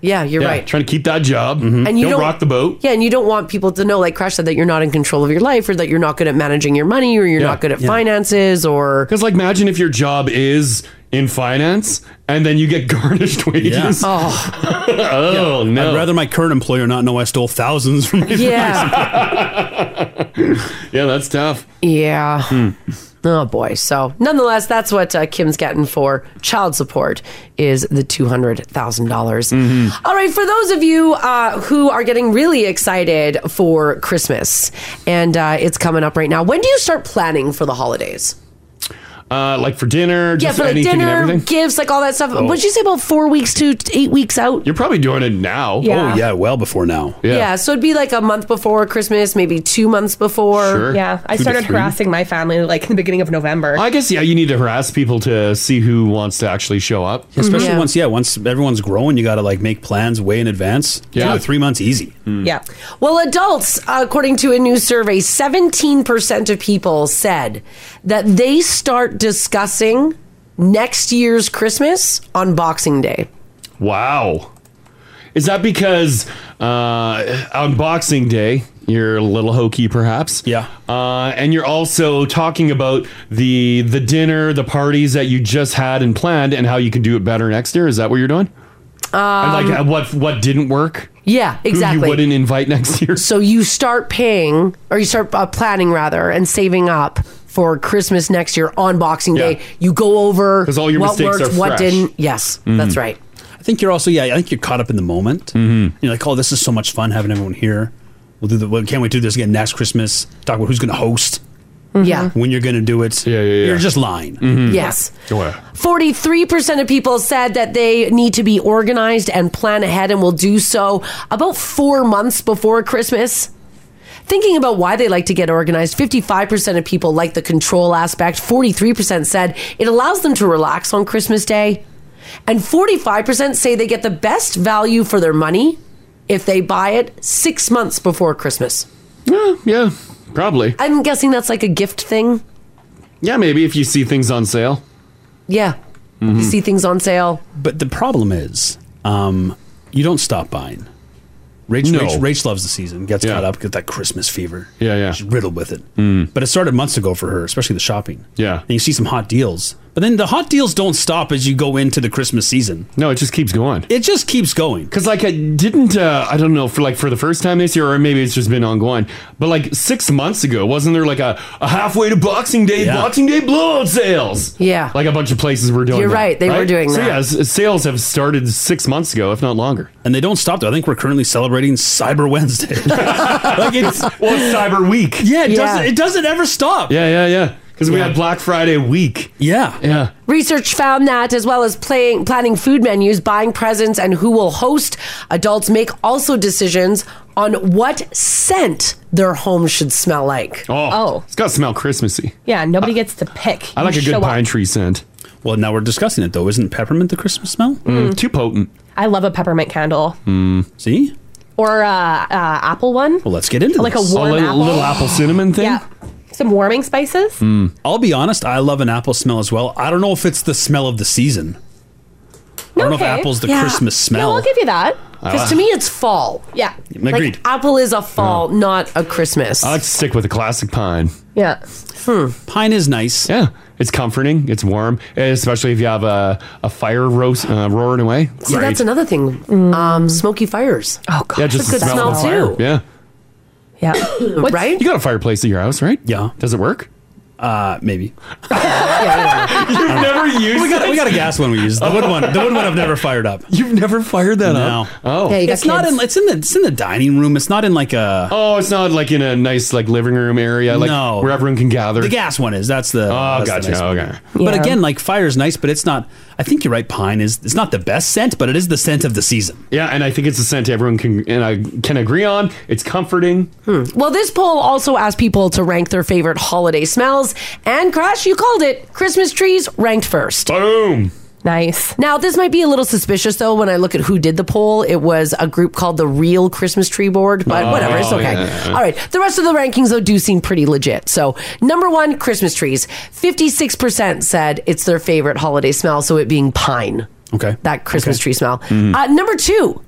[SPEAKER 3] Yeah, you're
[SPEAKER 4] Yeah,
[SPEAKER 3] right.
[SPEAKER 2] Trying to keep that job.
[SPEAKER 3] And you
[SPEAKER 2] don't,
[SPEAKER 3] don't-
[SPEAKER 2] rock the boat.
[SPEAKER 3] Yeah, and you don't want people to know, like Crash said, that you're not in control of your life, or that you're not good at managing your money, or you're not good at finances, or
[SPEAKER 2] Because, like, imagine if your job is in finance and then you get garnished wages.
[SPEAKER 3] Oh,
[SPEAKER 2] oh no!
[SPEAKER 4] I'd rather my current employer not know I stole thousands from. My
[SPEAKER 3] yeah,
[SPEAKER 2] yeah, that's tough.
[SPEAKER 3] yeah.
[SPEAKER 2] Hmm.
[SPEAKER 3] Oh boy. So, nonetheless, that's what uh, Kim's getting for child support is the two hundred dollars.
[SPEAKER 2] Mm-hmm.
[SPEAKER 3] All right, for those of you uh, who are getting really excited for Christmas, and uh, it's coming up right now. When do you start planning for the holidays?
[SPEAKER 2] Uh, like for dinner,
[SPEAKER 3] Oh. yeah,
[SPEAKER 2] just
[SPEAKER 3] for like
[SPEAKER 2] anything and
[SPEAKER 3] dinner,
[SPEAKER 2] everything.
[SPEAKER 3] gifts, like all that stuff.
[SPEAKER 2] Oh.
[SPEAKER 3] What'd you say about four weeks to t- eight weeks out?
[SPEAKER 2] You're probably doing it now.
[SPEAKER 3] Yeah. Oh, yeah,
[SPEAKER 2] well before now.
[SPEAKER 3] Yeah. so it'd be like a month before Christmas, maybe two months before.
[SPEAKER 2] Sure.
[SPEAKER 6] Yeah, I
[SPEAKER 2] Two to
[SPEAKER 6] started
[SPEAKER 2] three.
[SPEAKER 6] harassing my family like in the beginning of November.
[SPEAKER 2] I guess yeah, you need to harass people to Uh, see who wants to actually show up.
[SPEAKER 4] Especially
[SPEAKER 3] Mm-hmm.
[SPEAKER 4] once yeah, once everyone's growing, you got to like make plans way in advance.
[SPEAKER 2] Yeah.
[SPEAKER 4] Two to three months easy.
[SPEAKER 3] Yeah. Well, adults, according to a new survey, 17% of people said that they start discussing next year's Christmas on Boxing Day.
[SPEAKER 2] Wow. Is that because uh, on Boxing Day you're a little hokey, perhaps? Yeah. Uh, and you're also talking about the the dinner, the parties that you just had and planned, and how you can do it better next year. Is that what you're doing?
[SPEAKER 3] Um,
[SPEAKER 2] and like uh, what what didn't work?
[SPEAKER 3] yeah,
[SPEAKER 2] Who you
[SPEAKER 3] exactly.
[SPEAKER 2] wouldn't invite next year?
[SPEAKER 3] So you start paying, or you start uh, planning rather, and saving up for Christmas next year on Boxing Day. You go over
[SPEAKER 4] 'Cause all your
[SPEAKER 3] what
[SPEAKER 4] mistakes
[SPEAKER 3] worked,
[SPEAKER 4] are
[SPEAKER 3] what
[SPEAKER 4] fresh.
[SPEAKER 3] didn't. Yes, that's
[SPEAKER 4] Mhm.
[SPEAKER 3] right.
[SPEAKER 4] I think you're also yeah. I think you're caught up in the moment. You're like, oh, this is so much fun having everyone here. We'll do the. We can't wait to do this again next Christmas. Talk about who's going to host.
[SPEAKER 3] Yeah.
[SPEAKER 4] When you're going to do it. Yeah, yeah, yeah. You're just lying.
[SPEAKER 3] Yes. 43% of people said that they need to be organized and plan ahead and will do so about four months before Christmas. Thinking about why they like to get organized, 55% of people like the control aspect. 43% said it allows them to relax on Christmas Day. And 45% say they get the best value for their money if they buy it six months before Christmas.
[SPEAKER 2] Yeah, yeah, probably.
[SPEAKER 3] I'm guessing that's like a gift thing.
[SPEAKER 2] Yeah, maybe if you see things on sale.
[SPEAKER 3] Yeah. You see things on sale.
[SPEAKER 4] But the problem is, um, you don't stop buying. Rach,
[SPEAKER 2] No.
[SPEAKER 4] Rach, Rach loves the season, gets caught up, gets that Christmas fever.
[SPEAKER 2] Yeah, yeah.
[SPEAKER 4] She's riddled with it. But it started months ago for her, especially the shopping.
[SPEAKER 2] Hmm. Yeah.
[SPEAKER 4] And you see some hot deals. But then the hot deals don't stop as you go into the Christmas season.
[SPEAKER 2] No, it just keeps going.
[SPEAKER 4] It just keeps going.
[SPEAKER 2] Because like I didn't, uh, I don't know, for like for the first time this year, or maybe it's just been ongoing. But like six months ago, wasn't there like a, a halfway to Boxing Day,
[SPEAKER 4] Yeah.
[SPEAKER 2] Boxing Day blowout sales?
[SPEAKER 3] Yeah.
[SPEAKER 2] like a bunch of places were doing.
[SPEAKER 3] You're
[SPEAKER 2] that,
[SPEAKER 3] right, they were doing
[SPEAKER 2] so
[SPEAKER 3] that.
[SPEAKER 2] Yeah, s- sales have started six months ago, if not longer.
[SPEAKER 4] And they don't stop though. I think we're currently celebrating Cyber Wednesday. like it's
[SPEAKER 2] well, it's Cyber Week.
[SPEAKER 4] Yeah, it
[SPEAKER 2] Yeah.
[SPEAKER 4] doesn't it doesn't ever stop.
[SPEAKER 2] Yeah, yeah, yeah. Because we had Black Friday week.
[SPEAKER 4] Yeah,
[SPEAKER 2] yeah.
[SPEAKER 3] Research found that, as well as playing, planning food menus, buying presents, and who will host, adults make also decisions on what scent their home should smell like.
[SPEAKER 2] Oh, it's got to smell Christmassy.
[SPEAKER 6] Yeah, nobody gets to pick.
[SPEAKER 2] I like
[SPEAKER 6] You
[SPEAKER 2] a good
[SPEAKER 6] show up.
[SPEAKER 2] pine tree scent.
[SPEAKER 4] Well, now we're discussing it though. Isn't peppermint the Christmas smell?
[SPEAKER 6] Mm,
[SPEAKER 2] too potent. Mm.
[SPEAKER 6] I love a peppermint candle
[SPEAKER 4] See?
[SPEAKER 6] or uh, uh, apple one.
[SPEAKER 4] Well, let's get into
[SPEAKER 6] Like a
[SPEAKER 4] this.
[SPEAKER 6] warm A little- apple? little apple
[SPEAKER 2] cinnamon thing. Mm.
[SPEAKER 6] Yeah, some warming spices.
[SPEAKER 4] I'll be honest, I love an apple smell as well. I don't know if it's the smell of the season. I don't know if apple's the Christmas smell.
[SPEAKER 6] No, I'll give you that.
[SPEAKER 2] Uh,
[SPEAKER 3] Because to me, it's fall.
[SPEAKER 6] Yeah.
[SPEAKER 2] Mm, Agreed. Oh.
[SPEAKER 3] Like, apple is a fall, not a Christmas.
[SPEAKER 2] I like to stick with the classic pine.
[SPEAKER 6] Yeah.
[SPEAKER 4] Pine is nice.
[SPEAKER 2] Hmm. Yeah, it's comforting. It's warm, and especially if you have a, a fire roast uh, roaring away.
[SPEAKER 3] See, that's another thing.
[SPEAKER 6] Mm.
[SPEAKER 3] Um, smoky fires. Oh,
[SPEAKER 2] yeah, just the
[SPEAKER 3] good smell,
[SPEAKER 2] smell, of fire.
[SPEAKER 3] too.
[SPEAKER 2] Yeah,
[SPEAKER 3] Yeah. right?
[SPEAKER 2] You got a fireplace at your house, right?
[SPEAKER 4] Yeah.
[SPEAKER 2] Does it work?
[SPEAKER 4] Uh, maybe. Um,
[SPEAKER 2] You've never used
[SPEAKER 4] we got, we got a gas one we used. The wood one. The wood one I've never fired up. You've never fired that
[SPEAKER 2] up?
[SPEAKER 4] Oh.
[SPEAKER 2] Yeah, you got
[SPEAKER 4] it's not
[SPEAKER 2] kids.
[SPEAKER 4] in it's in the it's in the dining room. It's not in like a
[SPEAKER 2] Oh, it's not like in a nice like living room area, like
[SPEAKER 4] No.
[SPEAKER 2] where everyone can gather.
[SPEAKER 4] The gas one is. That's the.
[SPEAKER 2] Oh,
[SPEAKER 4] that's the
[SPEAKER 2] gotcha.
[SPEAKER 4] nice one.
[SPEAKER 2] okay.
[SPEAKER 4] But
[SPEAKER 2] Yeah.
[SPEAKER 4] again, like fire's nice, but it's not. I think you're right. Pine is. It's not the best scent, but it is the scent of the season.
[SPEAKER 2] Yeah, and I think it's a scent everyone can and I can agree on. It's comforting.
[SPEAKER 3] Well, this poll also asked people to rank their favorite holiday smells, and Crash, you called it. Christmas trees ranked first.
[SPEAKER 2] Boom.
[SPEAKER 6] Nice.
[SPEAKER 3] Now, this might be a little suspicious, though, when I look at who did the poll. It was a group called the Real Christmas Tree Board, but
[SPEAKER 17] Oh,
[SPEAKER 3] whatever, it's okay.
[SPEAKER 17] yeah.
[SPEAKER 3] All right, the rest of the rankings, though, do seem pretty legit. So, number one, Christmas trees. 56% said it's their favorite holiday smell, so it being pine.
[SPEAKER 4] Okay.
[SPEAKER 3] That Christmas
[SPEAKER 6] Okay.
[SPEAKER 3] tree smell.
[SPEAKER 6] Mm.
[SPEAKER 3] Uh, number two,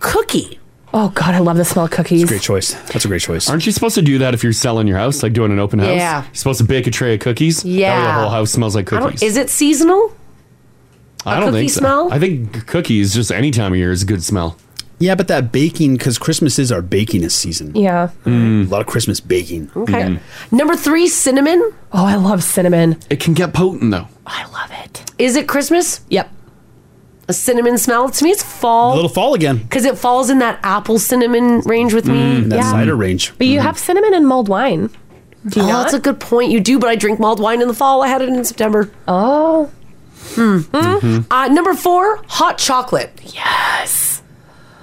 [SPEAKER 3] cookie.
[SPEAKER 6] Oh God, I love the smell of cookies.
[SPEAKER 4] Great choice. That's a great choice.
[SPEAKER 2] Aren't you supposed to do that if you're selling your house, like doing an open house?
[SPEAKER 3] Yeah.
[SPEAKER 2] You're supposed to bake a tray of cookies. That way
[SPEAKER 3] Yeah.
[SPEAKER 2] The whole house smells like
[SPEAKER 3] I don't-
[SPEAKER 2] cookies.
[SPEAKER 3] is it seasonal?
[SPEAKER 2] I
[SPEAKER 3] a
[SPEAKER 2] don't
[SPEAKER 3] cookie
[SPEAKER 2] think so.
[SPEAKER 3] smell?
[SPEAKER 2] I think cookies just any time of year is a good smell.
[SPEAKER 4] Yeah, but that baking because Christmas is our baking season.
[SPEAKER 6] Yeah.
[SPEAKER 2] Mm.
[SPEAKER 4] A lot of Christmas baking.
[SPEAKER 3] Okay. Number three, cinnamon.
[SPEAKER 6] Oh, I love cinnamon.
[SPEAKER 2] It can get potent though.
[SPEAKER 3] Is it Christmas?
[SPEAKER 6] Yep.
[SPEAKER 3] A cinnamon smell? To me, it's fall.
[SPEAKER 4] little fall again.
[SPEAKER 3] Because it falls in that apple cinnamon range with me.
[SPEAKER 4] Mm, that cider range.
[SPEAKER 6] But you have cinnamon and mulled wine. Do you
[SPEAKER 3] oh,
[SPEAKER 6] not?
[SPEAKER 3] that's a good point. You do, but I drink mulled wine in the fall. I had it in September.
[SPEAKER 6] Oh.
[SPEAKER 3] Hmm. Uh, number four, hot chocolate.
[SPEAKER 6] Yes.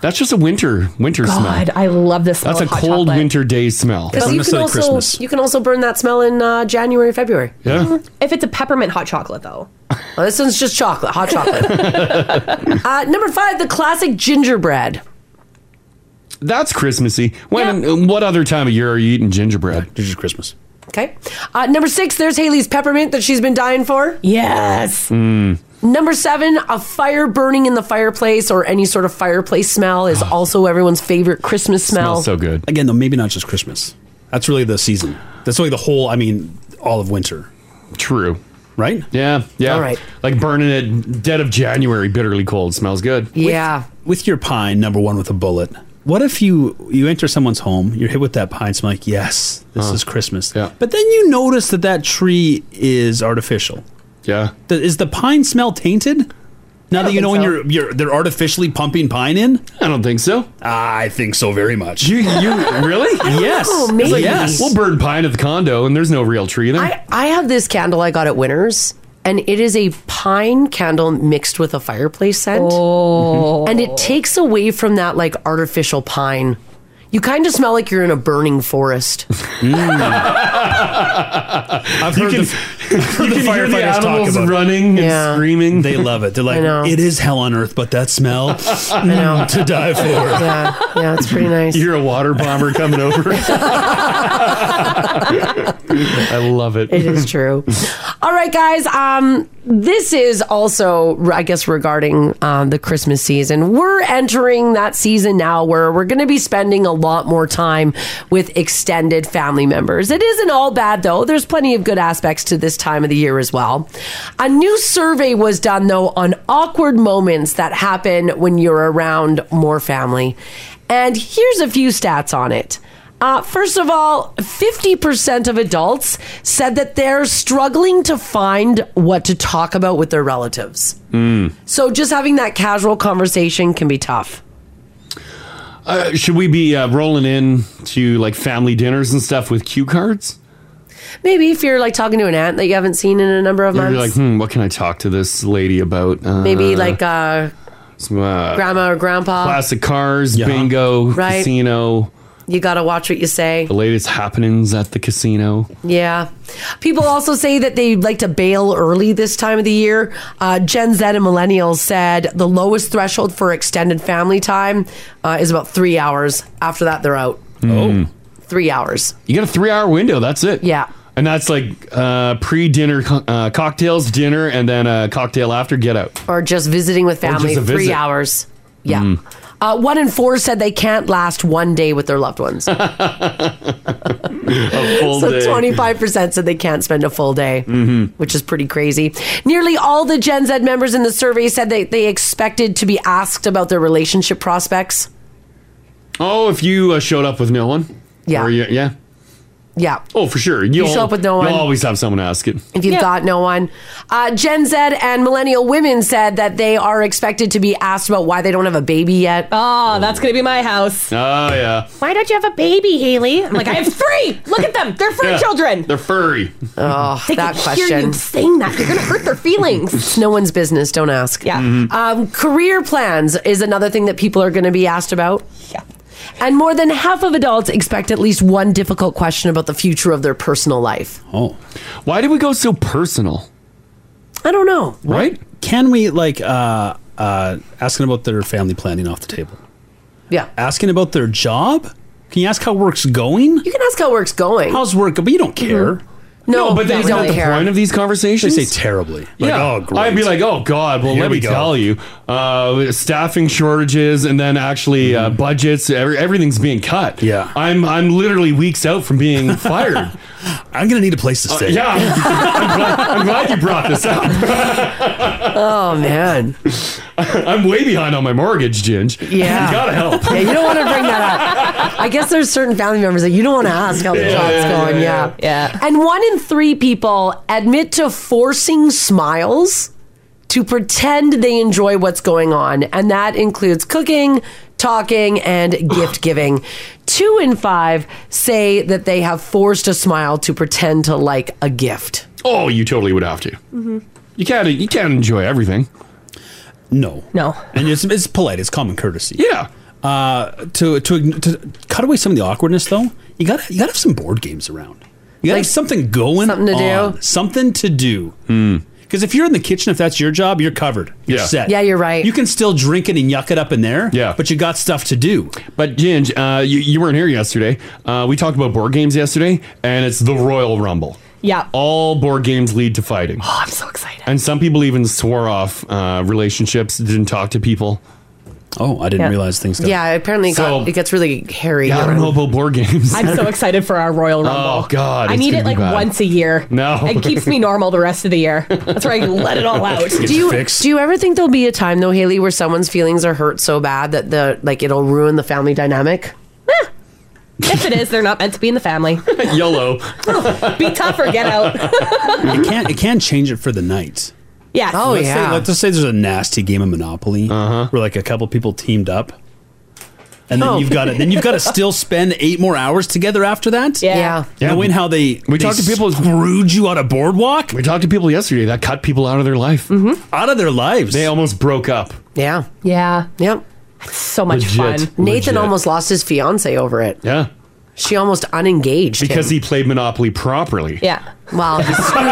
[SPEAKER 2] That's just a winter winter
[SPEAKER 6] God,
[SPEAKER 2] smell.
[SPEAKER 6] I love this. Smell
[SPEAKER 2] That's a
[SPEAKER 6] of hot
[SPEAKER 2] cold
[SPEAKER 6] chocolate.
[SPEAKER 2] winter day smell.
[SPEAKER 3] Because you can also you can also burn that smell in uh, January, February.
[SPEAKER 2] Yeah.
[SPEAKER 6] If it's a peppermint hot chocolate, though.
[SPEAKER 3] Oh, this one's just chocolate, hot chocolate. uh, number five, the classic gingerbread.
[SPEAKER 2] That's Christmassy. When um, what other time of year are you eating gingerbread?
[SPEAKER 4] It's just Christmas.
[SPEAKER 3] Okay. Uh, number six, there's Haley's peppermint that she's been dying for.
[SPEAKER 6] Yes.
[SPEAKER 2] Hmm.
[SPEAKER 3] Number seven, a fire burning in the fireplace or any sort of fireplace smell is also everyone's favorite Christmas smell.
[SPEAKER 2] good.
[SPEAKER 4] Again, though, maybe not just Christmas. That's really the season. That's really the whole. I mean, all of winter.
[SPEAKER 2] True.
[SPEAKER 4] Right?
[SPEAKER 2] Yeah. Yeah.
[SPEAKER 4] All right.
[SPEAKER 2] Like burning it dead of January, bitterly cold. Smells good.
[SPEAKER 3] Yeah.
[SPEAKER 4] With your pine, number one with a bullet. What if you you enter someone's home, you're hit with that pine smell, like yes, this
[SPEAKER 2] Uh-huh.
[SPEAKER 4] is Christmas. Yeah. But then you notice that that tree is artificial.
[SPEAKER 2] Yeah.
[SPEAKER 4] is the pine smell tainted? Now that you know when you're you're they're artificially pumping pine in.
[SPEAKER 2] I don't think so.
[SPEAKER 4] I think so very much.
[SPEAKER 2] You you really?
[SPEAKER 3] I don't
[SPEAKER 4] yes.
[SPEAKER 3] know,
[SPEAKER 4] It's
[SPEAKER 3] Oh, maybe.
[SPEAKER 4] like,
[SPEAKER 3] Yes.
[SPEAKER 2] We'll burn pine at the condo, and there's no real tree there.
[SPEAKER 3] I, I have this candle I got at Winners, and it is a pine candle mixed with a fireplace scent.
[SPEAKER 6] Oh.
[SPEAKER 3] And it takes away from that like artificial pine. You kind of smell like you're in a burning forest.
[SPEAKER 4] I've heard the, the
[SPEAKER 2] you can hear the
[SPEAKER 4] firefighters talk
[SPEAKER 2] animals
[SPEAKER 4] about
[SPEAKER 2] running and screaming.
[SPEAKER 4] They love it. They're like, it is hell on earth, but that smell
[SPEAKER 3] I know.
[SPEAKER 4] mm, to die for.
[SPEAKER 3] Yeah, yeah, it's pretty nice.
[SPEAKER 2] You're a water bomber coming over. I love it.
[SPEAKER 3] It is true. All right, guys. Um, this is also, I guess, regarding um, the Christmas season. We're entering that season now where we're going to be spending a lot more time with extended family members. It isn't all bad, though. There's plenty of good aspects to this time of the year as well. A new survey was done, though, on awkward moments that happen when you're around more family. And here's a few stats on it. Uh, first of all, 50% of adults said that they're struggling to find what to talk about with their relatives.
[SPEAKER 2] Mm.
[SPEAKER 3] So just having that casual conversation can be tough.
[SPEAKER 2] Uh, should we be uh, rolling in to like family dinners and stuff with cue cards?
[SPEAKER 3] Maybe if you're like talking to an aunt that you haven't seen in a number of
[SPEAKER 2] You're
[SPEAKER 3] months,
[SPEAKER 2] like, hmm, what can I talk to this lady about? Uh,
[SPEAKER 3] maybe like uh,
[SPEAKER 2] some, uh,
[SPEAKER 3] grandma or grandpa,
[SPEAKER 2] classic cars, bingo,
[SPEAKER 3] Right.
[SPEAKER 2] casino,
[SPEAKER 3] you got to watch what you say.
[SPEAKER 2] the latest happenings at the casino.
[SPEAKER 3] Yeah. People also say that they like to bail early this time of the year. Uh, Gen Z and millennials said the lowest threshold for extended family time uh, is about three hours. After that, they're out.
[SPEAKER 2] Oh,
[SPEAKER 3] Three hours.
[SPEAKER 2] you got a three-hour window. That's it.
[SPEAKER 3] Yeah.
[SPEAKER 2] And that's like uh, pre-dinner co- uh, cocktails, dinner, and then a cocktail after. Get out.
[SPEAKER 3] Or just visiting with
[SPEAKER 2] Or
[SPEAKER 3] family,
[SPEAKER 2] just a
[SPEAKER 3] three
[SPEAKER 2] visit.
[SPEAKER 3] hours. Yeah.
[SPEAKER 2] Mm.
[SPEAKER 3] Uh, one in four said they can't last one day with their loved ones.
[SPEAKER 2] A full
[SPEAKER 3] so
[SPEAKER 2] day.
[SPEAKER 3] 25% said they can't spend a full day,
[SPEAKER 2] Mhm.
[SPEAKER 3] which is pretty crazy. Nearly all the Gen Z members in the survey said that they expected to be asked about their relationship prospects.
[SPEAKER 2] Oh, if you uh, showed up with no one.
[SPEAKER 3] Yeah.
[SPEAKER 2] Or you, yeah.
[SPEAKER 3] Yeah.
[SPEAKER 2] Oh, for sure.
[SPEAKER 3] You show up with no one.
[SPEAKER 2] You'll always have someone asking.
[SPEAKER 3] If you've got no one. Uh, Gen Z and millennial women said that they are expected to be asked about why they don't have a baby yet.
[SPEAKER 6] Oh, that's going to be my house.
[SPEAKER 2] Oh yeah.
[SPEAKER 6] Why don't you have a baby, Haley? I'm like, I have three. Look at them. They're fur
[SPEAKER 2] Yeah.
[SPEAKER 6] children.
[SPEAKER 2] They're furry.
[SPEAKER 3] Oh,
[SPEAKER 6] They can
[SPEAKER 3] that
[SPEAKER 6] hear
[SPEAKER 3] question.
[SPEAKER 6] you saying that. You're going to hurt their feelings.
[SPEAKER 3] it's no one's business. Don't ask. Yeah. Um, career plans is another thing that people are going to be asked about. Yeah. And more than half of adults expect at least one difficult question about the future of their personal life.
[SPEAKER 4] Oh.
[SPEAKER 2] Why did we go so personal?
[SPEAKER 3] I don't know.
[SPEAKER 2] Right?
[SPEAKER 4] Can we like uh uh asking about their family planning off the table?
[SPEAKER 3] Yeah.
[SPEAKER 4] Asking about their job? Can you ask how work's going? You
[SPEAKER 3] can ask how work's going. Mm-hmm.
[SPEAKER 4] How's work but you don't care.
[SPEAKER 3] No,
[SPEAKER 2] but
[SPEAKER 3] they
[SPEAKER 2] that's
[SPEAKER 3] don't
[SPEAKER 2] not the
[SPEAKER 3] care.
[SPEAKER 2] point of these conversations.
[SPEAKER 4] They say terribly. Like,
[SPEAKER 2] yeah,
[SPEAKER 4] oh, great.
[SPEAKER 2] I'd be like, oh god. Well,
[SPEAKER 4] Here
[SPEAKER 2] let
[SPEAKER 4] we
[SPEAKER 2] me
[SPEAKER 4] go.
[SPEAKER 2] tell you, uh, staffing shortages, and then actually
[SPEAKER 4] Mm-hmm.
[SPEAKER 2] uh, budgets. Every, everything's being cut. Yeah, I'm I'm literally weeks out from being fired.
[SPEAKER 4] I'm gonna need a place to
[SPEAKER 2] stay. yeah, I'm, I'm glad, I'm glad you brought this up.
[SPEAKER 3] oh man,
[SPEAKER 2] I'm way behind on my mortgage, Ginge.
[SPEAKER 3] Yeah.
[SPEAKER 2] you gotta help.
[SPEAKER 3] Yeah, you don't want to bring that up. I guess there's certain family members that you don't want to ask how the
[SPEAKER 2] Yeah,
[SPEAKER 3] job's
[SPEAKER 2] yeah,
[SPEAKER 3] going.
[SPEAKER 2] yeah,
[SPEAKER 3] Yeah, yeah. And one in three people admit to forcing smiles to pretend they enjoy what's going on, and that includes cooking, talking, and gift giving. Two in five say that they have forced a smile to pretend to like a gift.
[SPEAKER 2] Oh, you totally would have to. You can't you can't enjoy everything.
[SPEAKER 4] No.
[SPEAKER 6] No.
[SPEAKER 4] And it's it's polite. It's common courtesy.
[SPEAKER 2] Yeah.
[SPEAKER 4] Uh, to to ign- to cut away some of the awkwardness though, you got to you got to have some board games around. You got to have something going. Something
[SPEAKER 3] to do.
[SPEAKER 4] do. Something to do. Because if you're in the kitchen, if that's your job, you're covered. You're
[SPEAKER 2] Hmm. Yeah.
[SPEAKER 4] set.
[SPEAKER 2] Yeah,
[SPEAKER 3] you're right.
[SPEAKER 4] You can still drink it and yuck it up in there.
[SPEAKER 2] Yeah.
[SPEAKER 4] But you got stuff to do.
[SPEAKER 2] But Ginge, uh, you, you weren't here yesterday. Uh, we talked about board games yesterday, and it's the Royal Rumble.
[SPEAKER 6] Yeah.
[SPEAKER 2] All board games lead to fighting. Oh,
[SPEAKER 6] I'm so excited.
[SPEAKER 2] And some people even swore off uh, relationships, didn't talk to people.
[SPEAKER 4] Oh, I
[SPEAKER 3] didn't Yeah. realize
[SPEAKER 4] things.
[SPEAKER 3] Yeah, apparently it, got- it gets really hairy.
[SPEAKER 2] Yeah, I don't know about board games.
[SPEAKER 6] I'm so excited for our Royal Rumble.
[SPEAKER 2] Oh, God,
[SPEAKER 6] I
[SPEAKER 2] it's
[SPEAKER 6] need
[SPEAKER 2] gonna
[SPEAKER 6] it
[SPEAKER 2] be
[SPEAKER 6] like
[SPEAKER 2] bad.
[SPEAKER 6] once a year.
[SPEAKER 2] No.
[SPEAKER 6] It keeps me normal the rest of the year. That's where I let it all out.
[SPEAKER 3] Do you do you ever think there'll be a time though, Haley, where someone's feelings are hurt so bad that the like it'll ruin the family dynamic?
[SPEAKER 6] if it is, they're not meant to be in the family.
[SPEAKER 2] Yellow.
[SPEAKER 6] be tough or get out.
[SPEAKER 4] it can it can change it for the night.
[SPEAKER 6] Yes.
[SPEAKER 3] Oh,
[SPEAKER 4] let's Say, let's just say there's a nasty game of Monopoly
[SPEAKER 2] Uh-huh.
[SPEAKER 4] where like a couple people teamed up, and then
[SPEAKER 2] Oh.
[SPEAKER 4] you've got to then you've got to still spend eight more hours together after that.
[SPEAKER 3] Yeah.
[SPEAKER 4] Knowing how they they
[SPEAKER 2] we talked to people
[SPEAKER 4] screwed you out of boardwalk. Mm-hmm.
[SPEAKER 2] We talked to people yesterday that cut people out of their life,
[SPEAKER 4] out of their lives.
[SPEAKER 2] They almost broke up.
[SPEAKER 3] Yeah.
[SPEAKER 6] Yeah.
[SPEAKER 3] Yep.
[SPEAKER 6] That's so much
[SPEAKER 2] Legit.
[SPEAKER 6] fun.
[SPEAKER 3] Nathan
[SPEAKER 2] Legit.
[SPEAKER 3] almost lost his fiance over it.
[SPEAKER 2] Yeah.
[SPEAKER 3] She almost unengaged.
[SPEAKER 2] Because
[SPEAKER 3] him.
[SPEAKER 2] he played Monopoly properly.
[SPEAKER 6] Yeah.
[SPEAKER 3] Well, he screwed her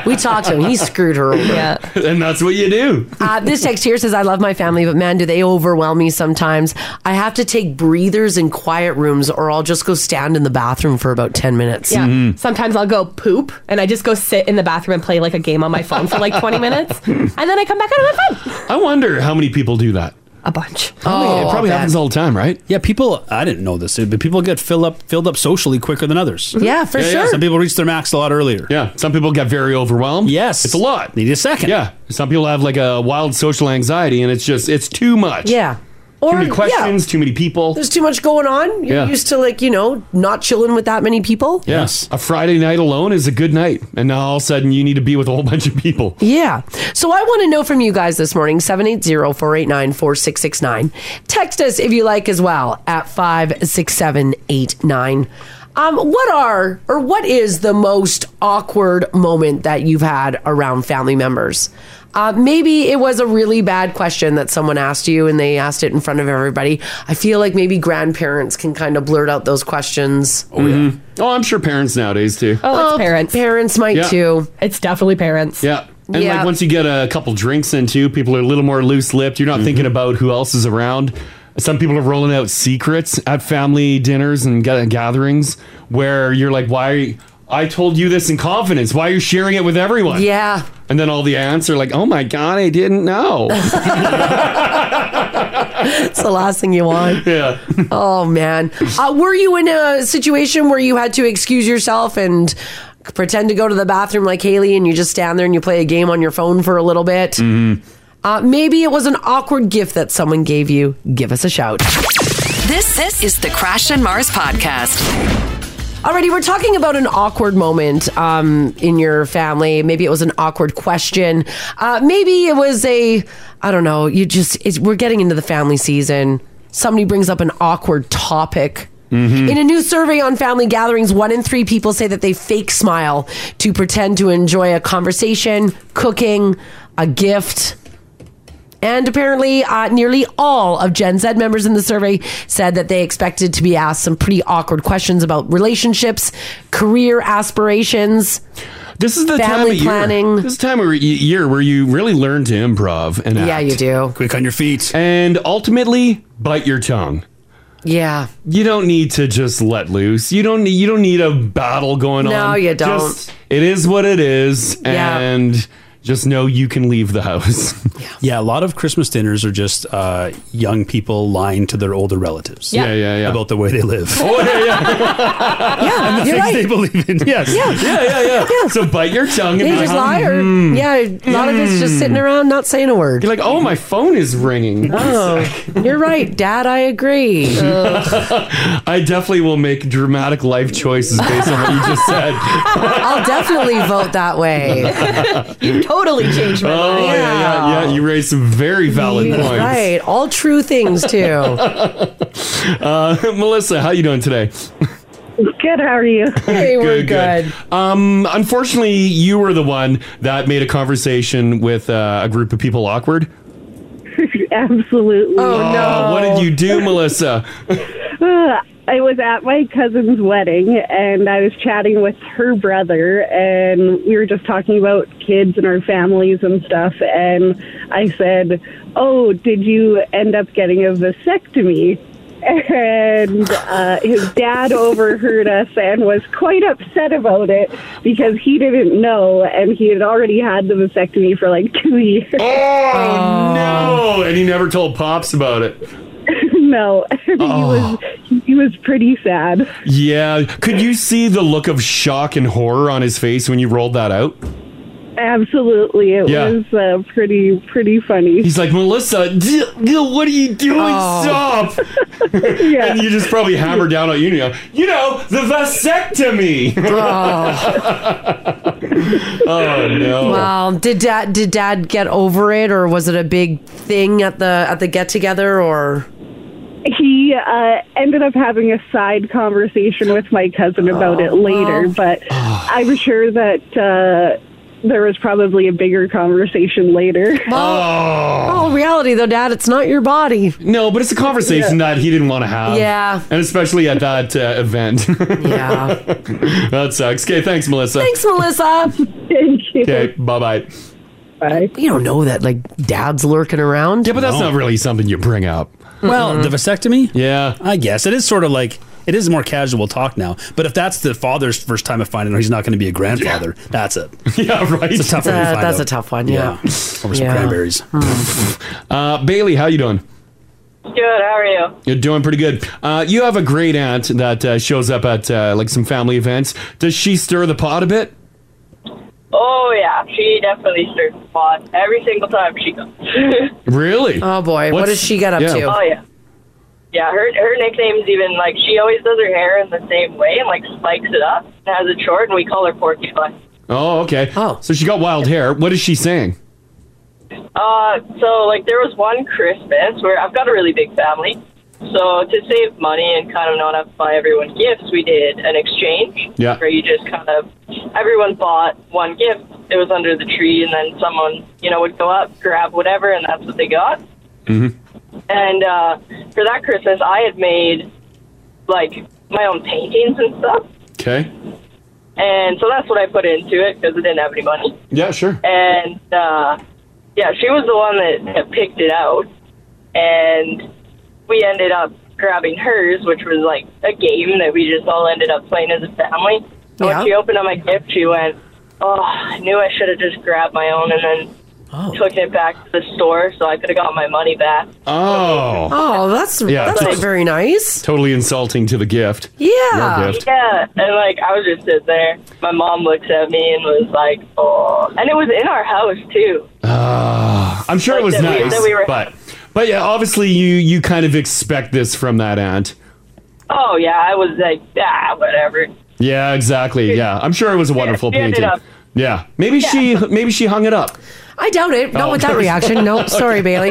[SPEAKER 3] over. We talked to him. He screwed her over. Yeah.
[SPEAKER 2] and that's what you do.
[SPEAKER 3] Uh, this text here says, I love my family, but man, do they overwhelm me sometimes. I have to take breathers in quiet rooms or I'll just go stand in the bathroom for about 10 minutes.
[SPEAKER 6] Yeah.
[SPEAKER 2] Mm-hmm.
[SPEAKER 6] Sometimes I'll go poop and I just go sit in the bathroom and play like a game on my phone for like 20 minutes. And then I come back out and have fun.
[SPEAKER 2] I wonder how many people do that.
[SPEAKER 6] A bunch.
[SPEAKER 2] Probably- it probably happens all the time, right?
[SPEAKER 4] Oh, Yeah, people. I didn't know this, but people get filled up filled up socially quicker than others.
[SPEAKER 3] Yeah, for sure.
[SPEAKER 4] Some people reach their max a lot earlier.
[SPEAKER 2] Mm-hmm. Yeah, some people get very overwhelmed.
[SPEAKER 4] Yes,
[SPEAKER 2] it's a lot.
[SPEAKER 4] Need a second.
[SPEAKER 2] Yeah, some people have like a wild social anxiety, and it's just it's too much.
[SPEAKER 3] Yeah.
[SPEAKER 2] too many questions, too many people.
[SPEAKER 3] There's too much going on. You're
[SPEAKER 2] Yeah.
[SPEAKER 3] used to like, you know, not chilling with that many people.
[SPEAKER 2] Yes, a Friday night alone is a good night, and now all of a sudden you need to be with a whole bunch of people.
[SPEAKER 3] Yeah. So I want to know from you guys this morning 780 489 4669. Text us if you like as well at 56789. Um, what are or what is the most awkward moment that you've had around family members? Uh, maybe it was a really bad question that someone asked you and they asked it in front of everybody. I feel like maybe grandparents can kind of blurt out those questions.
[SPEAKER 2] Oh, yeah. oh I'm sure parents nowadays too.
[SPEAKER 6] Oh, it's parents.
[SPEAKER 3] Parents might
[SPEAKER 2] Yeah.
[SPEAKER 3] too.
[SPEAKER 6] It's definitely parents.
[SPEAKER 2] Yeah. And
[SPEAKER 3] Yeah.
[SPEAKER 2] like once you get a couple drinks in too, people are a little more loose lipped.
[SPEAKER 3] Mm-hmm.
[SPEAKER 2] You're not thinking about who else is around. Some people are rolling out secrets at family dinners and ga- gatherings where you're like, why? Are you, I told you this in confidence. Why are you sharing it with everyone?
[SPEAKER 3] Yeah.
[SPEAKER 2] And then all the aunts are like, oh my God, I didn't know.
[SPEAKER 3] It's the last thing you want.
[SPEAKER 2] yeah.
[SPEAKER 3] oh man uh, were you in a situation where you had to excuse yourself and pretend to go to the bathroom like haley and you just stand there and you play a game on your phone for a little bit uh, maybe it was an awkward gift that someone gave you give us a shout
[SPEAKER 1] This this is the Crash and Mars podcast.
[SPEAKER 3] Alrighty, we're talking about an awkward moment um, in your family. Maybe it was an awkward question. Uh, maybe it was a, I don't know. You just it's, we're getting into the family season. Somebody brings up an awkward topic. In a new survey on family gatherings, one in three people say that they fake smile to pretend to enjoy a conversation, cooking, a gift. And apparently, uh, nearly all of Gen Z members in the survey said that they expected to be asked some pretty awkward questions about relationships, career aspirations.
[SPEAKER 2] This is the time
[SPEAKER 3] family
[SPEAKER 2] of
[SPEAKER 3] planning.
[SPEAKER 2] year. This is the time of y- year where you really learn to improv and
[SPEAKER 3] Yeah, you do.
[SPEAKER 2] Quick on your feet. And ultimately, bite your tongue.
[SPEAKER 3] Yeah.
[SPEAKER 2] You don't need to just let loose. You don't need you don't need a battle going on.
[SPEAKER 3] No, you don't.
[SPEAKER 2] Just- it is what it is
[SPEAKER 3] Yeah.
[SPEAKER 2] and just know you can leave the house.
[SPEAKER 4] Yeah, a lot of Christmas dinners are just uh, young people lying to their older relatives.
[SPEAKER 3] Yeah. Yeah,
[SPEAKER 4] yeah. About the way they live.
[SPEAKER 2] Oh, yeah, yeah.
[SPEAKER 3] yeah,
[SPEAKER 4] and the things
[SPEAKER 3] you're right.
[SPEAKER 4] they believe in. Yes.
[SPEAKER 3] Yeah. Yeah, yeah, yeah.
[SPEAKER 2] So bite your tongue and
[SPEAKER 3] They
[SPEAKER 2] be
[SPEAKER 3] just
[SPEAKER 2] like,
[SPEAKER 3] lie or
[SPEAKER 2] "Mm."
[SPEAKER 3] yeah, a lot of it's just sitting around not saying a word.
[SPEAKER 2] You're like, oh, my phone is ringing.
[SPEAKER 3] Oh,
[SPEAKER 2] Mm.
[SPEAKER 3] you're right, Dad. I agree.
[SPEAKER 2] I definitely will make dramatic life choices based on what you just said.
[SPEAKER 3] I'll definitely vote that way.
[SPEAKER 18] You totally changed my
[SPEAKER 2] Oh,
[SPEAKER 18] mind.
[SPEAKER 2] yeah, yeah, yeah. You raised some very valid
[SPEAKER 3] Yeah,
[SPEAKER 2] points.
[SPEAKER 3] Right, all true things too.
[SPEAKER 2] Uh, Melissa, how you doing today?
[SPEAKER 14] Good. How are you?
[SPEAKER 3] Hey, we're
[SPEAKER 2] Um, unfortunately, you were the one that made a conversation with uh, a group of people awkward.
[SPEAKER 14] Absolutely.
[SPEAKER 2] Oh, What did you do, Melissa?
[SPEAKER 14] Uh, I was at my cousin's wedding and I was chatting with her brother and we were just talking about kids and our families and stuff and I said, "Oh, did you end up getting a vasectomy?" And uh, his dad overheard us and was quite upset about it because he didn't know and he had already had the vasectomy for like two years.
[SPEAKER 2] Oh, no! And he never told pops about it.
[SPEAKER 14] no, he was he was pretty sad.
[SPEAKER 2] Yeah, could you see the look of shock and horror on his face when you rolled that out?
[SPEAKER 14] Absolutely, it
[SPEAKER 2] Yeah.
[SPEAKER 14] was uh, pretty pretty funny.
[SPEAKER 2] He's like Melissa, d- d- what are you doing?
[SPEAKER 14] Oh.
[SPEAKER 2] Stop! and you just probably hammered down on you know, you know the vasectomy. oh no!
[SPEAKER 3] Wow. Did dad did dad get over it or was it a big thing at the at the get together or
[SPEAKER 14] He uh, ended up having a side conversation with my cousin about it
[SPEAKER 3] Oh.
[SPEAKER 14] later, but I'm sure that uh, there was probably a bigger conversation later.
[SPEAKER 3] Oh, reality though, Dad, it's not your body.
[SPEAKER 2] No, but it's a conversation that he didn't want to have.
[SPEAKER 3] Yeah.
[SPEAKER 2] and especially at that uh, event.
[SPEAKER 3] yeah,
[SPEAKER 2] that sucks. Okay, thanks, Melissa.
[SPEAKER 3] Thanks, Melissa.
[SPEAKER 14] Thank you.
[SPEAKER 2] Okay, bye bye.
[SPEAKER 14] Bye.
[SPEAKER 3] You don't know that like dad's lurking around.
[SPEAKER 2] Yeah, but that's not really something you bring up.
[SPEAKER 4] Well, the vasectomy?
[SPEAKER 2] Yeah.
[SPEAKER 4] I guess. It is sort of like it is more casual talk now. But if that's the father's first time of finding out he's not going to be a grandfather, that's it.
[SPEAKER 2] yeah, right.
[SPEAKER 4] It's a tough
[SPEAKER 3] That's
[SPEAKER 4] one to
[SPEAKER 3] a-
[SPEAKER 4] find
[SPEAKER 3] that's
[SPEAKER 4] out.
[SPEAKER 3] a tough one, yeah.
[SPEAKER 4] Over some
[SPEAKER 2] Yeah.
[SPEAKER 4] cranberries.
[SPEAKER 2] Uh, Bailey, how you doing?
[SPEAKER 19] Good. How are you?
[SPEAKER 2] You're doing pretty good. Uh, you have a great aunt that uh, shows up at uh, like some family events. Does she stir the pot a bit?
[SPEAKER 19] Oh yeah, she definitely stirs the pot every single time she comes.
[SPEAKER 2] Really?
[SPEAKER 3] Oh boy, what does she get up to?
[SPEAKER 19] Oh yeah, yeah. Her her nickname's even like she always does her hair in the same way and like spikes it up and has it short, and we call her Porcupine.
[SPEAKER 2] Oh, okay. Oh, so she got wild hair. What is she saying?
[SPEAKER 19] Uh, so like there was one Christmas where I've got a really big family, so to save money and kind of not have to buy everyone gifts, we did an exchange.
[SPEAKER 9] Yeah.
[SPEAKER 19] Where you just kind of everyone bought one gift. It was under the tree, and then someone you know would go up, grab whatever, and that's what they got.
[SPEAKER 9] Mm-hmm.
[SPEAKER 19] And uh, for that Christmas, I had made like my own paintings and stuff,
[SPEAKER 2] Okay.
[SPEAKER 19] and so that's what I put into it because I didn't have any money.
[SPEAKER 2] Yeah, sure.
[SPEAKER 19] And uh, yeah, she was the one that, that picked it out, and we ended up grabbing hers, which was like a game that we just all ended up playing as a family. So
[SPEAKER 9] Yeah.
[SPEAKER 19] When she opened up my gift, she went, "Oh, I knew I should have just grabbed my own and then took it back to the store, so I could have got my money back."
[SPEAKER 2] Oh.
[SPEAKER 3] Oh, that's that's not very nice.
[SPEAKER 2] Totally insulting to the gift. Your gift.
[SPEAKER 19] Yeah. And like I was just sitting there. My mom looks at me and was like, Oh and it was in our house too.
[SPEAKER 2] Ah, I'm sure it was
[SPEAKER 19] Like that we-
[SPEAKER 2] nice,
[SPEAKER 19] that we were-
[SPEAKER 2] but but yeah, obviously you you kind of expect this from that aunt.
[SPEAKER 19] Oh yeah, I was like, ah, whatever.
[SPEAKER 2] Yeah, exactly. Yeah, I'm sure it was a wonderful
[SPEAKER 3] she ended
[SPEAKER 2] painting.
[SPEAKER 3] up-
[SPEAKER 2] Yeah, maybe she maybe she hung it up.
[SPEAKER 3] I doubt it. Not
[SPEAKER 2] Oh.
[SPEAKER 3] with that reaction. No, sorry, Bailey.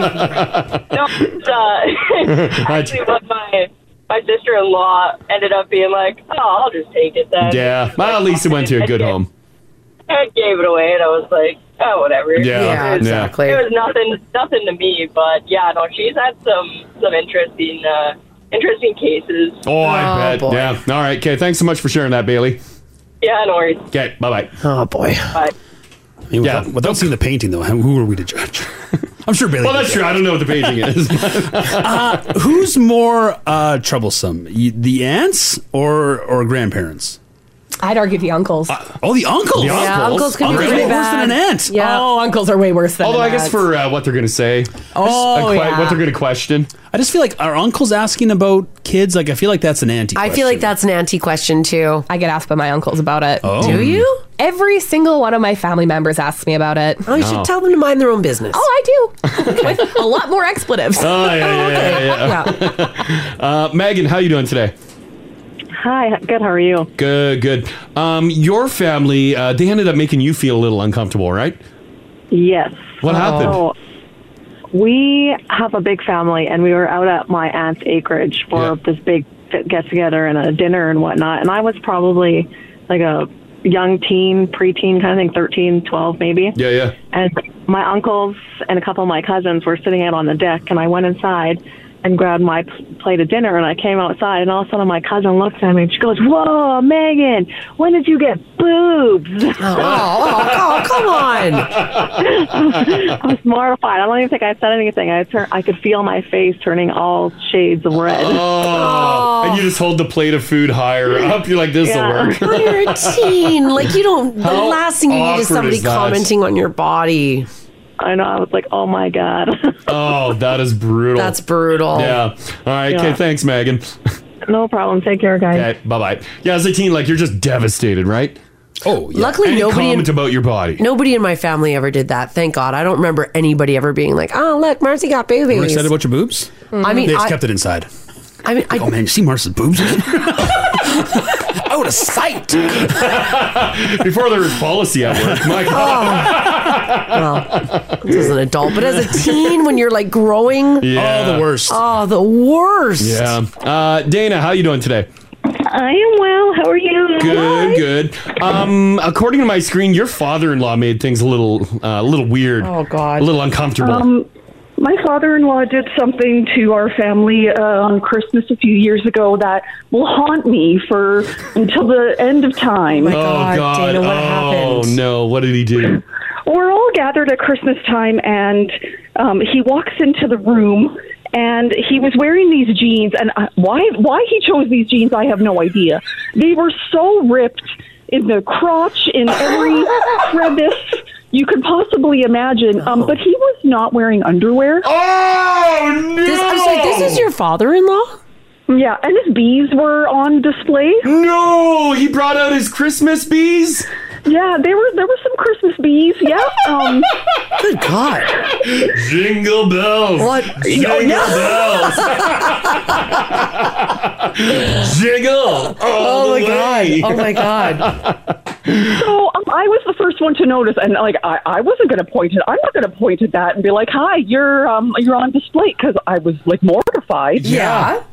[SPEAKER 19] It's, uh, actually, what my my sister in law ended up being like, oh, I'll just take it then.
[SPEAKER 2] Yeah, well, at least it went to a good home.
[SPEAKER 19] I gave it away, and I was like, oh, whatever.
[SPEAKER 2] Yeah, Yeah,
[SPEAKER 19] It was-
[SPEAKER 2] exactly.
[SPEAKER 19] It was nothing, nothing to me, but yeah, no, she's had some some interesting, uh, interesting cases.
[SPEAKER 2] Oh, I bet. Yeah. All right. Okay. Thanks so much for sharing that, Bailey.
[SPEAKER 19] Yeah, no worries.
[SPEAKER 2] Okay. Bye bye.
[SPEAKER 3] Oh boy.
[SPEAKER 19] Bye.
[SPEAKER 4] yeah. Without, seeing the painting, though, who are we to judge? I'm sure Bailey.
[SPEAKER 2] Well, that's true. I don't know what the painting is.
[SPEAKER 4] uh, who's more uh, troublesome, you, the aunts or or grandparents?
[SPEAKER 6] I'd argue the uncles.
[SPEAKER 4] Oh, the uncles.
[SPEAKER 2] The Yeah, uncles. uncles can be
[SPEAKER 4] Uncles
[SPEAKER 2] pretty
[SPEAKER 4] are worse than an
[SPEAKER 6] bad.
[SPEAKER 4] aunt.
[SPEAKER 6] Yeah. Oh, uncles are way worse than
[SPEAKER 2] Although
[SPEAKER 6] an
[SPEAKER 2] I guess
[SPEAKER 6] aunt.
[SPEAKER 2] for uh, what they're gonna say,
[SPEAKER 4] Oh,
[SPEAKER 2] a que-
[SPEAKER 4] yeah.
[SPEAKER 2] what they're gonna question.
[SPEAKER 4] I just feel like are uncles asking about kids? Like I feel like that's an auntie.
[SPEAKER 3] I feel like that's an auntie question too.
[SPEAKER 6] I get asked by my uncles about it.
[SPEAKER 4] Oh. Do you?
[SPEAKER 6] Every single one of my family members asks me about it.
[SPEAKER 3] Oh, you should No. tell them to mind their own business.
[SPEAKER 6] Oh, I do. With a lot more expletives.
[SPEAKER 2] Oh yeah, yeah, yeah. yeah. uh, Megan, how you doing today?
[SPEAKER 20] Hi, good. How are you?
[SPEAKER 2] Good, good. Um, your family, uh, they ended up making you feel a little uncomfortable, right?
[SPEAKER 20] Yes.
[SPEAKER 2] What happened?
[SPEAKER 20] So, we have a big family, and we were out at my aunt's acreage for this big get together and a dinner and whatnot. And I was probably like a young teen, preteen kind of thing, thirteen, twelve maybe.
[SPEAKER 2] Yeah, yeah.
[SPEAKER 20] And my uncles and a couple of my cousins were sitting out on the deck, and I went inside and grabbed my p- plate of dinner, and I came outside, and all of a sudden my cousin looks at me, and she goes, "Whoa, Megan, when did you get boobs?"
[SPEAKER 3] oh, come on.
[SPEAKER 20] I was mortified. I don't even think I said anything. I tur- I could feel my face turning all shades of red.
[SPEAKER 2] Oh, and you just hold the plate of food higher up. You're like, this will
[SPEAKER 20] Yeah.
[SPEAKER 2] work.
[SPEAKER 20] Well,
[SPEAKER 3] You're a teen. Like you don't. The
[SPEAKER 2] How
[SPEAKER 3] last thing you need
[SPEAKER 2] awkward
[SPEAKER 3] is somebody
[SPEAKER 2] is that?
[SPEAKER 3] commenting on your body.
[SPEAKER 20] I know. I was like, oh my god.
[SPEAKER 2] oh, that is brutal.
[SPEAKER 3] That's brutal.
[SPEAKER 2] Yeah. All right. Okay.
[SPEAKER 20] Yeah.
[SPEAKER 2] Thanks, Megan.
[SPEAKER 20] no problem. Take care, guys.
[SPEAKER 2] Okay. Bye bye. Yeah, as a teen, like you're just devastated, right? Oh, yeah.
[SPEAKER 3] Luckily,
[SPEAKER 2] Any
[SPEAKER 3] nobody in-
[SPEAKER 2] comment about your body.
[SPEAKER 3] Nobody in my family ever did that. Thank God. I don't remember anybody ever being like, "Oh, look, Marcy got
[SPEAKER 4] You were
[SPEAKER 3] boobies."
[SPEAKER 4] excited about your boobs?
[SPEAKER 3] Mm. I mean,
[SPEAKER 4] they just
[SPEAKER 3] I-
[SPEAKER 4] kept it inside.
[SPEAKER 3] I mean, I,
[SPEAKER 4] oh man, you see Marcy's boobs? Out of sight.
[SPEAKER 2] Before there was policy at work, my
[SPEAKER 3] Oh,
[SPEAKER 2] God.
[SPEAKER 3] as an adult, but as a teen, when you're like growing,
[SPEAKER 2] Yeah. Oh, the worst.
[SPEAKER 3] Oh, the worst.
[SPEAKER 2] Yeah. Uh, Dana, how you doing today?
[SPEAKER 14] I am well. How are you?
[SPEAKER 2] Good, good. Um, according to my screen, your father-in-law made things a little, uh, a little weird. Oh
[SPEAKER 3] God,
[SPEAKER 2] a little uncomfortable.
[SPEAKER 14] Um, my father-in-law did something to our family uh, on Christmas a few years ago that will haunt me for until the end of time.
[SPEAKER 2] oh God! oh no! What did he do?
[SPEAKER 14] We're all gathered at Christmas time, and um, he walks into the room, and he was wearing these jeans. And I, why why he chose these jeans, I have no idea. They were so ripped in the crotch, in every crevice you could possibly imagine. Um, but he was not wearing underwear.
[SPEAKER 2] Oh no!
[SPEAKER 14] This,
[SPEAKER 3] I'm sorry, this is your father-in-law.
[SPEAKER 14] Yeah, and his bees were on display.
[SPEAKER 2] No, he brought out his Christmas bees.
[SPEAKER 14] Yeah, there were there were some Christmas bees. Yeah. Um,
[SPEAKER 3] Good God!
[SPEAKER 2] Jingle bells!
[SPEAKER 14] What?
[SPEAKER 2] Jingle
[SPEAKER 14] No, no.
[SPEAKER 2] bells! Jingle! all the way.
[SPEAKER 14] So um, I was the first one to notice, and like I, I wasn't going to point it. I'm not going to point at that and be like, "Hi, you're um, you're on display," because I was like mortified.
[SPEAKER 3] Yeah.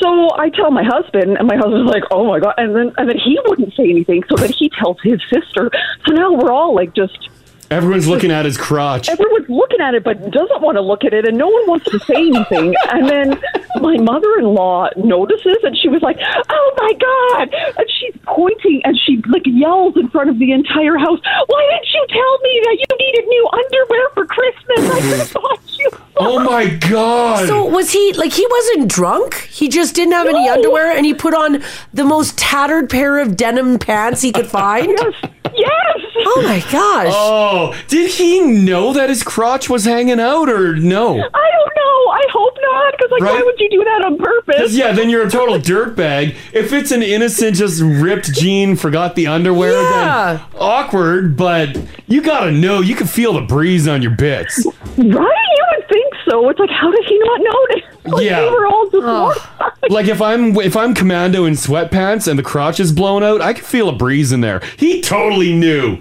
[SPEAKER 14] So I tell my husband, and my husband's like, "Oh my god!" And then and then he wouldn't say anything, so then he tells his sister. So now we're all like just
[SPEAKER 2] Everyone's looking at his crotch.
[SPEAKER 14] Everyone's looking at it, but doesn't want to look at it, and no one wants to say anything. and then my mother-in-law notices, and she was like, "Oh my god!" And she's pointing, and she like yells in front of the entire house, "Why didn't you tell me that you needed new underwear for Christmas? I could have bought you."
[SPEAKER 2] Oh my God!
[SPEAKER 3] So was he like he wasn't drunk? He just didn't have any underwear, and he put on the most tattered pair of denim pants he could find. yes. Oh my gosh!
[SPEAKER 2] Oh, did he know that his crotch was hanging out or no?
[SPEAKER 14] I don't know. I hope not, because like, why
[SPEAKER 2] Right?
[SPEAKER 14] would you do that on purpose?
[SPEAKER 2] Because, yeah, then you're a total dirtbag. If it's an innocent, just ripped jean, forgot the underwear, then awkward, but you gotta know, you can feel the breeze on your bits.
[SPEAKER 14] Right? You would think so, though. It's like, how did he not notice? Like,
[SPEAKER 2] Yeah.
[SPEAKER 14] we were all just walking.
[SPEAKER 2] like if I'm if I'm commando in sweatpants and the crotch is blown out, I can feel a breeze in there. He totally knew.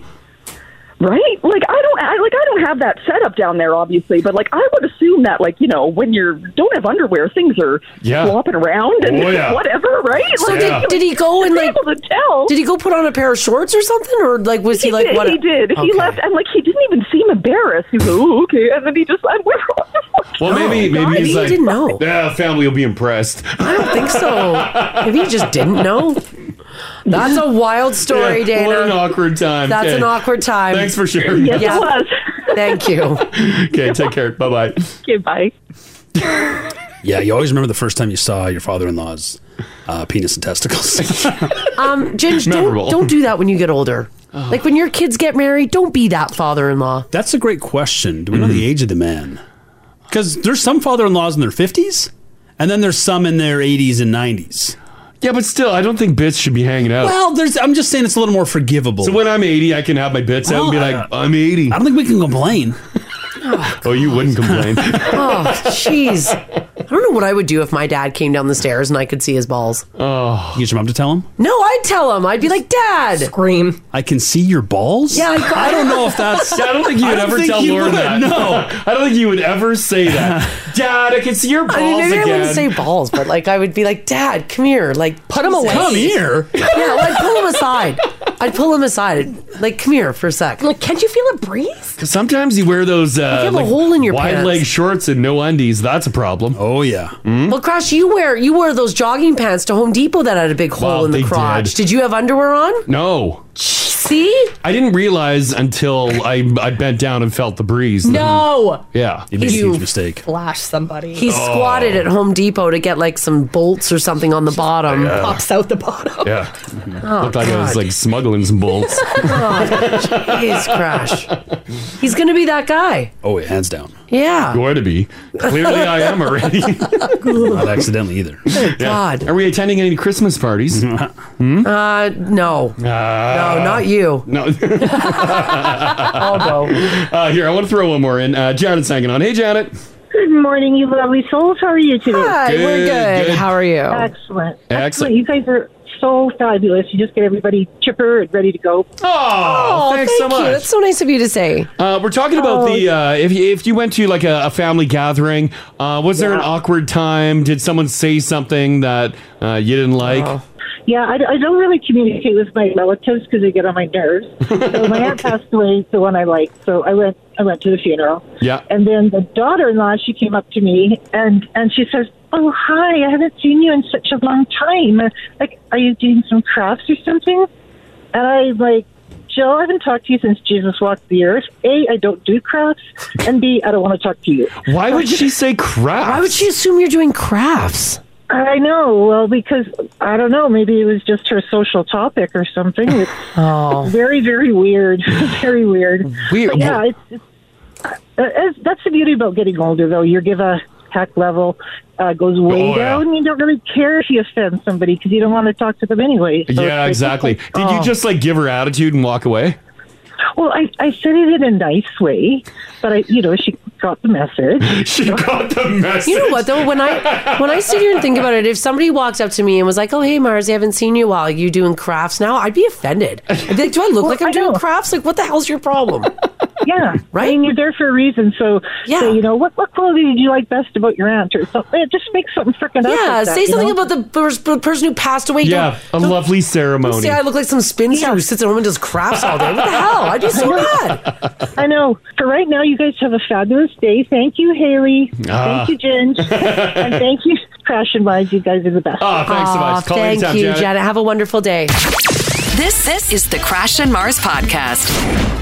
[SPEAKER 14] Right? Like I don't I, like I don't have that setup down there obviously, but like I would assume that like, you know, when you're don't have underwear, things are
[SPEAKER 3] Yeah.
[SPEAKER 14] flopping around and
[SPEAKER 3] Oh, yeah.
[SPEAKER 14] whatever, right?
[SPEAKER 3] So
[SPEAKER 14] Like,
[SPEAKER 3] did, did he go and like?
[SPEAKER 14] Did
[SPEAKER 3] he go put on a pair of shorts or something, or like was he, like
[SPEAKER 14] did,
[SPEAKER 3] what?
[SPEAKER 14] he did. He
[SPEAKER 3] Okay.
[SPEAKER 14] left and like he didn't even seem embarrassed. He was like, "Ooh, okay." And then he just like, we're
[SPEAKER 3] Oh
[SPEAKER 2] Well, maybe
[SPEAKER 14] God,
[SPEAKER 2] maybe
[SPEAKER 14] maybe
[SPEAKER 2] he's
[SPEAKER 14] he
[SPEAKER 2] like,
[SPEAKER 14] didn't know.
[SPEAKER 2] Yeah, family will be impressed.
[SPEAKER 3] I don't think so. Maybe he just didn't know. That's a wild story,
[SPEAKER 2] Yeah,
[SPEAKER 3] Dana.
[SPEAKER 2] What an awkward time.
[SPEAKER 3] That's
[SPEAKER 2] Okay.
[SPEAKER 3] an awkward time. Oh.
[SPEAKER 2] Thanks for sharing.
[SPEAKER 3] Yes, it was. Thank you.
[SPEAKER 2] okay, take care. Bye bye.
[SPEAKER 14] Okay, bye.
[SPEAKER 4] Yeah, you always remember the first time you saw your father-in-law's uh, penis and testicles.
[SPEAKER 3] Um, Ginge,
[SPEAKER 4] Memorable.
[SPEAKER 3] don't, don't do that when you get older. Like when your kids get married, don't be that father-in-law.
[SPEAKER 4] That's a great question. Do we know
[SPEAKER 2] Mm-hmm.
[SPEAKER 4] the age of the man? Because there's some father-in-laws in their 50s, and then there's some in their 80s and 90s.
[SPEAKER 2] Yeah, but still, I don't think bits should be hanging out.
[SPEAKER 4] Well, there's. I'm just saying it's a little more forgivable.
[SPEAKER 2] So when I'm 80, I can have my bits out and be
[SPEAKER 4] Well,
[SPEAKER 2] like, I'm 80. I
[SPEAKER 4] don't think we can complain.
[SPEAKER 2] oh, you wouldn't complain.
[SPEAKER 3] Oh, jeez. I don't know what I would do if my dad came down the stairs and I could see his balls.
[SPEAKER 4] Oh, you get your mom to tell him.
[SPEAKER 3] No, I'd tell him. I'd be like, Dad.
[SPEAKER 6] Scream.
[SPEAKER 4] I can see your balls.
[SPEAKER 3] Yeah, I-
[SPEAKER 4] I don't know if that's.
[SPEAKER 2] Yeah, I don't think you would
[SPEAKER 4] I don't
[SPEAKER 2] ever
[SPEAKER 4] think
[SPEAKER 2] tell
[SPEAKER 4] you
[SPEAKER 2] Lauren
[SPEAKER 4] would,
[SPEAKER 2] that.
[SPEAKER 4] No,
[SPEAKER 2] I don't think you would ever say that. Dad, I can see your balls
[SPEAKER 3] I mean, maybe I
[SPEAKER 2] again.
[SPEAKER 3] wouldn't say balls, but like I would be like, Dad, come here. Like, put him away.
[SPEAKER 4] Come here?
[SPEAKER 3] Yeah, like pull him aside. I'd pull him aside. Like, come here for a sec.
[SPEAKER 6] Like, can't you feel a breeze?
[SPEAKER 2] 'Cause sometimes you wear those uh,
[SPEAKER 3] have a hole in your
[SPEAKER 2] wide
[SPEAKER 3] pants.
[SPEAKER 2] leg shorts and no undies. That's a problem. Hmm?
[SPEAKER 4] Oh yeah.
[SPEAKER 3] Well, Crash, you wear you wore those jogging pants to Home Depot that had a big hole
[SPEAKER 2] Well,
[SPEAKER 3] in
[SPEAKER 2] they
[SPEAKER 3] the
[SPEAKER 2] did.
[SPEAKER 3] crotch. Did you have underwear on?
[SPEAKER 2] No,
[SPEAKER 3] See?
[SPEAKER 2] I didn't realize until I I bent down and felt the breeze.
[SPEAKER 6] No.
[SPEAKER 2] Yeah,
[SPEAKER 6] You made a huge You-
[SPEAKER 4] mistake.
[SPEAKER 6] Flash somebody.
[SPEAKER 3] He squatted at Home Depot to get like some bolts or something on the bottom.
[SPEAKER 2] Yeah.
[SPEAKER 6] Pops out the bottom.
[SPEAKER 2] Yeah,
[SPEAKER 3] Oh,
[SPEAKER 2] looked like I was
[SPEAKER 3] God.
[SPEAKER 2] like smuggling some bolts.
[SPEAKER 3] Oh, jeez, Crash. He's gonna be that guy.
[SPEAKER 4] Oh, wait, hands down.
[SPEAKER 3] Yeah.
[SPEAKER 2] Going to be. Clearly, I am already.
[SPEAKER 4] Not accidentally either.
[SPEAKER 3] God.
[SPEAKER 2] Are we attending any Christmas parties? hmm? Ah.
[SPEAKER 3] Uh, no. no, not you.
[SPEAKER 2] No. Uh, here, I want to throw one more in. Uh, Janet's hanging on. Hey, Janet.
[SPEAKER 21] Good morning, you lovely souls. How are you today?
[SPEAKER 3] Hi, we're Good, good. good. How are you?
[SPEAKER 21] Excellent.
[SPEAKER 2] Excellent.
[SPEAKER 21] Excellent. You guys are so fabulous. You just get everybody chipper and ready to go.
[SPEAKER 2] Oh, thanks so
[SPEAKER 3] thank you.
[SPEAKER 2] much.
[SPEAKER 3] That's so nice of you to say.
[SPEAKER 2] Uh, we're talking about
[SPEAKER 3] Oh.
[SPEAKER 2] the uh, if you, if you went to like a, a family gathering, uh, was there an awkward time? Did someone say something that uh, you didn't like?
[SPEAKER 3] Oh.
[SPEAKER 21] Yeah, I, I don't really communicate with my relatives because they get on my nerves. So my aunt passed away, the one I liked. So I went. I went to the funeral.
[SPEAKER 2] Yeah.
[SPEAKER 21] And then the daughter-in-law, she came up to me and and she says, "Oh, hi! I haven't seen you in such a long time. Like, are you doing some crafts or something?" And I was like, "Jill, I haven't talked to you since Jesus walked the earth. A, I don't do crafts, and B, I don't want to talk to you."
[SPEAKER 2] Why would she say crafts? Why would
[SPEAKER 3] she assume you're doing crafts?
[SPEAKER 21] I know. Well, because I don't know. Maybe it was just her social topic or something. It's
[SPEAKER 3] Oh.
[SPEAKER 21] very, very weird. very weird.
[SPEAKER 2] Weird.
[SPEAKER 21] But yeah. It's, it's, uh, it's, that's the beauty about getting older, though. Your give a heck level uh, goes way
[SPEAKER 2] Oh, yeah.
[SPEAKER 21] down. You don't really care if you offend somebody because you don't want to talk to them anyway. So
[SPEAKER 2] yeah,
[SPEAKER 21] it's like-
[SPEAKER 2] exactly. Did
[SPEAKER 21] Oh.
[SPEAKER 2] you just like give her attitude and walk away?
[SPEAKER 21] Well, I, I said it in a nice way, but I, you know, she got the message.
[SPEAKER 2] she got the message.
[SPEAKER 3] You know what though? When I when I sit here and think about it, if somebody walked up to me and was like, "Oh, hey, Mars, I haven't seen you in a while. You doing crafts now?" I'd be offended. I'd be like, "Do I look like I'm doing crafts? Like, what the hell's your problem?"
[SPEAKER 21] Yeah, right. I mean, you're there for a reason. So, yeah. you know, what what quality did you like best about your aunt or something? Just make something freaking up.
[SPEAKER 3] yeah,
[SPEAKER 21] like that,
[SPEAKER 3] say
[SPEAKER 21] you
[SPEAKER 3] something
[SPEAKER 21] know?
[SPEAKER 3] about the pers- the person who passed away.
[SPEAKER 2] yeah, a lovely ceremony.
[SPEAKER 3] Say I look like some spinster who sits at home and does crafts all day. What the hell? I'd be so mad.
[SPEAKER 21] I know. For right now, you guys have a fabulous day. Thank you, Haley.
[SPEAKER 2] Ah.
[SPEAKER 21] Thank you, Ginge. and thank you, Crash and Wise. You guys are the best.
[SPEAKER 2] Oh, thanks so much. Call
[SPEAKER 3] thank
[SPEAKER 2] anytime,
[SPEAKER 3] you,
[SPEAKER 2] Janet.
[SPEAKER 3] Janet. Have a wonderful day.
[SPEAKER 1] This this is the Crash and Mars podcast.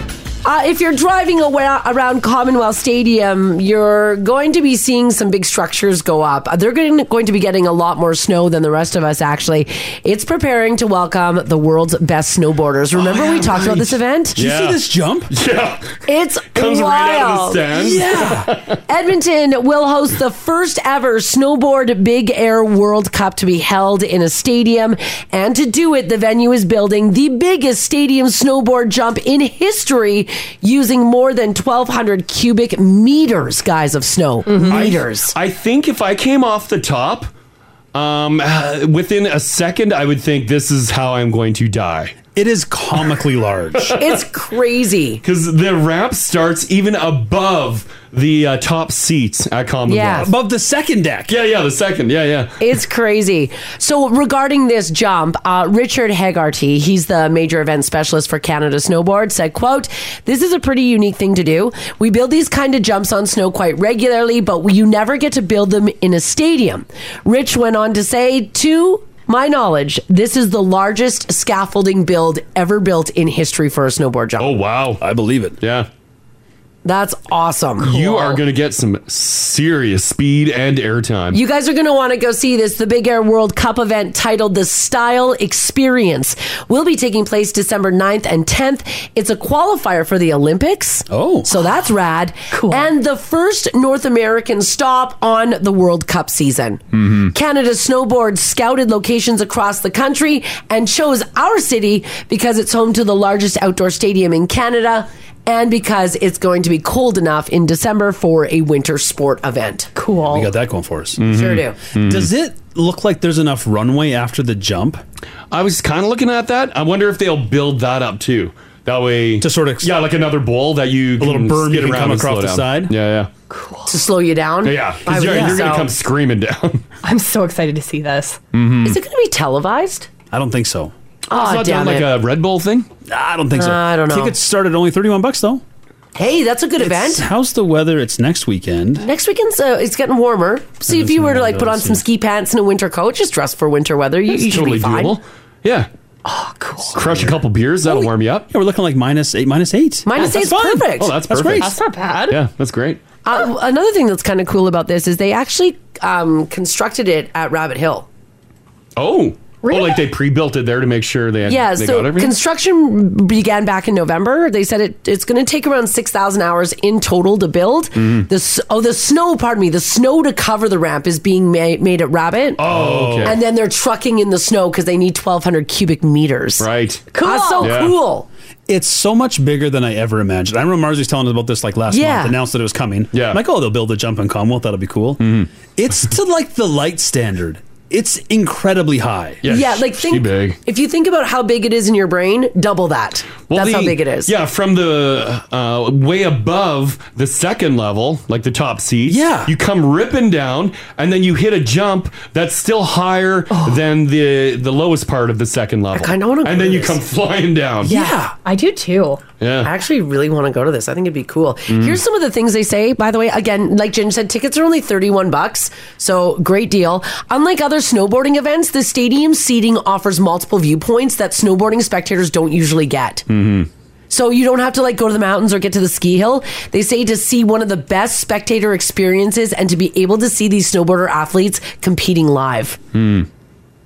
[SPEAKER 3] Uh, if you're driving awa- around Commonwealth Stadium, you're going to be seeing some big structures go up. Uh, They're going, going to be getting a lot more snow than the rest of us, actually. It's preparing to welcome the world's best snowboarders. Remember, we talked about this event?
[SPEAKER 4] Did you see this jump?
[SPEAKER 2] Yeah.
[SPEAKER 3] It's
[SPEAKER 4] Comes
[SPEAKER 3] wild.
[SPEAKER 4] right out of the stands.
[SPEAKER 3] Yeah. Edmonton will host the first ever snowboard Big Air World Cup to be held in a stadium. And to do it, the venue is building the biggest stadium snowboard jump in history country using more than 1,200 cubic meters, guys, of snow.
[SPEAKER 4] Mm-hmm.
[SPEAKER 3] Meters.
[SPEAKER 2] I, I think if I came off the top, um, within a second, I would think this is how I'm going to die.
[SPEAKER 4] It is comically large.
[SPEAKER 3] it's crazy.
[SPEAKER 2] Because the ramp starts even above the uh, top seats at Common
[SPEAKER 3] Yeah.
[SPEAKER 4] Above the second deck.
[SPEAKER 2] Yeah, yeah, the second. Yeah, yeah.
[SPEAKER 3] It's crazy. So, regarding this jump, uh, Richard Hegarty, he's the major event specialist for Canada Snowboard, said, "quote This is a pretty unique thing to do. We build these kind of jumps on snow quite regularly, but we, you never get to build them in a stadium." Rich went on to say, "To my knowledge, this is the largest scaffolding build ever built in history for a snowboard jump."
[SPEAKER 2] Oh, wow. I believe it. Yeah.
[SPEAKER 3] That's awesome.
[SPEAKER 2] You are going to get some serious speed and airtime.
[SPEAKER 3] You guys are going to want to go see this. The Big Air World Cup event titled The Style Experience will be taking place December 9th and 10th. It's a qualifier for the Olympics. Oh. So that's rad. Cool. And the first North American stop on the World Cup season.
[SPEAKER 22] Mm-hmm.
[SPEAKER 3] Canada Snowboard scouted locations across the country and chose our city because it's home to the largest outdoor stadium in Canada and because it's going to be cold enough in December for a winter sport event. Cool.
[SPEAKER 4] We got that going for us.
[SPEAKER 2] Mm-hmm.
[SPEAKER 3] Sure do. Mhm.
[SPEAKER 4] Does it look like there's enough runway after the jump?
[SPEAKER 2] I was kind of looking at that. I wonder if they'll build that up too. That way, to
[SPEAKER 4] sort of
[SPEAKER 2] yeah, like another bowl that you a
[SPEAKER 4] little berm you can come across the side?
[SPEAKER 2] Yeah,
[SPEAKER 3] To slow you down?
[SPEAKER 2] yeah, yeah.
[SPEAKER 3] I
[SPEAKER 2] 'Cause you're,
[SPEAKER 3] would think
[SPEAKER 2] you're gonna
[SPEAKER 3] so.
[SPEAKER 2] come screaming down.
[SPEAKER 6] I'm so excited to see this.
[SPEAKER 2] Mhm.
[SPEAKER 3] Is it going to be televised?
[SPEAKER 4] I don't think so.
[SPEAKER 3] Aw,
[SPEAKER 4] It's not
[SPEAKER 3] damn
[SPEAKER 4] done
[SPEAKER 3] it.
[SPEAKER 4] like a Red Bull thing? I don't think so.
[SPEAKER 3] Uh, I don't know.
[SPEAKER 4] Tickets started only 31 bucks though.
[SPEAKER 3] Hey, that's a good
[SPEAKER 4] It's-
[SPEAKER 3] event.
[SPEAKER 4] How's the weather? It's next weekend.
[SPEAKER 3] Next weekend's uh, it's getting warmer. So if you were to like put on some ski pants and a winter coat, just dress for winter weather. You, you should be fine.
[SPEAKER 2] Yeah. Oh, cool. Crush a couple beers. That'll warm you up.
[SPEAKER 4] Yeah, we're looking like minus eight, minus eight.
[SPEAKER 3] Minus eight's perfect.
[SPEAKER 2] Oh, that's perfect.
[SPEAKER 3] That's great. That's not bad.
[SPEAKER 2] Yeah, that's great.
[SPEAKER 3] Uh, another thing that's kind of cool about this is they actually um, constructed it at Rabbit Hill.
[SPEAKER 2] Oh, oh, like they pre-built it there to make sure they
[SPEAKER 3] yeah,
[SPEAKER 2] they
[SPEAKER 3] so
[SPEAKER 2] got everything.
[SPEAKER 3] construction began back in November. They said it, it's going to take around 6,000 hours in total to build.
[SPEAKER 2] Mhm.
[SPEAKER 3] The s oh, the snow, pardon me, the snow to cover the ramp is being ma- made at Rabbit.
[SPEAKER 2] Oh, okay.
[SPEAKER 3] And then they're trucking in the snow because they need 1,200 cubic meters.
[SPEAKER 2] Right.
[SPEAKER 3] Cool. That's so
[SPEAKER 4] Yeah.
[SPEAKER 3] cool.
[SPEAKER 4] It's so much bigger than I ever imagined. I remember Mars was telling us about this like last
[SPEAKER 3] Yeah.
[SPEAKER 4] month, announced that it was coming. Yeah. like, oh, they'll build a jump in Commonwealth. That'll be cool.
[SPEAKER 2] Mm-hmm.
[SPEAKER 4] It's to like the light standard. It's incredibly high.
[SPEAKER 3] Yeah, like think if you think about how big it is in your brain, double that. That's how
[SPEAKER 2] the-
[SPEAKER 3] big it is.
[SPEAKER 2] Yeah, from the uh, way above the second level, like the top seats. Yeah, you come ripping down, and then you hit a jump that's still higher
[SPEAKER 3] Oh.
[SPEAKER 2] than the the lowest part of the second level. I kind of want to, and then you come flying down.
[SPEAKER 6] I do too.
[SPEAKER 2] Yeah.
[SPEAKER 3] I actually really want to go to this. I think it'd be cool.
[SPEAKER 2] Mm.
[SPEAKER 3] Hmm. Here's some of the things they say, by the way. Again, like Jen said, tickets are only 31 bucks, so great deal. Unlike other snowboarding events, the stadium seating offers multiple viewpoints that snowboarding spectators don't usually get.
[SPEAKER 22] Mm-hmm.
[SPEAKER 3] So you don't have to like go to the mountains or get to the ski hill. They say to see one of the best spectator experiences and to be able to see these snowboarder athletes competing live.
[SPEAKER 2] Hmm.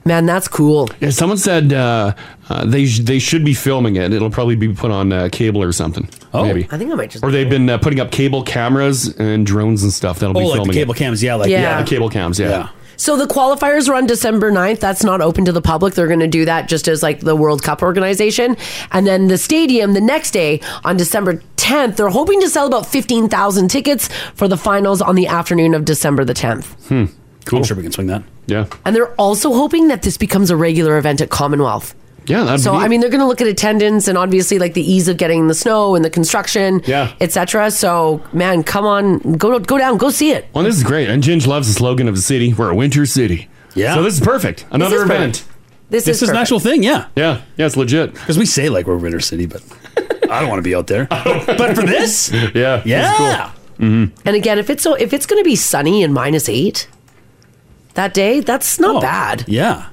[SPEAKER 3] Man, that's cool.
[SPEAKER 2] Yeah, someone said uh, uh, they sh- they should be filming it. It'll probably be put on uh, cable or something. Oh, maybe.
[SPEAKER 3] I think I might just.
[SPEAKER 2] Or they've been uh, putting up cable cameras and drones and stuff that'll
[SPEAKER 4] Oh,
[SPEAKER 2] be
[SPEAKER 4] like the
[SPEAKER 2] filming.
[SPEAKER 4] cable cams, yeah,
[SPEAKER 3] like- Yeah.
[SPEAKER 2] the cable cams, yeah.
[SPEAKER 3] So the qualifiers are on December 9th. That's not open to the public. They're going to do that just as like the World Cup organization. And then the stadium the next day on December 10th, they're hoping to sell about 15,000 tickets for the finals on the afternoon of December the 10th.
[SPEAKER 2] Hmm. Cool.
[SPEAKER 4] I'm sure we can swing that.
[SPEAKER 2] Yeah.
[SPEAKER 3] And they're also hoping that this becomes a regular event at Commonwealth.
[SPEAKER 2] Yeah, that'd
[SPEAKER 3] so
[SPEAKER 2] be neat.
[SPEAKER 3] I mean, they're going to look at attendance and obviously like the ease of getting the snow and the construction,
[SPEAKER 2] Yeah.
[SPEAKER 3] etc. So man, come on, go go down, go see it.
[SPEAKER 2] Well, this is great. And Ginge loves the slogan of the city. We're a winter city.
[SPEAKER 4] Yeah.
[SPEAKER 2] So this is perfect. Another
[SPEAKER 4] is
[SPEAKER 2] event.
[SPEAKER 4] perfect.
[SPEAKER 3] This,
[SPEAKER 4] is, an actual thing, yeah.
[SPEAKER 2] Yeah. Yeah, it's legit.
[SPEAKER 4] Because we say like we're Winter City, but I don't want to be out there. but for this?
[SPEAKER 2] Yeah.
[SPEAKER 4] Yeah.
[SPEAKER 2] Mm-hmm.
[SPEAKER 3] And again, if it's so, if it's going to be sunny and minus eight that day, that's not bad.
[SPEAKER 4] Yeah.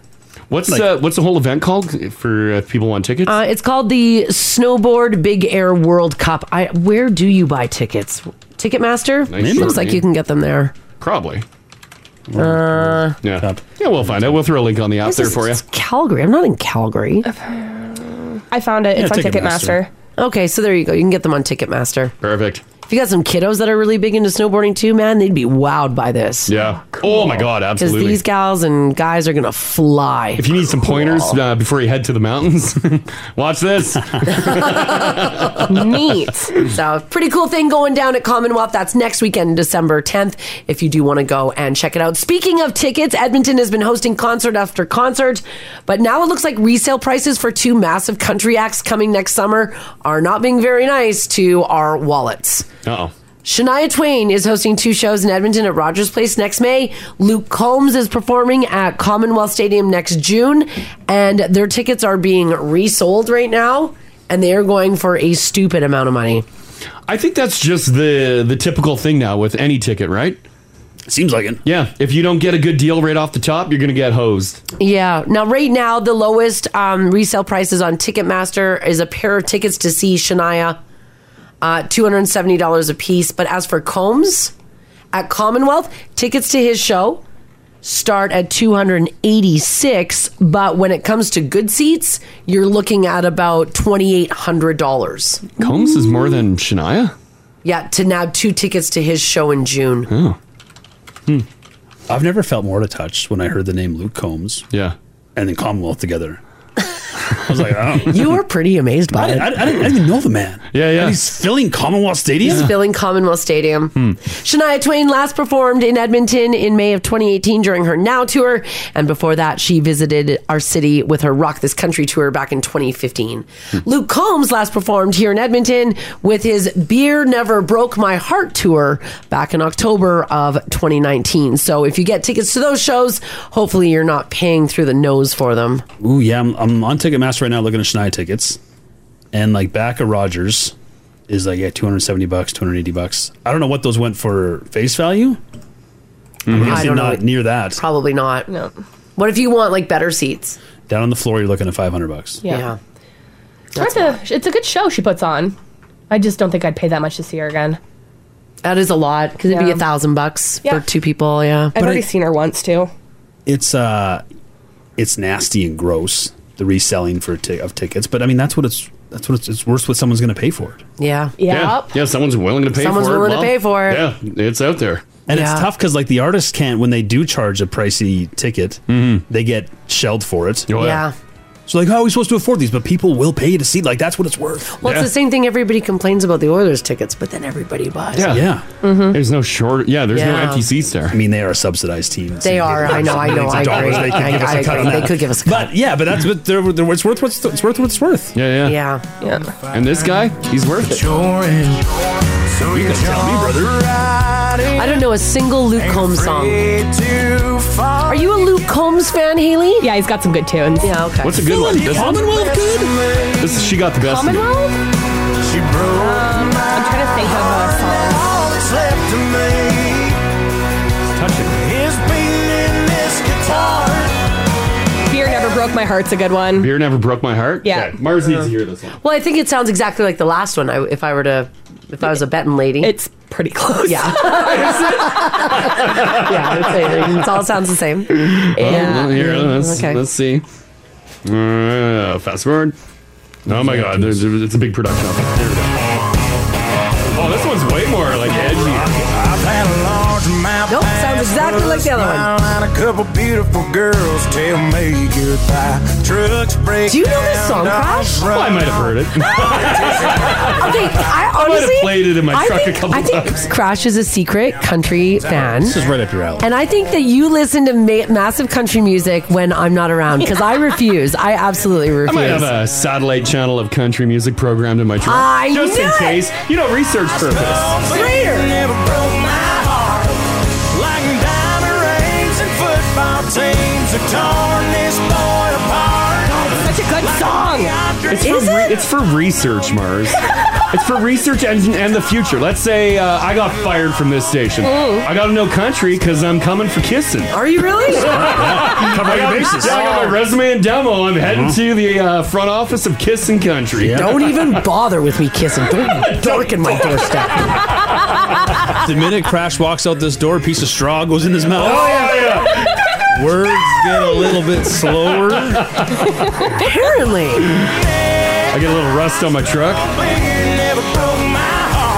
[SPEAKER 2] What's uh, what's the whole event called for uh, if people want tickets?
[SPEAKER 3] Uh, it's called the Snowboard Big Air World Cup. I where do you buy tickets? Ticketmaster.
[SPEAKER 2] Nice
[SPEAKER 3] Looks
[SPEAKER 2] short
[SPEAKER 3] like
[SPEAKER 2] name.
[SPEAKER 3] you can get them there.
[SPEAKER 2] Probably.
[SPEAKER 3] Uh,
[SPEAKER 2] Yeah. Yeah, we'll find out. We'll throw a link on the app
[SPEAKER 3] This
[SPEAKER 2] there
[SPEAKER 3] is
[SPEAKER 2] for you.
[SPEAKER 3] Calgary. I'm not in Calgary.
[SPEAKER 6] I found it. It's
[SPEAKER 3] Yeah,
[SPEAKER 6] on Ticketmaster.
[SPEAKER 3] Ticketmaster. Okay, so there you go. You can get them on Ticketmaster.
[SPEAKER 2] Perfect.
[SPEAKER 3] If you got some kiddos that are really big into snowboarding too, man, they'd be wowed by this.
[SPEAKER 2] Yeah. Oh my God, absolutely.
[SPEAKER 3] Because these gals and guys are gonna fly.
[SPEAKER 2] If you need some pointers uh, before you head to the mountains, watch this.
[SPEAKER 3] Neat. So, pretty cool thing going down at Commonwealth. That's next weekend, December 10th, if you do want to go and check it out. Speaking of tickets, Edmonton has been hosting concert after concert, but now it looks like resale prices for two massive country acts coming next summer are not being very nice to our wallets.
[SPEAKER 2] Uh oh.
[SPEAKER 3] Shania Twain is hosting two shows in Edmonton at Rogers Place next May. Luke Combs is performing at Commonwealth Stadium next June, and their tickets are being resold right now, and they are going for a stupid amount of money.
[SPEAKER 2] I think that's just the the typical thing now with any ticket, right?
[SPEAKER 4] Seems like it.
[SPEAKER 2] Yeah, if you don't get a good deal right off the top, you're going to get hosed.
[SPEAKER 3] Yeah. Now, right now, the lowest um, resale prices on Ticketmaster is a pair of tickets to see Shania, uh, two hundred and seventy dollars a piece. But as for Combs, at Commonwealth, tickets to his show start at two hundred and eighty-six. But when it comes to good seats, you're looking at about twenty-eight hundred dollars.
[SPEAKER 2] Combs is more than Shania.
[SPEAKER 3] Yeah, to now two tickets to his show in June.
[SPEAKER 4] Hmm.
[SPEAKER 2] Oh.
[SPEAKER 4] I've never felt more out of touch when I heard the name Luke Combs.
[SPEAKER 2] Yeah.
[SPEAKER 4] And then Commonwealth together. I was like, oh.
[SPEAKER 3] You were pretty amazed by
[SPEAKER 4] I,
[SPEAKER 3] it.
[SPEAKER 4] didn't- I, didn't- I didn't, I didn't even know the man.
[SPEAKER 2] Yeah, yeah.
[SPEAKER 4] And he's filling Commonwealth Stadium.
[SPEAKER 3] He's filling Commonwealth Stadium. Shania Twain last performed in Edmonton in May of 2018 during her Now tour, and before that, she visited our city with her Rock This Country tour back in 2015. Luke Combs last performed here in Edmonton with his Beer Never Broke My Heart tour back in October of 2019. So if you get tickets to those shows, hopefully you're not paying through the nose for them.
[SPEAKER 4] Ooh, yeah. I'm, I'm on Ticketmaster right now looking at Shania tickets. And like back of Rogers is like, yeah, 270 bucks, 280 bucks. I don't know what those went for face value. I'm
[SPEAKER 3] Mhm. I
[SPEAKER 4] guessing
[SPEAKER 3] don't
[SPEAKER 4] not
[SPEAKER 3] know.
[SPEAKER 4] near that.
[SPEAKER 3] Probably not. No. What if you want like better seats?
[SPEAKER 4] Down on the floor, you're looking at 500 bucks.
[SPEAKER 6] Yeah. It's, worth a, it's a good show she puts on. I just don't think I'd pay that much to see her again.
[SPEAKER 3] That is a lot because it'd be
[SPEAKER 6] Yeah.
[SPEAKER 3] a thousand bucks
[SPEAKER 6] Yeah.
[SPEAKER 3] for two people. Yeah,
[SPEAKER 6] I've already seen her once too.
[SPEAKER 4] It's uh, it's nasty and gross the reselling for ti- of tickets. But I mean, that's what it's that's what it's, it's worth. What someone's going to pay for it.
[SPEAKER 3] Yeah.
[SPEAKER 2] Yeah. Yeah. Someone's willing to pay
[SPEAKER 3] Someone's
[SPEAKER 2] for it.
[SPEAKER 3] willing to
[SPEAKER 2] well,
[SPEAKER 3] pay for it.
[SPEAKER 2] Yeah. It's out there.
[SPEAKER 4] And
[SPEAKER 3] Yeah.
[SPEAKER 4] it's tough because like the artists can't when they do charge a pricey ticket,
[SPEAKER 2] Mm-hmm.
[SPEAKER 4] they get shelled for it.
[SPEAKER 2] Oh,
[SPEAKER 3] yeah. Yeah.
[SPEAKER 4] So like, how are we supposed to afford these? But people will pay to see. Like that's what it's worth.
[SPEAKER 3] Well, it's the same thing. Everybody complains about the Oilers tickets, but then everybody buys.
[SPEAKER 4] Yeah.
[SPEAKER 3] them.
[SPEAKER 4] yeah.
[SPEAKER 2] There's no short. Yeah. There's no
[SPEAKER 3] Mm-hmm. Yeah.
[SPEAKER 2] empty seats there. I
[SPEAKER 4] mean, they are a subsidized team.
[SPEAKER 3] They are. I know. I know. I agree.
[SPEAKER 4] Dollars they could
[SPEAKER 3] I,
[SPEAKER 4] give us
[SPEAKER 3] I
[SPEAKER 4] a cut on
[SPEAKER 3] agree. They
[SPEAKER 4] that.
[SPEAKER 3] could give us.
[SPEAKER 4] But yeah, but that's but they're, they're, it's worth what's it's worth what it's worth.
[SPEAKER 2] Yeah,
[SPEAKER 3] yeah,
[SPEAKER 6] yeah.
[SPEAKER 2] And this guy, he's worth it.
[SPEAKER 22] So
[SPEAKER 4] you tell me, brother.
[SPEAKER 3] I don't know a single Luke Combs song. Are you a Luke Combs fan, Haley?
[SPEAKER 6] Yeah, he's got some good tunes.
[SPEAKER 3] Yeah. Okay.
[SPEAKER 2] What's a good one? This one?
[SPEAKER 6] Commonwealth good?
[SPEAKER 2] This is, she got the best. of it.
[SPEAKER 6] Commonwealth?
[SPEAKER 22] She broke
[SPEAKER 6] I'm trying to think of a song.
[SPEAKER 22] all that's left to me is being in this guitar.
[SPEAKER 6] Fear Never Broke My Heart's a good one.
[SPEAKER 2] Beer never broke my heart.
[SPEAKER 6] Yeah.
[SPEAKER 2] Mars needs to hear this one.
[SPEAKER 3] Well, I think it sounds exactly like the last one. I, if I were to, if I was a betting lady,
[SPEAKER 6] it's pretty close.
[SPEAKER 3] Yeah. yeah. I would say it all sounds the same.
[SPEAKER 2] Oh, Well,
[SPEAKER 3] yeah.
[SPEAKER 2] here, let's,
[SPEAKER 3] okay.
[SPEAKER 2] let's see. Uh, fast forward. Oh my god, there's, it's a big production. outfit. There we go. Oh, this one's way more like edgy.
[SPEAKER 22] I've had a large amount
[SPEAKER 3] Nope, sounds exactly like the other one.
[SPEAKER 22] And a couple beautiful girls tell me goodbye. Trucks break
[SPEAKER 3] Do you know this song,
[SPEAKER 22] down,
[SPEAKER 3] Crash?
[SPEAKER 22] dogs
[SPEAKER 2] Well, I
[SPEAKER 22] run
[SPEAKER 2] might have heard it.
[SPEAKER 3] okay, I
[SPEAKER 2] might have
[SPEAKER 3] honestly
[SPEAKER 2] played it in my
[SPEAKER 3] I
[SPEAKER 2] truck a
[SPEAKER 3] think-
[SPEAKER 2] couple
[SPEAKER 3] I think
[SPEAKER 2] times.
[SPEAKER 3] Crash is a secret country fan.
[SPEAKER 4] This is right up your alley.
[SPEAKER 3] And I think that you listen to ma- massive country music when I'm not around because I refuse. I absolutely
[SPEAKER 2] I might have
[SPEAKER 3] refuse.
[SPEAKER 2] a satellite channel of country music programmed in my truck.
[SPEAKER 3] I
[SPEAKER 2] just
[SPEAKER 3] knew
[SPEAKER 2] in
[SPEAKER 3] it!
[SPEAKER 2] case. You know, research purpose.
[SPEAKER 22] Traitor. Never broke my heart. Like diamond rings and football teams have torn this boy apart.
[SPEAKER 6] Such a good song.
[SPEAKER 2] It's for, re- it's for research, Mars. it's for research and, and the future. Let's say uh, I got fired from this station.
[SPEAKER 3] Ooh.
[SPEAKER 2] I got to know country because I'm coming for kissing.
[SPEAKER 3] Are you really?
[SPEAKER 2] I got, yeah, I
[SPEAKER 3] Oh.
[SPEAKER 2] got my resume and demo. I'm heading to the uh, front office of Kissing Country.
[SPEAKER 3] Don't even bother with me kissing. Don't darken my doorstep.
[SPEAKER 4] the minute Crash walks out this door, a piece of straw goes in his mouth.
[SPEAKER 2] Oh, yeah,
[SPEAKER 4] Words get a little bit slower.
[SPEAKER 3] Apparently.
[SPEAKER 2] I get a little rust on my truck.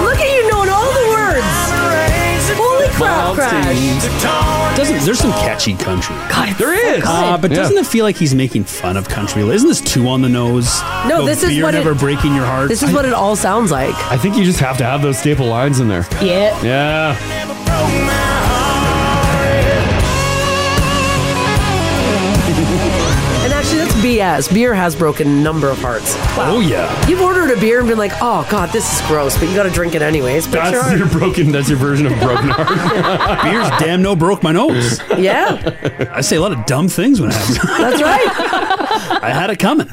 [SPEAKER 3] Look at you knowing all the words. Holy
[SPEAKER 4] football teams. Doesn't there's some catchy country?
[SPEAKER 3] God,
[SPEAKER 4] there is. Uh, but doesn't it feel like he's making fun of country? Isn't this too on the nose?
[SPEAKER 3] No,
[SPEAKER 4] About
[SPEAKER 3] this is
[SPEAKER 4] beer
[SPEAKER 3] what it-
[SPEAKER 4] never breaking your heart.
[SPEAKER 3] This is what it all sounds like.
[SPEAKER 2] I think you just have to have those staple lines in there.
[SPEAKER 3] Yeah.
[SPEAKER 2] Yeah.
[SPEAKER 3] And actually, that's BS. Beer has broken a number of hearts.
[SPEAKER 4] Oh yeah.
[SPEAKER 3] You've ordered a beer and been like, oh god, this is gross, but you got to drink it anyways. But
[SPEAKER 2] That's
[SPEAKER 3] sure.
[SPEAKER 2] your broken. That's your version of broken heart.
[SPEAKER 4] Beer's damn no broke my nose.
[SPEAKER 3] Yeah,
[SPEAKER 4] I say a lot of dumb things when it happens.
[SPEAKER 3] that's right.
[SPEAKER 4] I had it coming.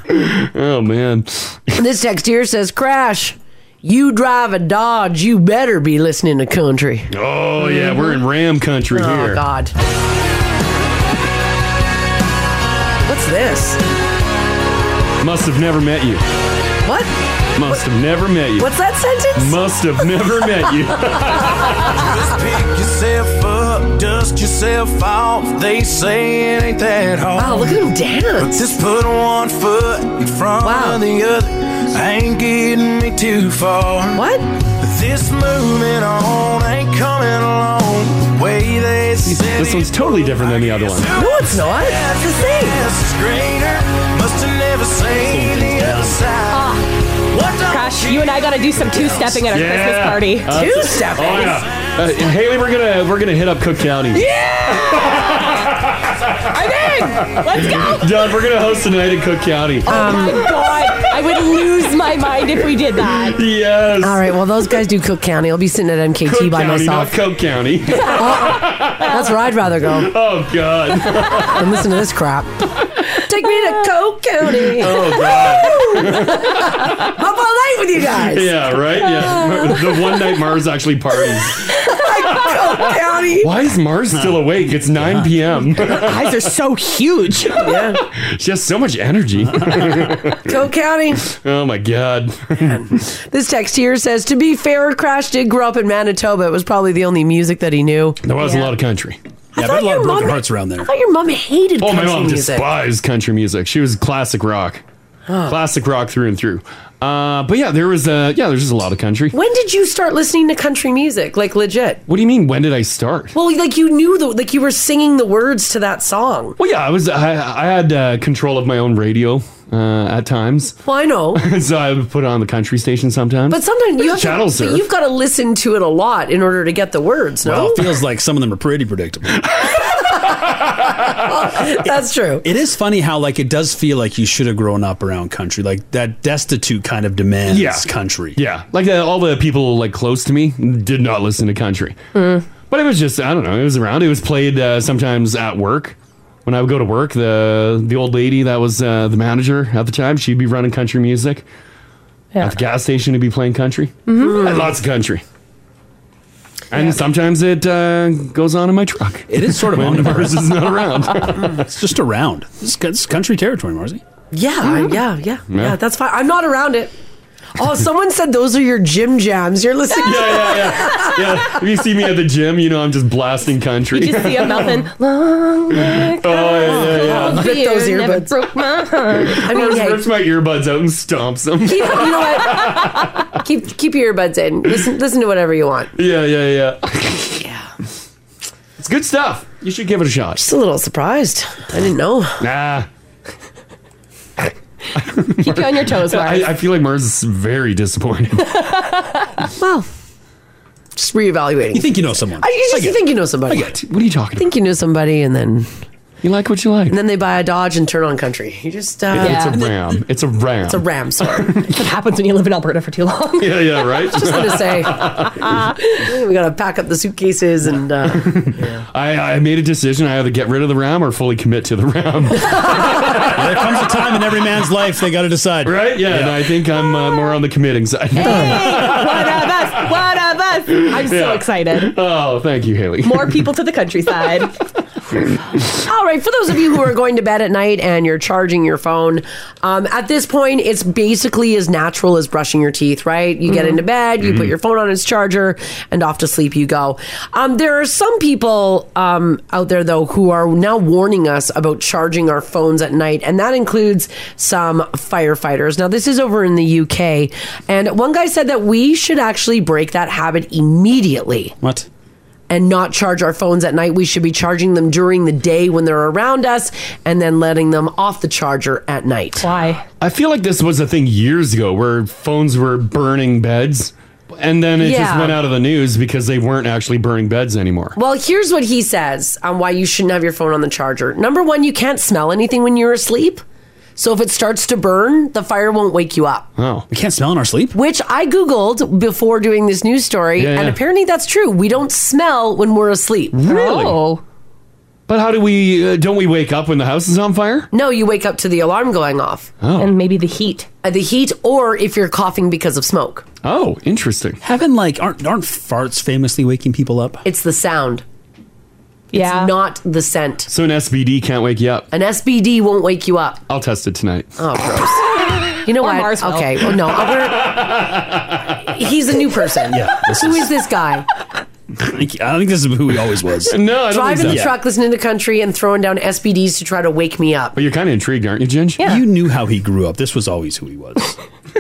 [SPEAKER 2] Oh man.
[SPEAKER 3] This text here says, Crash, you drive a Dodge, you better be listening to country. Mm-hmm.
[SPEAKER 2] Oh yeah, we're in Ram country
[SPEAKER 3] Oh,
[SPEAKER 2] here.
[SPEAKER 3] God. What's this?
[SPEAKER 2] Must have never met you.
[SPEAKER 3] What?
[SPEAKER 2] Must have never met you.
[SPEAKER 3] What's that sentence?
[SPEAKER 2] Must have never met you.
[SPEAKER 22] Just pick yourself up, dust yourself off. They say it ain't that hard.
[SPEAKER 6] Oh,
[SPEAKER 3] Wow, look at him dance. But
[SPEAKER 22] just put one foot in front of the other. Ain't getting me too far.
[SPEAKER 3] What?
[SPEAKER 22] This moving on ain't coming along. the Way they said
[SPEAKER 2] This one's totally different than the other one.
[SPEAKER 3] No, it's not. It's the same.
[SPEAKER 22] It's greater. Must have never seen the other side. What the-
[SPEAKER 6] Crash, Ah. you and I gotta do some two stepping at our Christmas party.
[SPEAKER 2] Uh, Oh yeah. Uh, Haley, we're gonna we're gonna hit up Cook County. Oh.
[SPEAKER 6] I'm in! Let's go!
[SPEAKER 2] John, we're gonna host tonight in Cook
[SPEAKER 3] Um,
[SPEAKER 2] County.
[SPEAKER 6] Oh my god, I would lose my mind if we did that.
[SPEAKER 2] Yes.
[SPEAKER 3] All right, well, those guys do Cook County. I'll be sitting at MKT
[SPEAKER 2] Cook
[SPEAKER 3] by
[SPEAKER 2] County, not
[SPEAKER 3] myself.
[SPEAKER 2] Coke County.
[SPEAKER 3] That's where I'd rather go.
[SPEAKER 2] Oh God.
[SPEAKER 3] And listen to this crap. Take me to Coke County.
[SPEAKER 2] Oh, God.
[SPEAKER 3] Up all night with you guys. Uh.
[SPEAKER 2] Yeah, right? Yeah. the one night Mars actually parties.
[SPEAKER 3] Coke County.
[SPEAKER 2] Why is Mars still awake? It's 9 p.m.
[SPEAKER 3] eyes are so huge. Yeah.
[SPEAKER 2] She has so much energy.
[SPEAKER 3] Coke County.
[SPEAKER 2] oh my God.
[SPEAKER 3] This text here says, to be fair, Crash did grow up in Manitoba. It was probably the only music that he knew.
[SPEAKER 2] There was a lot of country.
[SPEAKER 4] Yeah, I bet a lot of broken hearts around there.
[SPEAKER 3] I thought your mom hated
[SPEAKER 2] Oh, my
[SPEAKER 3] country
[SPEAKER 2] mom
[SPEAKER 3] music.
[SPEAKER 2] despised country music. She was classic rock,
[SPEAKER 3] Huh.
[SPEAKER 2] classic rock through and through. Uh, but yeah, there was uh, yeah, there's just a lot of country.
[SPEAKER 3] When did you start listening to country music? Like legit?
[SPEAKER 2] What do you mean? When did I start?
[SPEAKER 3] Well, like you knew the like you were singing the words to that song.
[SPEAKER 2] Well, yeah, I was I, I had uh, control of my own radio uh, at times,
[SPEAKER 3] Well, I know.
[SPEAKER 2] so I would put on the country station sometimes.
[SPEAKER 3] But sometimes you have
[SPEAKER 2] channel
[SPEAKER 3] to, but
[SPEAKER 2] surf.
[SPEAKER 3] you've got to listen to it a lot in order to get the words. No,
[SPEAKER 2] Oh.
[SPEAKER 4] Well, it feels like some of them are pretty predictable.
[SPEAKER 3] That's true.
[SPEAKER 4] It is funny how like it does feel like you should have grown up around country. Like that destitute kind of demands
[SPEAKER 2] Yeah.
[SPEAKER 4] country.
[SPEAKER 2] yeah, like uh, all the people like close to me did not listen to country.
[SPEAKER 6] Hmm.
[SPEAKER 2] But it was just I don't know. It was around. It was played uh, sometimes at work. When I would go to work, the the old lady that was uh, the manager at the time, she'd be running country music. At the gas station, to be playing country.
[SPEAKER 4] Mhm.
[SPEAKER 6] Mm-hmm.
[SPEAKER 2] I had lots of country. And sometimes it uh, goes on in my truck.
[SPEAKER 4] It is sort of
[SPEAKER 2] when
[SPEAKER 4] omnivorous.
[SPEAKER 2] Mars is not around.
[SPEAKER 4] it's just around. This is, this is country territory, Marzi.
[SPEAKER 3] Yeah,
[SPEAKER 4] Mhm.
[SPEAKER 3] yeah, yeah, yeah,
[SPEAKER 4] Yeah.
[SPEAKER 3] That's fine. I'm not around it. Oh, someone said those are your gym jams. You're listening.
[SPEAKER 2] yeah, yeah, yeah, yeah. If you see me at the gym, you know I'm just blasting country.
[SPEAKER 6] You just see a melting long neck.
[SPEAKER 2] Oh yeah, yeah. yeah.
[SPEAKER 3] Rip those
[SPEAKER 6] Beer never
[SPEAKER 3] earbuds.
[SPEAKER 6] broke my heart.
[SPEAKER 3] I
[SPEAKER 2] I
[SPEAKER 3] mean, hey.
[SPEAKER 2] rips my earbuds out and stomps them.
[SPEAKER 3] Keep, you know what? keep keep your earbuds in. Listen listen to whatever you want.
[SPEAKER 2] Yeah, yeah, yeah. yeah. It's good stuff. You should give it a shot.
[SPEAKER 3] Just a little surprised. I didn't know.
[SPEAKER 2] Nah.
[SPEAKER 6] Keep you on your toes, Mark.
[SPEAKER 2] I, I feel like Mars is very disappointed.
[SPEAKER 3] well, just reevaluating.
[SPEAKER 2] You think you know someone.
[SPEAKER 3] I you just think you know somebody.
[SPEAKER 2] I get- what are you talking
[SPEAKER 3] Think you know somebody, and then
[SPEAKER 2] you like what you like,
[SPEAKER 3] and then they buy a Dodge and turn on country. You just uh,
[SPEAKER 2] It- It's a ram. It's a ram.
[SPEAKER 3] It's a ram. Sorry,
[SPEAKER 6] That's what happens when you live in Alberta for too long.
[SPEAKER 2] Yeah, yeah, right.
[SPEAKER 3] Just gonna say. we gotta pack up the suitcases and uh,
[SPEAKER 2] I, I made a decision. I either get rid of the ram or fully commit to the ram.
[SPEAKER 4] there comes a time in every man's life they got to decide.
[SPEAKER 2] Right? Yeah. And I think I'm uh, more on the committing side.
[SPEAKER 6] One of us. One of us. I'm so
[SPEAKER 2] Yeah.
[SPEAKER 6] excited.
[SPEAKER 2] Oh, thank you, Haley.
[SPEAKER 6] More people to the countryside.
[SPEAKER 3] All right, for those of you who are going to bed at night and you're charging your phone, um, at this point, it's basically as natural as brushing your teeth, right? You get
[SPEAKER 6] Mm-hmm.
[SPEAKER 3] into bed, you put
[SPEAKER 1] Mhm.
[SPEAKER 3] your phone on its charger, and off to sleep you go. Um, there are some people um, out there, though, who are now warning us about charging our phones at night, and that includes some firefighters. Now, this is over in the UK, and one guy said that we should actually break that habit immediately.
[SPEAKER 4] What?
[SPEAKER 3] and not charge our phones at night. We should be charging them during the day when they're around us and then letting them off the charger at night. Why?
[SPEAKER 2] I feel like this was a thing years ago where phones were burning beds, and then it just
[SPEAKER 3] Yeah.
[SPEAKER 2] went out of the news because they weren't actually burning beds anymore.
[SPEAKER 3] Well, here's what he says on why you shouldn't have your phone on the charger. Number one, you can't smell anything when you're asleep. So if it starts to burn, the fire won't wake you up.
[SPEAKER 2] Oh,
[SPEAKER 4] we can't smell in our sleep.
[SPEAKER 3] Which I Googled before doing this news story,
[SPEAKER 2] Yeah,
[SPEAKER 3] and
[SPEAKER 2] yeah.
[SPEAKER 3] apparently that's true. We don't smell when we're asleep.
[SPEAKER 2] Really?
[SPEAKER 3] Oh.
[SPEAKER 2] But how do we? Uh, don't we wake up when the house is on fire?
[SPEAKER 3] No, you wake up to the alarm going off.
[SPEAKER 2] Oh.
[SPEAKER 3] And maybe the heat. Uh, the heat, or if you're coughing because of smoke.
[SPEAKER 2] Oh, interesting.
[SPEAKER 4] Haven't like aren't aren't farts famously waking people up?
[SPEAKER 3] It's the sound. Yeah. It's not the scent.
[SPEAKER 2] So an SBD can't wake you up.
[SPEAKER 3] An SBD won't wake you up.
[SPEAKER 2] I'll test it tonight.
[SPEAKER 3] Oh, gross. You know
[SPEAKER 2] Or
[SPEAKER 3] what?
[SPEAKER 2] Mars will.
[SPEAKER 3] Okay. Well, no. we're- he's a new person.
[SPEAKER 4] Yeah, this
[SPEAKER 3] Who
[SPEAKER 4] is-
[SPEAKER 3] is this guy?
[SPEAKER 4] I think I think this is who he always was.
[SPEAKER 3] Driving the truck, listening to country, and throwing down SBDs to try to wake me up.
[SPEAKER 2] But you're kind of intrigued, aren't you, Ginge?
[SPEAKER 4] You knew how he grew up. This was always who he was.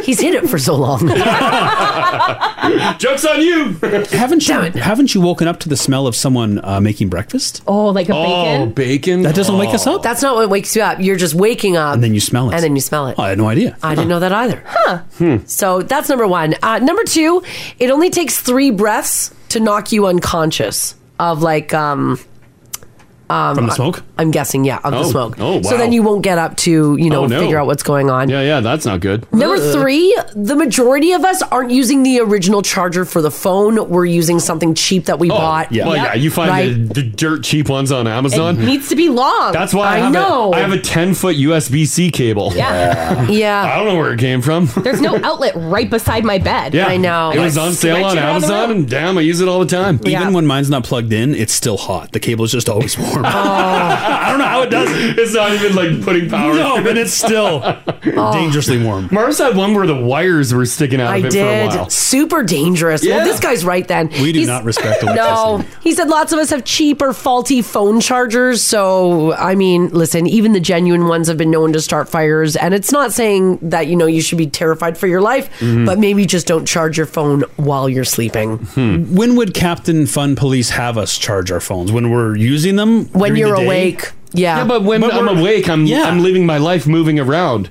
[SPEAKER 3] He's hid it for so long.
[SPEAKER 2] Jokes on you.
[SPEAKER 4] haven't you? Haven't you woken up to the smell of someone uh, making breakfast?
[SPEAKER 3] Oh, like a
[SPEAKER 2] bacon.
[SPEAKER 4] That doesn't wake us
[SPEAKER 2] Oh.
[SPEAKER 4] up.
[SPEAKER 3] That's not what wakes you up. You're just waking up. And
[SPEAKER 4] then you smell it.
[SPEAKER 3] And then you smell it.
[SPEAKER 4] I had no idea.
[SPEAKER 3] I didn't know that either. Huh.
[SPEAKER 2] Hmm.
[SPEAKER 3] So that's number one. Uh, number two, it only takes three breaths to knock you unconscious of like. um um,
[SPEAKER 2] From the smoke?
[SPEAKER 3] I'm guessing, yeah, of the
[SPEAKER 2] Oh.
[SPEAKER 3] smoke.
[SPEAKER 2] Oh,
[SPEAKER 3] So
[SPEAKER 2] wow.
[SPEAKER 3] then you won't get up to, you know,
[SPEAKER 2] Oh, no.
[SPEAKER 3] figure out what's going on.
[SPEAKER 2] Yeah, yeah, that's not good.
[SPEAKER 3] Number three, the majority of us aren't using the original charger for the phone. We're using something cheap that we bought.
[SPEAKER 2] Well, Oh, yeah, you find the, the dirt cheap ones on Amazon.
[SPEAKER 3] It needs to be long.
[SPEAKER 2] That's why I,
[SPEAKER 3] I
[SPEAKER 2] have
[SPEAKER 3] know.
[SPEAKER 2] A, I have a ten foot USB C cable.
[SPEAKER 6] Yeah.
[SPEAKER 3] yeah.
[SPEAKER 2] I don't know where it came from.
[SPEAKER 6] There's no outlet right beside my bed.
[SPEAKER 2] Yeah, It was on sale on Amazon, and damn, I use it all the time.
[SPEAKER 4] Even when mine's not plugged in, it's still hot. The cable's just always warm.
[SPEAKER 2] I don't know how it does. it. It's not even like putting power.
[SPEAKER 4] No, but it's still
[SPEAKER 3] Oh.
[SPEAKER 4] dangerously warm.
[SPEAKER 2] Mars had one where the wires were sticking out of
[SPEAKER 3] I
[SPEAKER 2] it
[SPEAKER 3] did.
[SPEAKER 2] for a while.
[SPEAKER 3] Super dangerous.
[SPEAKER 2] Yeah.
[SPEAKER 3] Well, this guy's right then.
[SPEAKER 2] We do not respect
[SPEAKER 3] No.
[SPEAKER 2] electricity.
[SPEAKER 3] He said lots of us have cheap or faulty phone chargers. So, I mean, listen, even the genuine ones have been known to start fires. And it's not saying that, you know, you should be terrified for your life,
[SPEAKER 2] Mm-hmm.
[SPEAKER 4] Mhm.
[SPEAKER 3] but maybe just don't charge your phone while you're sleeping.
[SPEAKER 2] Hmm.
[SPEAKER 4] When would Captain Fun Police have us charge our phones? When we're using them? during
[SPEAKER 3] When
[SPEAKER 4] the
[SPEAKER 3] you're
[SPEAKER 4] day?
[SPEAKER 3] awake. Yeah.
[SPEAKER 2] Yeah, but when I'm
[SPEAKER 4] we're-
[SPEAKER 2] awake, I'm
[SPEAKER 4] Yeah.
[SPEAKER 2] I'm living my life moving around.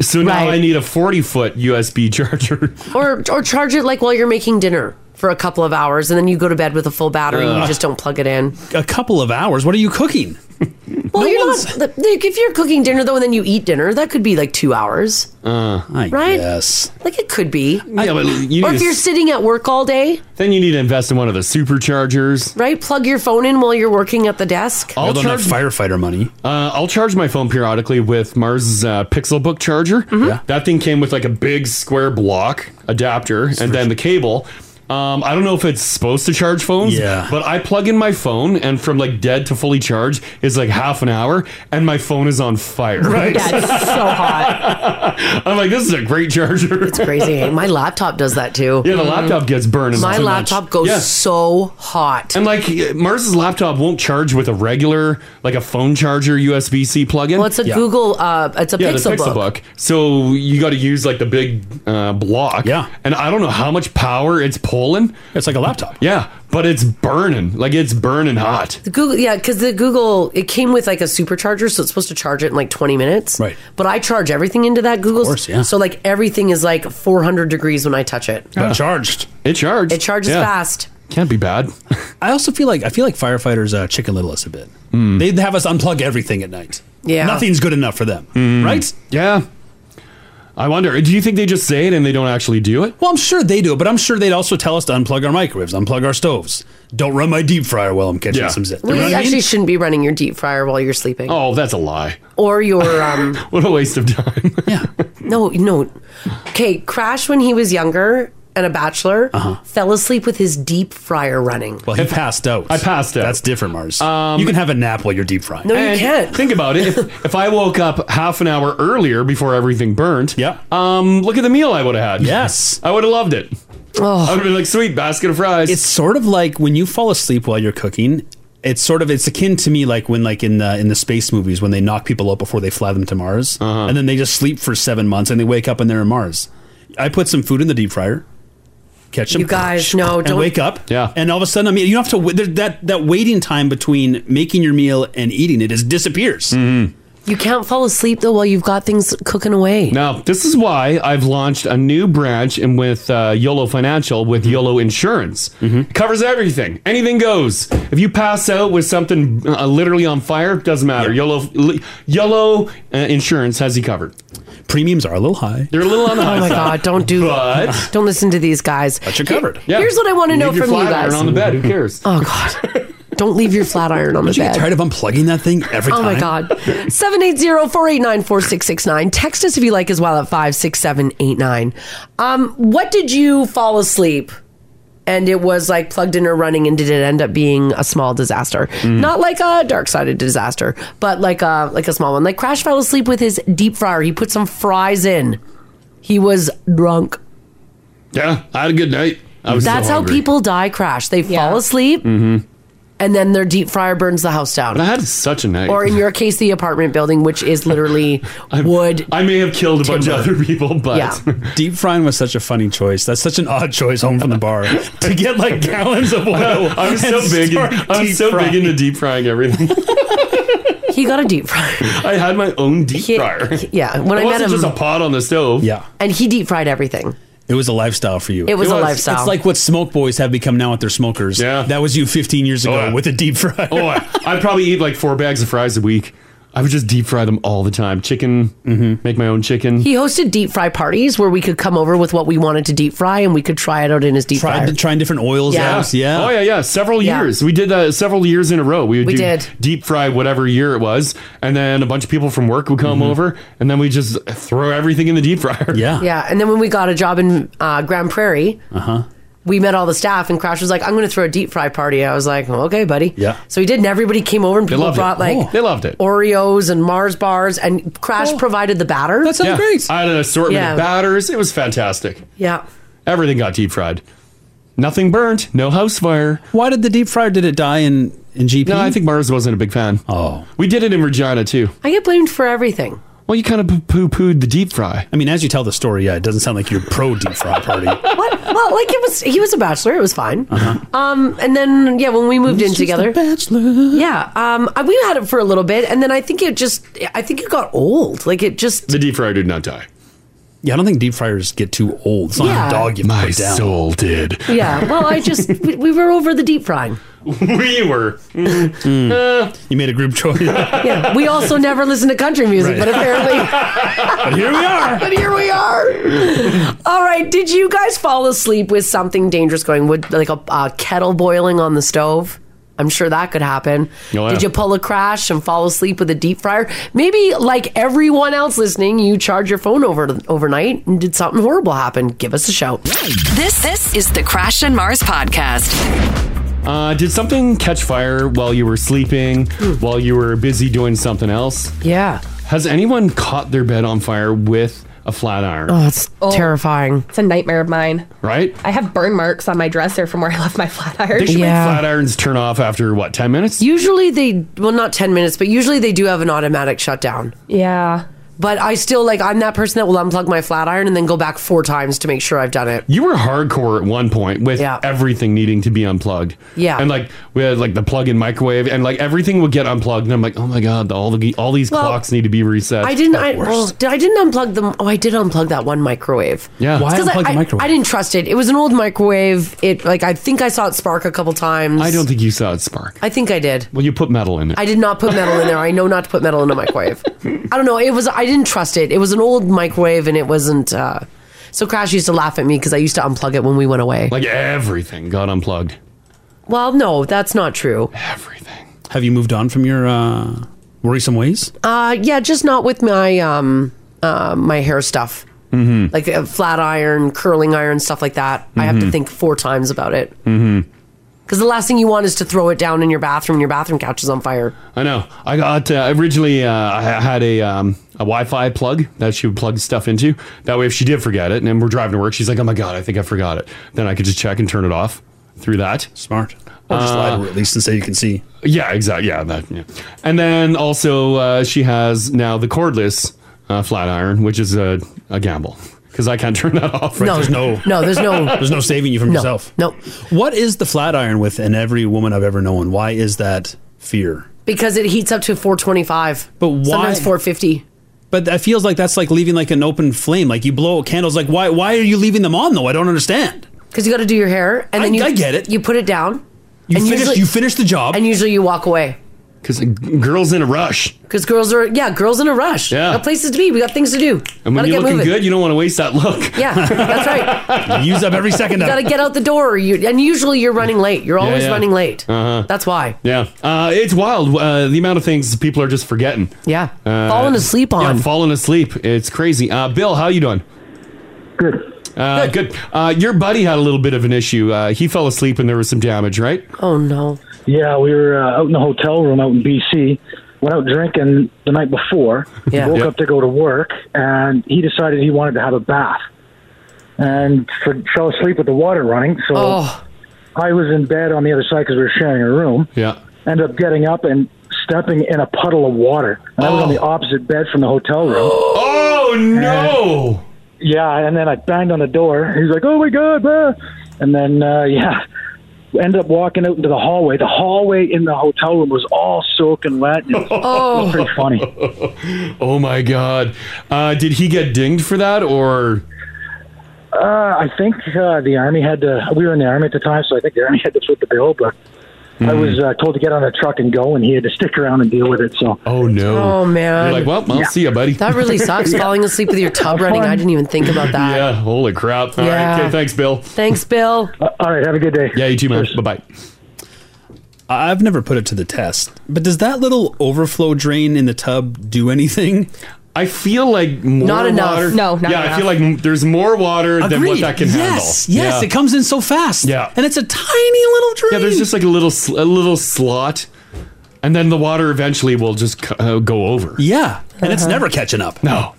[SPEAKER 2] So now
[SPEAKER 3] Right.
[SPEAKER 2] I need a 40 foot USB charger.
[SPEAKER 3] Or, or charge it like while you're making dinner for a couple of hours and then you go to bed with a full battery and you
[SPEAKER 4] Ugh.
[SPEAKER 3] just don't plug it in.
[SPEAKER 4] A couple of hours. What are you cooking?
[SPEAKER 3] Well, you're not. Like, if you're cooking dinner though, and then you eat dinner, that could be like two hours,
[SPEAKER 2] Uh,
[SPEAKER 3] right?
[SPEAKER 4] Yes.
[SPEAKER 3] Like it could be.
[SPEAKER 2] Yeah, but you
[SPEAKER 3] or
[SPEAKER 2] need
[SPEAKER 3] if
[SPEAKER 2] to-
[SPEAKER 3] you're sitting at work all day,
[SPEAKER 2] Then you need to invest in one of the superchargers.
[SPEAKER 3] right? Plug your phone in while you're working at the desk.
[SPEAKER 2] I'll charge
[SPEAKER 4] firefighter money.
[SPEAKER 2] Uh, I'll charge my phone periodically with Mars's uh, Pixel Book charger.
[SPEAKER 4] Mm-hmm.
[SPEAKER 2] That thing came with like a big square block adapter and then the cable. Um, I don't know if it's supposed to charge phones,
[SPEAKER 4] Yeah.
[SPEAKER 2] but I plug in my phone and from like dead to fully charged is like half an hour and my phone is on fire.
[SPEAKER 3] Right. Yeah, it's so
[SPEAKER 2] hot. I'm like, this is a great charger. It's
[SPEAKER 3] crazy. My laptop does that too.
[SPEAKER 2] Yeah, the laptop gets burned.
[SPEAKER 3] My laptop goes so hot.
[SPEAKER 2] And like Mars's laptop won't charge with a regular, like a phone charger USB C plug-in. Well,
[SPEAKER 3] It's a Google. Uh, it's a
[SPEAKER 2] yeah,
[SPEAKER 3] Pixel,
[SPEAKER 2] the Pixel book.
[SPEAKER 3] book.
[SPEAKER 2] So you got to use like the big uh, block. Yeah. And I don't know how much power it's pulling.
[SPEAKER 4] It's like a laptop.
[SPEAKER 2] Yeah, but it's burning. Like it's burning hot.
[SPEAKER 3] The Google, yeah, because the Google it came with like a supercharger, so it's supposed to charge it in like twenty minutes. Right. But I charge everything into that Google.
[SPEAKER 2] course, yeah.
[SPEAKER 3] So like everything is like four hundred degrees when I touch it.
[SPEAKER 4] charged.
[SPEAKER 2] It charged.
[SPEAKER 3] It charges fast.
[SPEAKER 2] Can't be bad.
[SPEAKER 4] I also feel like I feel like firefighters uh, chicken little us a bit.
[SPEAKER 2] Hmm.
[SPEAKER 4] They'd have us unplug everything at night.
[SPEAKER 3] Yeah.
[SPEAKER 4] Nothing's good enough for them. Right?
[SPEAKER 2] Hmm. Yeah. I wonder. Do you think they just say it and they don't actually do it?
[SPEAKER 4] Well, I'm sure they do it, but I'm sure they'd also tell us to unplug our microwaves, unplug our stoves. Don't run my deep fryer while I'm catching some zit.
[SPEAKER 3] Well,
[SPEAKER 4] You know
[SPEAKER 3] you
[SPEAKER 4] what I mean?
[SPEAKER 3] actually shouldn't be running your deep fryer while you're sleeping.
[SPEAKER 2] Oh, that's a lie.
[SPEAKER 3] Or your um
[SPEAKER 2] What a waste of time.
[SPEAKER 3] no no. Okay, Crash when he was younger and a bachelor fell asleep with his deep fryer running.
[SPEAKER 4] Uh-huh. Well, he passed out. I passed out. That's different, Mars.
[SPEAKER 2] Um,
[SPEAKER 4] you can have a nap while you're deep frying.
[SPEAKER 3] No, you
[SPEAKER 2] can't. Think about it. If, if I woke up half an hour earlier before everything burnt, yeah. Um, look at the meal I would have had. Yes, I would have loved it.
[SPEAKER 3] Oh.
[SPEAKER 2] I would have been like, sweet basket of fries.
[SPEAKER 4] It's sort of like when you fall asleep while you're cooking. It's sort of it's akin to me like when like in the in the space movies when they knock people up before they fly them to Mars,
[SPEAKER 2] Uh-huh.
[SPEAKER 4] and then they just sleep for seven months and they wake up and they're in Mars. I put some food in the deep fryer. catch them.
[SPEAKER 3] You guys, no,
[SPEAKER 4] and
[SPEAKER 3] don't-
[SPEAKER 4] wake up. Yeah, and all of a sudden, I mean, you don't have to. wait- there- That that waiting time between making your meal and eating it just disappears.
[SPEAKER 3] You can't fall asleep though while you've got things cooking away.
[SPEAKER 2] Now, this is why I've launched a new branch and with uh, YOLO Financial with
[SPEAKER 4] Mm-hmm.
[SPEAKER 2] YOLO Insurance. It covers everything. Anything goes. If you pass out with something uh, literally on fire, doesn't matter. YOLO li- YOLO uh, Insurance has you covered.
[SPEAKER 4] Premiums are a little high.
[SPEAKER 2] They're a little on the high
[SPEAKER 3] Oh my
[SPEAKER 2] side.
[SPEAKER 3] God, don't do
[SPEAKER 2] But-
[SPEAKER 3] Don't listen to these guys.
[SPEAKER 4] But you're covered.
[SPEAKER 3] Here- Here's what I want to
[SPEAKER 2] Leave
[SPEAKER 3] know
[SPEAKER 2] your
[SPEAKER 3] from you
[SPEAKER 2] flat iron
[SPEAKER 3] guys.
[SPEAKER 2] on the bed. Who cares?
[SPEAKER 3] Oh God. Don't leave your flat iron on the
[SPEAKER 4] Don't you
[SPEAKER 3] bed.
[SPEAKER 4] get tired of unplugging that thing every
[SPEAKER 3] Oh
[SPEAKER 4] time?
[SPEAKER 3] my God. 780-489-4669. Text us if you like as well at 56789. Um, what did you fall asleep and it was like plugged in or running and did it end up being a small disaster?
[SPEAKER 2] Mm.
[SPEAKER 3] Not like a dark-sided disaster, but like a like a small one. Like Crash fell asleep with his deep fryer. He put some fries in. He was drunk.
[SPEAKER 2] Yeah, I had a good night. I was
[SPEAKER 3] That's
[SPEAKER 2] so
[SPEAKER 3] how
[SPEAKER 2] hungry.
[SPEAKER 3] people die, Crash. They fall asleep
[SPEAKER 2] Mhm.
[SPEAKER 3] and then their deep fryer burns the house down.
[SPEAKER 2] But I had such a night.
[SPEAKER 3] or in your case, the apartment building, which is literally wood.
[SPEAKER 2] I may have killed a bunch of other people, but
[SPEAKER 4] deep frying was such a funny choice. That's such an odd choice home from the bar to get like gallons of oil.
[SPEAKER 2] I'm so
[SPEAKER 4] and
[SPEAKER 2] big. in-
[SPEAKER 4] start
[SPEAKER 2] I'm
[SPEAKER 4] deep
[SPEAKER 2] so
[SPEAKER 4] frying.
[SPEAKER 2] big into deep frying everything.
[SPEAKER 3] he got a deep fryer.
[SPEAKER 2] I had my own deep fryer.
[SPEAKER 3] yeah, when
[SPEAKER 2] it
[SPEAKER 3] I met
[SPEAKER 2] wasn't
[SPEAKER 3] him-
[SPEAKER 2] just a pot on the stove.
[SPEAKER 4] Yeah,
[SPEAKER 3] And he deep fried everything.
[SPEAKER 4] it was a lifestyle for you.
[SPEAKER 3] It was It a was. lifestyle.
[SPEAKER 4] It's like what smoke boys have become now with their smokers. Yeah, that was you 15 years ago with a deep fryer.
[SPEAKER 2] Oh, I, I'd probably eat like four bags of fries a week. I would just deep fry them all the time. Chicken,
[SPEAKER 4] Mm-hmm.
[SPEAKER 2] make my own chicken.
[SPEAKER 3] He hosted deep fry parties where we could come over with what we wanted to deep fry and we could try it out in his deep
[SPEAKER 4] Tried-
[SPEAKER 3] fryer.
[SPEAKER 4] trying different oils.
[SPEAKER 3] Yeah.
[SPEAKER 4] out, yeah.
[SPEAKER 2] Oh yeah, yeah. Several
[SPEAKER 3] Yeah.
[SPEAKER 2] years. We did that several years in a row. We would
[SPEAKER 3] We
[SPEAKER 2] do
[SPEAKER 3] did.
[SPEAKER 2] deep fry whatever year it was, and then a bunch of people from work would
[SPEAKER 4] Mm-hmm.
[SPEAKER 2] come over, and then we just throw everything in the deep fryer.
[SPEAKER 3] Yeah. And then when we got a job in uh, Grand Prairie,
[SPEAKER 2] Uh
[SPEAKER 4] Uh-huh.
[SPEAKER 2] huh.
[SPEAKER 3] we met all the staff and Crash was like, I'm going to throw a deep fry party. I was like, okay, buddy.
[SPEAKER 2] Yeah.
[SPEAKER 3] So he did. And everybody came over and
[SPEAKER 2] They
[SPEAKER 3] people
[SPEAKER 2] loved it.
[SPEAKER 3] brought like
[SPEAKER 2] Oh. They loved it.
[SPEAKER 3] Oreos and Mars bars and Crash provided the batter. That
[SPEAKER 2] Yeah. I had an assortment
[SPEAKER 3] Yeah.
[SPEAKER 2] of batters. It was fantastic.
[SPEAKER 3] Yeah.
[SPEAKER 2] Everything got deep fried. Nothing burnt. No house fire.
[SPEAKER 4] Why did the deep fryer did it die in in GP?
[SPEAKER 2] No, I think Mars wasn't a big fan.
[SPEAKER 4] Oh,
[SPEAKER 2] we did it in Regina too.
[SPEAKER 3] I get blamed for everything.
[SPEAKER 2] Well, you kind of poo pooed the deep fry.
[SPEAKER 4] I mean, as you tell the story, yeah, it doesn't sound like you're pro deep fry party. Uh-huh.
[SPEAKER 3] What? Well, like it was, he was a bachelor. It was fine. Um, and then yeah, when we moved in
[SPEAKER 4] just
[SPEAKER 3] together,
[SPEAKER 4] a bachelor.
[SPEAKER 3] Yeah, um, I- we had it for a little bit, and then I think it just, I think it got old. Like it just,
[SPEAKER 2] The deep fryer did not die.
[SPEAKER 4] Yeah, I don't think deep fryers get too old. It's not
[SPEAKER 3] Yeah.
[SPEAKER 4] a dog you
[SPEAKER 2] My
[SPEAKER 4] put down.
[SPEAKER 2] soul did.
[SPEAKER 3] yeah. Well, I just, we, we were over the deep frying.
[SPEAKER 2] we were.
[SPEAKER 4] Hmm.
[SPEAKER 2] Hmm.
[SPEAKER 4] you made a group choice.
[SPEAKER 3] Yeah. We also never listened to country music,
[SPEAKER 4] Right.
[SPEAKER 3] but apparently,
[SPEAKER 4] But here we are.
[SPEAKER 3] but here we are. All right. Did you guys fall asleep with something dangerous going? Would like a, a kettle boiling on the stove? I'm sure that could happen.
[SPEAKER 2] Oh, yeah.
[SPEAKER 3] Did you pull a crash and fall asleep with a deep fryer? Maybe, like everyone else listening, you charge your phone over overnight and did something horrible happen. Give us a shout.
[SPEAKER 1] This this is the Crash and Mars podcast.
[SPEAKER 2] Uh, did something catch fire while you were sleeping, while you were busy doing something else?
[SPEAKER 3] Hmm. Yeah.
[SPEAKER 2] Has anyone caught their bed on fire with a flat iron?
[SPEAKER 3] Oh, that's terrifying.
[SPEAKER 6] It's a nightmare of mine.
[SPEAKER 2] Right?
[SPEAKER 6] I have burn marks on my dresser from where I left my flat iron.
[SPEAKER 2] They should make flat irons turn off after what, 10 minutes?
[SPEAKER 3] Usually they well not 10 minutes, but usually they do have an automatic shutdown.
[SPEAKER 6] Yeah.
[SPEAKER 3] But I still like I'm that person that will unplug my flat iron and then go back four times to make sure I've done it.
[SPEAKER 2] You were hardcore at one point with everything needing to be unplugged.
[SPEAKER 3] Yeah.
[SPEAKER 2] and like we had like the plug-in microwave, and like everything would get unplugged. And I'm like, oh my god, the- all the all these
[SPEAKER 3] Well,
[SPEAKER 2] clocks need to be reset.
[SPEAKER 3] I didn't. I, well, did, I didn't unplug them. Oh, I did unplug that one microwave.
[SPEAKER 2] Yeah. Why
[SPEAKER 3] It's 'cause I-
[SPEAKER 2] unplug the
[SPEAKER 3] I,
[SPEAKER 2] microwave?
[SPEAKER 3] I didn't trust it. It was an old microwave. It like I think I saw it spark a couple times.
[SPEAKER 2] I don't think you saw it spark.
[SPEAKER 3] I think I did.
[SPEAKER 2] Well, you put metal in it.
[SPEAKER 3] I did not put metal in there. I know not to put metal in a microwave. I don't know. It was I didn't trust it. It was an old microwave and it wasn't uh so Crash used to laugh at me because I used to unplug it when we went away.
[SPEAKER 2] like everything got unplugged.
[SPEAKER 3] Well, no, that's not true.
[SPEAKER 4] Have you moved on from your uh, worrisome ways?
[SPEAKER 3] Uh yeah, just not with my um uh my hair stuff.
[SPEAKER 4] Mm-hmm.
[SPEAKER 3] Like uh, flat iron, curling iron, stuff like that. I have to
[SPEAKER 4] Mhm.
[SPEAKER 3] think four times about it.
[SPEAKER 2] Mm-hmm.
[SPEAKER 3] Because the last thing you want is to throw it down in your bathroom and your bathroom couch is on fire.
[SPEAKER 2] I know. I got uh, originally. Uh, I had a um, a Wi-Fi plug that she would plug stuff into. That way, if she did forget it, and then we're driving to work, she's like, "Oh my god, I think I forgot it." Then I could just check and turn it off through that.
[SPEAKER 4] Smart. Or just lie to her at least and say you can see.
[SPEAKER 2] Yeah, exactly. Yeah, that. Yeah. And then also, uh, she has now the cordless uh, flat iron, which is a, a gamble. because I can't turn that off.
[SPEAKER 4] Right, there's no, there's no saving you from
[SPEAKER 2] No.
[SPEAKER 4] yourself. No. What is the flat iron with in every woman I've ever known? Why is that fear?
[SPEAKER 3] because it heats up to 425. But
[SPEAKER 4] why-
[SPEAKER 3] Sometimes 450.
[SPEAKER 4] But that feels like that's like leaving like an open flame. Like you blow out candles. Like why? Why are you leaving them on though? I don't understand.
[SPEAKER 3] Because you got to do your hair, and then
[SPEAKER 4] I-
[SPEAKER 3] you
[SPEAKER 4] I get it.
[SPEAKER 3] You put it down.
[SPEAKER 4] You finish- you finish the job,
[SPEAKER 3] and usually you walk away.
[SPEAKER 2] Because girls in a rush.
[SPEAKER 3] Because girls are yeah, girls in a rush.
[SPEAKER 2] Yeah.
[SPEAKER 3] got places to be. We got things to do.
[SPEAKER 2] And when
[SPEAKER 3] Gotta
[SPEAKER 2] you're
[SPEAKER 3] get
[SPEAKER 2] looking
[SPEAKER 3] moving.
[SPEAKER 2] good, you don't want to waste that look.
[SPEAKER 3] Yeah, that's
[SPEAKER 2] right. Use up every second
[SPEAKER 3] you
[SPEAKER 2] of
[SPEAKER 3] got to
[SPEAKER 2] it.
[SPEAKER 3] get out the door. You and usually you're running late. You're
[SPEAKER 2] Yeah,
[SPEAKER 3] always
[SPEAKER 2] yeah.
[SPEAKER 3] running late.
[SPEAKER 2] Uh-huh.
[SPEAKER 3] That's why.
[SPEAKER 2] Yeah, uh, it's wild. Uh, the amount of things people are just forgetting.
[SPEAKER 3] Yeah,
[SPEAKER 2] uh,
[SPEAKER 3] Falling asleep on.
[SPEAKER 2] Yeah, falling asleep. It's crazy. Uh, Bill, how you doing? Good. Uh, good. Uh, your buddy had a little bit of an issue. Uh, he fell asleep and there was some damage, right?
[SPEAKER 3] Oh no.
[SPEAKER 5] Yeah, we were uh, out in the hotel room out in BC. Went out drinking the night before.
[SPEAKER 3] Yeah.
[SPEAKER 5] Woke
[SPEAKER 3] Yeah.
[SPEAKER 5] up to go to work, and he decided he wanted to have a bath, and for, fell asleep with the water running. So
[SPEAKER 3] Oh.
[SPEAKER 5] I was in bed on the other side because we were sharing a room.
[SPEAKER 2] Yeah.
[SPEAKER 5] Ended up getting up and stepping in a puddle of water. And I was on the opposite bed from the hotel room.
[SPEAKER 2] Oh no!
[SPEAKER 5] yeah, and then I banged on the door. He's like, "Oh my god!" ah." And then uh, yeah, ended up walking out into the hallway. The hallway in the hotel room was all soaking wet. It was
[SPEAKER 3] Oh.
[SPEAKER 5] pretty funny.
[SPEAKER 2] Oh my God! Uh, did he get dinged for that or?
[SPEAKER 5] Uh, I think uh, the army had to. We were in the army at the time, so I think the army had to foot the bill. But I
[SPEAKER 2] Hmm.
[SPEAKER 5] was uh, told to get on a truck and go, and he had to stick around and deal with it. So.
[SPEAKER 2] Oh no!
[SPEAKER 3] Oh man.
[SPEAKER 2] You're like, well, I'll see you, buddy.
[SPEAKER 3] That really sucks. Falling asleep with your tub running. I didn't even think about that.
[SPEAKER 2] Yeah. Holy crap! All right.
[SPEAKER 3] Yeah.
[SPEAKER 2] Okay. Thanks, Bill.
[SPEAKER 3] Thanks, Bill.
[SPEAKER 5] Uh, All right. Have a good day.
[SPEAKER 2] Yeah. You too, man. Bye bye.
[SPEAKER 4] I've never put it to the test, but does that little overflow drain in the tub do anything?
[SPEAKER 2] I feel like more
[SPEAKER 6] Not enough.
[SPEAKER 2] Water,
[SPEAKER 6] No, not
[SPEAKER 2] yeah, I
[SPEAKER 6] enough.
[SPEAKER 2] feel like m- there's more water than what
[SPEAKER 4] Agreed.
[SPEAKER 2] that can
[SPEAKER 4] Yes,
[SPEAKER 2] handle.
[SPEAKER 4] yes, it comes in so fast.
[SPEAKER 2] Yeah,
[SPEAKER 4] and it's a tiny little drain.
[SPEAKER 2] yeah. There's just like a little sl- a little slot, and then the water eventually will just c- uh, go over.
[SPEAKER 4] Yeah, and it's never catching up.
[SPEAKER 2] No,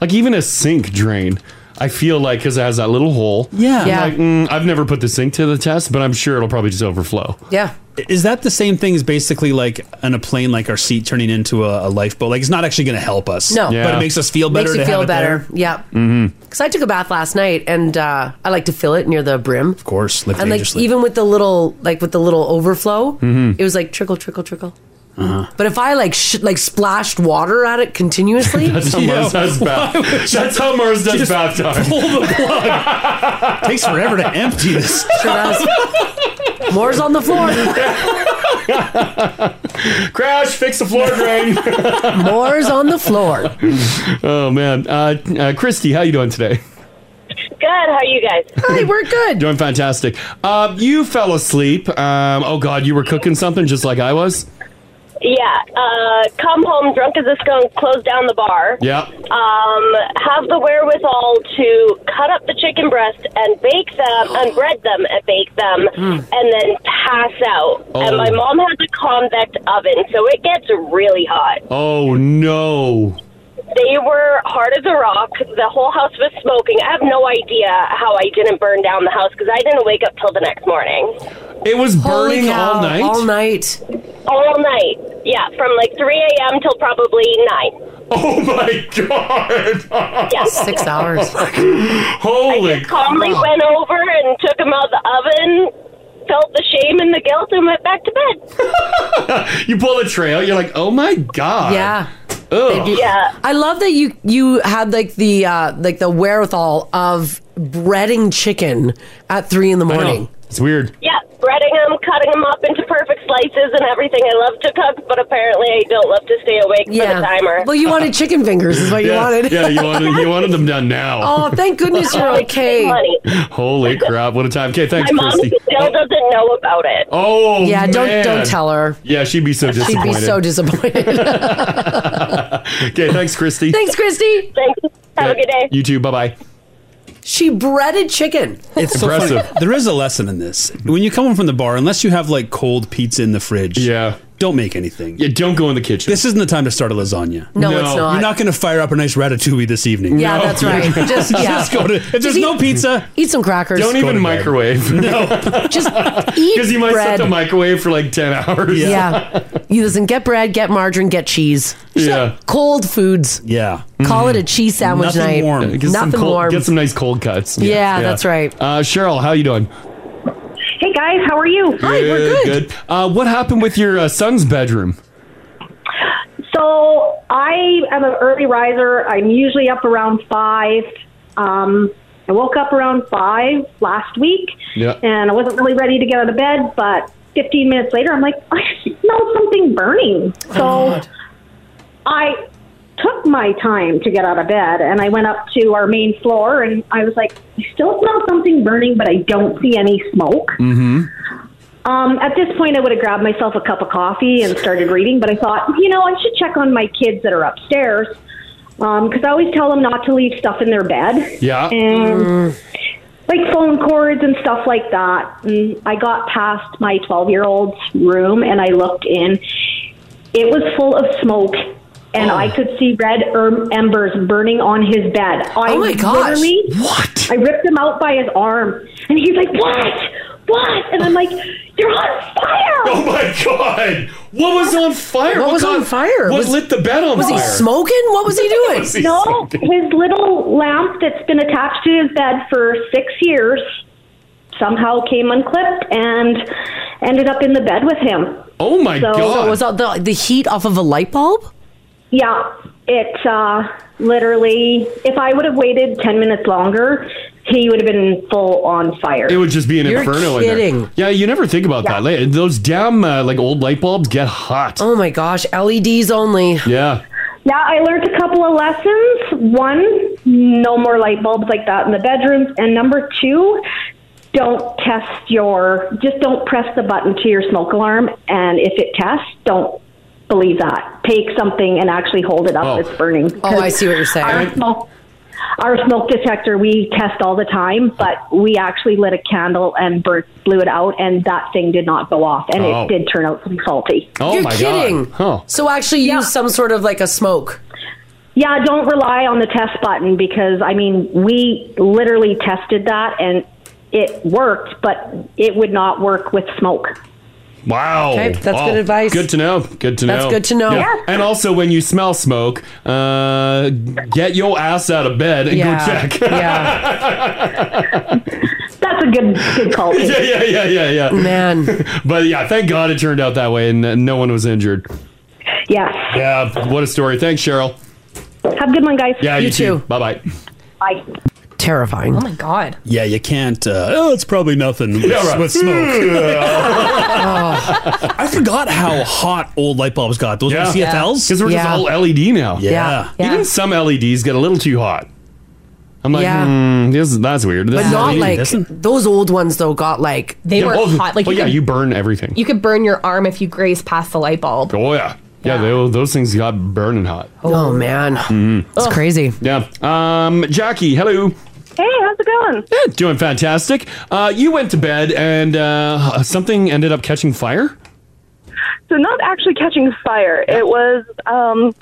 [SPEAKER 2] like even a sink drain. I feel like because it has that little hole.
[SPEAKER 4] Yeah.
[SPEAKER 2] I'm
[SPEAKER 4] Yeah.
[SPEAKER 2] like, mm, I've never put the sink to the test, but I'm sure it'll probably just overflow.
[SPEAKER 3] Yeah.
[SPEAKER 4] Is that the same thing as basically like on a plane, like our seat turning into a, a lifeboat? Like it's not actually going to help us.
[SPEAKER 3] No.
[SPEAKER 4] But it makes us feel better.
[SPEAKER 3] Makes you
[SPEAKER 4] to
[SPEAKER 3] feel
[SPEAKER 4] have
[SPEAKER 3] better. Yeah.
[SPEAKER 4] Mm-hmm.
[SPEAKER 3] Because I took a bath last night, and uh, I like to fill it near the brim. Of
[SPEAKER 4] course, live
[SPEAKER 3] and like
[SPEAKER 4] dangerously.
[SPEAKER 3] even with the little like with the little overflow,
[SPEAKER 2] Mm-hmm.
[SPEAKER 4] Mhm.
[SPEAKER 3] it was like trickle, trickle, trickle.
[SPEAKER 4] Uh-huh.
[SPEAKER 3] But if I like sh- like splashed water at it continuously,
[SPEAKER 2] That's how Mars does bath. That's how Mars does bath time.
[SPEAKER 4] Takes forever to empty this.
[SPEAKER 3] Sure does. Moore's on the floor.
[SPEAKER 2] Crash, fix the floor drain.
[SPEAKER 3] Moore's on the floor.
[SPEAKER 2] oh man, uh, uh, Christy, how you doing today?
[SPEAKER 23] Good. How are you guys?
[SPEAKER 3] Hi, we're good.
[SPEAKER 2] Doing fantastic. Uh, you fell asleep. Um, oh God, you were cooking something just like I was.
[SPEAKER 23] Yeah. Uh, come home drunk as a skunk. Close down the bar.
[SPEAKER 2] Yeah.
[SPEAKER 23] Um, have the wherewithal to cut up the chicken breast and bake them and bread them and bake them and then pass out. And my mom has a convex oven, so it gets really hot.
[SPEAKER 2] Oh no.
[SPEAKER 23] They were hard as a rock. The whole house was smoking. I have no idea how I didn't burn down the house because I didn't wake up till the next morning.
[SPEAKER 2] It was
[SPEAKER 23] Holy
[SPEAKER 2] burning
[SPEAKER 23] cow,
[SPEAKER 2] all night.
[SPEAKER 23] all
[SPEAKER 3] night.
[SPEAKER 23] All night. Yeah, from like 3 a.m. till probably 9.
[SPEAKER 2] Oh my god!
[SPEAKER 23] Yeah.
[SPEAKER 3] Six hours.
[SPEAKER 2] Holy
[SPEAKER 23] I just calmly went over and took him out of the oven, felt the shame and the guilt, and went back to bed.
[SPEAKER 2] You pull a trail. You're like, oh my god.
[SPEAKER 3] Yeah.
[SPEAKER 2] Ugh.
[SPEAKER 23] Yeah.
[SPEAKER 3] I love that you you had like the uh like the wherewithal of breading chicken at three in the morning.
[SPEAKER 2] It's weird.
[SPEAKER 23] Yeah, breading them, cutting them up into perfect slices and everything. I love to cook, but apparently I don't love to stay awake for the timer.
[SPEAKER 3] Well, you wanted chicken fingers, is what you
[SPEAKER 2] yeah,
[SPEAKER 3] wanted.
[SPEAKER 2] yeah, you wanted you wanted them done now.
[SPEAKER 3] Oh, thank goodness you're okay.
[SPEAKER 2] Holy crap! What a time. Okay, thanks,
[SPEAKER 23] My mom
[SPEAKER 2] Christy.
[SPEAKER 23] still doesn't know about it.
[SPEAKER 2] Oh
[SPEAKER 3] yeah, don't
[SPEAKER 2] man.
[SPEAKER 3] don't tell her.
[SPEAKER 2] Yeah, she'd be so
[SPEAKER 3] She'd
[SPEAKER 2] disappointed.
[SPEAKER 3] be so disappointed.
[SPEAKER 2] okay, thanks, Christy.
[SPEAKER 3] Thanks, Christy.
[SPEAKER 23] Thanks.
[SPEAKER 2] Have a good day. You too. Bye bye.
[SPEAKER 3] She breaded chicken.
[SPEAKER 4] It's impressive. there is a lesson in this. When you come home from the bar, unless you have like cold pizza in the fridge,
[SPEAKER 2] yeah,
[SPEAKER 4] don't make anything.
[SPEAKER 2] Yeah, don't go in the kitchen.
[SPEAKER 4] This isn't the time to start a lasagna.
[SPEAKER 3] No, No. it's not.
[SPEAKER 4] You're not going to fire up a nice ratatouille this evening.
[SPEAKER 3] Yeah, that's right. Just, yeah.
[SPEAKER 4] Just go to. If
[SPEAKER 3] Just
[SPEAKER 4] there's
[SPEAKER 3] eat-
[SPEAKER 4] no pizza,
[SPEAKER 3] Eat some crackers.
[SPEAKER 2] Don't even microwave.
[SPEAKER 4] No,
[SPEAKER 3] Just eat
[SPEAKER 2] because you might set
[SPEAKER 3] bread.
[SPEAKER 2] the microwave for like ten hours.
[SPEAKER 3] Yeah. You listen, get bread, get margarine, get cheese.
[SPEAKER 2] Yeah.
[SPEAKER 3] Cold foods.
[SPEAKER 4] Yeah.
[SPEAKER 3] Call it a cheese sandwich
[SPEAKER 2] Mm. Nothing
[SPEAKER 3] night.
[SPEAKER 2] Warm. Get
[SPEAKER 3] Nothing
[SPEAKER 2] some cold,
[SPEAKER 3] warm.
[SPEAKER 2] Get some nice cold cuts.
[SPEAKER 3] Yeah, that's right.
[SPEAKER 2] Uh, Cheryl, how you doing?
[SPEAKER 7] Hey guys, how are you?
[SPEAKER 2] Uh, what happened with your uh, son's bedroom?
[SPEAKER 7] So I am an early riser. I'm usually up around five. Um, I woke up around five last week,
[SPEAKER 2] Yeah.
[SPEAKER 7] and I wasn't really ready to get out of bed. But 15 minutes later, I'm like, I smell something burning. So I took my time to get out of bed, and I went up to our main floor, and I was like, I still smell something burning, but I don't see any smoke.
[SPEAKER 10] Mm-hmm.
[SPEAKER 7] Um, at this point, I would have grabbed myself a cup of coffee and started reading, but I thought, you know, I should check on my kids that are upstairs because I always tell them not to leave stuff in their bed.
[SPEAKER 2] Yeah.
[SPEAKER 7] And
[SPEAKER 3] Mm.
[SPEAKER 7] like phone cords and stuff like that. And I got past my 12 year old's room and I looked in. It was full of smoke
[SPEAKER 3] Oh.
[SPEAKER 7] and I could see red er- embers burning on his bed. I
[SPEAKER 3] Oh my gosh.
[SPEAKER 7] Literally, what? I ripped him out by his arm and he's like, What? What? And I'm like, You're on fire!
[SPEAKER 2] Oh my god! What was on fire?
[SPEAKER 7] What was on fire?
[SPEAKER 2] What
[SPEAKER 7] Was-
[SPEAKER 2] lit the bed on
[SPEAKER 7] was
[SPEAKER 2] fire?
[SPEAKER 7] he smoking?
[SPEAKER 3] What was he doing?
[SPEAKER 2] Was he
[SPEAKER 7] no,
[SPEAKER 2] smoking?
[SPEAKER 7] his little lamp that's been attached to his bed for six years somehow came unclipped and ended up in the bed with him.
[SPEAKER 2] Oh my
[SPEAKER 7] So-
[SPEAKER 3] So it was all the, the heat off of a light bulb?
[SPEAKER 7] Yeah, it uh, literally, if I would have waited 10 minutes longer, he would have been full on fire.
[SPEAKER 2] It would just be an inferno in there. Yeah, you never think about that. Like, Those damn uh, like old light bulbs get hot.
[SPEAKER 3] Oh my gosh, LEDs only.
[SPEAKER 2] Yeah.
[SPEAKER 7] Yeah, I learned a couple of lessons. One, no more light bulbs like that in the bedrooms. And number two, don't test your, just don't press the button to your smoke alarm. And if it tests, don't believe that. Take something and actually hold it up that's burning.
[SPEAKER 3] Oh, I see what you're saying.
[SPEAKER 7] Our smoke, our smoke detector, we test all the time, but we actually lit a candle and burnt, blew it out, and that thing did not go off. And
[SPEAKER 3] Oh.
[SPEAKER 7] it did turn out to be faulty.
[SPEAKER 2] Oh
[SPEAKER 3] You're kidding. So actually use some sort of like a smoke.
[SPEAKER 7] Yeah, don't rely on the test button because I mean we literally tested that and it worked, but it would not work with smoke.
[SPEAKER 2] Wow.
[SPEAKER 7] Okay, that's
[SPEAKER 2] Wow.
[SPEAKER 7] good advice.
[SPEAKER 2] Good to know. Good to know.
[SPEAKER 7] That's good to know. Yeah.
[SPEAKER 2] And also, when you smell smoke, uh, get your ass out of bed and
[SPEAKER 7] Yeah.
[SPEAKER 2] go check.
[SPEAKER 7] Yeah. That's a good good call. Kate.
[SPEAKER 2] yeah, yeah, yeah, yeah, yeah.
[SPEAKER 3] Man.
[SPEAKER 2] but yeah, thank God it turned out that way and uh, no one was injured.
[SPEAKER 7] Yeah.
[SPEAKER 2] Yeah, what a story. Thanks, Cheryl.
[SPEAKER 7] Have a good one, guys.
[SPEAKER 2] Yeah, you, too. Bye bye.
[SPEAKER 7] Bye.
[SPEAKER 3] Terrifying.
[SPEAKER 6] Oh my god.
[SPEAKER 4] Yeah, you can't. Uh, oh, it's probably nothing with,
[SPEAKER 6] Yeah, right.
[SPEAKER 4] with smoke.
[SPEAKER 6] oh.
[SPEAKER 4] I forgot how hot old light bulbs got. Those
[SPEAKER 2] Yeah.
[SPEAKER 4] were CFLs
[SPEAKER 2] Because we're
[SPEAKER 4] Yeah.
[SPEAKER 2] just all LED now.
[SPEAKER 4] Yeah. Yeah.
[SPEAKER 2] Even some LEDs get a little too hot. I'm like,
[SPEAKER 3] Yeah.
[SPEAKER 2] hmm, this, that's weird. This
[SPEAKER 3] But
[SPEAKER 2] is
[SPEAKER 3] not
[SPEAKER 2] LED,
[SPEAKER 3] like
[SPEAKER 2] this is-
[SPEAKER 3] those old ones though got like
[SPEAKER 6] They were
[SPEAKER 2] oh,
[SPEAKER 6] hot. Like
[SPEAKER 2] oh,
[SPEAKER 6] you
[SPEAKER 2] yeah,
[SPEAKER 6] could-
[SPEAKER 2] you burn everything.
[SPEAKER 6] You could burn your arm if you graze past the light bulb.
[SPEAKER 2] Oh yeah, yeah. They, those things got burning hot.
[SPEAKER 3] Oh, man,
[SPEAKER 2] it's
[SPEAKER 3] crazy.
[SPEAKER 2] Yeah. Um, Jackie, hello.
[SPEAKER 7] Hey, how's it going?
[SPEAKER 2] doing fantastic. Uh, you went to bed and uh, something ended up catching fire.
[SPEAKER 10] So not actually catching fire. It was um,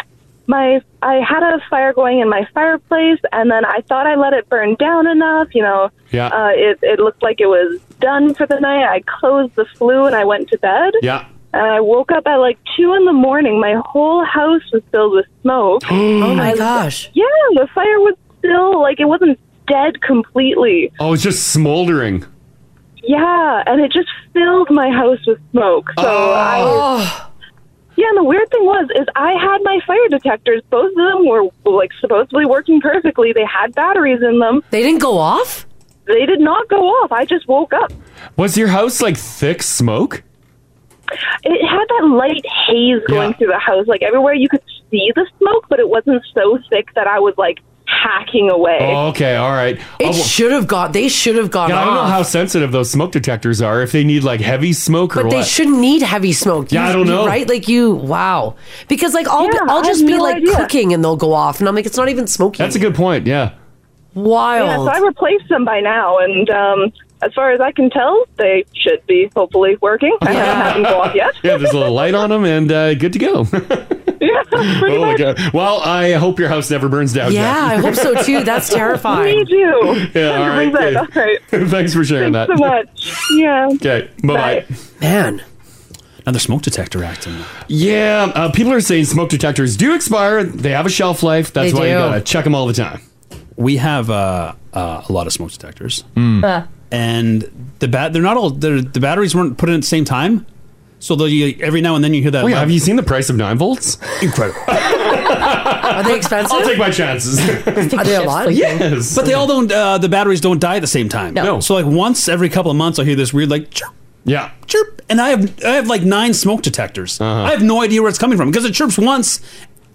[SPEAKER 10] my I had a fire going in my fireplace, and then I thought I let it burn down enough. You know, Yeah. uh, it it looked like it was done for the night. I closed the flue and I went to bed.
[SPEAKER 2] Yeah.
[SPEAKER 10] And I woke up at like two in the morning. My whole house was filled with smoke.
[SPEAKER 3] oh my
[SPEAKER 10] And-
[SPEAKER 3] gosh.
[SPEAKER 10] Yeah, the fire was still like it wasn't dead completely.
[SPEAKER 2] Oh, it's just smoldering.
[SPEAKER 10] Yeah, and it just filled my house with smoke. So
[SPEAKER 3] Oh.
[SPEAKER 10] I Yeah, and the weird thing was is I had my fire detectors. Both of them were like supposedly working perfectly. They had batteries in them.
[SPEAKER 3] They didn't go off?
[SPEAKER 10] They did not go off. I just woke up.
[SPEAKER 2] Was your house like thick smoke?
[SPEAKER 10] It had that light haze going through the house. Like everywhere you could see the smoke, but it wasn't so thick that I was like hacking away.
[SPEAKER 2] Oh, okay, all right.
[SPEAKER 3] It should have got. They should have gone
[SPEAKER 2] Yeah, I don't know
[SPEAKER 3] off.
[SPEAKER 2] how sensitive those smoke detectors are. If they need like heavy smoke or
[SPEAKER 3] But
[SPEAKER 2] what?
[SPEAKER 3] they shouldn't need heavy smoke.
[SPEAKER 2] Yeah, I don't know.
[SPEAKER 3] Right? Like you, wow. Because like I'll
[SPEAKER 10] Yeah,
[SPEAKER 3] I'll
[SPEAKER 10] I
[SPEAKER 3] just
[SPEAKER 10] have
[SPEAKER 3] be
[SPEAKER 10] no
[SPEAKER 3] like
[SPEAKER 10] idea.
[SPEAKER 3] cooking and they'll go off, and I'm like, it's not even smoking.
[SPEAKER 2] That's a good point. Yeah.
[SPEAKER 10] Yeah,
[SPEAKER 3] Wild.
[SPEAKER 10] so I replaced them by now, and um, as far as I can tell, they should be hopefully working. I haven't had them go off yet.
[SPEAKER 2] yeah, there's a little light on them, and uh, good to go. oh my god! Well, I hope your house never burns down.
[SPEAKER 3] Yeah,
[SPEAKER 2] Jackie.
[SPEAKER 3] I hope so too. That's terrifying.
[SPEAKER 10] Me too.
[SPEAKER 2] Yeah, all
[SPEAKER 10] 100%.
[SPEAKER 2] right.
[SPEAKER 3] Hmm.
[SPEAKER 2] All right. Thanks for sharing
[SPEAKER 10] So
[SPEAKER 2] that.
[SPEAKER 10] much. Yeah.
[SPEAKER 2] Okay. Bye bye.
[SPEAKER 3] Man.
[SPEAKER 4] Another smoke detector acting.
[SPEAKER 2] Yeah, uh, people are saying smoke detectors do expire. They have a shelf life. That's
[SPEAKER 4] They
[SPEAKER 2] why you
[SPEAKER 4] do.
[SPEAKER 2] gotta check them all the time.
[SPEAKER 4] We have uh, uh, a lot of smoke detectors,
[SPEAKER 2] Hmm.
[SPEAKER 6] Uh,
[SPEAKER 4] and the bat they're not all they're, the batteries weren't put in at the same time. So though you, every now and then you hear that.
[SPEAKER 2] Oh, yeah, have you seen the price of nine volts?
[SPEAKER 4] Incredible.
[SPEAKER 3] Are they expensive?
[SPEAKER 2] I'll take my chances.
[SPEAKER 3] Are they a lot?
[SPEAKER 4] Yes, but they all don't. Uh, the batteries don't die at the same time.
[SPEAKER 3] No. No.
[SPEAKER 4] So like once every couple of months, I hear this weird like chirp,
[SPEAKER 2] yeah, Uh-huh.
[SPEAKER 4] chirp, and I have I have like nine smoke detectors. I have no idea where it's coming from because it chirps once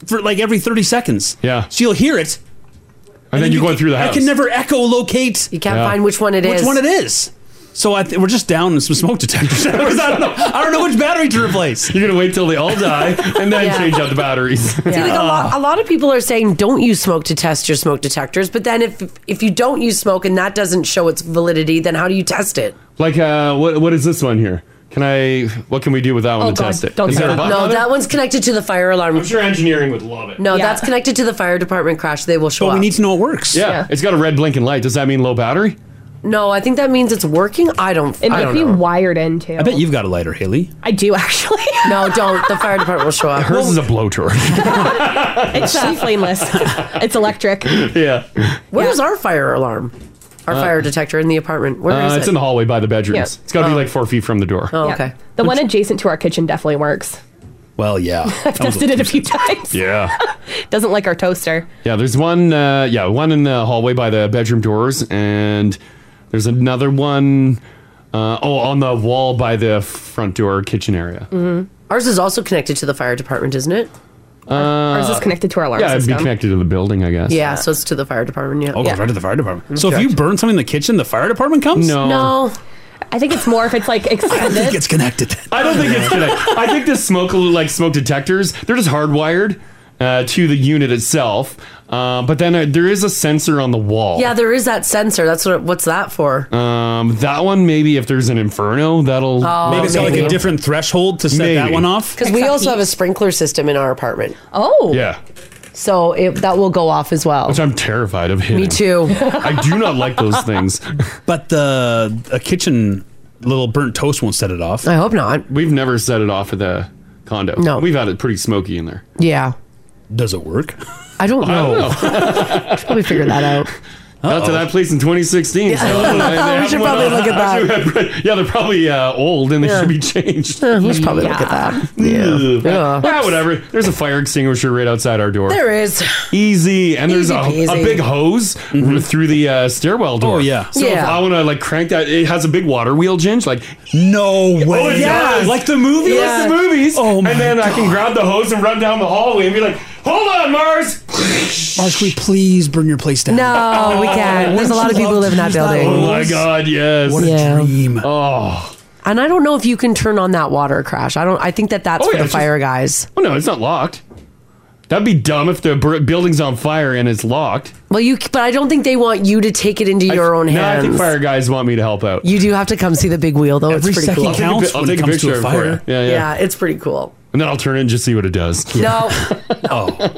[SPEAKER 4] for like every thirty seconds. Yeah. So you'll hear it,
[SPEAKER 2] And then you're going through the
[SPEAKER 4] I
[SPEAKER 2] house.
[SPEAKER 4] can never echolocate. You
[SPEAKER 3] can't Yeah. find which one it
[SPEAKER 4] it is.
[SPEAKER 3] is.
[SPEAKER 4] Which one it is. So I th- we're just down in some smoke detectors. I don't know. I don't know which battery to replace.
[SPEAKER 2] You're gonna wait till they all die and then
[SPEAKER 3] Yeah.
[SPEAKER 2] change out the batteries.
[SPEAKER 3] See, like a, lot, a lot of people are saying don't use smoke to test your smoke detectors, but then if if you don't use smoke and that doesn't show its validity, then how do you test it?
[SPEAKER 2] Like, uh, what what is this one here? Can I? What can we do with that one
[SPEAKER 3] Oh,
[SPEAKER 6] Oh,
[SPEAKER 2] to test it? Is there a button
[SPEAKER 3] no,
[SPEAKER 2] on it?
[SPEAKER 3] that one's connected to the fire alarm. I'm
[SPEAKER 2] sure engineering would love it.
[SPEAKER 3] No, that's connected to the fire department crash. They will show up.
[SPEAKER 4] to know it works.
[SPEAKER 2] Yeah,
[SPEAKER 3] Yeah.
[SPEAKER 2] it's got a red blinking light. Does that mean low battery?
[SPEAKER 3] no, I think that means it's working. I don't.
[SPEAKER 6] it
[SPEAKER 3] I
[SPEAKER 6] might
[SPEAKER 3] don't
[SPEAKER 6] be
[SPEAKER 3] know.
[SPEAKER 6] wired into. I,
[SPEAKER 4] you've got a lighter, Haley.
[SPEAKER 6] do actually.
[SPEAKER 3] no, don't. Oh, The fire department will show up.
[SPEAKER 2] Hers is a blowtorch.
[SPEAKER 6] It's uh, flameless. it's electric.
[SPEAKER 2] yeah.
[SPEAKER 3] Where's our fire alarm? Our
[SPEAKER 2] Uh,
[SPEAKER 3] fire detector in the apartment. Where is
[SPEAKER 2] Uh,
[SPEAKER 3] it?
[SPEAKER 2] It's in the hallway by the bedrooms.
[SPEAKER 6] Yeah.
[SPEAKER 2] It's got to be like four feet from the door.
[SPEAKER 3] Oh,
[SPEAKER 6] Yeah.
[SPEAKER 3] okay.
[SPEAKER 6] The one adjacent to our kitchen definitely works.
[SPEAKER 4] Well,
[SPEAKER 2] Ah,
[SPEAKER 4] yeah.
[SPEAKER 6] I've tested it a few times.
[SPEAKER 2] Yeah.
[SPEAKER 6] Doesn't like our toaster.
[SPEAKER 2] Yeah, there's one. Uh, yeah, one in the hallway by the bedroom doors, and there's another one. Uh, oh, on the wall by the front door kitchen area.
[SPEAKER 3] Mhm. Ours is also connected to the fire department, isn't it?
[SPEAKER 2] Uh,
[SPEAKER 3] ours is connected to our alarm
[SPEAKER 2] Yeah, it'd
[SPEAKER 3] system.
[SPEAKER 2] be connected to the building, I guess.
[SPEAKER 3] Yeah, so it's to the fire department. Yeah.
[SPEAKER 4] Oh, it
[SPEAKER 3] yeah.
[SPEAKER 4] goes right to the fire department. So
[SPEAKER 3] Correct.
[SPEAKER 4] if you burn something in the kitchen, the fire department comes.
[SPEAKER 6] No. I think it's more if it's like extended. I think
[SPEAKER 4] it's connected.
[SPEAKER 2] I don't think it's connected. I think the smoke like smoke detectors, they're just hardwired uh, to the unit itself. Uh, but then uh, there is a sensor on the wall.
[SPEAKER 3] Yeah, there is that sensor. That's what. What's that for?
[SPEAKER 2] Um, that one maybe if there's an inferno, that'll
[SPEAKER 3] Oh, Maybe it's got, like, a maybe.
[SPEAKER 4] different threshold to
[SPEAKER 2] set
[SPEAKER 4] that one off.
[SPEAKER 3] Because we also have a sprinkler system in our apartment.
[SPEAKER 6] Oh.
[SPEAKER 2] Yeah,
[SPEAKER 3] So it, that will go off as well.
[SPEAKER 2] which I'm terrified of hitting.
[SPEAKER 3] Me too.
[SPEAKER 2] I do not like those things.
[SPEAKER 4] But the a kitchen little burnt toast won't set it off.
[SPEAKER 3] I hope not.
[SPEAKER 2] We've never set it off at the condo. No, we've had it pretty smoky in there.
[SPEAKER 3] Yeah.
[SPEAKER 4] Does it work?
[SPEAKER 3] I don't
[SPEAKER 2] I don't
[SPEAKER 3] know. probably figure that out.
[SPEAKER 2] Got to that place in 2016. so
[SPEAKER 3] Yeah.
[SPEAKER 2] they- they
[SPEAKER 3] We
[SPEAKER 2] have
[SPEAKER 3] should
[SPEAKER 2] one,
[SPEAKER 3] probably
[SPEAKER 2] uh,
[SPEAKER 3] look at that.
[SPEAKER 2] yeah, they're probably uh, old and they should be changed.
[SPEAKER 3] let's probably look at that.
[SPEAKER 2] Yeah. Ah, whatever. There's a fire extinguisher right outside our door.
[SPEAKER 3] There is.
[SPEAKER 2] Easy. And there's
[SPEAKER 3] Easy
[SPEAKER 2] a,
[SPEAKER 3] peasy.
[SPEAKER 2] a big hose through the uh, stairwell door. Oh, yeah. So if
[SPEAKER 3] Yeah.
[SPEAKER 2] I want to like crank that, it has a big water wheel jinch. Like,
[SPEAKER 4] no way.
[SPEAKER 2] Oh, it
[SPEAKER 4] Yeah.
[SPEAKER 2] does.
[SPEAKER 4] Like the movies?
[SPEAKER 2] Like the
[SPEAKER 4] Yeah.
[SPEAKER 2] movies.
[SPEAKER 4] Oh, my
[SPEAKER 2] And then I can
[SPEAKER 4] God.
[SPEAKER 2] grab the hose and run down the hallway and be like, hold on, Mars.
[SPEAKER 4] Marsh, we please burn your place down?
[SPEAKER 3] No,
[SPEAKER 4] Oh,
[SPEAKER 3] we can't. There's a lot of people who live in that building.
[SPEAKER 2] Oh, my God. Yes.
[SPEAKER 3] What a Yeah.
[SPEAKER 4] dream.
[SPEAKER 2] Oh.
[SPEAKER 3] And I don't know if you can turn on that water crash. I don't. I think that that's
[SPEAKER 2] Oh,
[SPEAKER 3] for
[SPEAKER 2] yeah,
[SPEAKER 3] the
[SPEAKER 2] it's just-
[SPEAKER 3] fire guys.
[SPEAKER 2] Oh, no, it's not locked. That'd be dumb if the bur- building's on fire and it's locked.
[SPEAKER 3] Well, you. But I don't think they want you to take it into your own
[SPEAKER 2] No, I
[SPEAKER 3] hands.
[SPEAKER 2] think fire guys want me to help out.
[SPEAKER 3] you do have to come see the big wheel, though.
[SPEAKER 2] Every
[SPEAKER 3] it's pretty
[SPEAKER 2] second
[SPEAKER 3] cool.
[SPEAKER 2] counts I'll take a pic- I'll take a when it comes to a picture for fire. you. Yeah, yeah.
[SPEAKER 3] it's pretty cool.
[SPEAKER 2] And then I'll turn it and just see what it does.
[SPEAKER 3] No.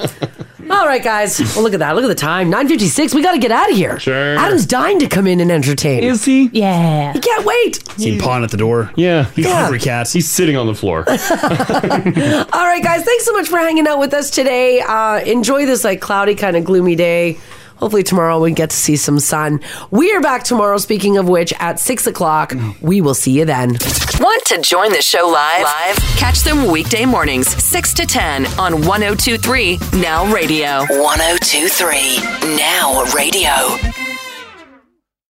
[SPEAKER 3] All right, guys. Well, look at that. Look at the time. Nine fifty six. We got to get out of here.
[SPEAKER 2] Sure.
[SPEAKER 3] Adam's dying to come in and entertain.
[SPEAKER 2] Is he?
[SPEAKER 6] Yeah.
[SPEAKER 3] He can't wait.
[SPEAKER 4] Seen pawn at the door.
[SPEAKER 2] Yeah.
[SPEAKER 4] He's
[SPEAKER 3] Yeah.
[SPEAKER 4] hungry cats.
[SPEAKER 2] He's sitting on the floor.
[SPEAKER 3] All right, guys. Thanks so much for hanging out with us today. Uh, enjoy this like cloudy, kind of gloomy day. Hopefully tomorrow we get to see some sun. We are back tomorrow. Speaking of which, at six o'clock, we will see you then.
[SPEAKER 1] Want to join the show live? Live? Catch them weekday mornings, 6 to 10 on 1023 Now Radio. 1023 Now Radio.